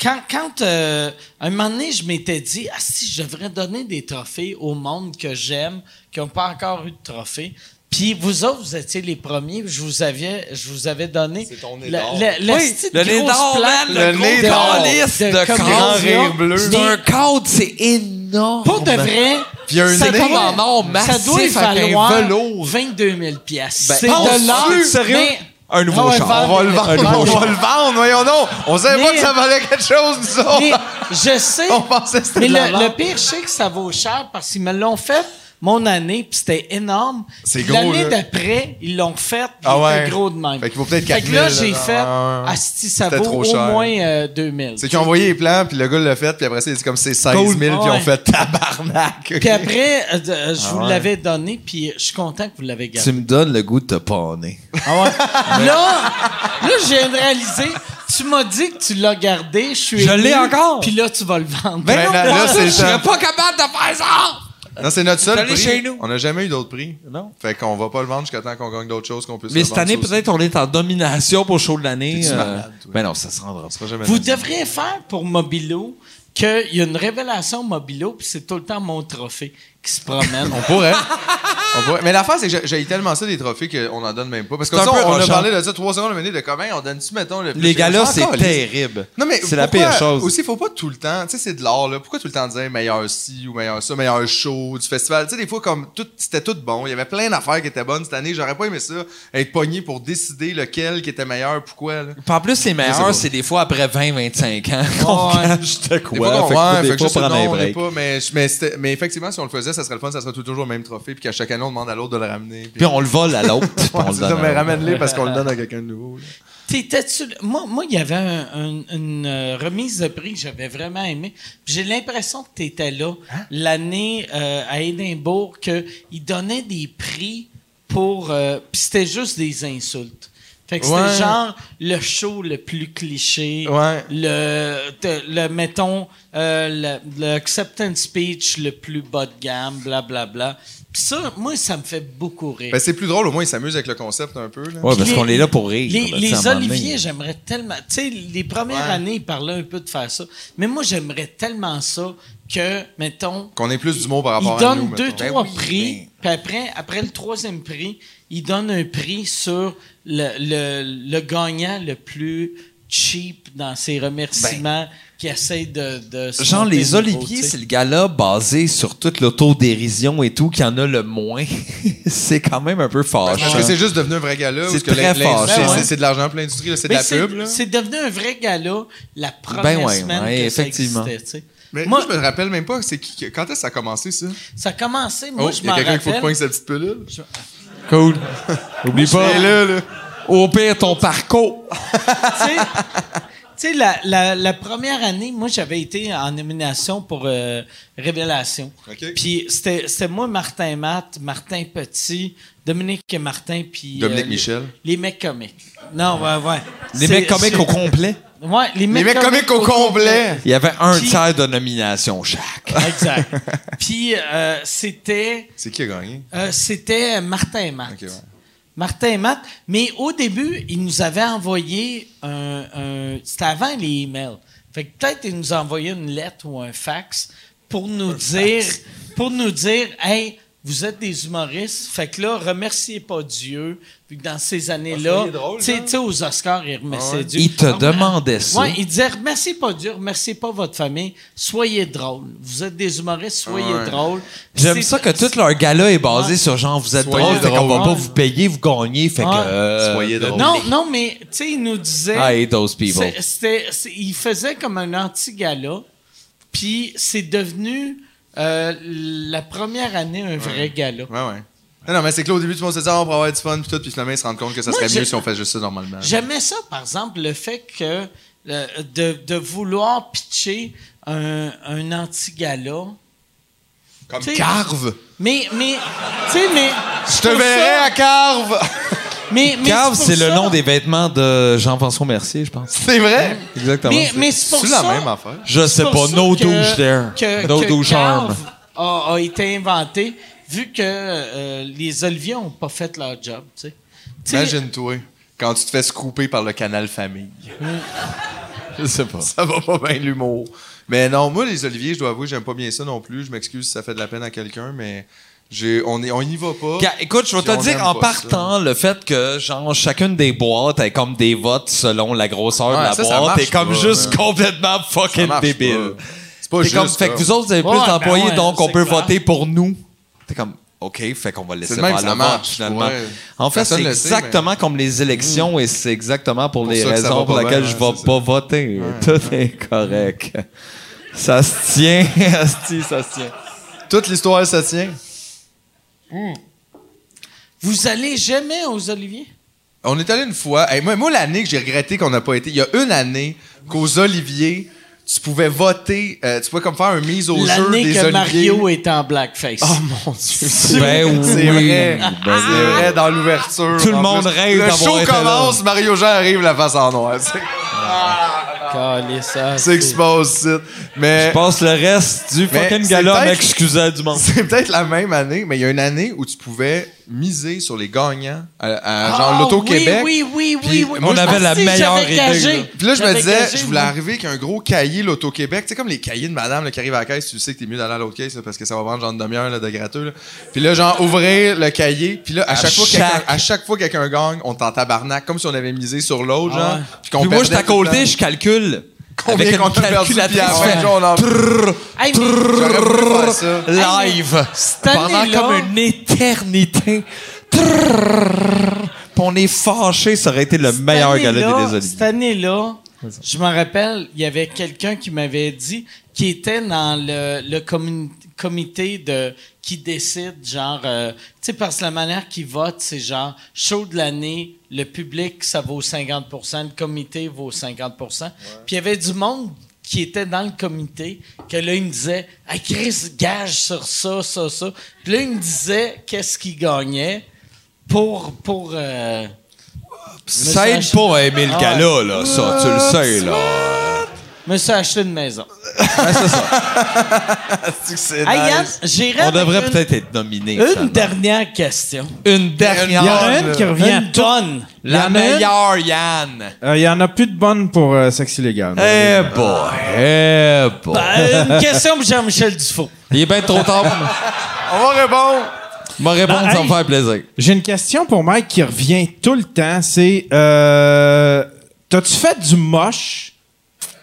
S1: quand, quand euh, un moment donné, je m'étais dit, ah si, je devrais donner des trophées au monde que j'aime, qui n'ont pas encore eu de trophée. Puis vous autres, vous étiez les premiers. Je vous avais, je vous avais donné.
S7: C'est ton nez
S1: la-
S7: d'or.
S1: la- la
S8: Oui,
S1: petite
S8: le nez
S1: grosse
S8: d'or,
S1: plaque
S8: man,
S7: le
S1: de
S7: nez
S1: gros
S7: d'or.
S1: calice
S8: De
S1: de
S8: grand
S7: Grand
S1: comédien.
S7: rire bleu.
S8: C'est un code, c'est énorme.
S1: Pour de vrai,
S7: Puis un
S1: ça,
S7: nez
S1: doit-
S8: en or
S1: ça
S8: massif
S1: doit
S8: avec un
S1: valoir
S8: velours.
S1: 22 000 pièces.
S8: Ben,
S1: c'est
S8: penses-tu,
S1: de l'or.
S8: sérieux?
S1: mais-
S8: Un nouveau
S1: Ah ouais,
S8: char.
S1: faire
S7: On va
S1: des-
S7: le vendre,
S1: des-
S7: on va le vendre, voyons donc. On savait pas
S1: Mais-
S7: que ça valait quelque chose, nous autres.
S1: Mais je sais.
S7: Oh! On pensait que c'était
S1: mais
S7: de la
S1: le,
S7: vente.
S1: le pire, je sais que ça vaut cher parce qu'ils me l'ont fait mon année, puis c'était énorme.
S7: C'est
S1: Puis
S7: gros,
S1: L'année
S7: là.
S1: d'après, ils l'ont fait, puis
S7: Ah
S1: il était
S7: ouais.
S1: gros de même.
S7: Fait qu'il vaut peut-être
S1: Fait
S7: 4
S1: que
S7: 000,
S1: là,
S7: là.
S1: j'ai
S7: Ah
S1: fait,
S7: ouais.
S1: asti, ça
S7: C'était
S1: vaut
S7: trop
S1: au
S7: cher.
S1: moins euh, 2000.
S7: C'est qu'ils ont envoyé les plans, puis le gars l'a fait, puis après ça, c'est comme c'est 16 000, puis ils
S1: Ouais.
S7: ont fait tabarnak.
S1: Puis après, euh, euh,
S7: Ah
S1: je vous
S8: ouais.
S1: l'avais donné, puis je suis content que vous l'avez gardé.
S8: Tu me donnes le goût de te panner.
S1: Là, là, je viens de réaliser, tu m'as dit que tu l'as gardé, je suis.
S8: Je l'ai
S1: ému,
S8: encore.
S1: Puis là, tu vas le vendre.
S7: Ben non, là, c'est
S8: je serais
S7: ça.
S8: pas capable de faire ça!
S7: Non, c'est notre seul
S8: allé
S7: prix.
S8: chez nous.
S7: On n'a jamais eu d'autres prix.
S8: Non.
S7: Fait qu'on va pas le vendre jusqu'à temps qu'on gagne d'autres choses qu'on puisse
S8: Mais
S7: le
S8: cette
S7: vendre,
S8: année,
S7: ça aussi.
S8: peut-être, on est en domination pour le show de l'année.
S7: T'es-tu
S8: euh,
S7: malade, toi?
S8: ben non, ça se rendra
S7: On
S8: pas.
S7: sera jamais
S1: Vous
S7: dans-
S1: devriez faire pour Mobilo qu'il y a une révélation Mobilo, puis c'est tout le temps mon trophée qui se promène.
S7: On pourrait. On pourrait. Mais l'affaire, c'est que j'ai- j'ai tellement ça des trophées qu'on en donne même pas. Parce que
S8: C'est un
S7: ça,
S8: peu
S7: on a
S8: rochant.
S7: parlé de ça trois secondes à minute de comment on donne-tu, mettons, le plus
S8: Les
S7: cher?
S8: gars-là,
S7: Je suis
S8: c'est
S7: encore allé-
S8: terrible.
S7: Non, mais
S8: c'est la
S7: pourquoi-
S8: pire chose.
S7: Aussi, faut pas tout le temps. Tu sais, c'est de l'art, là. Pourquoi tout le temps dire meilleur ci ou meilleur ça, meilleur show du festival? Tu sais, des fois, comme tout, c'était tout bon. Il y avait plein d'affaires qui étaient bonnes cette année. J'aurais pas aimé ça, être pogné pour décider lequel qui était meilleur, pourquoi, là.
S8: Puis en plus, les meilleurs,
S7: pas.
S8: c'est des fois après 20-25 ans qu'on cache de
S7: Des fois,
S8: quoi. Fait
S7: qu'on-
S8: que
S7: ouais,
S8: faut des
S7: fait que
S8: fois
S7: juste,
S8: prendre
S7: non,
S8: un
S7: on est
S8: break.
S7: pas, mais, je- mais c'était- mais effectivement, si on le faisait, ça serait le fun, ça serait toujours le même trophée, puis qu'à chaque année, on demande à l'autre de le ramener. puis-
S8: Puis on le vole à l'autre. puis
S7: Ouais,
S8: on le
S7: c'est
S8: donne
S7: ça,
S8: à
S7: mais
S8: l'autre.
S7: ramène-les parce qu'on le donne à quelqu'un de nouveau. là.
S1: T'étais-tu. Moi, moi, il y avait un- un- une euh, remise de prix que j'avais vraiment aimé. Puis J'ai l'impression que tu étais là
S7: Hein?
S1: l'année euh, à Édimbourg, qu'ils donnaient des prix pour. euh, puis c'était juste des insultes. Fait que c'était
S7: Ouais.
S1: genre le show le plus cliché.
S7: Ouais.
S1: Le, te- le mettons, euh, le, le acceptance speech le plus bas de gamme, blablabla. Bla, bla. Puis ça, moi, ça me fait beaucoup rire.
S7: Ben, c'est plus drôle, au moins, ils s'amusent avec le concept un peu. là.
S8: Ouais, parce
S1: Les-
S8: qu'on est là pour rire.
S1: Les,
S8: là,
S1: les
S8: tu sais, à un moment donné.
S1: Oliviers, j'aimerais tellement. Tu sais, les premières années, ils parlaient un peu de faire ça. Mais moi, j'aimerais tellement ça que, mettons.
S7: Qu'on ait plus d'humour par rapport
S1: ils
S7: à
S1: donnent
S7: nous.
S1: deux,
S7: mettons.
S1: trois
S8: Ben oui,
S1: prix. Puis après, après le troisième prix, ils donnent un prix sur le, le- le gagnant le plus cheap dans ses
S7: Ben.
S1: remerciements qui essaie de. de se
S8: Genre,
S1: monter
S8: les
S1: le niveau,
S8: Oliviers,
S1: tu sais.
S8: c'est le gala basé sur toute l'autodérision et tout, qui en a le moins. c'est quand même un peu fâchant.
S7: Parce que c'est juste devenu un vrai gars là.
S8: Ah, C'est très fort,
S1: ouais.
S7: C'est c'est de l'argent pour l'industrie, là, c'est de
S1: Mais
S7: la
S1: Ben, c'est-
S7: pub. là.
S1: C'est devenu un vrai gala la première
S8: Ben ouais,
S1: semaine
S8: ouais,
S1: que ça
S8: effectivement.
S1: existait, tu sais.
S7: Mais
S1: Moi-
S7: moi, je me rappelle même pas, c'est qui, qui- quand est-ce que ça a commencé, ça?
S1: Ça a commencé, moi,
S7: oh,
S1: je
S7: il y
S1: m'en
S7: a quelqu'un qui faut
S1: rappelle.
S7: que pointe cette petite pilule.
S8: Cool. Oublie pas.
S7: là, là.
S8: Au pire, ton parcours.
S1: tu sais, tu sais, la, la- la première année, moi, j'avais été en nomination pour euh, Révélation.
S7: OK.
S1: Puis c'était c'était moi, Martin Matt, Martin Petit, Dominique et Martin, puis...
S7: Dominique
S1: les-
S7: Michel.
S1: Les mecs comiques. Non, ouais, ouais.
S8: Les
S1: C'est-
S8: mecs comiques
S1: c'est-
S8: au complet.
S1: Ouais, les mecs,
S7: Les mecs comiques au complet!
S8: Il y avait un
S1: Qui- Ah,
S8: tiers de nomination chaque.
S1: Exact. puis euh, c'était...
S7: C'est qui a gagné?
S1: Euh, c'était Martin et Matt.
S7: Ok, ouais.
S1: Martin et Matt. Mais au début, ils nous avaient envoyé un. un- c'était avant les emails. Fait que peut-être ils nous envoyaient une lettre ou un fax pour nous dire. Pour nous dire, hey, vous êtes des humoristes. Fait que là, remerciez pas Dieu. Vu que dans ces années-là.
S7: soyez drôles,
S1: Tu sais,
S7: là.
S1: tu sais, aux Oscars, ils
S7: Ah,
S1: remerciaient Dieu.
S8: Ils te
S1: Alors,
S8: demandaient ça.
S1: Ouais, ils disaient, remerciez pas Dieu, remerciez pas votre famille. Soyez drôles. Vous êtes des humoristes, soyez
S7: Ah, Ouais.
S1: drôles.
S8: J'aime
S1: C'est-
S8: ça que tout leur gala est basé
S1: Ouais.
S8: sur genre, vous êtes
S7: Soyez
S8: drôle, fait qu'on
S7: drôle.
S8: va pas vous payer, vous gagnez, fait que...
S1: Ouais.
S8: euh,
S7: Soyez drôle.
S1: Non, non, mais tu sais, il nous disait.
S8: I hate those people.
S1: C'est- C'était, c'est- il faisait comme un anti-gala, puis c'est devenu euh, la première année un vrai gala.
S7: Ouais, ouais. Ah Non, non, mais c'est que là, au début, tout le monde se dit, Ah, on pourrait avoir du fun, puis tout, puis finalement, ils se rendent compte que ça
S1: Moi,
S7: serait
S1: j'ai-
S7: mieux si on fait juste ça normalement.
S1: J'aimais ça, par exemple, le fait que euh, de, de vouloir pitcher un, un anti-gala.
S7: Comme
S1: t'sais-
S7: Carve!
S1: Mais, mais, tu sais, mais.
S7: Je te verrai à Carve!
S1: Mais, mais
S8: Cave,
S1: pour
S8: c'est le
S1: ça-
S8: nom des vêtements de Jean-François Mercier, je pense.
S7: C'est vrai?
S8: Exactement.
S1: Mais, mais c'est pour
S7: C'est
S1: ça.
S7: la même affaire.
S8: je sais
S1: C'est
S8: pas,
S1: pour ça
S8: no
S1: que-
S8: douche there.
S1: que-
S8: no
S1: que
S8: douche charm.
S1: Cave A, a été inventé vu que euh, les Oliviers n'ont pas fait leur job. tu sais. Tu sais,
S7: Imagine-toi quand tu te fais scooper par le canal famille. je sais pas. Ça va pas bien l'humour. Mais non, moi les oliviers, je dois avouer, j'aime pas bien ça non plus. Je m'excuse si ça fait de la peine à quelqu'un, mais j'ai, on est, on y va pas.
S8: Ca- Écoute, je vais
S7: Si
S8: te
S7: on
S8: dire
S7: aime
S8: en
S7: pas
S8: partant, le fait que genre chacune des boîtes est comme des votes selon la grosseur de
S7: Ouais,
S8: la
S7: ça, ça
S8: boîte
S7: marche
S8: est comme
S7: pas,
S8: juste
S7: man.
S8: complètement
S7: ça
S8: fucking
S7: marche
S8: débile.
S7: pas. C'est pas
S8: T'es
S7: juste. euh,
S8: comme, fait
S7: là.
S8: que vous autres, vous avez plus
S1: Ouais,
S8: d'employés,
S1: ben ouais,
S8: donc on
S1: c'est
S8: peut
S1: clair.
S8: voter pour nous. T'es comme, OK, fait qu'on va laisser
S7: C'est de même
S8: faire
S7: que
S8: le
S7: ça
S8: vote,
S7: marche,
S8: finalement.
S7: ouais.
S8: En fait,
S7: Personne
S8: c'est
S7: le sait,
S8: exactement comme les élections et c'est exactement pour, les
S7: ça que ça
S8: raisons
S7: va
S8: pour
S7: pas
S8: lesquelles
S7: bien,
S8: je
S7: hein,
S8: vais
S7: c'est
S8: pas voter. Tout est correct. Ça se tient, asti, ça se tient.
S7: Toute l'histoire, ça tient.
S1: Vous allez jamais aux Oliviers?
S7: On est allé une fois. Hey, moi, moi, l'année que j'ai regretté qu'on n'a pas été, il y a une année qu'aux Oliviers, tu pouvais voter, euh, tu pouvais comme faire un mise au jeu des
S1: L'année que
S7: Oliviers.
S1: Mario est en blackface.
S7: Oh mon dieu.
S8: Ben oui.
S7: C'est vrai.
S8: Ben oui.
S7: C'est vrai, dans l'ouverture.
S8: Tout le
S7: En
S8: monde
S7: plus, Le
S8: rêve d'avoir
S7: show
S8: été là.
S7: commence, Mario Jean arrive la face en noir. C'est-
S1: Calais, ça,
S7: C'est ce qui se passe ici. Mais
S8: Je passe le reste du
S7: Euh, Mais
S8: fucking
S7: c'est
S8: gala à
S7: peut-être-
S8: m'excuser du monde.
S7: c'est peut-être la même année, mais il y a une année où tu pouvais miser sur les gagnants à, à genre
S1: Ah,
S7: l'Auto-Québec.
S1: Oui, oui, oui,
S7: Puis
S1: oui, oui.
S7: moi,
S8: on avait la
S1: si,
S8: meilleure
S1: j'avais
S8: idée,
S1: gagé.
S8: là.
S7: Puis là, je me
S1: J'avais
S7: disais,
S1: gagé,
S7: je voulais
S1: moi.
S7: arriver avec un gros cahier l'Auto-Québec. Tu sais, comme les cahiers de madame là, qui arrive à la caisse, tu sais que t'es mieux d'aller à l'autre caisse là, parce que ça va vendre genre une demi-heure là, de gratteux. là. Puis là, genre, ouvrir le cahier. Puis là, à, chaque, fois que
S8: chaque-
S7: quelqu'un- à chaque fois que quelqu'un gagne, on t'en tabarnak, comme si on avait misé sur l'autre,
S1: Ah
S7: genre. Puis, qu'on
S8: Puis moi,
S7: perdait
S8: je suis à
S7: tout le
S8: côté,
S7: temps.
S8: je calcule.
S7: Combien
S8: avec
S7: qu'on
S8: une
S7: a perdu,
S8: calculatrice,
S7: puis à la
S8: je
S7: fin,
S8: fais
S7: genre, on en-
S8: trrr,
S1: Hey, mais
S7: J'aurais voulu faire ça.
S8: live. Pendant
S1: année-là-
S8: comme une éternité. Trrr. Puis on est fâché, ça aurait été le
S1: cette
S8: meilleur
S1: année-là-
S8: gala des
S1: Cette
S8: Oliviers.
S1: année-là, je me rappelle, il y avait quelqu'un qui m'avait dit qui était dans le, le commun- comité de qui décide, genre, euh, tu sais, parce que la manière qu'ils votent, c'est genre, show de l'année, le public, ça vaut 50 le comité vaut 50 Puis il y avait du monde qui était dans le comité, que là, il me disait, hey, Chris, gage sur ça, ça, ça. Puis là, il me disait qu'est-ce qu'il gagnait pour. pour euh,
S8: Ça aide pas à aimer le gala, là, ça, tu le sais, là.
S1: me suis acheté une maison.
S7: C'est
S1: Hey,
S7: nice.
S1: Yann, j'irai
S8: On
S1: avec
S8: devrait
S1: une-
S8: peut-être être nominé.
S1: Une dernière question.
S8: Une
S7: Il y en
S8: dernière.
S7: a
S4: Une qui revient à
S1: Une tonne.
S4: Il
S8: La
S4: y en a une.
S8: meilleure, Yann.
S2: Euh, Il y en a plus de bonnes pour euh, sexe illégal.
S8: Eh boy, eh boy.
S1: Euh, une question pour Jean-Michel Dufault.
S8: Il est bien trop tard. pour-
S7: On va répondre.
S8: Ma réponse,
S1: Bah,
S4: Ben,
S8: ça
S4: hey.
S8: me faire plaisir.
S2: J'ai une question pour Mike qui revient tout le temps. C'est euh, T'as-tu fait du moche?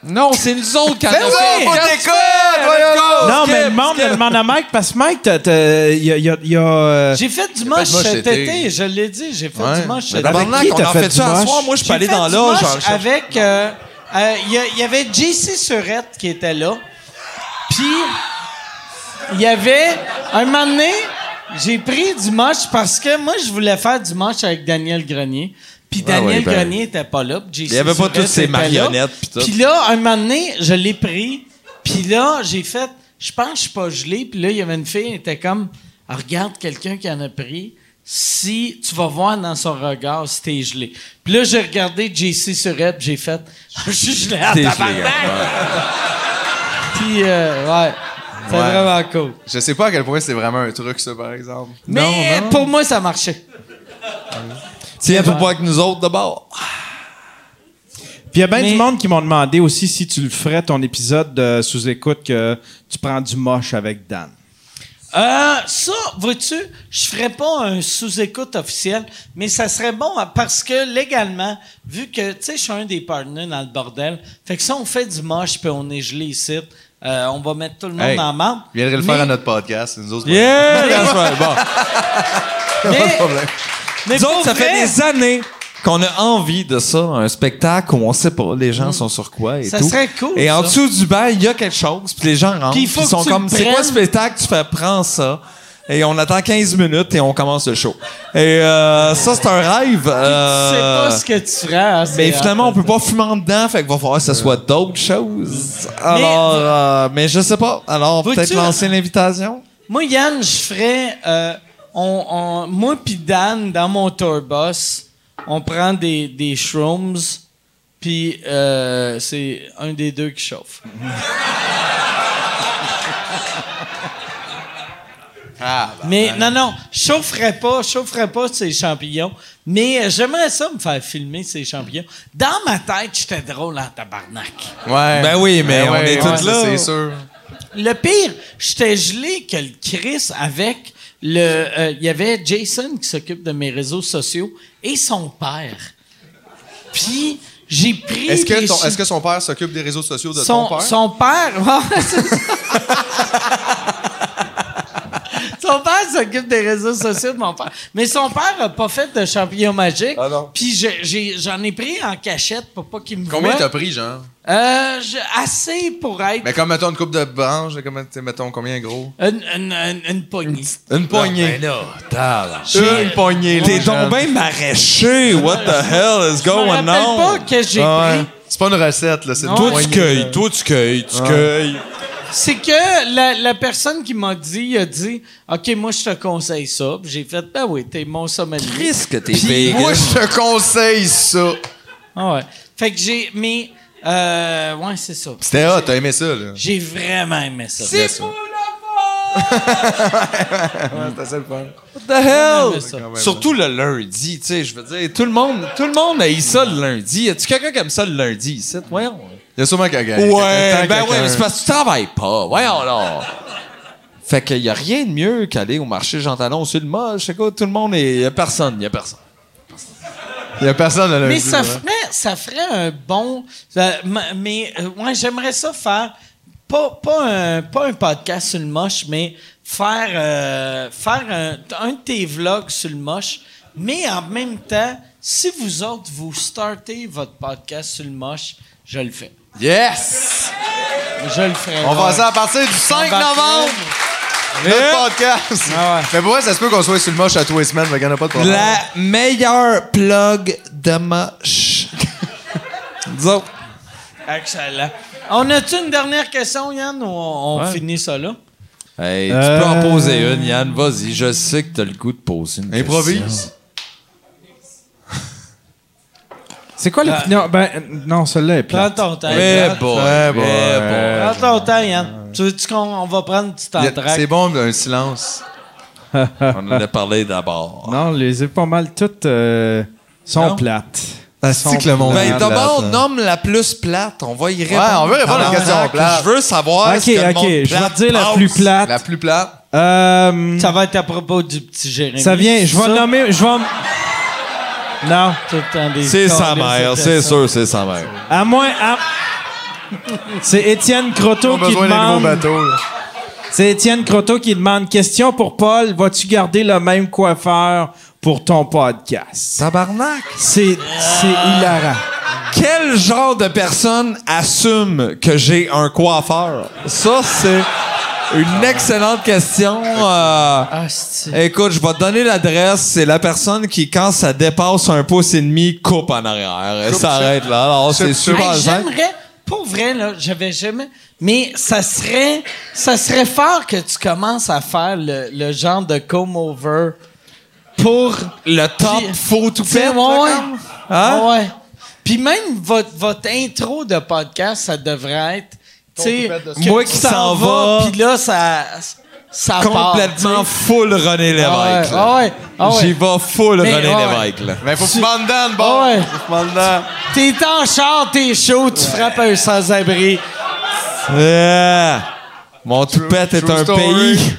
S8: Non, c'est nous autres qui
S1: Ben
S8: en avons
S7: oui,
S8: fait.
S7: on
S8: Qu'est-ce
S7: t'écoute,
S8: que tu fais?
S7: voyons.
S2: non,
S8: Skip,
S2: mais le monde
S8: skip.
S2: le demande à Mike parce que Mike, t'as- t'as- il y a. il y a- il y a, euh,
S1: J'ai fait du moche
S7: moche
S1: cet
S7: été.
S1: été. Je l'ai dit, j'ai fait
S7: Ouais.
S1: du moche
S7: Mais
S1: cet
S7: d'abord,
S1: été.
S8: Tabarnak,
S2: qui
S8: on
S2: t'as
S8: en
S2: fait
S8: fait
S2: du
S8: ça à
S2: moche?
S8: soir. Moi, je peux
S1: J'ai
S8: aller
S1: fait
S8: dans
S1: du
S8: là.
S1: moche
S8: genre, je-
S1: avec... euh, euh, Il y, a- il y avait JC Surette qui était là. Puis, il y avait... Un moment donné, j'ai pris du moche parce que moi, je voulais faire du moche avec Daniel Grenier. Puis Daniel
S8: ouais, ben.
S1: Grenier était pas là. puis JC
S8: Il y avait pas
S1: Surette
S8: toutes ces
S1: était là.
S8: marionnettes, puis tout.
S1: Puis là, un moment donné, je l'ai pris. Puis là, j'ai fait... Je pense que je suis pas gelé. Puis là, il y avait une fille, elle était comme... Ah, regarde quelqu'un qui en a pris si tu vas voir dans son regard si t'es gelé. Puis là, j'ai regardé JC Surette, puis j'ai fait Je suis gelé à
S8: T'es gelé,
S1: tabarnak! Puis, euh, ouais, c'est vraiment cool.
S7: Je sais pas à quel point c'est vraiment un truc, ça, par exemple.
S1: Mais pour moi, ça marchait.
S8: Tiens, pour pas avec nous autres d'abord.
S2: Puis il y a bien
S1: Mais-
S2: du monde qui m'ont demandé aussi si tu le ferais ton épisode de sous-écoute que tu prends du moche avec Dan.
S1: Euh, ça, vois-tu, je ferais pas un sous-écoute officiel, mais ça serait bon hein, parce que légalement, vu que, tu sais, je suis un des partenaires dans le bordel, fait que si on fait du moche puis on est gelé ici, euh, on va mettre tout le monde
S7: Hey,
S1: en marde.
S7: viendrait le
S1: Mais-
S7: faire à notre podcast. Nous autres,
S8: Yeah, that's right. Bon.
S7: pas de
S1: mais-
S7: problème.
S1: mais
S8: Nous autres,
S1: pour
S8: ça fait
S1: vrai,
S8: des années qu'on a envie de ça, un spectacle où on sait pas les gens sont sur quoi et
S1: Ça
S8: tout.
S1: serait cool,
S8: Et en
S1: ça.
S8: dessous du bail, il y a quelque chose, puis les gens rentrent,
S1: Puis il
S8: puis
S1: faut
S8: ils
S1: que
S8: sont
S1: tu
S8: comme
S1: le
S8: c'est quoi
S1: prennes.
S8: ce spectacle, tu fais prends ça. Et on attend 15 minutes et on commence le show. Et euh, ça c'est un rêve.
S1: Tu sais
S8: euh,
S1: pas ce que tu ferais. hein,
S8: mais
S1: c'est-
S8: finalement, on peut pas fumer en dedans, fait qu'il va falloir que ce soit d'autres choses. Alors,
S1: Mais-
S8: euh, mais je sais pas. Alors,
S1: Vois-tu-
S8: peut-être lancer l'invitation.
S1: Moi, Yann, je ferais. euh, on, on- moi puis Dan, dans mon tour bus, on prend des, des shrooms, puis euh, c'est un des deux qui chauffe. mais non, non, je chaufferais pas, je chaufferais pas ces champignons. Mais euh, j'aimerais ça me faire filmer ces champignons. Dans ma tête, j'étais drôle en tabarnak.
S7: Ouais.
S8: Ben oui, mais
S7: Ben
S8: on
S7: ouais,
S8: est
S7: ouais,
S8: tous
S7: ça,
S8: là.
S7: C'est sûr.
S1: Le pire, j'étais gelé que le Chris avec le. euh, Il y avait Jason qui s'occupe de mes réseaux sociaux et son père. Puis j'ai pris.
S7: Est-ce que,
S1: des
S7: ton-
S1: chi-
S7: est-ce que son père s'occupe des réseaux sociaux de
S1: son,
S7: ton père?
S1: son père. Ouais, c'est ça. Son père s'occupe des réseaux sociaux de mon père. Mais son père n'a pas fait de champignon magique.
S7: Ah non.
S1: Puis je- j'ai- j'en ai, pris en cachette pour pas qu'il me
S7: Combien
S1: voie.
S7: t'as pris, genre?
S1: Euh, je- assez pour être
S7: Mais comme, mettons, une coupe de branche, comment, tu sais, mettons, combien, gros?
S1: une, une, une- une poignée.
S8: Une
S1: ben
S8: poignée.
S7: Une poignée,
S8: T'es
S7: là,
S8: donc
S7: genre.
S8: bien maraîcher. What the hell is
S1: Je me
S8: going
S1: rappelle
S8: on?
S1: pas que j'ai
S7: Oh, Ah ouais.
S1: pris.
S7: C'est pas une recette, là, c'est une
S8: Toi,
S7: poignée.
S8: tu cueilles, toi, tu cueilles, tu cueilles.
S1: C'est que la, la personne qui m'a dit, a dit OK, moi, je te conseille ça. Puis j'ai fait Ben oui, t'es mon sommelier.
S8: Qu'est-ce que t'es
S7: Moi, je te conseille ça.
S1: Ah ouais. Fait que j'ai. Mais. Euh, ouais, c'est ça.
S7: C'était hot, t'as aimé ça, là.
S1: J'ai vraiment aimé ça.
S7: Bien sûr.
S8: What the hell?
S1: mais ça.
S7: Quand même,
S8: Surtout le lundi, tu sais, je veux dire, tout le monde, tout le monde haït ça le lundi. Y a-tu quelqu'un qui aime ça le lundi ici? Voyons.
S7: Il y a sûrement quelqu'un.
S8: Ouais, ben ouais,
S7: ouais,
S8: mais c'est parce que tu travailles pas. Voyons là. Fait qu'il y a rien de mieux qu'aller au marché Jean Talon sur le moche. C'est quoi, tout le monde est. Y a personne, y a personne.
S7: Il y a personne, là,
S1: Mais
S7: lundi,
S1: ça
S7: là.
S1: ferait, ça ferait un bon. euh, m- mais euh, ouais, j'aimerais ça faire. Pas, pas, un, pas un podcast sur le moche, mais faire, euh, faire un, un de tes vlogs sur le moche. Mais en même temps, si vous autres, vous startez votre podcast sur le moche, je le fais.
S7: Yes!
S1: Je le ferai.
S7: On va ça à partir du 5 novembre, notre podcast.
S4: Ah
S7: Mais pour vrai, ça se peut qu'on soit sur le moche à tous les semaines, mais qu'il n'y en a pas de problème.
S8: La meilleure plug de moche. Disons.
S1: Excellent. On a-tu une dernière question, Yann, ou on, on finit ça là?
S8: Hey, tu peux en poser une, Yann. Vas-y, je sais que t'as le goût de poser une. question.
S7: Improvise.
S4: C'est quoi le.
S8: Bah,
S4: Non, ben, euh, non, celle-là est
S1: Prends
S4: plate.
S1: ton temps.
S8: Eh
S1: Yann.
S8: boy,
S7: Ouais,
S8: eh
S7: bon,
S8: boy.
S1: Prends ton temps, Yann. Tu veux-tu qu'on on va prendre une petite
S7: Il y a-
S1: entraque?
S7: C'est bon, un silence.
S8: On en a parlé d'abord.
S4: Non, les ai pas mal toutes euh, sont
S8: Non.
S4: plates.
S7: C'est que le monde est
S8: Ben,
S7: plate,
S8: d'abord,
S7: hein.
S8: nomme la plus plate. On va y répondre.
S7: Ouais, on veut répondre à la
S8: Ah,
S7: question
S8: tabarnak,
S7: plate.
S8: Je veux savoir
S4: ok,
S8: ce que le monde
S4: ok, je vais
S8: plate
S4: te dire la
S8: pense.
S4: plus plate.
S7: La plus plate.
S4: Euh,
S1: Ça va être à propos du petit Jérémy.
S4: ça vient, je vais
S1: Ça,
S4: nommer, je vais. Non,
S1: tout le temps des
S8: C'est sa
S1: câlisses,
S8: mère,
S1: c'était
S8: c'est
S1: ça.
S8: sûr, c'est sa mère.
S4: à moins. à- C'est Étienne
S7: On
S4: Croteau
S7: a
S4: qui
S7: besoin d'un nouveau
S4: demande.
S7: bateau. là.
S4: C'est Étienne Croteau qui demande question pour Paul. Vas-tu garder le même coiffeur pour ton podcast?
S8: Tabarnak!
S4: C'est, c'est hilarant.
S8: Quel genre de personne assume que j'ai un coiffeur? Ça, c'est une excellente question. euh,
S1: Ah, c'est-
S8: Écoute, je vais te donner l'adresse. C'est la personne qui, quand ça dépasse un pouce et demi, coupe en arrière. Elle s'arrête là. Alors, c'est super
S1: Hey,
S8: simple.
S1: J'aimerais, pour vrai, là, j'avais jamais. Mais ça serait, ça serait fort que tu commences à faire le, le genre de come over pour.
S8: Le top
S1: Puis-
S8: faux tout
S1: Tu sais,
S8: fait.
S1: ouais.
S8: Hein?
S1: Ouais. Puis même votre, votre intro de podcast, ça devrait être. Tu sais, que
S8: Moi
S1: tu
S8: qui
S1: t'en
S8: s'en
S1: vas,
S8: va.
S1: Puis là, ça. Ça part,
S8: Complètement
S1: tu sais.
S8: full René Lévesque.
S1: Ah ouais,
S8: là.
S1: ah ouais, ah ouais.
S8: J'y vais full
S1: Mais
S8: René
S1: ouais.
S8: Lévesque. Là.
S7: Ben, faut que tu mandes dedans, le bon.
S1: Ah ouais.
S7: Faut que tu mandes dedans.
S1: T'es en char, t'es chaud, tu frappes un sans-abri.
S8: Yeah. Mon toupette est
S7: true
S8: un
S7: story.
S8: pays.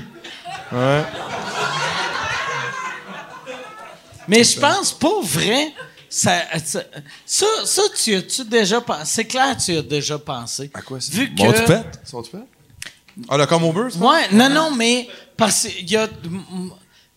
S1: Mais je pense, pour vrai, ça, ça, ça, ça, tu as-tu déjà pensé? C'est clair, tu as déjà pensé. À
S7: quoi ça?
S1: Vu que.
S8: Mon toupette?
S7: Sont tu Ah, le comme au beurre, c'est pas?
S1: Ouais, non, non, mais parce qu'il y a. m- m-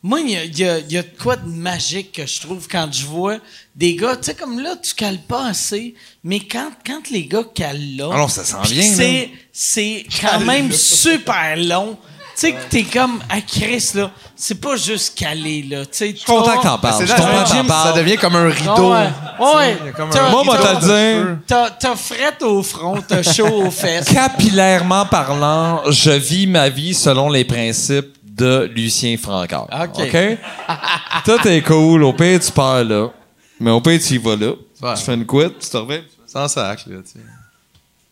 S1: Moi, il y a, il y a- il y a de quoi de magique que je trouve quand je vois des gars, tu sais, comme là, tu cales pas assez, mais quand, quand les gars calent là.
S8: Ah non, ça s'en
S1: puis
S8: vient, là.
S1: C'est, c'est quand même super long. Tu sais, que t'es comme à Chris, là. C'est pas juste caler, là. Tu sais,
S8: Je suis content que t'en
S7: C'est
S8: parles. Je
S7: dans
S8: suis content
S7: un
S8: que t'en
S7: gym,
S8: parles.
S7: Ça devient comme
S4: Ah
S7: un rideau.
S1: Ouais. ouais. T'as-
S8: Moi, moi,
S1: t'as-
S8: t'as dit.
S1: T'as, t'as frette au front, t'as chaud aux fesses.
S8: Capillairement parlant, je vis ma vie selon les principes de Lucien Francard.
S1: OK.
S8: OK? Tout est cool. Au pire, tu pars là. Mais au pire, tu y vas là.
S7: Ouais.
S8: Tu fais une quit, tu te reviens.
S7: Sans sac, là, tu sais.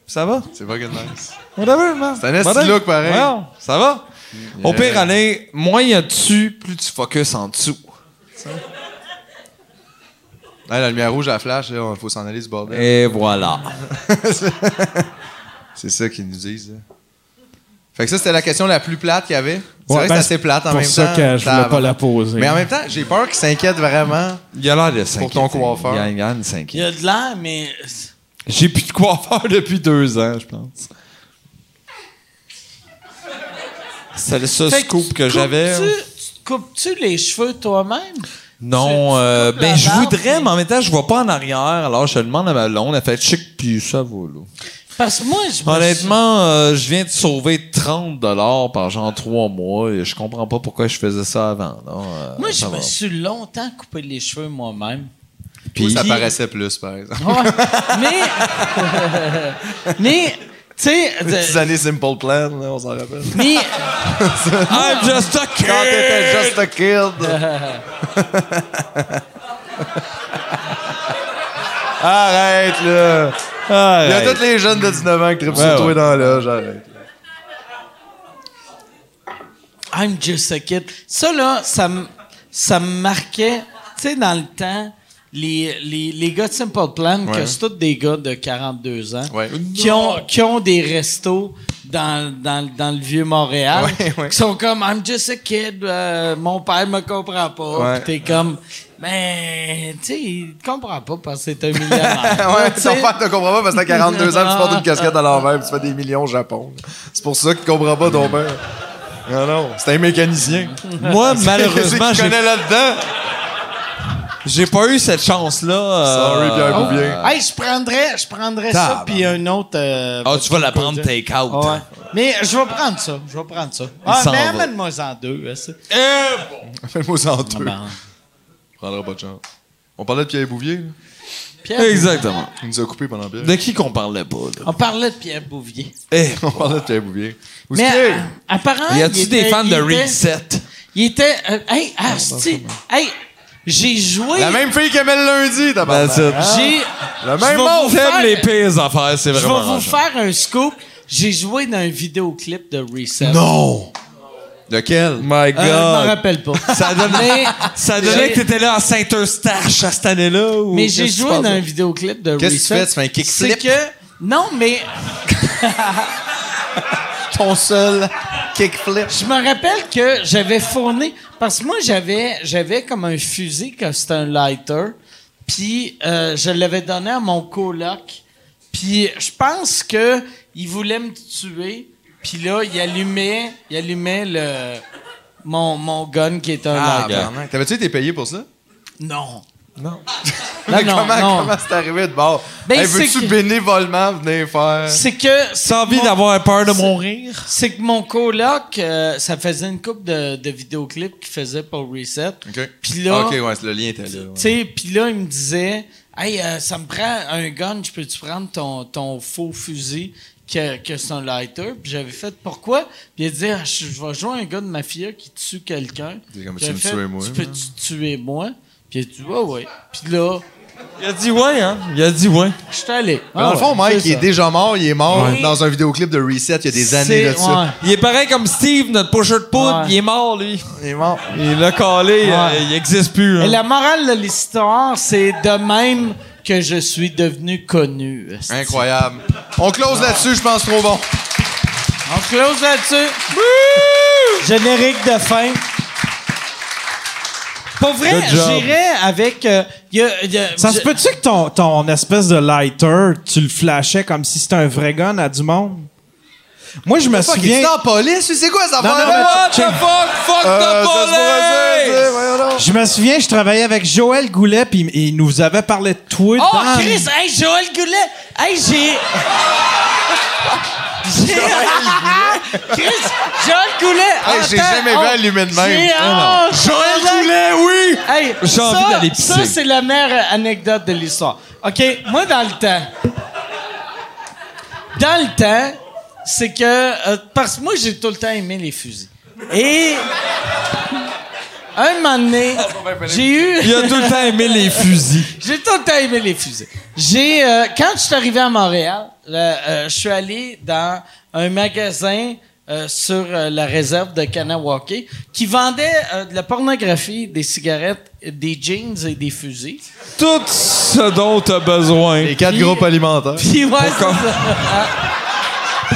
S8: Ça va?
S7: C'est pas nice.
S8: Whatever, man.
S7: C'est un esti
S8: Whatever.
S7: look pareil.
S8: Ouais, ça va? Au pire, allez, moins il y a dessus, plus tu focuses en dessous.
S7: Ouais, la lumière rouge, à flash, il faut s'en aller, ce bordel.
S8: Et voilà.
S7: C'est ça qu'ils nous disent. là. Fait que ça, c'était la question la plus plate qu'il y avait. C'est vrai que
S4: ben,
S7: c'est assez plate en
S4: pour
S7: même
S4: ça
S7: temps.
S4: que je voulais
S7: Tabarnak.
S4: pas la poser.
S7: Mais en même temps, j'ai peur qu'ils s'inquiètent vraiment.
S8: Il a l'air de s'inquiéter.
S7: ton coiffeur.
S8: Yann, Yann
S1: Il
S8: s'inquiète.
S1: y a de l'air, mais.
S8: J'ai plus de coiffeur depuis deux ans, je pense. C'est le seul
S1: Fait que
S8: scoop
S1: tu
S8: que
S1: te
S8: j'avais. hein.
S1: coupes-tu- tu te Coupes-tu les cheveux toi-même?
S8: Non,
S1: tu
S8: euh,
S1: coupes la
S8: ben je
S1: barbe,
S8: voudrais,
S1: puis-
S8: mais en même temps, je vois pas en arrière. Alors, je demande à ma blonde, elle fait chic, puis ça vaut là.
S1: Parce que moi, je me
S8: Honnêtement, euh, je viens de sauver 30 dollars par genre trois mois et je comprends pas pourquoi je faisais ça avant. non, euh,
S1: Moi, je
S8: ça va.
S1: me suis longtemps coupé les cheveux moi-même.
S7: Puis
S8: Puis-
S7: ça paraissait plus, par exemple.
S1: mais, mais, tu sais,
S7: Petites
S1: de-
S7: années Simple Plan, là, on s'en rappelle.
S1: mais,
S8: I'm just a kid!
S7: Quand t'étais just a kid. Arrête, là.
S8: Ah,
S7: Il y a tous les jeunes de 19 ans qui trippent sur
S8: Ouais,
S7: toi
S8: ouais.
S7: dans l'âge, arrête.
S1: I'm just a kid. Ça, là, ça, m- ça me marquait, tu sais, dans le temps, les, les, les gars de Simple Plan, que
S7: Ouais.
S1: c'est tous des gars de 42 ans,
S7: Ouais.
S1: qui, ont, qui ont des restos dans, dans, dans le vieux Montréal,
S7: Ouais, ouais.
S1: qui sont comme, I'm just a kid, euh, mon père me comprend pas.
S7: Ouais.
S1: Puis t'es comme, mais, tu sais, il te comprend pas parce que c'est un millionnaire.
S7: Ah ouais,
S1: Tu
S7: ton
S1: sais,
S7: père te comprend pas parce que t'as 42 ans, puis tu portes une casquette à l'envers, puis tu fais des millions au Japon. C'est pour ça qu'il comprend pas ton père. Non, non, c'est un mécanicien.
S8: Moi, malheureusement,
S7: Qu'est-ce qu'il
S8: j'ai,
S7: connaît là-dedans?
S8: j'ai pas eu cette chance-là. euh,
S7: Sorry, Pierre Bouvier.
S1: Hey, je prendrais, je prendrais ça, puis un autre. euh,
S8: Ah, tu vas la prendre take-out.
S1: Ah ouais. Mais je vais prendre ça. Je vais prendre ça. Ah,
S8: s'en
S1: mais
S8: va.
S1: amène-moi en deux. euh, ça.
S8: Eh,
S7: Fais-moi
S8: Ah,
S7: ça en deux.
S1: Ben,
S7: prendra pas de chance. On parlait de Pierre Bouvier, là.
S1: Pierre-
S8: Exactement.
S7: Il nous a coupé pendant Pierre.
S8: De qui qu'on parlait pas, là?
S1: On parlait de Pierre Bouvier.
S8: Eh,
S7: On parlait de Pierre Bouvier. Où
S1: Mais
S7: est-ce qu'il est?
S1: euh, apparemment.
S8: y a-tu
S1: il
S8: des
S1: était-
S8: fans de
S1: il était-
S8: Reset?
S1: Il était. euh, hey, asti, Hey, j'ai joué.
S7: La même fille qui aimait le lundi, t'as parlé.
S8: Ben, ça-
S1: J'ai.
S7: Le
S1: Je vais
S7: même
S1: vous
S7: monde!
S8: T'aimes
S1: faire-
S8: les pires affaires, c'est
S1: Je
S8: vraiment.
S1: vais vous
S8: genre.
S1: faire un scoop. J'ai joué dans un vidéoclip de Reset.
S8: Non!
S7: Lequel?
S8: My
S1: Euh, je m'en
S8: God!
S1: rappelle pas.
S8: ça donnait,
S1: Mais-
S8: ça donnait
S1: J'ai-
S8: que t'étais là à Saint-Eustache à cette année-là? ou
S1: Mais
S8: qu'est-ce
S1: j'ai
S8: qui se
S1: joué
S8: passe?
S1: dans un vidéoclip de
S7: Qu'est-ce que tu
S1: Reset.
S7: fais? Tu fais un kickflip?
S1: C'est que. Non, mais
S7: Ton seul Ah, kickflip.
S1: Je me rappelle que j'avais fourni parce que moi j'avais j'avais comme un fusil que c'était un lighter, puis euh, je l'avais donné à mon coloc. Puis je pense que il voulait me tuer, puis là il allumait il allumait le mon, mon gun qui est un
S7: Ah,
S1: lighter.
S7: ben, T'avais-tu été payé pour ça?
S1: Non.
S7: Mais
S1: non,
S7: comment
S1: non.
S7: comment c'est arrivé de bord?
S1: Ben,
S7: Hey,
S1: c'est
S7: Veux-tu
S1: que-
S7: bénévolement venir faire?
S1: C'est que
S8: T'as envie
S1: mon-
S8: d'avoir peur de
S1: c'est-
S8: mourir?
S1: C'est que mon coloc, euh, ça faisait une coupe de, de vidéoclips qu'il faisait pour Reset.
S7: Ok. Ah,
S1: Puis là,
S7: Ok, ouais, c'est- le lien était là. ouais.
S1: Tu sais, puis là, il me disait, hey, euh, ça me prend un gun, je peux-tu prendre ton, ton faux fusil que, que c'est un lighter? Puis j'avais fait, pourquoi? Puis il disait, Ah, je, je vais jouer un gars de mafia qui tue quelqu'un.
S7: Il est comme,
S1: J'avais
S7: Tu
S1: fait,
S7: veux me tuer, moi,
S1: Tu peux-tu tuer moi? Puis il a dit, ouais, ouais. Puis là,
S8: Il a dit ouais, hein? Il a dit ouais.
S1: je suis allé. Ah
S7: Mais Dans le fond, Mike, il est déjà mort, il est mort
S1: Ouais.
S7: dans un vidéoclip de Reset il y a des années de ça.
S8: Il est pareil comme Steve, notre pusher de poudre,
S1: Ouais.
S8: il est mort, lui.
S7: Il est mort.
S8: Il l'a calé, euh, il existe plus. hein.
S1: Et la morale de l'histoire, c'est de même que je suis devenu connu. esti.
S7: Incroyable. On
S1: Ah.
S7: close là-dessus, je pense trop bon.
S1: On close là-dessus. Générique de fin. Pour vrai,
S8: Good job.
S1: j'irais avec. euh, y a- y a-
S4: Ça
S1: je-
S4: se peut-tu que ton, ton espèce de lighter, tu le flashais comme si c'était un vrai gun à du monde? Moi, je me
S7: Fuck, il est
S4: souviens.
S7: en police, lui, c'est quoi ça?
S4: non, mais-
S8: What the fuck? Fuck the police!
S4: Je me souviens, je travaillais avec Joël Goulet, puis il- il nous avait parlé de toi
S1: Oh,
S4: dans-
S1: Chris! Hey, Joël Goulet! Hey, j'ai. J'ai- Chris! Joël Goulet!
S7: Hey, j'ai
S1: attends,
S7: jamais vu
S1: oh,
S7: allumer de
S1: j'ai-
S7: même.
S1: oh,
S7: Joël
S1: Joël
S7: Goulet, oui!
S1: Hey,
S8: J'ai envie
S1: ça-
S8: d'aller pisser.
S1: Ça, c'est la meilleure anecdote de l'histoire. OK, moi, dans le temps... Dans le temps, c'est que... euh, parce que moi, j'ai tout le temps aimé les fusils. Et... Un moment donné, j'ai eu...
S8: Il a tout le temps aimé les fusils.
S1: J'ai tout le temps aimé les fusées. J'ai euh, quand je suis arrivé à Montréal, là, euh, je suis allé dans un magasin euh, sur euh, la réserve de Kanawake qui vendait euh, de la pornographie, des cigarettes, des jeans et des fusils.
S8: Tout ce dont t'as besoin.
S7: Les quatre
S1: Puis-
S7: groupes alimentaires.
S1: Puis ouais, c'est
S8: Pourquoi?
S1: ça. Ah.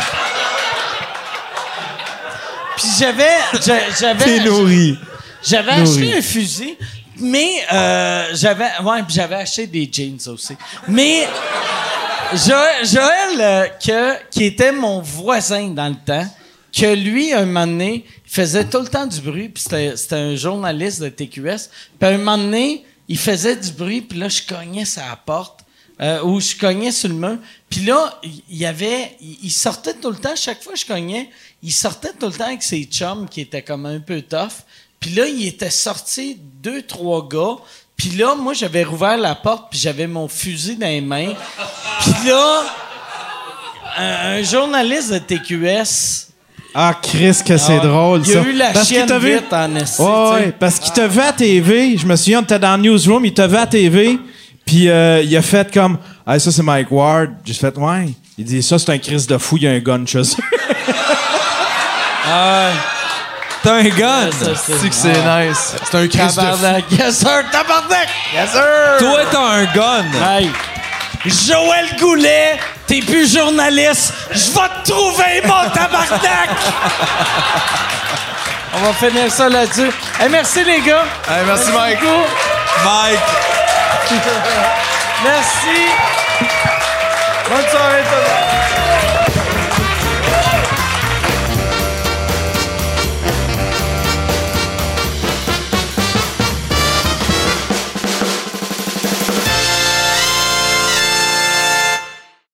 S1: Puis j'avais j'a- j'avais
S8: T'es nourri.
S1: j'avais acheté un fusil, mais euh, j'avais ouais, puis j'avais acheté des jeans aussi. Mais Jo- Joël, euh, que, qui était mon voisin dans le temps, que lui, un moment donné, il faisait tout le temps du bruit, puis c'était c'était un journaliste de TQS. Puis un moment donné, il faisait du bruit, puis là, je cognais sa porte, euh, ou je cognais sur le mur. Puis là, il il y avait, il il sortait tout le temps, chaque fois que je cognais, il sortait tout le temps avec ses chums qui étaient comme un peu tough. Puis là, il était sorti deux, trois gars. Puis là, moi, j'avais rouvert la porte, puis j'avais mon fusil dans les mains. Puis là, un, un journaliste de TQS,
S2: Ah, Chris, que c'est drôle,
S1: il y
S2: ça.
S1: a eu la
S2: parce qu'il
S1: chienne
S2: t'a vu.
S1: vite en esti,
S2: Ouais,
S1: tu sais.
S2: ouais, parce qu'il t'a vu à TV. Je me souviens, on était dans le newsroom, il t'a vu à TV. Puis euh, il a fait comme, ah, ça, c'est Mike Ward. J'ai fait, ouais. Il dit, ça, c'est un Chris de fou, il y a un gun chez eux.
S8: T'as un gun!
S1: ça, c'est-
S8: C'est que c'est
S7: Ah.
S8: nice. C'est un crabe.
S1: tabarnak, yes sir, tabarnak!
S8: Toi, t'as un gun!
S1: Hey. Joël Goulet, t'es plus journaliste, je vais te trouver, mon tabarnak! On va finir ça là-dessus. Hey, merci les gars.
S7: Hey, merci, Mike.
S1: beaucoup.
S8: Mike!
S1: Merci.